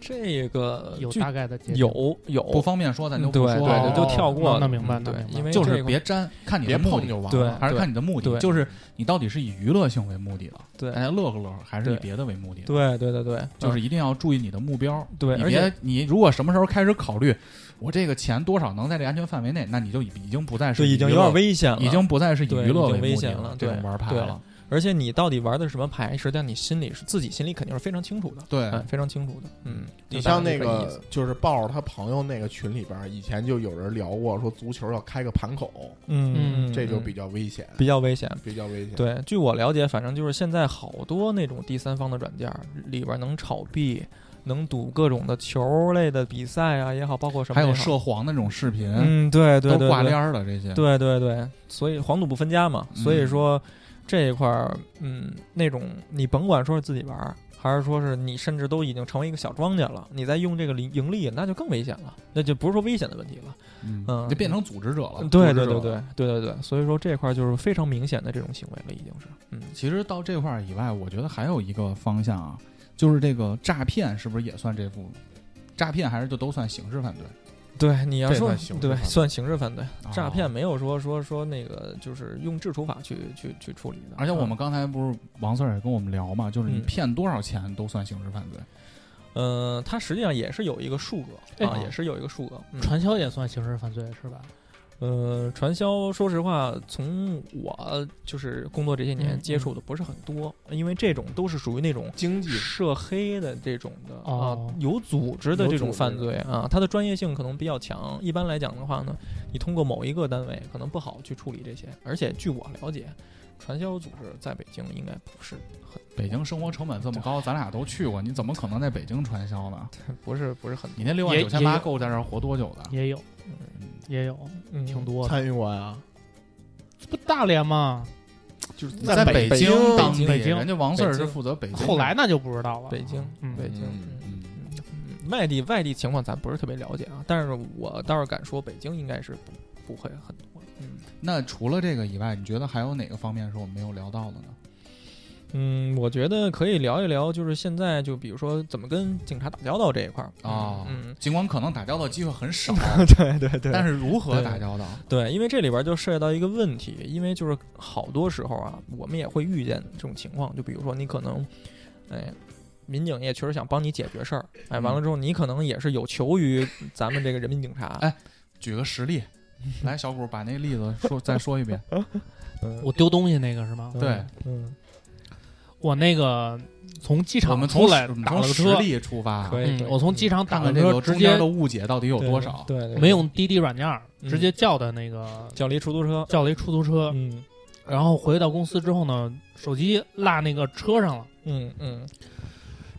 [SPEAKER 6] 这个
[SPEAKER 5] 有
[SPEAKER 6] 呃具
[SPEAKER 5] 大概的界定
[SPEAKER 6] 有有
[SPEAKER 3] 不方便说，咱就
[SPEAKER 6] 嗯对
[SPEAKER 3] 不说啊
[SPEAKER 6] 对
[SPEAKER 3] 了。
[SPEAKER 6] 对，
[SPEAKER 5] 哦
[SPEAKER 6] 就跳过了。
[SPEAKER 5] 那那明白
[SPEAKER 6] 嗯
[SPEAKER 5] 那
[SPEAKER 6] 对
[SPEAKER 5] 明，白
[SPEAKER 6] 因为
[SPEAKER 3] 就
[SPEAKER 6] 这
[SPEAKER 3] 是
[SPEAKER 6] 个
[SPEAKER 3] 别沾，看你
[SPEAKER 4] 别
[SPEAKER 3] 的目
[SPEAKER 4] 碰
[SPEAKER 3] 的，
[SPEAKER 4] 就完
[SPEAKER 6] 对
[SPEAKER 4] 了。
[SPEAKER 3] 还是看你的目的，
[SPEAKER 6] 对
[SPEAKER 3] 就是你到底是以娱乐性为目的的，
[SPEAKER 6] 对
[SPEAKER 3] 大家乐呵乐呵，还是以
[SPEAKER 6] 对
[SPEAKER 3] 别的为目的的？
[SPEAKER 6] 对对对对，
[SPEAKER 3] 哎就是一定要注意你的目标。
[SPEAKER 6] 对
[SPEAKER 3] 你
[SPEAKER 6] 而且
[SPEAKER 3] 别你如果什么时候开始考虑，我这个钱多少能在这安全范围内，那你就已已经不再是
[SPEAKER 6] 对已
[SPEAKER 3] 以
[SPEAKER 6] 经
[SPEAKER 3] 娱
[SPEAKER 6] 有
[SPEAKER 3] 乐
[SPEAKER 6] 点，危险了，
[SPEAKER 3] 已经不再是以
[SPEAKER 6] 对
[SPEAKER 3] 娱乐为
[SPEAKER 6] 已经
[SPEAKER 3] 目
[SPEAKER 6] 危
[SPEAKER 3] 的
[SPEAKER 6] 险
[SPEAKER 3] 了
[SPEAKER 6] 了
[SPEAKER 3] 这种
[SPEAKER 6] 对
[SPEAKER 3] 玩牌
[SPEAKER 6] 对
[SPEAKER 3] 了。
[SPEAKER 6] 而且你到底玩的什么牌，实际上你心里是自己心里肯定是非常清楚的，
[SPEAKER 3] 对
[SPEAKER 6] 嗯，非常清楚的。嗯，
[SPEAKER 4] 你
[SPEAKER 6] 就大
[SPEAKER 4] 像
[SPEAKER 6] 概
[SPEAKER 4] 那
[SPEAKER 6] 这意
[SPEAKER 4] 个
[SPEAKER 6] 思，
[SPEAKER 4] 就是抱着他朋友那个群里边儿，以前就有人聊过，说足球要开个盘口，
[SPEAKER 6] 嗯，嗯
[SPEAKER 4] 这就
[SPEAKER 6] 嗯
[SPEAKER 4] 比较危险，
[SPEAKER 6] 比较危险。
[SPEAKER 4] 比较危险。
[SPEAKER 6] 对，据我了解，反正就是现在好多那种第三方的软件儿里边能炒币，能赌各种的球类的比赛啊也好，包括什么
[SPEAKER 3] 还有
[SPEAKER 6] 也好
[SPEAKER 3] 涉黄的那种视频，
[SPEAKER 6] 嗯，对对对
[SPEAKER 3] 都挂
[SPEAKER 6] 对
[SPEAKER 3] 链儿了这些。
[SPEAKER 6] 对对对，所以黄赌不分家嘛，所以
[SPEAKER 3] 嗯
[SPEAKER 6] 说这一块儿，嗯，那种你甭管说是自己玩儿，还是说是你甚至都已经成为一个小庄家了，你再用这个盈盈利，那就更危险了，那就不是说危险的问题了，
[SPEAKER 3] 嗯
[SPEAKER 6] 嗯
[SPEAKER 3] 就变成组织者了。
[SPEAKER 6] 对
[SPEAKER 3] 组织
[SPEAKER 6] 对
[SPEAKER 3] 者
[SPEAKER 6] 对
[SPEAKER 3] 了。
[SPEAKER 6] 对对对对，所以说这块儿就是非常明显的这种行为了，已经是，嗯，
[SPEAKER 3] 其实到这块儿以外，我觉得还有一个方向啊，就是这个诈骗是不是也算这部？诈骗还是就都算刑事犯罪？
[SPEAKER 6] 对，你要
[SPEAKER 4] 这
[SPEAKER 6] 说
[SPEAKER 4] 算刑事
[SPEAKER 6] 对
[SPEAKER 4] 犯罪
[SPEAKER 6] 算刑事犯罪，诈
[SPEAKER 3] 哦
[SPEAKER 6] 骗没有说说说那个就是用制处法去去去处理的，
[SPEAKER 3] 而且我
[SPEAKER 6] 嗯
[SPEAKER 3] 们刚才不是王 Sir 也跟我们聊嘛，就是你
[SPEAKER 6] 嗯
[SPEAKER 3] 骗多少钱都算刑事犯罪。
[SPEAKER 6] 嗯、它实际上也是有一个数额啊，
[SPEAKER 5] 哎
[SPEAKER 6] 也是有一个数额，嗯
[SPEAKER 5] 传销也算刑事犯罪是吧？
[SPEAKER 6] 呃，传销，说实话，从我就是工作这些年
[SPEAKER 5] 嗯
[SPEAKER 6] 接触的不是很多，因为这种都是属于那种
[SPEAKER 4] 经济
[SPEAKER 6] 涉黑的这种的、
[SPEAKER 5] 哦
[SPEAKER 6] 啊，有组织的
[SPEAKER 4] 有
[SPEAKER 6] 这
[SPEAKER 4] 组
[SPEAKER 6] 种
[SPEAKER 4] 织
[SPEAKER 6] 犯
[SPEAKER 4] 的
[SPEAKER 6] 罪啊，它的专业性可能比较强。一般来讲的话呢，你通过某一个单位可能不好去处理这些，而且据我了解，传销组织在北京应该不是
[SPEAKER 3] 北京生活成本这么高，咱俩都去过，你怎么可能在北京传销呢？
[SPEAKER 6] 很不是不是很
[SPEAKER 3] 你那六万
[SPEAKER 5] 也
[SPEAKER 3] 九千
[SPEAKER 5] 也
[SPEAKER 3] 八
[SPEAKER 5] 有
[SPEAKER 3] 够在这儿活多久的？
[SPEAKER 5] 也有
[SPEAKER 3] 嗯
[SPEAKER 5] 也有
[SPEAKER 6] 嗯
[SPEAKER 5] 挺多的，
[SPEAKER 4] 参与过呀，
[SPEAKER 5] 这不大连吗？
[SPEAKER 4] 就是
[SPEAKER 3] 在
[SPEAKER 4] 北
[SPEAKER 3] 京当地，
[SPEAKER 5] 北京
[SPEAKER 3] 人家王 Sir 是
[SPEAKER 6] 北京
[SPEAKER 3] 负责北京的。
[SPEAKER 5] 后来那就不知道了。
[SPEAKER 6] 北京，
[SPEAKER 5] 嗯
[SPEAKER 6] 北京。
[SPEAKER 4] 嗯
[SPEAKER 6] 嗯
[SPEAKER 3] 嗯，
[SPEAKER 6] 嗯嗯，外地外地情况咱不是特别了解啊，但是我倒是敢说，北京应该是不不会很多。嗯
[SPEAKER 3] 那除了这个以外，你觉得还有哪个方面是我们没有聊到的呢？
[SPEAKER 6] 嗯，我觉得可以聊一聊，就是现在就比如说怎么跟警察打交道这一块儿
[SPEAKER 3] 哦 [laughs]
[SPEAKER 6] 嗯，
[SPEAKER 3] 尽管可能打交道机会很
[SPEAKER 5] [laughs]
[SPEAKER 3] 少，
[SPEAKER 6] 对对对
[SPEAKER 3] 但是如何
[SPEAKER 6] 对
[SPEAKER 3] 打交道？
[SPEAKER 6] 对，因为这里边就涉及到一个问题，因为就是好多时候啊，我们也会遇见这种情况，就比如说你可能，哎，民警也确实想帮你解决事儿，哎，完了之后你可能也是有求于咱们这个人民警察，
[SPEAKER 3] 哎举个实
[SPEAKER 5] [laughs]
[SPEAKER 3] 例，来，小谷把那例子说再说一遍。
[SPEAKER 6] 嗯，
[SPEAKER 5] 我丢东西那个是吗？
[SPEAKER 3] 对，
[SPEAKER 6] 嗯，
[SPEAKER 5] 我那个从机
[SPEAKER 3] 我
[SPEAKER 5] 场
[SPEAKER 3] 们
[SPEAKER 5] 出
[SPEAKER 3] 从
[SPEAKER 5] 来
[SPEAKER 3] 我们
[SPEAKER 5] 打了
[SPEAKER 3] 从
[SPEAKER 5] 个
[SPEAKER 3] 实
[SPEAKER 5] 车，
[SPEAKER 3] 力出发，啊
[SPEAKER 6] 可以
[SPEAKER 5] 嗯，我从机场打
[SPEAKER 3] 看
[SPEAKER 5] 了
[SPEAKER 3] 看这
[SPEAKER 5] 车，
[SPEAKER 3] 个
[SPEAKER 5] 直
[SPEAKER 3] 中
[SPEAKER 5] 接
[SPEAKER 3] 间的误解到底有
[SPEAKER 6] 对
[SPEAKER 3] 多少。
[SPEAKER 6] 对，对
[SPEAKER 5] 没用滴滴软件儿，
[SPEAKER 6] 嗯
[SPEAKER 5] 直接叫的那个
[SPEAKER 6] 叫了一出租车，
[SPEAKER 5] 叫了一出租车，
[SPEAKER 6] 嗯
[SPEAKER 5] 然后回到公司之后呢，手机落那个车上了。
[SPEAKER 6] 嗯嗯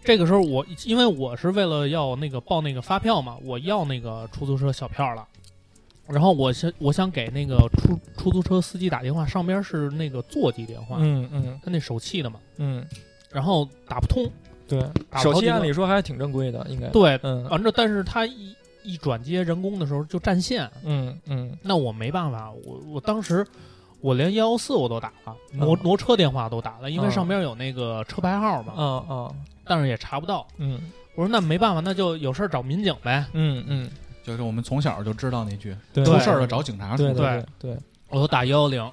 [SPEAKER 5] 这个时候我因为我是为了要那个报那个发票嘛，我要那个出租车小票了。然后我想我想给那个出出租车司机打电话，上边是那个座机电话，
[SPEAKER 6] 嗯嗯
[SPEAKER 5] 他那手气的嘛，
[SPEAKER 6] 嗯，
[SPEAKER 5] 然后打不通，
[SPEAKER 6] 对，啊
[SPEAKER 5] 打不
[SPEAKER 6] 手
[SPEAKER 5] 好
[SPEAKER 6] 机
[SPEAKER 5] 几
[SPEAKER 6] 按
[SPEAKER 5] 个
[SPEAKER 6] 理说还挺正规的，应该，
[SPEAKER 5] 对，
[SPEAKER 6] 嗯
[SPEAKER 5] 完了但是他一一转接人工的时候就占线，
[SPEAKER 6] 嗯嗯
[SPEAKER 5] 那我没办法，我我当时我连幺幺四我都打了，挪
[SPEAKER 6] 嗯
[SPEAKER 5] 挪车电话都打了，因为
[SPEAKER 6] 嗯
[SPEAKER 5] 上边有那个车牌号嘛，
[SPEAKER 6] 啊啊，
[SPEAKER 5] 但是也查不到。
[SPEAKER 6] 嗯
[SPEAKER 5] 我说那没办法，那就有事儿找民警呗。
[SPEAKER 6] 嗯嗯，
[SPEAKER 3] 就是我们从小就知道那句
[SPEAKER 6] 对
[SPEAKER 3] 出事儿了找警察出
[SPEAKER 6] 对
[SPEAKER 3] 去。
[SPEAKER 6] 对对，
[SPEAKER 5] 我就打幺幺零，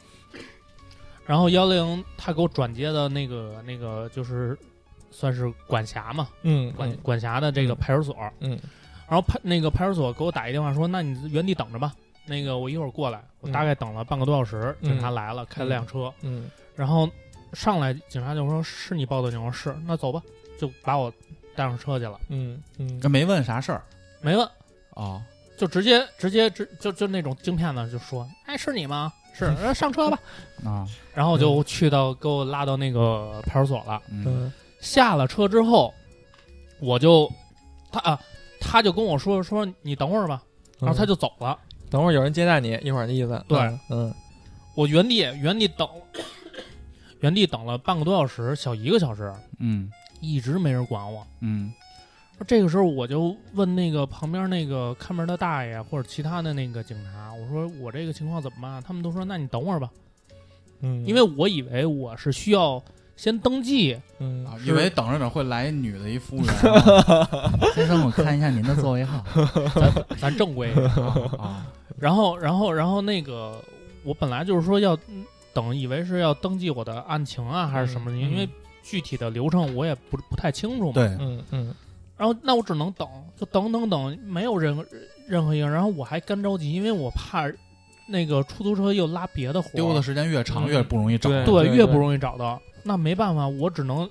[SPEAKER 5] 然后幺幺零他给我转接的那个那个就是算是管辖嘛，
[SPEAKER 6] 嗯
[SPEAKER 5] 管管辖的这个派出所。
[SPEAKER 6] 嗯
[SPEAKER 5] 然后派那个派出所给我打一电话说，那你原地等着吧，那个我一会儿过来。我大概等了半个多小时，
[SPEAKER 6] 嗯
[SPEAKER 5] 警察来了，开了辆车，
[SPEAKER 6] 嗯
[SPEAKER 5] 然后上来警察就说：“是你报的警？”我说：“是。”那走吧，就把我带上车去了，
[SPEAKER 6] 嗯嗯
[SPEAKER 3] 那没问啥事儿
[SPEAKER 5] 没问，
[SPEAKER 3] 啊，
[SPEAKER 5] 就直接直接直就就那种京片子就说：“哎，是你吗？是，呃上车吧。
[SPEAKER 3] 啊，”
[SPEAKER 5] 然后我就去到给我拉到那个派出所了。
[SPEAKER 3] 嗯，
[SPEAKER 6] 嗯
[SPEAKER 5] 下了车之后，我就他啊，他就跟我说：“说你等会儿吧。”
[SPEAKER 6] 嗯
[SPEAKER 5] 然后他就走了。
[SPEAKER 6] 等会儿有人接待你，一会儿的意思，嗯，
[SPEAKER 5] 我原地原地等，原地等了半个多小时，小一个小时，
[SPEAKER 3] 嗯
[SPEAKER 5] 一直没人管我。
[SPEAKER 3] 嗯
[SPEAKER 5] 这个时候我就问那个旁边那个看门的大爷或者其他的那个警察，我说我这个情况怎么办？他们都说那你等会儿吧，
[SPEAKER 6] 嗯
[SPEAKER 5] 因为我以为我是需要先
[SPEAKER 6] [laughs]
[SPEAKER 5] 登记，
[SPEAKER 6] 嗯
[SPEAKER 3] 啊，
[SPEAKER 5] 是
[SPEAKER 3] 以为等着等会儿会来一女的一服务员，
[SPEAKER 6] [laughs]
[SPEAKER 3] 先生，我看一下您的座位号
[SPEAKER 5] 咱
[SPEAKER 6] [laughs]
[SPEAKER 5] 正规。
[SPEAKER 3] 啊，
[SPEAKER 5] 然后，然后，然后那个我本来就是说要嗯等，以为是要登记我的案情啊还是什么的，
[SPEAKER 6] 嗯
[SPEAKER 5] 因为具体的流程我也不不太清楚嘛。
[SPEAKER 3] 对，
[SPEAKER 6] 嗯嗯
[SPEAKER 5] 然后那我只能等，就等等等，没有任何任何一个人。然后我还干着急，因为我怕那个出租车又拉别的活儿，
[SPEAKER 3] 丢的时间越长越不容易找。
[SPEAKER 6] 嗯对
[SPEAKER 5] 对越不
[SPEAKER 6] 对
[SPEAKER 5] 容易找到。那没办法，我只能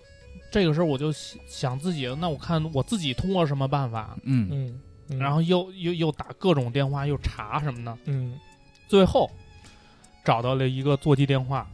[SPEAKER 5] 这个时候我就想想自己，那我看我自己通过什么办法，
[SPEAKER 3] 嗯
[SPEAKER 6] 嗯，嗯
[SPEAKER 5] 然后又又又打各种电话，又查什么的。
[SPEAKER 6] 嗯
[SPEAKER 5] 最后找到了一个座机电话，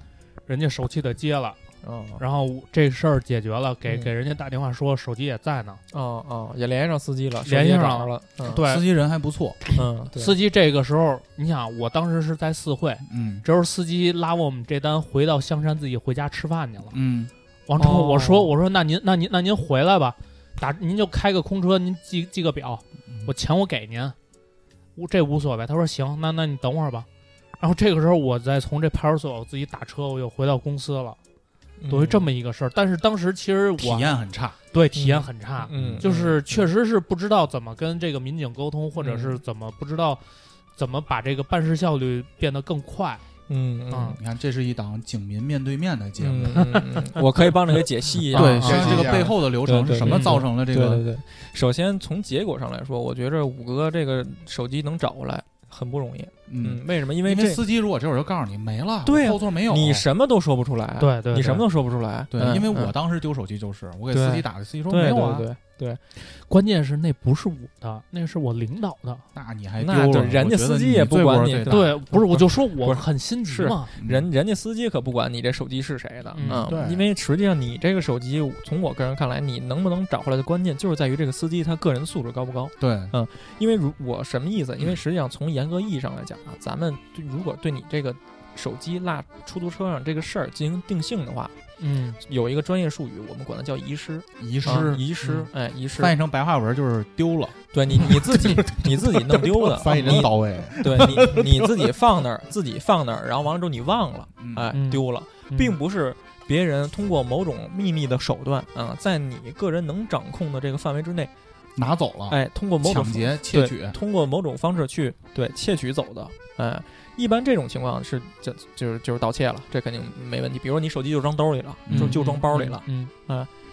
[SPEAKER 5] 人家手机的接了，
[SPEAKER 6] 哦
[SPEAKER 5] 然后这事儿解决了，给
[SPEAKER 6] 嗯
[SPEAKER 5] 给人家打电话说手机也在呢。
[SPEAKER 6] 哦哦，也联系上司机了，手
[SPEAKER 5] 联
[SPEAKER 6] 机
[SPEAKER 5] 系
[SPEAKER 6] 也
[SPEAKER 5] 上
[SPEAKER 6] 找着了，嗯
[SPEAKER 3] 司，机人还不错，
[SPEAKER 6] 嗯，对
[SPEAKER 5] 司机这个时候，你想，我当时是在四惠，
[SPEAKER 3] 嗯
[SPEAKER 5] 这时候司机拉我们这单回到香山自己回家吃饭去了。
[SPEAKER 3] 嗯
[SPEAKER 5] 完之后
[SPEAKER 6] 哦
[SPEAKER 5] 我说、我说那您那您那您回来吧，打您就开个空车，您记记个表，我钱我给您，我这无所谓。他说行，那那你等会儿吧。然后这个时候我再从这派出所我自己打车，我又回到公司了，
[SPEAKER 6] 嗯
[SPEAKER 5] 等于这么一个事儿。但是当时其实我
[SPEAKER 3] 体验很差，
[SPEAKER 5] 对体验很差，
[SPEAKER 6] 嗯，
[SPEAKER 5] 就是确实是不知道怎么跟这个民警沟通，或者是怎么不知道怎么把这个办事效率变得更快。
[SPEAKER 6] 嗯嗯
[SPEAKER 5] 嗯
[SPEAKER 3] 你看这是一档警民面对面的节目，
[SPEAKER 6] 嗯嗯嗯， [laughs] 嗯我可以帮着给解析一下，
[SPEAKER 3] 对，
[SPEAKER 6] 啊
[SPEAKER 3] 像这个背后的流程是什么造成了这
[SPEAKER 6] 对对
[SPEAKER 3] 个？嗯
[SPEAKER 6] 对，首先从结果上来说，我觉着五哥这个手机能找回来很不容易，
[SPEAKER 3] 嗯，
[SPEAKER 6] 嗯，为什么？因
[SPEAKER 3] 因
[SPEAKER 6] 为这
[SPEAKER 3] 司机如果这会儿就告诉你没了，
[SPEAKER 6] 对啊
[SPEAKER 3] 后座没有，
[SPEAKER 6] 你什么都说不出来，
[SPEAKER 5] 对对
[SPEAKER 6] 你什
[SPEAKER 5] 对
[SPEAKER 6] 么都说不出来，
[SPEAKER 3] 对，
[SPEAKER 6] 嗯
[SPEAKER 3] 因为
[SPEAKER 6] 嗯
[SPEAKER 3] 我当时丢手机就是我给
[SPEAKER 6] 对
[SPEAKER 3] 司机打给司机说没
[SPEAKER 6] 对
[SPEAKER 3] 有啊
[SPEAKER 6] 对，对对，
[SPEAKER 5] 关键是那不是我的，那是我领导的。
[SPEAKER 3] 那你还丢
[SPEAKER 6] 那就
[SPEAKER 3] 了，
[SPEAKER 6] 人家
[SPEAKER 3] 我觉得
[SPEAKER 6] 司机也不
[SPEAKER 3] 罪过
[SPEAKER 6] 管
[SPEAKER 3] 是最
[SPEAKER 6] 你
[SPEAKER 3] 大的，
[SPEAKER 5] 对，不是，我就说我
[SPEAKER 6] 不是
[SPEAKER 5] 很心急
[SPEAKER 6] 是
[SPEAKER 5] 嘛。
[SPEAKER 3] 嗯
[SPEAKER 6] 人人家司机可不管你这手机是谁的，
[SPEAKER 5] 嗯
[SPEAKER 4] 对
[SPEAKER 6] 因为实际上你这个手机，从我个人看来，你能不能找回来的关键就是在于这个司机他个人素质高不高。
[SPEAKER 3] 对，
[SPEAKER 6] 因为如我什么意
[SPEAKER 3] 嗯
[SPEAKER 6] 思？因为实际上从严格意义上来讲啊，咱们对如果对你这个手机落出租车上这个事儿进行定性的话，
[SPEAKER 5] 嗯，
[SPEAKER 6] 有一个专业术语，我们管它叫遗失，
[SPEAKER 3] 遗失嗯
[SPEAKER 6] 啊遗失，哎，遗失，
[SPEAKER 3] 翻译成白话文就是丢了，
[SPEAKER 6] 对你你自己你自己弄丢的，
[SPEAKER 4] 翻译真
[SPEAKER 6] 嗯你
[SPEAKER 4] 到位，
[SPEAKER 6] 对你你自己放那儿，自己放那儿，然后完了之后你忘了，哎，
[SPEAKER 5] 嗯
[SPEAKER 6] 丢了。
[SPEAKER 5] 嗯
[SPEAKER 6] 并不是别人通过某种秘密的手段啊、在你个人能掌控的这个范围之内，
[SPEAKER 3] 拿走了，
[SPEAKER 6] 哎，通过某
[SPEAKER 3] 啊
[SPEAKER 6] 种
[SPEAKER 3] 抢劫窃
[SPEAKER 6] 对
[SPEAKER 3] 取，
[SPEAKER 6] 通过某种方式去对窃取走的，哎，一般这种情况是就就是就是盗窃了，这肯定没问题。比如说你手机就装兜里了，
[SPEAKER 3] 嗯
[SPEAKER 6] 就就装包里了，
[SPEAKER 5] 嗯，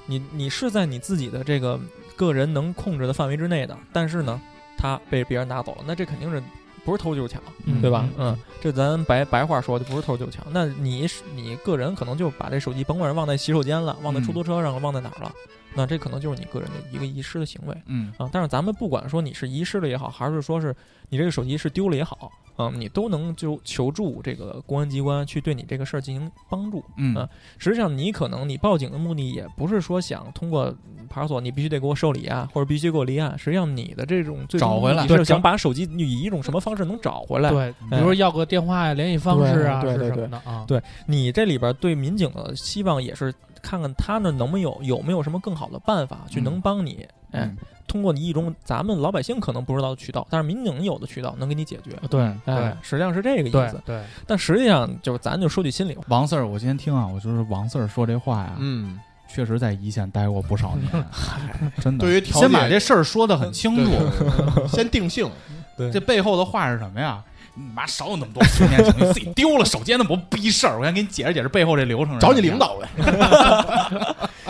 [SPEAKER 6] 你你是在你自己的这个个人能控制的范围之内的，但是呢，它被别人拿走了，那这肯定是不是偷就是抢，
[SPEAKER 3] 嗯
[SPEAKER 6] 对吧？嗯，这咱白白话说，就不是偷就是抢。那你是你个人可能就把这手机甭管是忘在洗手间了，忘在
[SPEAKER 3] 嗯
[SPEAKER 6] 出租车上了，忘在哪儿了，那这可能就是你个人的一个遗失的行为
[SPEAKER 3] 嗯
[SPEAKER 6] 啊。但是咱们不管说你是遗失了也好，还是说是你这个手机是丢了也好，嗯，你都能就求助这个公安机关去对你这个事儿进行帮助。
[SPEAKER 3] 嗯
[SPEAKER 6] 啊实际上，你可能你报警的目的也不是说想通过派出所，你必须得给我受理啊，或者必须给我立案。实际上，你的这种最终
[SPEAKER 3] 找回来
[SPEAKER 6] 目的是
[SPEAKER 5] 对
[SPEAKER 6] 想
[SPEAKER 5] 找
[SPEAKER 6] 把手机你以一种什么方式能找回来？，
[SPEAKER 5] 对，比
[SPEAKER 3] 哎
[SPEAKER 5] 如说要个电话联系方式啊，
[SPEAKER 6] 对对
[SPEAKER 5] 是
[SPEAKER 6] 对
[SPEAKER 5] 什么的啊？
[SPEAKER 6] 对你这里边对民警的希望也是看看他们能没有有没有什么更好的办法去
[SPEAKER 3] 嗯
[SPEAKER 6] 能帮你。哎，
[SPEAKER 3] 嗯
[SPEAKER 6] 通过你一种咱们老百姓可能不知道的渠道，但是民警有的渠道能给你解决。
[SPEAKER 5] 对
[SPEAKER 3] 嗯
[SPEAKER 6] 哎，实际上是这个意
[SPEAKER 5] 啊对
[SPEAKER 6] 思。啊
[SPEAKER 5] 对，
[SPEAKER 6] 但实际上就是咱就说句心里话，
[SPEAKER 3] 王四儿，我今天听啊，我就是王四儿说这话呀，
[SPEAKER 4] 嗯，
[SPEAKER 3] 确实在一线待过不少
[SPEAKER 6] 嗯
[SPEAKER 3] 年，哎真的。
[SPEAKER 4] 对于调解
[SPEAKER 3] 先把这事儿说得很清楚，
[SPEAKER 4] 先定性，
[SPEAKER 3] 这背后的话是什么呀？你妈少有那么多负面情绪，自己丢了手机那么多逼事儿，我先给你解释解释背后这流程是什
[SPEAKER 4] 找
[SPEAKER 3] 么样。
[SPEAKER 4] 你领导呗，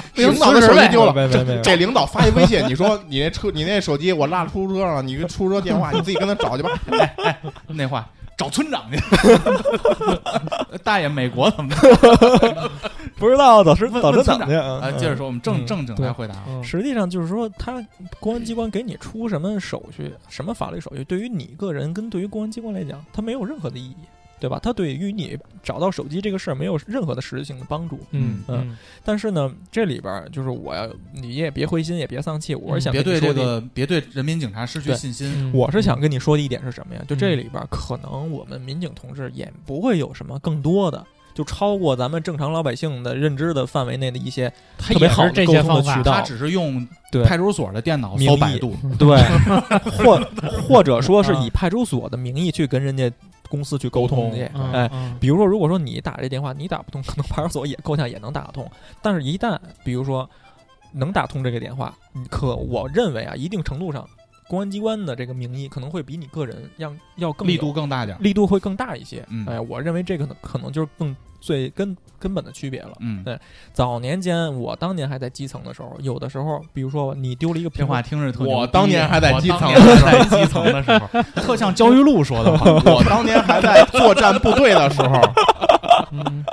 [SPEAKER 6] [laughs]
[SPEAKER 3] 为什么
[SPEAKER 4] 领导的
[SPEAKER 3] 辞职
[SPEAKER 4] 手
[SPEAKER 3] 呗
[SPEAKER 4] 机丢了，
[SPEAKER 6] 没没没
[SPEAKER 4] 给领导发一微信，你说你那车你那手机我落出租车上了，你跟出租车电话你自己跟他找去吧，
[SPEAKER 6] [laughs]
[SPEAKER 3] 那话，找村长去。大爷，美国怎么办？
[SPEAKER 6] 不知道嗯早知
[SPEAKER 3] 问
[SPEAKER 6] 早知
[SPEAKER 3] 问
[SPEAKER 6] 怎
[SPEAKER 3] 村
[SPEAKER 6] 么
[SPEAKER 3] 长
[SPEAKER 6] 的
[SPEAKER 3] 啊，接着说，我们正正经
[SPEAKER 6] 对
[SPEAKER 3] 来回答。啊
[SPEAKER 5] 嗯
[SPEAKER 6] 实际上就是说，他公安机关给你出什么手续、什么法律手续，对于你个人跟对于公安机关来讲，它没有任何的意义，对吧？它对于你找到手机这个事儿没有任何的实质性的帮助。
[SPEAKER 5] 嗯嗯
[SPEAKER 6] 但是呢，这里边儿就是我要你也别灰心，嗯也别丧气，我是想
[SPEAKER 3] 别
[SPEAKER 6] 跟你
[SPEAKER 3] 对
[SPEAKER 6] 说
[SPEAKER 3] 这
[SPEAKER 6] 的一
[SPEAKER 3] 个，别对人民警察失去
[SPEAKER 6] 对
[SPEAKER 3] 信心。
[SPEAKER 5] 嗯，
[SPEAKER 6] 我是想跟你说的一点是什么呀？就这里边儿可能我们民警同志也不会有什么更多的就超过咱们正常老百姓的认知的范围内的一些
[SPEAKER 5] 他
[SPEAKER 6] 特别
[SPEAKER 5] 也
[SPEAKER 6] 好
[SPEAKER 5] 是
[SPEAKER 6] 的
[SPEAKER 5] 这
[SPEAKER 6] 沟
[SPEAKER 5] 些
[SPEAKER 6] 通的
[SPEAKER 5] 方
[SPEAKER 6] 渠
[SPEAKER 5] 法，
[SPEAKER 3] 他
[SPEAKER 6] 道。
[SPEAKER 3] 只是用
[SPEAKER 6] 对
[SPEAKER 3] 派出所的电脑搜百度，
[SPEAKER 6] [laughs]
[SPEAKER 3] [laughs]
[SPEAKER 6] 对，或或者说是以派出所的名义去跟人家公司去
[SPEAKER 3] 啊
[SPEAKER 6] 沟
[SPEAKER 3] 沟
[SPEAKER 6] 通
[SPEAKER 3] 通
[SPEAKER 6] 去，
[SPEAKER 5] 嗯
[SPEAKER 6] 哎，
[SPEAKER 5] 嗯
[SPEAKER 6] 比如说，如果说你打这电话你打不通，可能派出所也够呛也能打得通。但是，一旦比如说能打通这个电话，你可我认为啊，一定程度上，公安机关的这个名义可能会比你个人要要更有
[SPEAKER 3] 力度更大点儿。
[SPEAKER 6] 力度会更大一些。
[SPEAKER 3] 嗯
[SPEAKER 6] 哎，我认为这个呢可能就是更最根根本的区别了。
[SPEAKER 3] 嗯，
[SPEAKER 6] 对早年间，我当年还在基层的时候，有的时候，比如说你丢了一个
[SPEAKER 3] 这
[SPEAKER 6] 苹果
[SPEAKER 3] 话，听着特牛逼。啊
[SPEAKER 4] 我当年还在基层
[SPEAKER 3] 我当年还在基层的时候，特像焦裕禄说的
[SPEAKER 4] [laughs]
[SPEAKER 3] 话。
[SPEAKER 4] 我当年还在作战部队的时候，
[SPEAKER 5] 嗯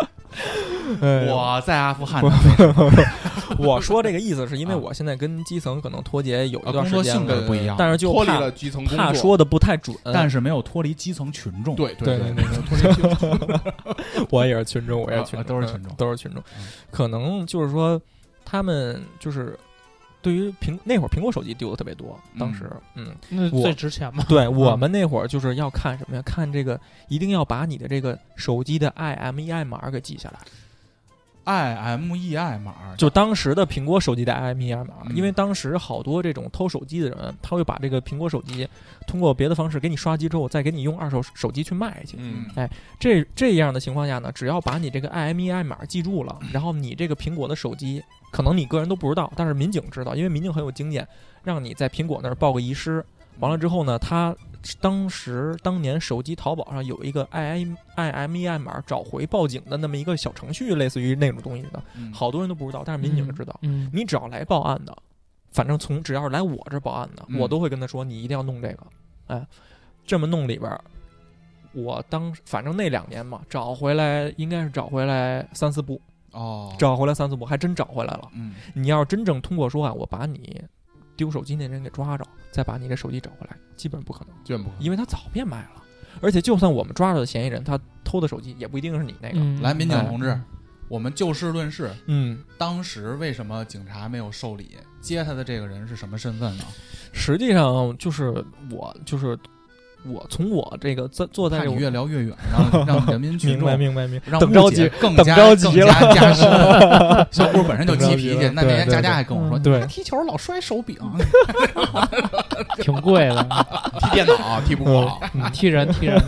[SPEAKER 6] 哎
[SPEAKER 3] 我在阿富汗的时候 [laughs]
[SPEAKER 6] 我说这个意思是因为
[SPEAKER 3] 啊
[SPEAKER 6] 我现在跟基层可能脱节有一
[SPEAKER 3] 呃
[SPEAKER 6] 段
[SPEAKER 3] 工
[SPEAKER 6] 时
[SPEAKER 3] 作
[SPEAKER 6] 间
[SPEAKER 3] 性
[SPEAKER 6] 了，
[SPEAKER 3] 质不一样，
[SPEAKER 6] 但是就
[SPEAKER 4] 脱离
[SPEAKER 6] 怕
[SPEAKER 4] 了基层工
[SPEAKER 6] 怕
[SPEAKER 4] 作，
[SPEAKER 6] 说的不太准，
[SPEAKER 3] 但是没有脱离基层群众。
[SPEAKER 4] 对
[SPEAKER 6] 嗯对
[SPEAKER 4] 对
[SPEAKER 6] 对 [laughs] 我也是群众，我也是群
[SPEAKER 3] 啊都
[SPEAKER 6] 众，
[SPEAKER 3] 是
[SPEAKER 6] 嗯
[SPEAKER 3] 群众
[SPEAKER 6] 都是群众
[SPEAKER 3] 嗯。
[SPEAKER 6] 可能就是说，他们就是对于苹那会儿苹果手机丢的特别多，当时，嗯，
[SPEAKER 5] 那
[SPEAKER 6] 我
[SPEAKER 5] 最值钱嘛，
[SPEAKER 3] 嗯
[SPEAKER 6] 对我们那会儿就是要看什么呀？看这个，一定要把你的这个手机的 IMEI 码给记下来，
[SPEAKER 3] ，I M E I 码
[SPEAKER 6] 就当时的苹果手机的 IMEI 码，
[SPEAKER 3] 嗯
[SPEAKER 6] E 啊因为当时好多这种偷手机的人，他会把这个苹果手机通过别的方式给你刷机之后，再给你用二手手机去卖去。
[SPEAKER 4] 嗯，
[SPEAKER 6] 这这样的情况下呢，只要把你这个 IMEI 码记住了，然后你这个苹果的手机，可能你个人都不知道，但是民警知道，因为民警很有经验，让你在苹果那儿报个遗失。完了之后呢，他当时当年手机淘宝上有一个 I IMEI 码找回报警的那么一个小程序，类似于那种东西的，
[SPEAKER 3] 嗯
[SPEAKER 6] 哎好多人都不知道，但是民警知道。
[SPEAKER 5] 嗯，
[SPEAKER 6] 你只要来报案的，反正从只要是来我这报案的，
[SPEAKER 3] 嗯
[SPEAKER 6] 我都会跟他说你一定要弄这个。哎，这么弄里边儿，我当时反正那两年嘛，找回来应该是找回来三四部，
[SPEAKER 3] 哦，
[SPEAKER 6] 找回来三四部，还真找回来了。
[SPEAKER 3] 嗯
[SPEAKER 6] 你要是真正通过说啊，我把你丢手机那人给抓着，再把你这手机找回来，基本不可能，
[SPEAKER 4] 卷不
[SPEAKER 6] 因为他早变卖了。而且就算我们抓着的嫌疑人，他偷的手机也不一定是你那个。
[SPEAKER 5] 嗯
[SPEAKER 3] 来，民警
[SPEAKER 6] 哎
[SPEAKER 3] 同志，我们就事论事，
[SPEAKER 6] 嗯，
[SPEAKER 3] 当时为什么警察没有受理？接他的这个人是什么身份呢？
[SPEAKER 6] 实际上就是我就是。我从我这个在坐在
[SPEAKER 3] 怕
[SPEAKER 6] 这
[SPEAKER 3] 你
[SPEAKER 6] 个
[SPEAKER 3] 越聊越远，
[SPEAKER 6] [laughs]
[SPEAKER 3] 让让人民群
[SPEAKER 6] 明
[SPEAKER 3] 众
[SPEAKER 6] 白明白明白，
[SPEAKER 3] 让
[SPEAKER 6] 等
[SPEAKER 3] 误
[SPEAKER 6] 着
[SPEAKER 3] 解
[SPEAKER 6] 急，
[SPEAKER 3] 更
[SPEAKER 6] 等
[SPEAKER 3] 加
[SPEAKER 6] 着
[SPEAKER 3] 更
[SPEAKER 6] 急了
[SPEAKER 3] 加加深。
[SPEAKER 6] [laughs]
[SPEAKER 3] 小郭本身就
[SPEAKER 6] 等着
[SPEAKER 3] 急
[SPEAKER 6] 急
[SPEAKER 3] 脾气，
[SPEAKER 6] 了
[SPEAKER 3] 那天
[SPEAKER 6] 对
[SPEAKER 3] 佳
[SPEAKER 6] 对
[SPEAKER 3] 佳还跟我说，
[SPEAKER 5] 对
[SPEAKER 3] 他踢球老摔手
[SPEAKER 6] [laughs]
[SPEAKER 3] 柄，
[SPEAKER 5] 挺贵的，
[SPEAKER 4] 踢电
[SPEAKER 3] 啊
[SPEAKER 4] 脑踢不过，
[SPEAKER 5] 嗯踢人踢人，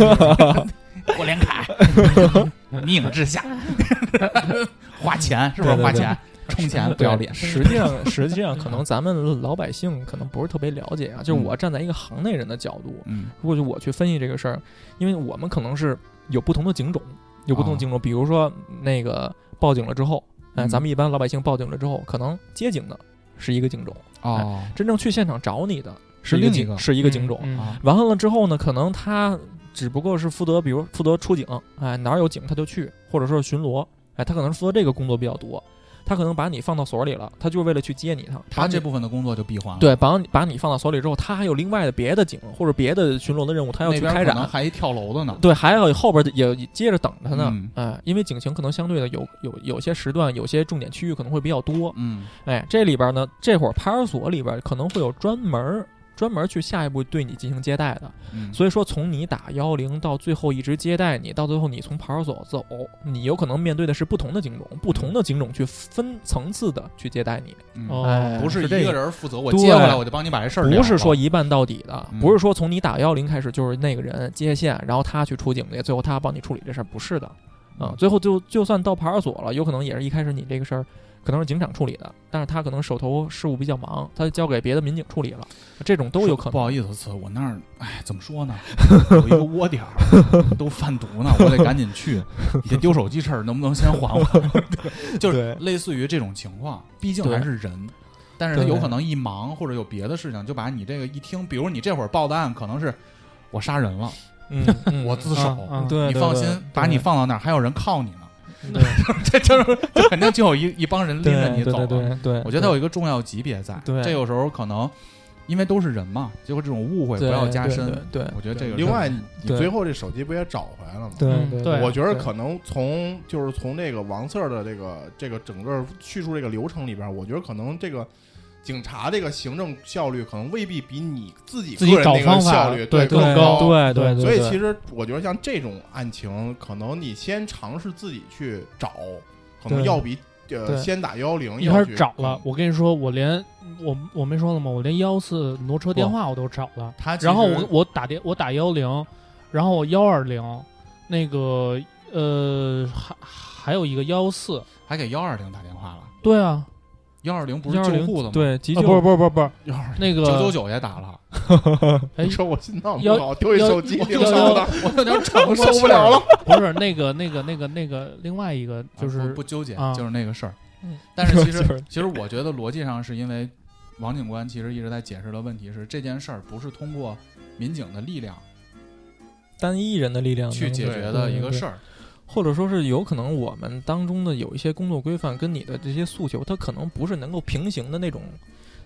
[SPEAKER 3] 我连
[SPEAKER 6] [laughs]
[SPEAKER 3] 凯，命之下，花钱是不是
[SPEAKER 6] 对对
[SPEAKER 3] 花
[SPEAKER 6] 对
[SPEAKER 3] 钱？充钱不要脸，
[SPEAKER 6] 实际上，实际上可能咱们老百姓可能不是特别了解啊。就是我站在一个行内人的角度，
[SPEAKER 3] 嗯
[SPEAKER 6] 如果就我去分析这个事儿，因为我们可能是有不同的警种，有
[SPEAKER 3] 哦
[SPEAKER 6] 不同的警种，比如说那个报警了之后，哎，
[SPEAKER 3] 嗯
[SPEAKER 6] 咱们一般老百姓报警了之后，可能接警的是一个警种，
[SPEAKER 3] 哦
[SPEAKER 6] 真正去现场找你的
[SPEAKER 3] 是
[SPEAKER 6] 一个
[SPEAKER 3] 另一
[SPEAKER 6] 警
[SPEAKER 3] 个
[SPEAKER 6] 是 [laughs] 一
[SPEAKER 5] 一
[SPEAKER 6] 个警种。
[SPEAKER 3] 啊，
[SPEAKER 6] 完了之后呢，可能他只不过是负责，比如负责出警，哎，哪儿有警他就去，或者说是巡逻，哎，他可能负责这个工作比较多。他可能把你放到所里了，他就是为了去接你一趟。把
[SPEAKER 3] 他
[SPEAKER 6] 你
[SPEAKER 3] 这部分的工作就闭环了。，
[SPEAKER 6] 对，把你把你放到所里之后，他还有另外的别的警或者别的巡逻的任务，他要
[SPEAKER 3] 那
[SPEAKER 6] 去
[SPEAKER 3] 边
[SPEAKER 6] 开
[SPEAKER 3] 可能
[SPEAKER 6] 展。
[SPEAKER 3] 还一跳楼的呢。
[SPEAKER 6] 对，还有后边也也接着等他呢，
[SPEAKER 3] 嗯
[SPEAKER 6] 哎，因为警情可能相对的有有有些时段，有些重点区域可能会比较多，
[SPEAKER 3] 嗯，
[SPEAKER 6] 哎，这里边呢，这会儿派出所里边可能会有专门儿专门儿去下一步对你进行接待的，
[SPEAKER 3] 嗯
[SPEAKER 6] 所以说，从你打幺零到最后一直接待你，到最后你从派出所走，你有可能面对的是不同的警种，不同的警种去分层次的去接待你，
[SPEAKER 3] 嗯
[SPEAKER 5] 哦，
[SPEAKER 3] 不
[SPEAKER 6] 哎是
[SPEAKER 3] 是一
[SPEAKER 6] 这
[SPEAKER 3] 个人负责，我
[SPEAKER 6] 对
[SPEAKER 3] 接过来我就帮你把这事儿了了。
[SPEAKER 6] 不是说一办到底的，
[SPEAKER 3] 嗯
[SPEAKER 6] 不是说从你打幺零开始就是那个人接线，然后他去出警去，最后他帮你处理这事儿，不是的，
[SPEAKER 3] 嗯
[SPEAKER 6] 啊，最后就就算到派出所了，有可能也是一开始你这个事儿。可能是警长处理的，但是他可能手头事务比较忙，他就交给别的民警处理了，这种都有可能。
[SPEAKER 3] 不好意思，次我那儿，哎，怎么说呢？有一个窝点儿，都贩毒
[SPEAKER 6] [laughs]
[SPEAKER 3] 呢，我得赶紧去。你这丢手机事儿能不能先缓
[SPEAKER 6] [laughs]
[SPEAKER 3] 缓？就是类似于这种情况，毕竟还是人。但是他有可能一忙或者有别的事情，就把你这个一听，比如你这会儿报的案可能是我杀人了，
[SPEAKER 6] 嗯，嗯，
[SPEAKER 3] 我自
[SPEAKER 5] 嗯
[SPEAKER 3] 首，
[SPEAKER 5] 嗯
[SPEAKER 6] 对，
[SPEAKER 3] 你
[SPEAKER 6] 对
[SPEAKER 3] 放
[SPEAKER 6] 对
[SPEAKER 3] 心，把你放到那儿，还有人铐你呢，
[SPEAKER 5] 对，
[SPEAKER 3] [laughs] 这就是这肯定就有一一 [laughs] 帮人拎
[SPEAKER 6] 对
[SPEAKER 3] 着你
[SPEAKER 6] 对
[SPEAKER 3] 走了。
[SPEAKER 6] 对对对，
[SPEAKER 3] 我觉得它有一个重要级别在，
[SPEAKER 6] 对
[SPEAKER 3] 这有时候可能因为都是人嘛，结果这种误会不
[SPEAKER 6] 对
[SPEAKER 3] 要加
[SPEAKER 6] 对
[SPEAKER 3] 深。
[SPEAKER 6] 对对
[SPEAKER 3] 我觉得这个
[SPEAKER 4] 另外你
[SPEAKER 6] 对
[SPEAKER 4] 最后这手机不也找回来了吗？
[SPEAKER 5] 嗯
[SPEAKER 6] 对
[SPEAKER 5] 对
[SPEAKER 4] 我觉得可能从就是从这个王四儿的这个这个整个叙述这个流程里边儿，我觉得可能这个警察这个行政效率可能未必比你自己
[SPEAKER 5] 自己
[SPEAKER 4] 个人
[SPEAKER 5] 找
[SPEAKER 4] 那个
[SPEAKER 5] 方法
[SPEAKER 4] 效率
[SPEAKER 5] 对
[SPEAKER 4] 更
[SPEAKER 5] 更
[SPEAKER 4] 高
[SPEAKER 5] 高。
[SPEAKER 6] 对对对，
[SPEAKER 4] 所以
[SPEAKER 6] 对
[SPEAKER 4] 其实我觉得像这种案情，可能你先尝试自己去找，可能
[SPEAKER 6] 对
[SPEAKER 4] 要比
[SPEAKER 6] 对
[SPEAKER 4] 呃先打幺幺零嗯
[SPEAKER 5] 一开始找了，
[SPEAKER 6] 嗯
[SPEAKER 5] 我跟你说，我连我我没说了吗？我连幺四挪车电话我都找了，
[SPEAKER 4] 他其
[SPEAKER 5] 然后我
[SPEAKER 4] 实
[SPEAKER 5] 我打电我打幺零，然后我幺二零，那个呃还还有一个幺四，
[SPEAKER 3] 还给幺二零打电话了，
[SPEAKER 5] 对啊，
[SPEAKER 3] 幺二零不是
[SPEAKER 6] 幺二
[SPEAKER 3] 救护的
[SPEAKER 6] 零
[SPEAKER 3] 吗？，
[SPEAKER 6] 对急
[SPEAKER 5] 啊
[SPEAKER 6] 救
[SPEAKER 5] 不是不是不是不是
[SPEAKER 3] 幺二
[SPEAKER 5] 那个
[SPEAKER 3] 九九九也打了，
[SPEAKER 5] 哎
[SPEAKER 4] 你说我心脏
[SPEAKER 5] 幺
[SPEAKER 4] 不好，丢一
[SPEAKER 5] 幺
[SPEAKER 4] 手机
[SPEAKER 5] 幺
[SPEAKER 4] 丢
[SPEAKER 5] 幺
[SPEAKER 4] 手
[SPEAKER 5] 幺
[SPEAKER 4] 了，
[SPEAKER 3] 我有
[SPEAKER 6] [laughs]
[SPEAKER 3] 点承
[SPEAKER 4] 受不了了。
[SPEAKER 5] 不是那个那个那个那个另外一个就
[SPEAKER 3] 啊
[SPEAKER 5] 是
[SPEAKER 3] 不不纠结
[SPEAKER 5] 啊，
[SPEAKER 3] 就是那个事儿
[SPEAKER 6] 嗯。
[SPEAKER 3] 但是其
[SPEAKER 6] [laughs] 就是
[SPEAKER 3] 实，其实我觉得逻辑上是因为王警官其实一直在解释的问题是，这件事儿不是通过民警的力量
[SPEAKER 6] 单一人的力量
[SPEAKER 3] 去
[SPEAKER 6] 啊能
[SPEAKER 3] 解
[SPEAKER 6] 对
[SPEAKER 3] 决的
[SPEAKER 6] 对
[SPEAKER 3] 一个
[SPEAKER 6] 对
[SPEAKER 3] 事儿。
[SPEAKER 6] 或者说是有可能我们当中的有一些工作规范跟你的这些诉求，它可能不是能够平行的那种，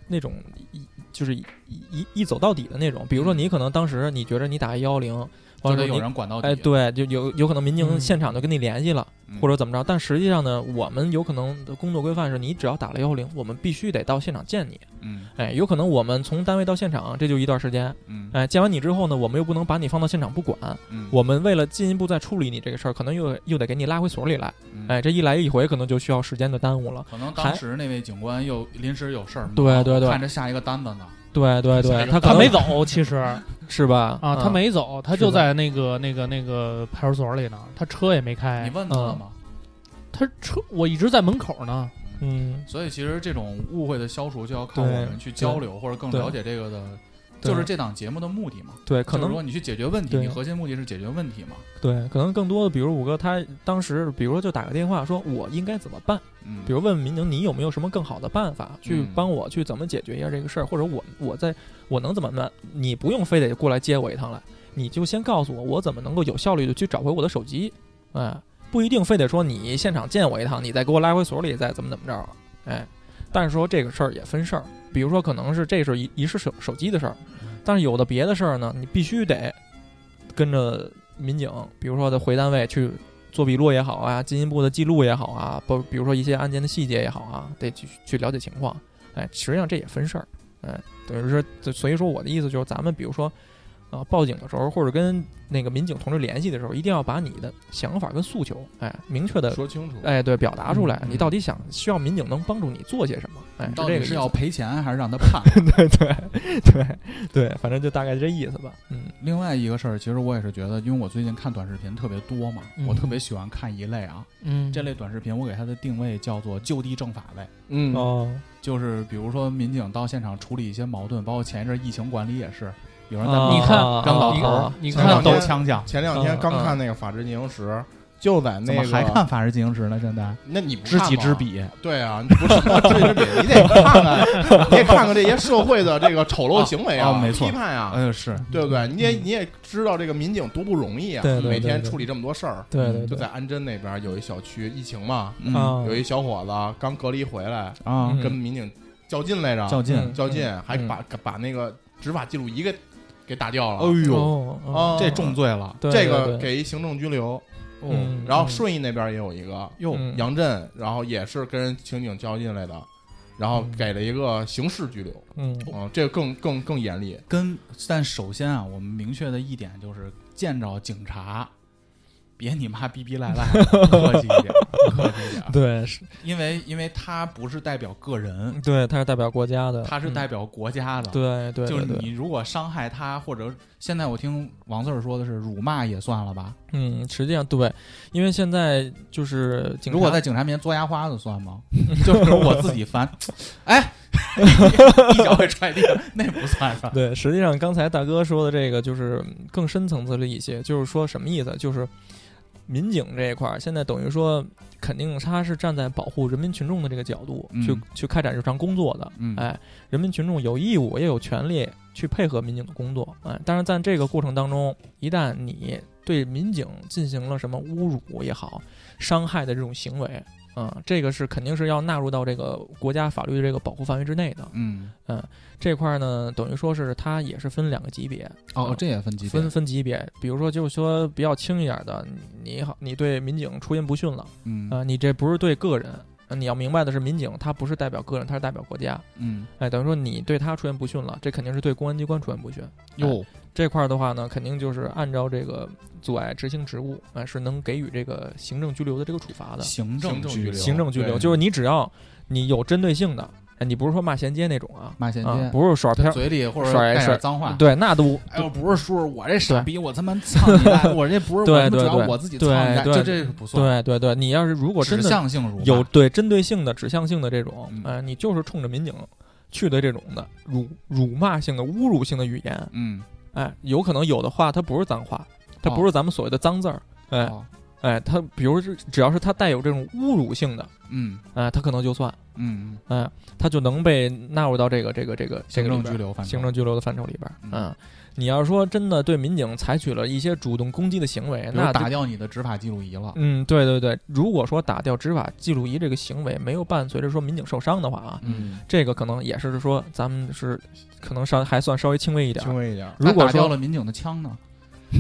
[SPEAKER 6] 那种一就是一一一走到底的那种。比如说你可能当时你觉着你打幺幺零，
[SPEAKER 3] 嗯就
[SPEAKER 6] 完
[SPEAKER 3] 得
[SPEAKER 6] 了
[SPEAKER 3] 有
[SPEAKER 6] 你
[SPEAKER 3] 人管到底。
[SPEAKER 6] 哎对，就有有可能民警
[SPEAKER 5] 嗯
[SPEAKER 6] 现场就跟你联系了，
[SPEAKER 3] 嗯
[SPEAKER 6] 或者怎么着。但实际上呢，我们有可能的工作规范是你只要打了幺幺零，我们必须得到现场见你。
[SPEAKER 3] 嗯
[SPEAKER 6] 哎，有可能我们从单位到现场这就一段时间，
[SPEAKER 3] 嗯
[SPEAKER 6] 哎，见完你之后呢，我们又不能把你放到现场不管，
[SPEAKER 3] 嗯，
[SPEAKER 6] 我们为了进一步再处理你这个事儿，可能又又得给你拉回所里来。
[SPEAKER 3] 嗯
[SPEAKER 6] 哎，这一来一回可能就需要时间的耽误了。
[SPEAKER 3] 可能当时那位警官又临时有事儿忙，
[SPEAKER 6] 对对对
[SPEAKER 3] 看着下一个单子呢。
[SPEAKER 6] 对对
[SPEAKER 3] 下
[SPEAKER 6] 对
[SPEAKER 3] 一，个
[SPEAKER 6] 他可
[SPEAKER 5] 他
[SPEAKER 6] 能
[SPEAKER 5] 没走，其实
[SPEAKER 6] 是吧？
[SPEAKER 5] 啊，他
[SPEAKER 6] 嗯。
[SPEAKER 5] 没走，他
[SPEAKER 6] 是
[SPEAKER 5] 就
[SPEAKER 6] 吧
[SPEAKER 5] 在那个那个那个派出所里呢，他车也没
[SPEAKER 3] 你
[SPEAKER 6] 哎
[SPEAKER 5] 开，
[SPEAKER 3] 问他了吗？
[SPEAKER 5] 他车我一直在门口呢，
[SPEAKER 6] 嗯，
[SPEAKER 3] 所以其实这种误会的消除，就要靠我
[SPEAKER 6] 对
[SPEAKER 3] 们去交流或者更
[SPEAKER 6] 对
[SPEAKER 3] 了解这个的，
[SPEAKER 6] 对
[SPEAKER 3] 就是这档节目的目的嘛。
[SPEAKER 6] 对，
[SPEAKER 3] 就
[SPEAKER 6] 可
[SPEAKER 3] 是
[SPEAKER 6] 能
[SPEAKER 3] 说你去解决问题，
[SPEAKER 6] 对
[SPEAKER 3] 你核心目的是解决问题嘛。
[SPEAKER 6] 对，可能更多的，比如五哥他当时，比如说就打个电话说，我应该怎么办？
[SPEAKER 3] 嗯，
[SPEAKER 6] 比如问问民警，你有没有什么更好的办法去帮我去怎么解决一下这个事儿，或者我我在我能怎么办？你不用非得过来接我一趟来，你就先告诉我，我怎么能够有效率的去找回我的手机？哎，不一定非得说你现场见我一趟，你再给我拉回所里，再怎么怎么着？哎，但是说这个事儿也分事儿，比如说可能是这是一一是手手机的事儿，但是有的别的事儿呢，你必须得跟着民警，比如说得回单位去做笔录也好啊，进一步的记录也好啊，包比如说一些案件的细节也好啊，得去去了解情况。哎，实际上这也分事儿，哎，等于是，就所以说我的意思就是，咱们比如说，啊、报警的时候或者跟那个民警同志联系的时候，一定要把你的想法跟诉求，哎，明确的，
[SPEAKER 4] 说清楚，
[SPEAKER 6] 哎，对，表达出来，
[SPEAKER 3] 嗯
[SPEAKER 6] 你到底想需要民警能帮助你做些什么？哎，
[SPEAKER 3] 到
[SPEAKER 6] 这
[SPEAKER 3] 底
[SPEAKER 6] 个
[SPEAKER 3] 是
[SPEAKER 6] 意
[SPEAKER 3] 要
[SPEAKER 6] 思
[SPEAKER 3] 赔钱还是让他
[SPEAKER 6] [laughs]
[SPEAKER 3] 判？
[SPEAKER 6] 对对对对，反正就大概这意思吧。嗯
[SPEAKER 3] 另外一个事儿，其实我也是觉得，因为我最近看短视频特别多嘛，
[SPEAKER 5] 嗯
[SPEAKER 3] 我特别喜欢看一类啊，
[SPEAKER 5] 嗯，
[SPEAKER 3] 这类短视频我给它的定位叫做就地正法类。
[SPEAKER 4] 嗯
[SPEAKER 6] 哦，
[SPEAKER 3] 就是比如说民警到现场处理一些矛盾，包括前一阵疫情管理也是，有人在
[SPEAKER 6] 啊
[SPEAKER 5] 你看
[SPEAKER 3] 跟老
[SPEAKER 6] 啊
[SPEAKER 3] 头儿
[SPEAKER 6] 啊
[SPEAKER 5] 你
[SPEAKER 4] 前
[SPEAKER 5] 看
[SPEAKER 4] 两
[SPEAKER 5] 抖
[SPEAKER 3] 斗
[SPEAKER 4] 天
[SPEAKER 3] 枪枪，
[SPEAKER 4] 前两天
[SPEAKER 6] 嗯
[SPEAKER 4] 刚
[SPEAKER 6] 嗯
[SPEAKER 4] 看那个《法制进行时》，就在
[SPEAKER 3] 怎
[SPEAKER 4] 那
[SPEAKER 3] 么
[SPEAKER 4] 个
[SPEAKER 3] 还看《法制进行时》呢？现在
[SPEAKER 4] 那你不
[SPEAKER 3] 知
[SPEAKER 4] 看
[SPEAKER 3] 己
[SPEAKER 4] 吗
[SPEAKER 3] 知？彼，
[SPEAKER 4] 对啊，你不是知己知彼，你得看看，你得看看这些社会的这个丑陋行为
[SPEAKER 3] 啊啊没错
[SPEAKER 4] 批判啊，
[SPEAKER 3] 哎是，
[SPEAKER 4] 对不对？你也你也知道这个民警多不容易啊
[SPEAKER 6] 对，对
[SPEAKER 4] 每天
[SPEAKER 6] 对对
[SPEAKER 4] 处理这么多事儿。
[SPEAKER 6] 对对
[SPEAKER 4] 就
[SPEAKER 6] 对，
[SPEAKER 4] 在安贞那边有一小区，疫情嘛，
[SPEAKER 3] 嗯
[SPEAKER 6] 啊，
[SPEAKER 4] 有一小伙子刚隔离回来，
[SPEAKER 3] 啊
[SPEAKER 6] 嗯
[SPEAKER 4] 跟民警较劲来着，
[SPEAKER 3] 较劲，
[SPEAKER 6] 嗯
[SPEAKER 4] 较劲，还
[SPEAKER 6] 嗯
[SPEAKER 4] 把把那个执法记录仪给给打掉
[SPEAKER 3] 哎
[SPEAKER 4] 了，
[SPEAKER 3] 呦，
[SPEAKER 6] 哦，
[SPEAKER 4] 啊，
[SPEAKER 6] 哦
[SPEAKER 3] 这重罪了，
[SPEAKER 6] 对
[SPEAKER 4] 这
[SPEAKER 6] 对
[SPEAKER 4] 个
[SPEAKER 6] 对
[SPEAKER 4] 给一行政拘留。
[SPEAKER 6] 嗯
[SPEAKER 4] 然后
[SPEAKER 6] 嗯
[SPEAKER 4] 顺义那边也有一个，
[SPEAKER 3] 哟，
[SPEAKER 6] 嗯
[SPEAKER 4] 杨震，然后也是跟人刑警较劲来的，然后给了一个刑事拘留，
[SPEAKER 6] 嗯
[SPEAKER 4] 啊，这个更更更严厉。
[SPEAKER 3] 跟但首先啊，我们明确的一点就是，见着警察，别你妈逼逼赖赖，客气一点，客气一点，啊
[SPEAKER 6] 对，是，嗯
[SPEAKER 3] 因为因为他不是代表个人，
[SPEAKER 6] 对，他是代表国家的，嗯
[SPEAKER 3] 他是代表国家的，
[SPEAKER 6] 对对，
[SPEAKER 3] 就是
[SPEAKER 6] 对
[SPEAKER 3] 你，如果伤害他，或者现在我听王四儿说的是辱骂也算了吧？
[SPEAKER 6] 嗯，实际上对，因为现在就是警察，
[SPEAKER 3] 如果在警察面前嘬牙花子算
[SPEAKER 6] [laughs]
[SPEAKER 3] 吗？就是我自己翻，哎，一脚给踹地了，那不算吧？
[SPEAKER 6] 对，实际上刚才大哥说的这个就是更深层次了一些，就是说什么意思？就是民警这一块儿，现在等于说肯定他是站在保护人民群众的这个角度、去
[SPEAKER 3] 嗯
[SPEAKER 6] 去开展日常工作的，
[SPEAKER 3] 嗯
[SPEAKER 6] 哎，人民群众有义务也有权利去配合民警的工作，哎，但是在这个过程当中，一旦你对民警进行了什么侮辱也好、伤害的这种行为，嗯，这个是肯定是要纳入到这个国家法律的这个保护范围之内的。
[SPEAKER 3] 嗯，
[SPEAKER 6] 这块儿呢，等于说是它也是分两个级别，
[SPEAKER 3] 哦，这也分级别
[SPEAKER 6] 呃分，分级别。比如说，就是说比较轻一点的，你你好，你对民警出言不逊了，
[SPEAKER 3] 嗯
[SPEAKER 6] 啊、你这不是对个人，呃你要明白的是，民警他不是代表个人，他是代表国家。
[SPEAKER 3] 嗯，
[SPEAKER 6] 哎，等于说你对他出言不逊了，这肯定是对公安机关出言不逊。
[SPEAKER 3] 哟，
[SPEAKER 6] 这块儿的话呢，肯定就是按照这个阻碍执行职务，哎、是能给予这个行政拘留的这个处罚的。
[SPEAKER 3] 行政
[SPEAKER 4] 行政
[SPEAKER 3] 拘
[SPEAKER 4] 拘留
[SPEAKER 6] 行政拘留
[SPEAKER 4] 对
[SPEAKER 6] 就是你只要你有针对性的，哎，你不是说骂衔接那种啊，
[SPEAKER 3] 骂衔
[SPEAKER 6] 啊
[SPEAKER 3] 接，
[SPEAKER 6] 不是耍
[SPEAKER 3] 他
[SPEAKER 6] 片儿，
[SPEAKER 3] 嘴里或者
[SPEAKER 6] 甩
[SPEAKER 3] 带
[SPEAKER 6] 甩
[SPEAKER 3] 点脏话。，
[SPEAKER 6] 对，那都
[SPEAKER 3] 哎呦，不是叔叔，我这傻逼，我他妈操你
[SPEAKER 6] [laughs]
[SPEAKER 3] 大爷！我这不是
[SPEAKER 6] 对
[SPEAKER 3] 我他妈
[SPEAKER 6] 对
[SPEAKER 3] 主要
[SPEAKER 6] 对
[SPEAKER 3] 我自己操
[SPEAKER 6] 对
[SPEAKER 3] 你大爷，
[SPEAKER 6] 对
[SPEAKER 3] 这这是不算。
[SPEAKER 6] 对对对，你要是如果真
[SPEAKER 3] 指
[SPEAKER 6] 的
[SPEAKER 3] 向性辱骂
[SPEAKER 6] 有对针对性的、指向性的这种
[SPEAKER 3] 嗯，
[SPEAKER 6] 哎，你就是冲着民警去的这种的辱辱骂性的、侮辱性的语言，
[SPEAKER 3] 嗯，
[SPEAKER 6] 哎，有可能有的话它不是脏话，它不是咱们所谓的脏字儿，哎
[SPEAKER 3] 哦
[SPEAKER 6] 哎，它比如是只要是它带有这种侮辱性的，
[SPEAKER 3] 嗯
[SPEAKER 6] 哎，它可能就算，
[SPEAKER 3] 嗯，
[SPEAKER 6] 哎，它就能被纳入到这个这个这个这
[SPEAKER 3] 行
[SPEAKER 6] 个里
[SPEAKER 3] 政
[SPEAKER 6] 边
[SPEAKER 3] 拘留犯
[SPEAKER 6] 行政拘留的范畴里边儿
[SPEAKER 3] 嗯。
[SPEAKER 6] 嗯，你要说真的对民警采取了一些主动攻击的行为，
[SPEAKER 3] 比如
[SPEAKER 6] 那就
[SPEAKER 3] 打掉你的执法记录仪了。
[SPEAKER 6] 嗯，对对对，如果说打掉执法记录仪这个行为没有伴随着说民警受伤的话啊，
[SPEAKER 3] 嗯，
[SPEAKER 6] 这个可能也是说咱们是可能稍还算稍微轻微一点儿。
[SPEAKER 4] 轻微一点儿。
[SPEAKER 6] 如
[SPEAKER 3] 那
[SPEAKER 6] 果
[SPEAKER 3] 打掉
[SPEAKER 6] 说
[SPEAKER 3] 了民警的枪呢，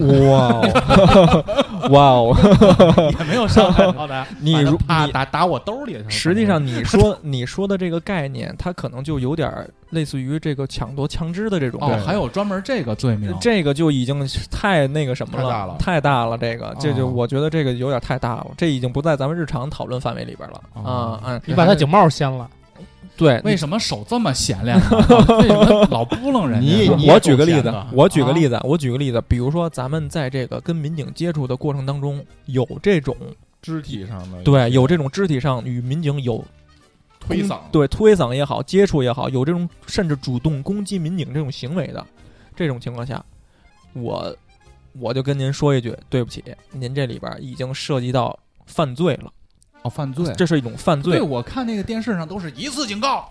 [SPEAKER 6] 哇哦哇哦，
[SPEAKER 3] 也没有伤 [laughs] 害。
[SPEAKER 5] 好的，
[SPEAKER 6] [laughs] 你如
[SPEAKER 3] 啪
[SPEAKER 6] 你
[SPEAKER 3] 打打我兜里，
[SPEAKER 6] 实际上你说你说的这个概念，它可能就有点儿类似于这个抢夺枪支的这种
[SPEAKER 3] 哦
[SPEAKER 6] 感，觉
[SPEAKER 3] 还有专门这个罪名，
[SPEAKER 6] 这个就已经是太那个什么
[SPEAKER 4] 太
[SPEAKER 6] 了，
[SPEAKER 4] 大了
[SPEAKER 6] 太大了这个这就
[SPEAKER 3] 哦
[SPEAKER 6] 我觉得这个有点太大了，这已经不在咱们日常讨论范围里边了
[SPEAKER 3] 哦
[SPEAKER 6] 啊。嗯，
[SPEAKER 5] 你把他警帽掀了，
[SPEAKER 6] 对，
[SPEAKER 3] 为什么手这么闲练呢？哦为什么
[SPEAKER 6] [laughs]
[SPEAKER 3] 老扑棱人
[SPEAKER 4] 你
[SPEAKER 3] 家？
[SPEAKER 4] 也
[SPEAKER 6] 我举个例
[SPEAKER 4] 够闲
[SPEAKER 6] 子
[SPEAKER 4] 的，
[SPEAKER 6] 我举个例子，我举个例子，比如说咱们在这个跟民警接触的过程当中，有这种
[SPEAKER 4] 肢体上的
[SPEAKER 6] 对有这种肢体上与民警有
[SPEAKER 4] 推搡，
[SPEAKER 6] 对推搡也好，接触也好，有这种甚至主动攻击民警这种行为的，这种情况下，我我就跟您说一句，对不起，您这里边已经涉及到犯罪了，
[SPEAKER 3] 哦，犯罪。
[SPEAKER 6] 这是一种犯罪
[SPEAKER 3] 对，。我看那个电视上都是一次警告，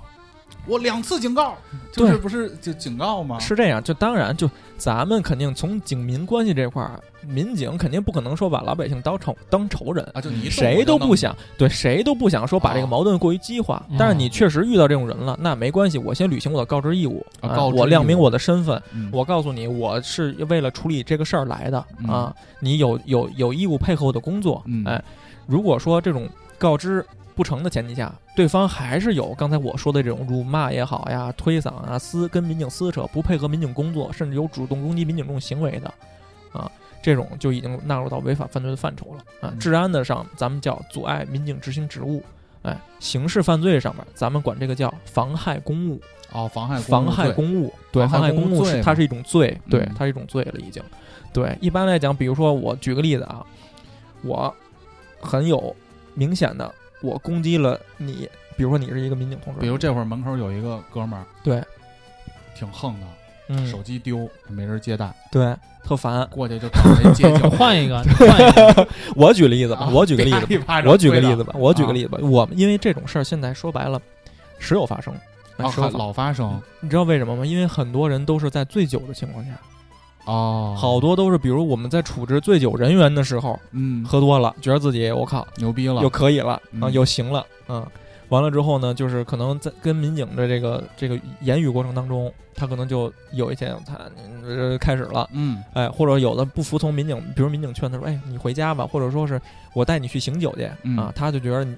[SPEAKER 3] 我两次警告，就是
[SPEAKER 6] 对
[SPEAKER 3] 不是就警告吗？
[SPEAKER 6] 是这样，就当然就咱们肯定从警民关系这块儿，民警肯定不可能说把老百姓当仇当仇人，
[SPEAKER 3] 啊，就你一动
[SPEAKER 6] 谁
[SPEAKER 3] 我就
[SPEAKER 6] 都
[SPEAKER 3] 弄
[SPEAKER 6] 不想，对，谁都不想说把这个
[SPEAKER 3] 哦
[SPEAKER 6] 矛盾过于激化。
[SPEAKER 5] 嗯
[SPEAKER 6] 但是你确实遇到这种人了，那没关系，我先履行我的告知义务，
[SPEAKER 3] 啊
[SPEAKER 6] 啊
[SPEAKER 3] 告知
[SPEAKER 6] 我亮
[SPEAKER 3] 义务
[SPEAKER 6] 明我的身份，
[SPEAKER 3] 嗯
[SPEAKER 6] 我告诉你，我是为了处理这个事儿来的
[SPEAKER 3] 嗯
[SPEAKER 6] 啊，你有有有义务配合我的工作
[SPEAKER 3] 嗯。
[SPEAKER 6] 哎，如果说这种告知不成的前提下，对方还是有刚才我说的这种辱骂也好呀、推搡啊、撕跟民警撕扯、不配合民警工作，甚至有主动攻击民警这种行为的，啊，这种就已经纳入到违法犯罪的范畴了啊
[SPEAKER 3] 嗯。
[SPEAKER 6] 治安的上，咱们叫阻碍民警执行职务。哎，刑事犯罪上面，咱们管这个叫妨害公务。
[SPEAKER 3] 哦，妨害
[SPEAKER 6] 妨害
[SPEAKER 3] 罪
[SPEAKER 6] 公务，对，
[SPEAKER 3] 妨
[SPEAKER 6] 妨
[SPEAKER 3] 害
[SPEAKER 6] 害
[SPEAKER 3] 公务
[SPEAKER 6] 公务
[SPEAKER 3] 罪
[SPEAKER 6] 是
[SPEAKER 3] 嘛
[SPEAKER 6] 它是一种罪，对
[SPEAKER 3] 嗯，
[SPEAKER 6] 它是一种罪了已经。对，一般来讲，比如说我举个例子啊，我很有明显的，我攻击了你，比如说你是一个民警同志，
[SPEAKER 3] 比如这会儿门口有一个哥们儿，
[SPEAKER 6] 对，
[SPEAKER 3] 挺横的，
[SPEAKER 6] 嗯，
[SPEAKER 3] 手机丢，没人接待，
[SPEAKER 6] 对，特烦。
[SPEAKER 3] 过
[SPEAKER 6] [laughs]
[SPEAKER 3] 去就找人接警。
[SPEAKER 5] 换
[SPEAKER 3] [laughs]
[SPEAKER 5] 一个，你换一个，
[SPEAKER 6] 我举例子吧
[SPEAKER 3] 啊，
[SPEAKER 6] 我举个例子 [laughs] 吧，
[SPEAKER 3] 吧
[SPEAKER 6] 我举个例子，吧，我举个例子吧，我们因为这种事儿现在说白了，时有发生，
[SPEAKER 3] 啊，
[SPEAKER 6] 时有发。
[SPEAKER 3] 老发生
[SPEAKER 6] 你知道为什么吗？因为很多人都是在醉酒的情况下，
[SPEAKER 3] 哦，
[SPEAKER 6] 好，多都是比如我们在处置醉酒人员的时候，
[SPEAKER 3] 嗯，
[SPEAKER 6] 喝多了，觉得自己我靠
[SPEAKER 3] 牛逼了
[SPEAKER 6] 又，可以了啊，
[SPEAKER 3] 嗯
[SPEAKER 6] 又行了啊。完了之后呢，就是可能在跟民警的这个这个言语过程当中，他可能就有一些他呃开始了，
[SPEAKER 3] 嗯，
[SPEAKER 6] 哎，或者有的不服从民警，比如民警劝他说：“哎，你回家吧。”或者说是我带你去醒酒去
[SPEAKER 3] 嗯
[SPEAKER 6] 啊，他就觉得你。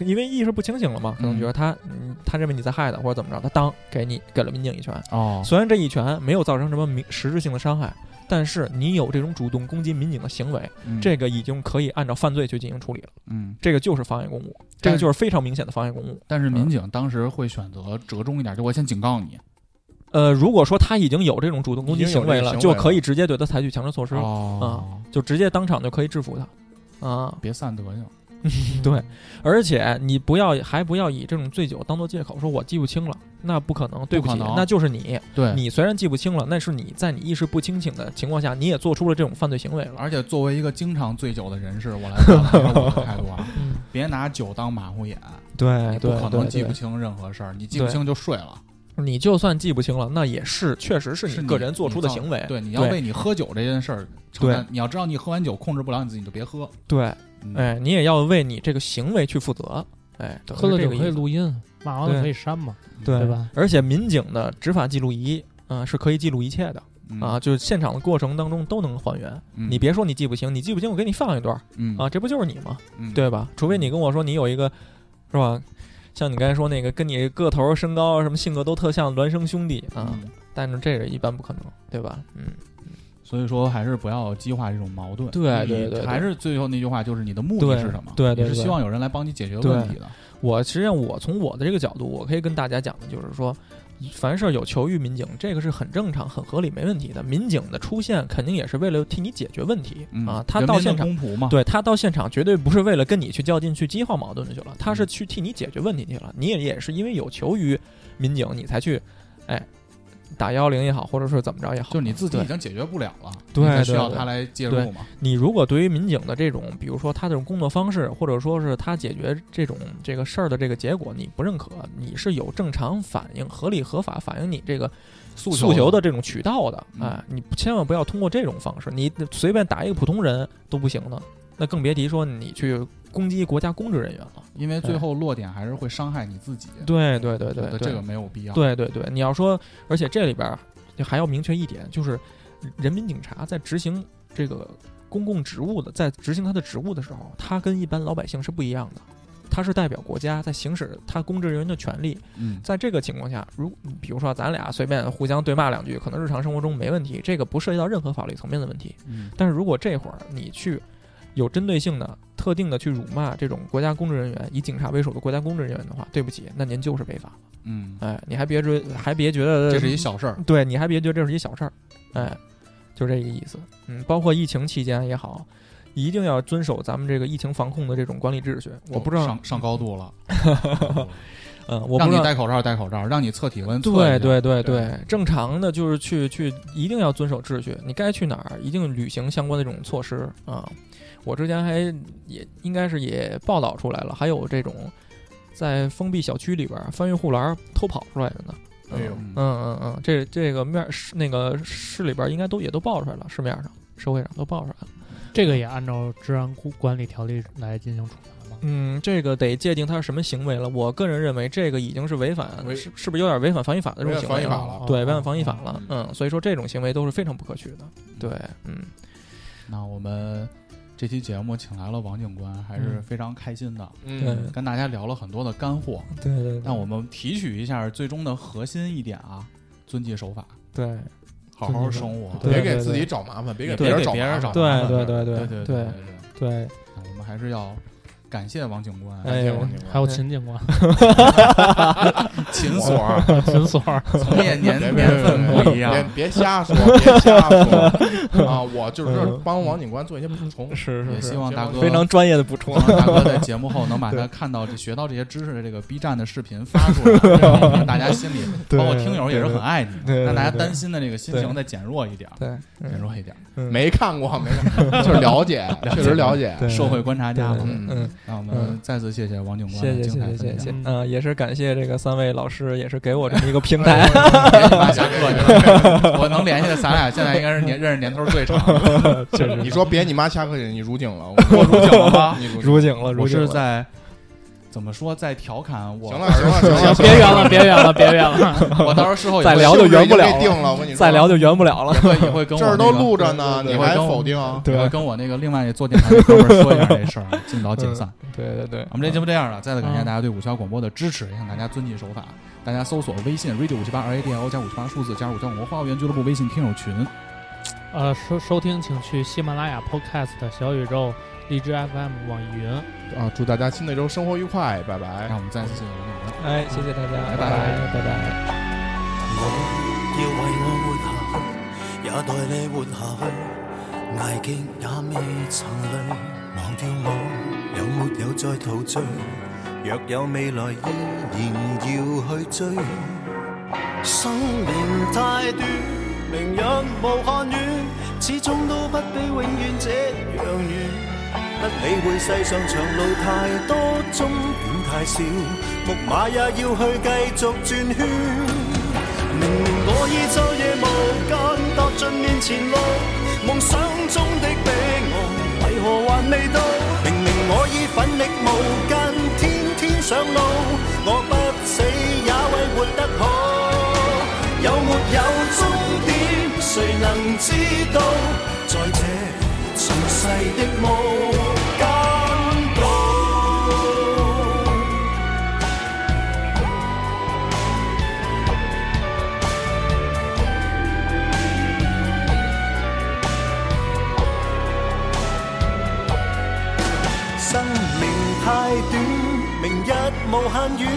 [SPEAKER 6] 因为意识不清醒了嘛，可能觉得他，嗯他认为你在害他或者怎么着，他当给你给了民警一拳，
[SPEAKER 3] 哦，
[SPEAKER 6] 虽然这一拳没有造成什么明实质性的伤害，但是你有这种主动攻击民警的行为，
[SPEAKER 3] 嗯
[SPEAKER 6] 这个已经可以按照犯罪去进行处理了，
[SPEAKER 3] 嗯，
[SPEAKER 6] 这个就是妨碍公务，这
[SPEAKER 3] 但
[SPEAKER 6] 个就是非常明显的妨碍公务。
[SPEAKER 3] 但是民警当时会选择折中一点，就我先警告你，
[SPEAKER 6] 呃，如果说他已经有这种主动攻击
[SPEAKER 4] 已经有
[SPEAKER 6] 行为
[SPEAKER 4] 这个
[SPEAKER 6] 了，
[SPEAKER 4] 行为
[SPEAKER 6] 就
[SPEAKER 4] 了
[SPEAKER 6] 可以直接对他采取强制措施，
[SPEAKER 3] 哦，
[SPEAKER 6] 就直接当场就可以制服他。啊，
[SPEAKER 3] 别散德性，
[SPEAKER 6] 对，而且你不要还不要以这种醉酒当做借口，说我记不清了，那不可能，对不
[SPEAKER 3] 不
[SPEAKER 6] 起
[SPEAKER 3] 可能，
[SPEAKER 6] 那就是你，
[SPEAKER 3] 对，
[SPEAKER 6] 你虽然记不清了，那是你在你意识不清醒的情况下，你也做出了这种犯罪行为了。
[SPEAKER 3] 而且作为一个经常醉酒的人士，我来表达一下我的态度啊，别拿酒当马虎眼，
[SPEAKER 6] 嗯哎对
[SPEAKER 3] 你不可能记不清任何事儿，你记不
[SPEAKER 6] 对
[SPEAKER 3] 清就睡了。
[SPEAKER 6] 你就算记不清了，那也是确实是
[SPEAKER 3] 是
[SPEAKER 6] 你个人做出的
[SPEAKER 3] 你造
[SPEAKER 6] 行为。
[SPEAKER 3] 对，你要为你喝酒这件事儿承担，你要知道你喝完酒控制不了你自己，就别喝。
[SPEAKER 6] 对，
[SPEAKER 3] 嗯，
[SPEAKER 6] 哎，你也要为你这个行为去负责。哎，等于
[SPEAKER 5] 喝了
[SPEAKER 6] 是
[SPEAKER 5] 酒
[SPEAKER 6] 这个
[SPEAKER 5] 可以
[SPEAKER 6] 意思，
[SPEAKER 5] 录音，骂完了可以删嘛，
[SPEAKER 6] 嗯对
[SPEAKER 5] 对？吧？
[SPEAKER 6] 而且民警的执法记录仪啊、是可以记录一切的
[SPEAKER 3] 嗯
[SPEAKER 6] 啊，，就是现场的过程当中都能还原。
[SPEAKER 3] 嗯
[SPEAKER 6] 你别说你记不清，你记不清我给你放一段儿
[SPEAKER 3] 嗯
[SPEAKER 6] 啊，这不就是你吗？
[SPEAKER 3] 嗯，
[SPEAKER 6] 对吧？除非你跟我说你有一个是吧？像你刚才说那个，跟你个头、身高、什么性格都特像孪生兄弟啊，
[SPEAKER 3] 嗯
[SPEAKER 6] 但是这个一般不可能，对吧？嗯，
[SPEAKER 3] 所以说还是不要激化这种矛盾。
[SPEAKER 6] 对
[SPEAKER 3] 你
[SPEAKER 6] 对对对
[SPEAKER 3] 还是最后那句话，就是你的目的
[SPEAKER 6] 对
[SPEAKER 3] 是什么？
[SPEAKER 6] 对对
[SPEAKER 3] 你是
[SPEAKER 6] 对
[SPEAKER 3] 希望有人来帮你解决问题的。
[SPEAKER 6] 我实际上我从我的这个角度，我可以跟大家讲的就是说，凡事有求于民警，这个是很正常、很合理、没问题的。民警的出现肯定也是为了替你解决问题、
[SPEAKER 3] 嗯
[SPEAKER 6] 啊，他
[SPEAKER 3] 人
[SPEAKER 6] 到
[SPEAKER 3] 民的
[SPEAKER 6] 现场。
[SPEAKER 3] 公仆嘛，
[SPEAKER 6] 对他到现场绝对不是为了跟你去较劲、去激化矛盾去了，他是去替你解决问题去了。你也也是因为有求于民警，你才去，哎，打幺幺零也好，或者是怎么着也好，
[SPEAKER 3] 就是你自己
[SPEAKER 6] 对
[SPEAKER 3] 已经解决不了了，
[SPEAKER 6] 对
[SPEAKER 3] 你才需
[SPEAKER 6] 对
[SPEAKER 3] 要
[SPEAKER 6] 对
[SPEAKER 3] 他来介
[SPEAKER 6] 对
[SPEAKER 3] 入嘛。
[SPEAKER 6] 你如果对于民警的这种，比如说他这种工作方式，或者说是他解决这种这个事儿的这个结果，你不认可，你是有正常反映、合理合法反映你这个
[SPEAKER 3] 诉
[SPEAKER 6] 诉
[SPEAKER 3] 求
[SPEAKER 6] 求的这种渠道的，
[SPEAKER 3] 嗯
[SPEAKER 6] 哎，你千万不要通过这种方式，你随便打一个普通人都不行的，那更别提说你去攻击国家公职人员了。
[SPEAKER 3] 因为最后落点还是会伤害你自己。
[SPEAKER 6] 哎对对对对
[SPEAKER 3] 觉得
[SPEAKER 6] 对，
[SPEAKER 3] 这个没有必要。
[SPEAKER 6] 对对对，你要说，而且这里边儿还要明确一点，就是人民警察在执行这个公共职务的，在执行他的职务的时候，他跟一般老百姓是不一样的，他是代表国家在行使他公职人员的权利。
[SPEAKER 3] 嗯，
[SPEAKER 6] 在这个情况下，如比如说咱俩随便互相对骂两句，可能日常生活中没问题，这个不涉及到任何法律层面的问题。
[SPEAKER 3] 嗯
[SPEAKER 6] 但是如果这会儿你去有针对性的、特定的去辱骂这种国家公职人员，以警察为首的国家公职人员的话，对不起，那您就是违法。
[SPEAKER 3] 嗯，
[SPEAKER 6] 哎，你还别觉还别觉得
[SPEAKER 3] 这是一小事儿。
[SPEAKER 6] 对，你还别觉得这是一小事儿，哎，就这个意思。嗯，包括疫情期间也好，一定要遵守咱们这个疫情防控的这种管理秩序。我不知道，
[SPEAKER 3] 上上高度
[SPEAKER 6] [laughs]
[SPEAKER 3] 了，
[SPEAKER 6] 嗯，我不
[SPEAKER 3] 让
[SPEAKER 6] 知
[SPEAKER 3] 你
[SPEAKER 6] 道。
[SPEAKER 3] 戴口罩戴口罩，让你测体温测一下
[SPEAKER 6] 对对
[SPEAKER 3] 对
[SPEAKER 6] 对对，正常的就是去去，一定要遵守秩序。你该去哪儿，一定履行相关的这种措施啊。我之前还也应该是也报道出来了，还有这种在封闭小区里边儿翻越护栏儿偷跑出来的呢。
[SPEAKER 4] 哎呦，
[SPEAKER 3] 嗯
[SPEAKER 6] 嗯嗯嗯，这这个面儿市那个市里边儿应该都也都报出来了，市面上、社会上都报出来了。
[SPEAKER 5] 这个也按照治安管理条例来进行处罚吗？
[SPEAKER 6] 嗯，这个得界定它是什么行为了。我个人认为，这个已经是违反，
[SPEAKER 4] 违
[SPEAKER 6] 是是不是有点违反防疫法的这种
[SPEAKER 4] 违
[SPEAKER 6] 行
[SPEAKER 4] 反
[SPEAKER 6] 为
[SPEAKER 4] 防疫
[SPEAKER 6] 了？
[SPEAKER 4] 法
[SPEAKER 5] 哦
[SPEAKER 4] 了
[SPEAKER 6] 对，违反防疫法了。
[SPEAKER 4] 嗯
[SPEAKER 6] 嗯，所以说这种行为都是非常不可取的。对，嗯，
[SPEAKER 3] 那我们这期节目请来了王警官，还是非常开心的，
[SPEAKER 6] 嗯
[SPEAKER 3] 跟大家聊了很多的干货。
[SPEAKER 6] 对对
[SPEAKER 3] 但我们提取一下最终的核心一点啊，遵纪守法，
[SPEAKER 6] 对
[SPEAKER 3] 好好生活。
[SPEAKER 6] 对
[SPEAKER 4] 别
[SPEAKER 6] 对
[SPEAKER 4] 给自己找麻烦，别给
[SPEAKER 3] 也
[SPEAKER 4] 别人
[SPEAKER 3] 别
[SPEAKER 4] 找
[SPEAKER 3] 给别人
[SPEAKER 4] 麻
[SPEAKER 3] 找
[SPEAKER 4] 烦。
[SPEAKER 3] 麻
[SPEAKER 6] 对
[SPEAKER 3] 烦
[SPEAKER 6] 对对
[SPEAKER 3] 对
[SPEAKER 6] 对
[SPEAKER 3] 对
[SPEAKER 6] 对对，
[SPEAKER 3] 那我们还是要感谢王警官，
[SPEAKER 6] 哎呦，
[SPEAKER 5] 还有秦警
[SPEAKER 4] [laughs]
[SPEAKER 5] 官、
[SPEAKER 3] 秦所儿
[SPEAKER 6] [laughs]
[SPEAKER 5] 秦所儿，
[SPEAKER 3] 从业年
[SPEAKER 4] 别别
[SPEAKER 3] 年份
[SPEAKER 4] 别
[SPEAKER 3] 不一
[SPEAKER 4] 别
[SPEAKER 3] 样，
[SPEAKER 4] 别别瞎说，别瞎说啊！我
[SPEAKER 6] 嗯
[SPEAKER 4] 就是帮王警官做一些补充，
[SPEAKER 6] 是
[SPEAKER 3] 也希望大哥
[SPEAKER 6] 非常专业的补充
[SPEAKER 3] [laughs] 希。望大哥在节目后能把他看到这学到这些知识的这个 B 站的视频发出来，让大家
[SPEAKER 6] [laughs]
[SPEAKER 3] 心里，包括听友也是很爱你，
[SPEAKER 6] 对对对
[SPEAKER 3] 让大家担心的这个心情再减弱一点儿，
[SPEAKER 6] 对，
[SPEAKER 3] 减
[SPEAKER 6] 嗯
[SPEAKER 3] 弱一点儿。
[SPEAKER 4] 没看过，没看过，就是了解，确实了解。
[SPEAKER 6] 对
[SPEAKER 3] 社会观察家嘛，
[SPEAKER 6] 嗯嗯。
[SPEAKER 3] 那我们再次谢谢王警官
[SPEAKER 6] 谢
[SPEAKER 3] 的
[SPEAKER 6] 谢谢
[SPEAKER 3] 精彩
[SPEAKER 6] 谢谢
[SPEAKER 3] 分
[SPEAKER 6] 谢
[SPEAKER 3] 享。，
[SPEAKER 6] 嗯，也是感谢这个三位老师，也是给我这么一个平台。
[SPEAKER 3] 大侠客气 [laughs] 了，我能联系的咱俩现在应该是年认识年头最长的，
[SPEAKER 4] 你说别你妈瞎客气，你入警了，我入
[SPEAKER 3] 警了吗？
[SPEAKER 4] 你入警。
[SPEAKER 6] [laughs] 如景了， [laughs] 如
[SPEAKER 3] 我
[SPEAKER 6] 景
[SPEAKER 3] 是
[SPEAKER 6] 了。
[SPEAKER 3] 在怎么说，在调侃我
[SPEAKER 4] 行了行了行了，
[SPEAKER 5] 行，别圆了，别圆了，别圆了。
[SPEAKER 3] 我到时候事后也
[SPEAKER 6] 再
[SPEAKER 3] 会
[SPEAKER 6] [laughs] 聊就圆不了
[SPEAKER 4] 定了。我跟你说，
[SPEAKER 6] [laughs] 再聊就圆不了了。
[SPEAKER 3] 也会也会跟我
[SPEAKER 4] 这儿
[SPEAKER 3] 那
[SPEAKER 4] 都
[SPEAKER 3] 个
[SPEAKER 4] 录
[SPEAKER 3] [laughs]
[SPEAKER 4] 着
[SPEAKER 3] 对
[SPEAKER 4] 呢，你
[SPEAKER 3] 对对
[SPEAKER 4] 还
[SPEAKER 3] 对
[SPEAKER 4] 否定？
[SPEAKER 3] 也会跟我那个另外做电台的哥们儿说一下这事儿，啊尽早解散。
[SPEAKER 6] 对对对，
[SPEAKER 3] 我们这节目这样
[SPEAKER 4] 嗯
[SPEAKER 3] 了，再次感谢大家对五七八广播的支持，也请大家遵纪守法。大家搜索微信 radio 五七八 r a d i o 加五七八数字加入五七八广播花园俱乐部微信听友群。
[SPEAKER 5] [laughs] 呃，收收听请去喜马拉雅 Podcast、小宇宙、荔枝 FM、网易云。
[SPEAKER 4] 啊！祝大家新的一周生活愉快，拜拜
[SPEAKER 3] 让。我们再次谢谢王警官。
[SPEAKER 6] 哎，谢谢大家，
[SPEAKER 3] 拜拜
[SPEAKER 6] 拜拜拜。
[SPEAKER 8] 我要為我活下去，也代你活下去，捱極也未曾累。忘掉我有沒有再陶醉，若有未來依然要去追。生命太短，明日無限遠，始終都不比永遠這樣遠。不理會世上長路太多，終點太少，木馬也要去繼續轉圈。明明我已晝夜無間踏盡面前路，夢想中的彼岸為何還未到？明明我已奮力無間，天天上路，我不死也為活得好。有沒有終點，誰能知道？在這塵世的無間道。短，明日無限遠，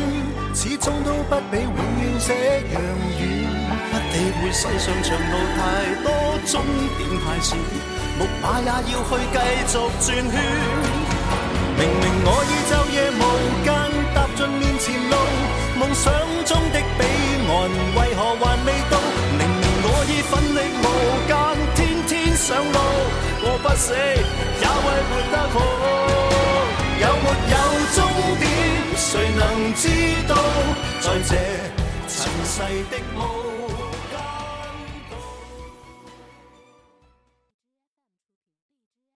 [SPEAKER 8] 始終都不比永遠這樣遠。不理會世上長路太多，終點太少，木馬也要去繼續轉圈。明明我已晝夜無間踏進面前路，夢想中的彼岸為何還未到？明明我已奮力無間，天天上路，我不死也為活得好。有沒有終點？誰能知道？在這塵世的路。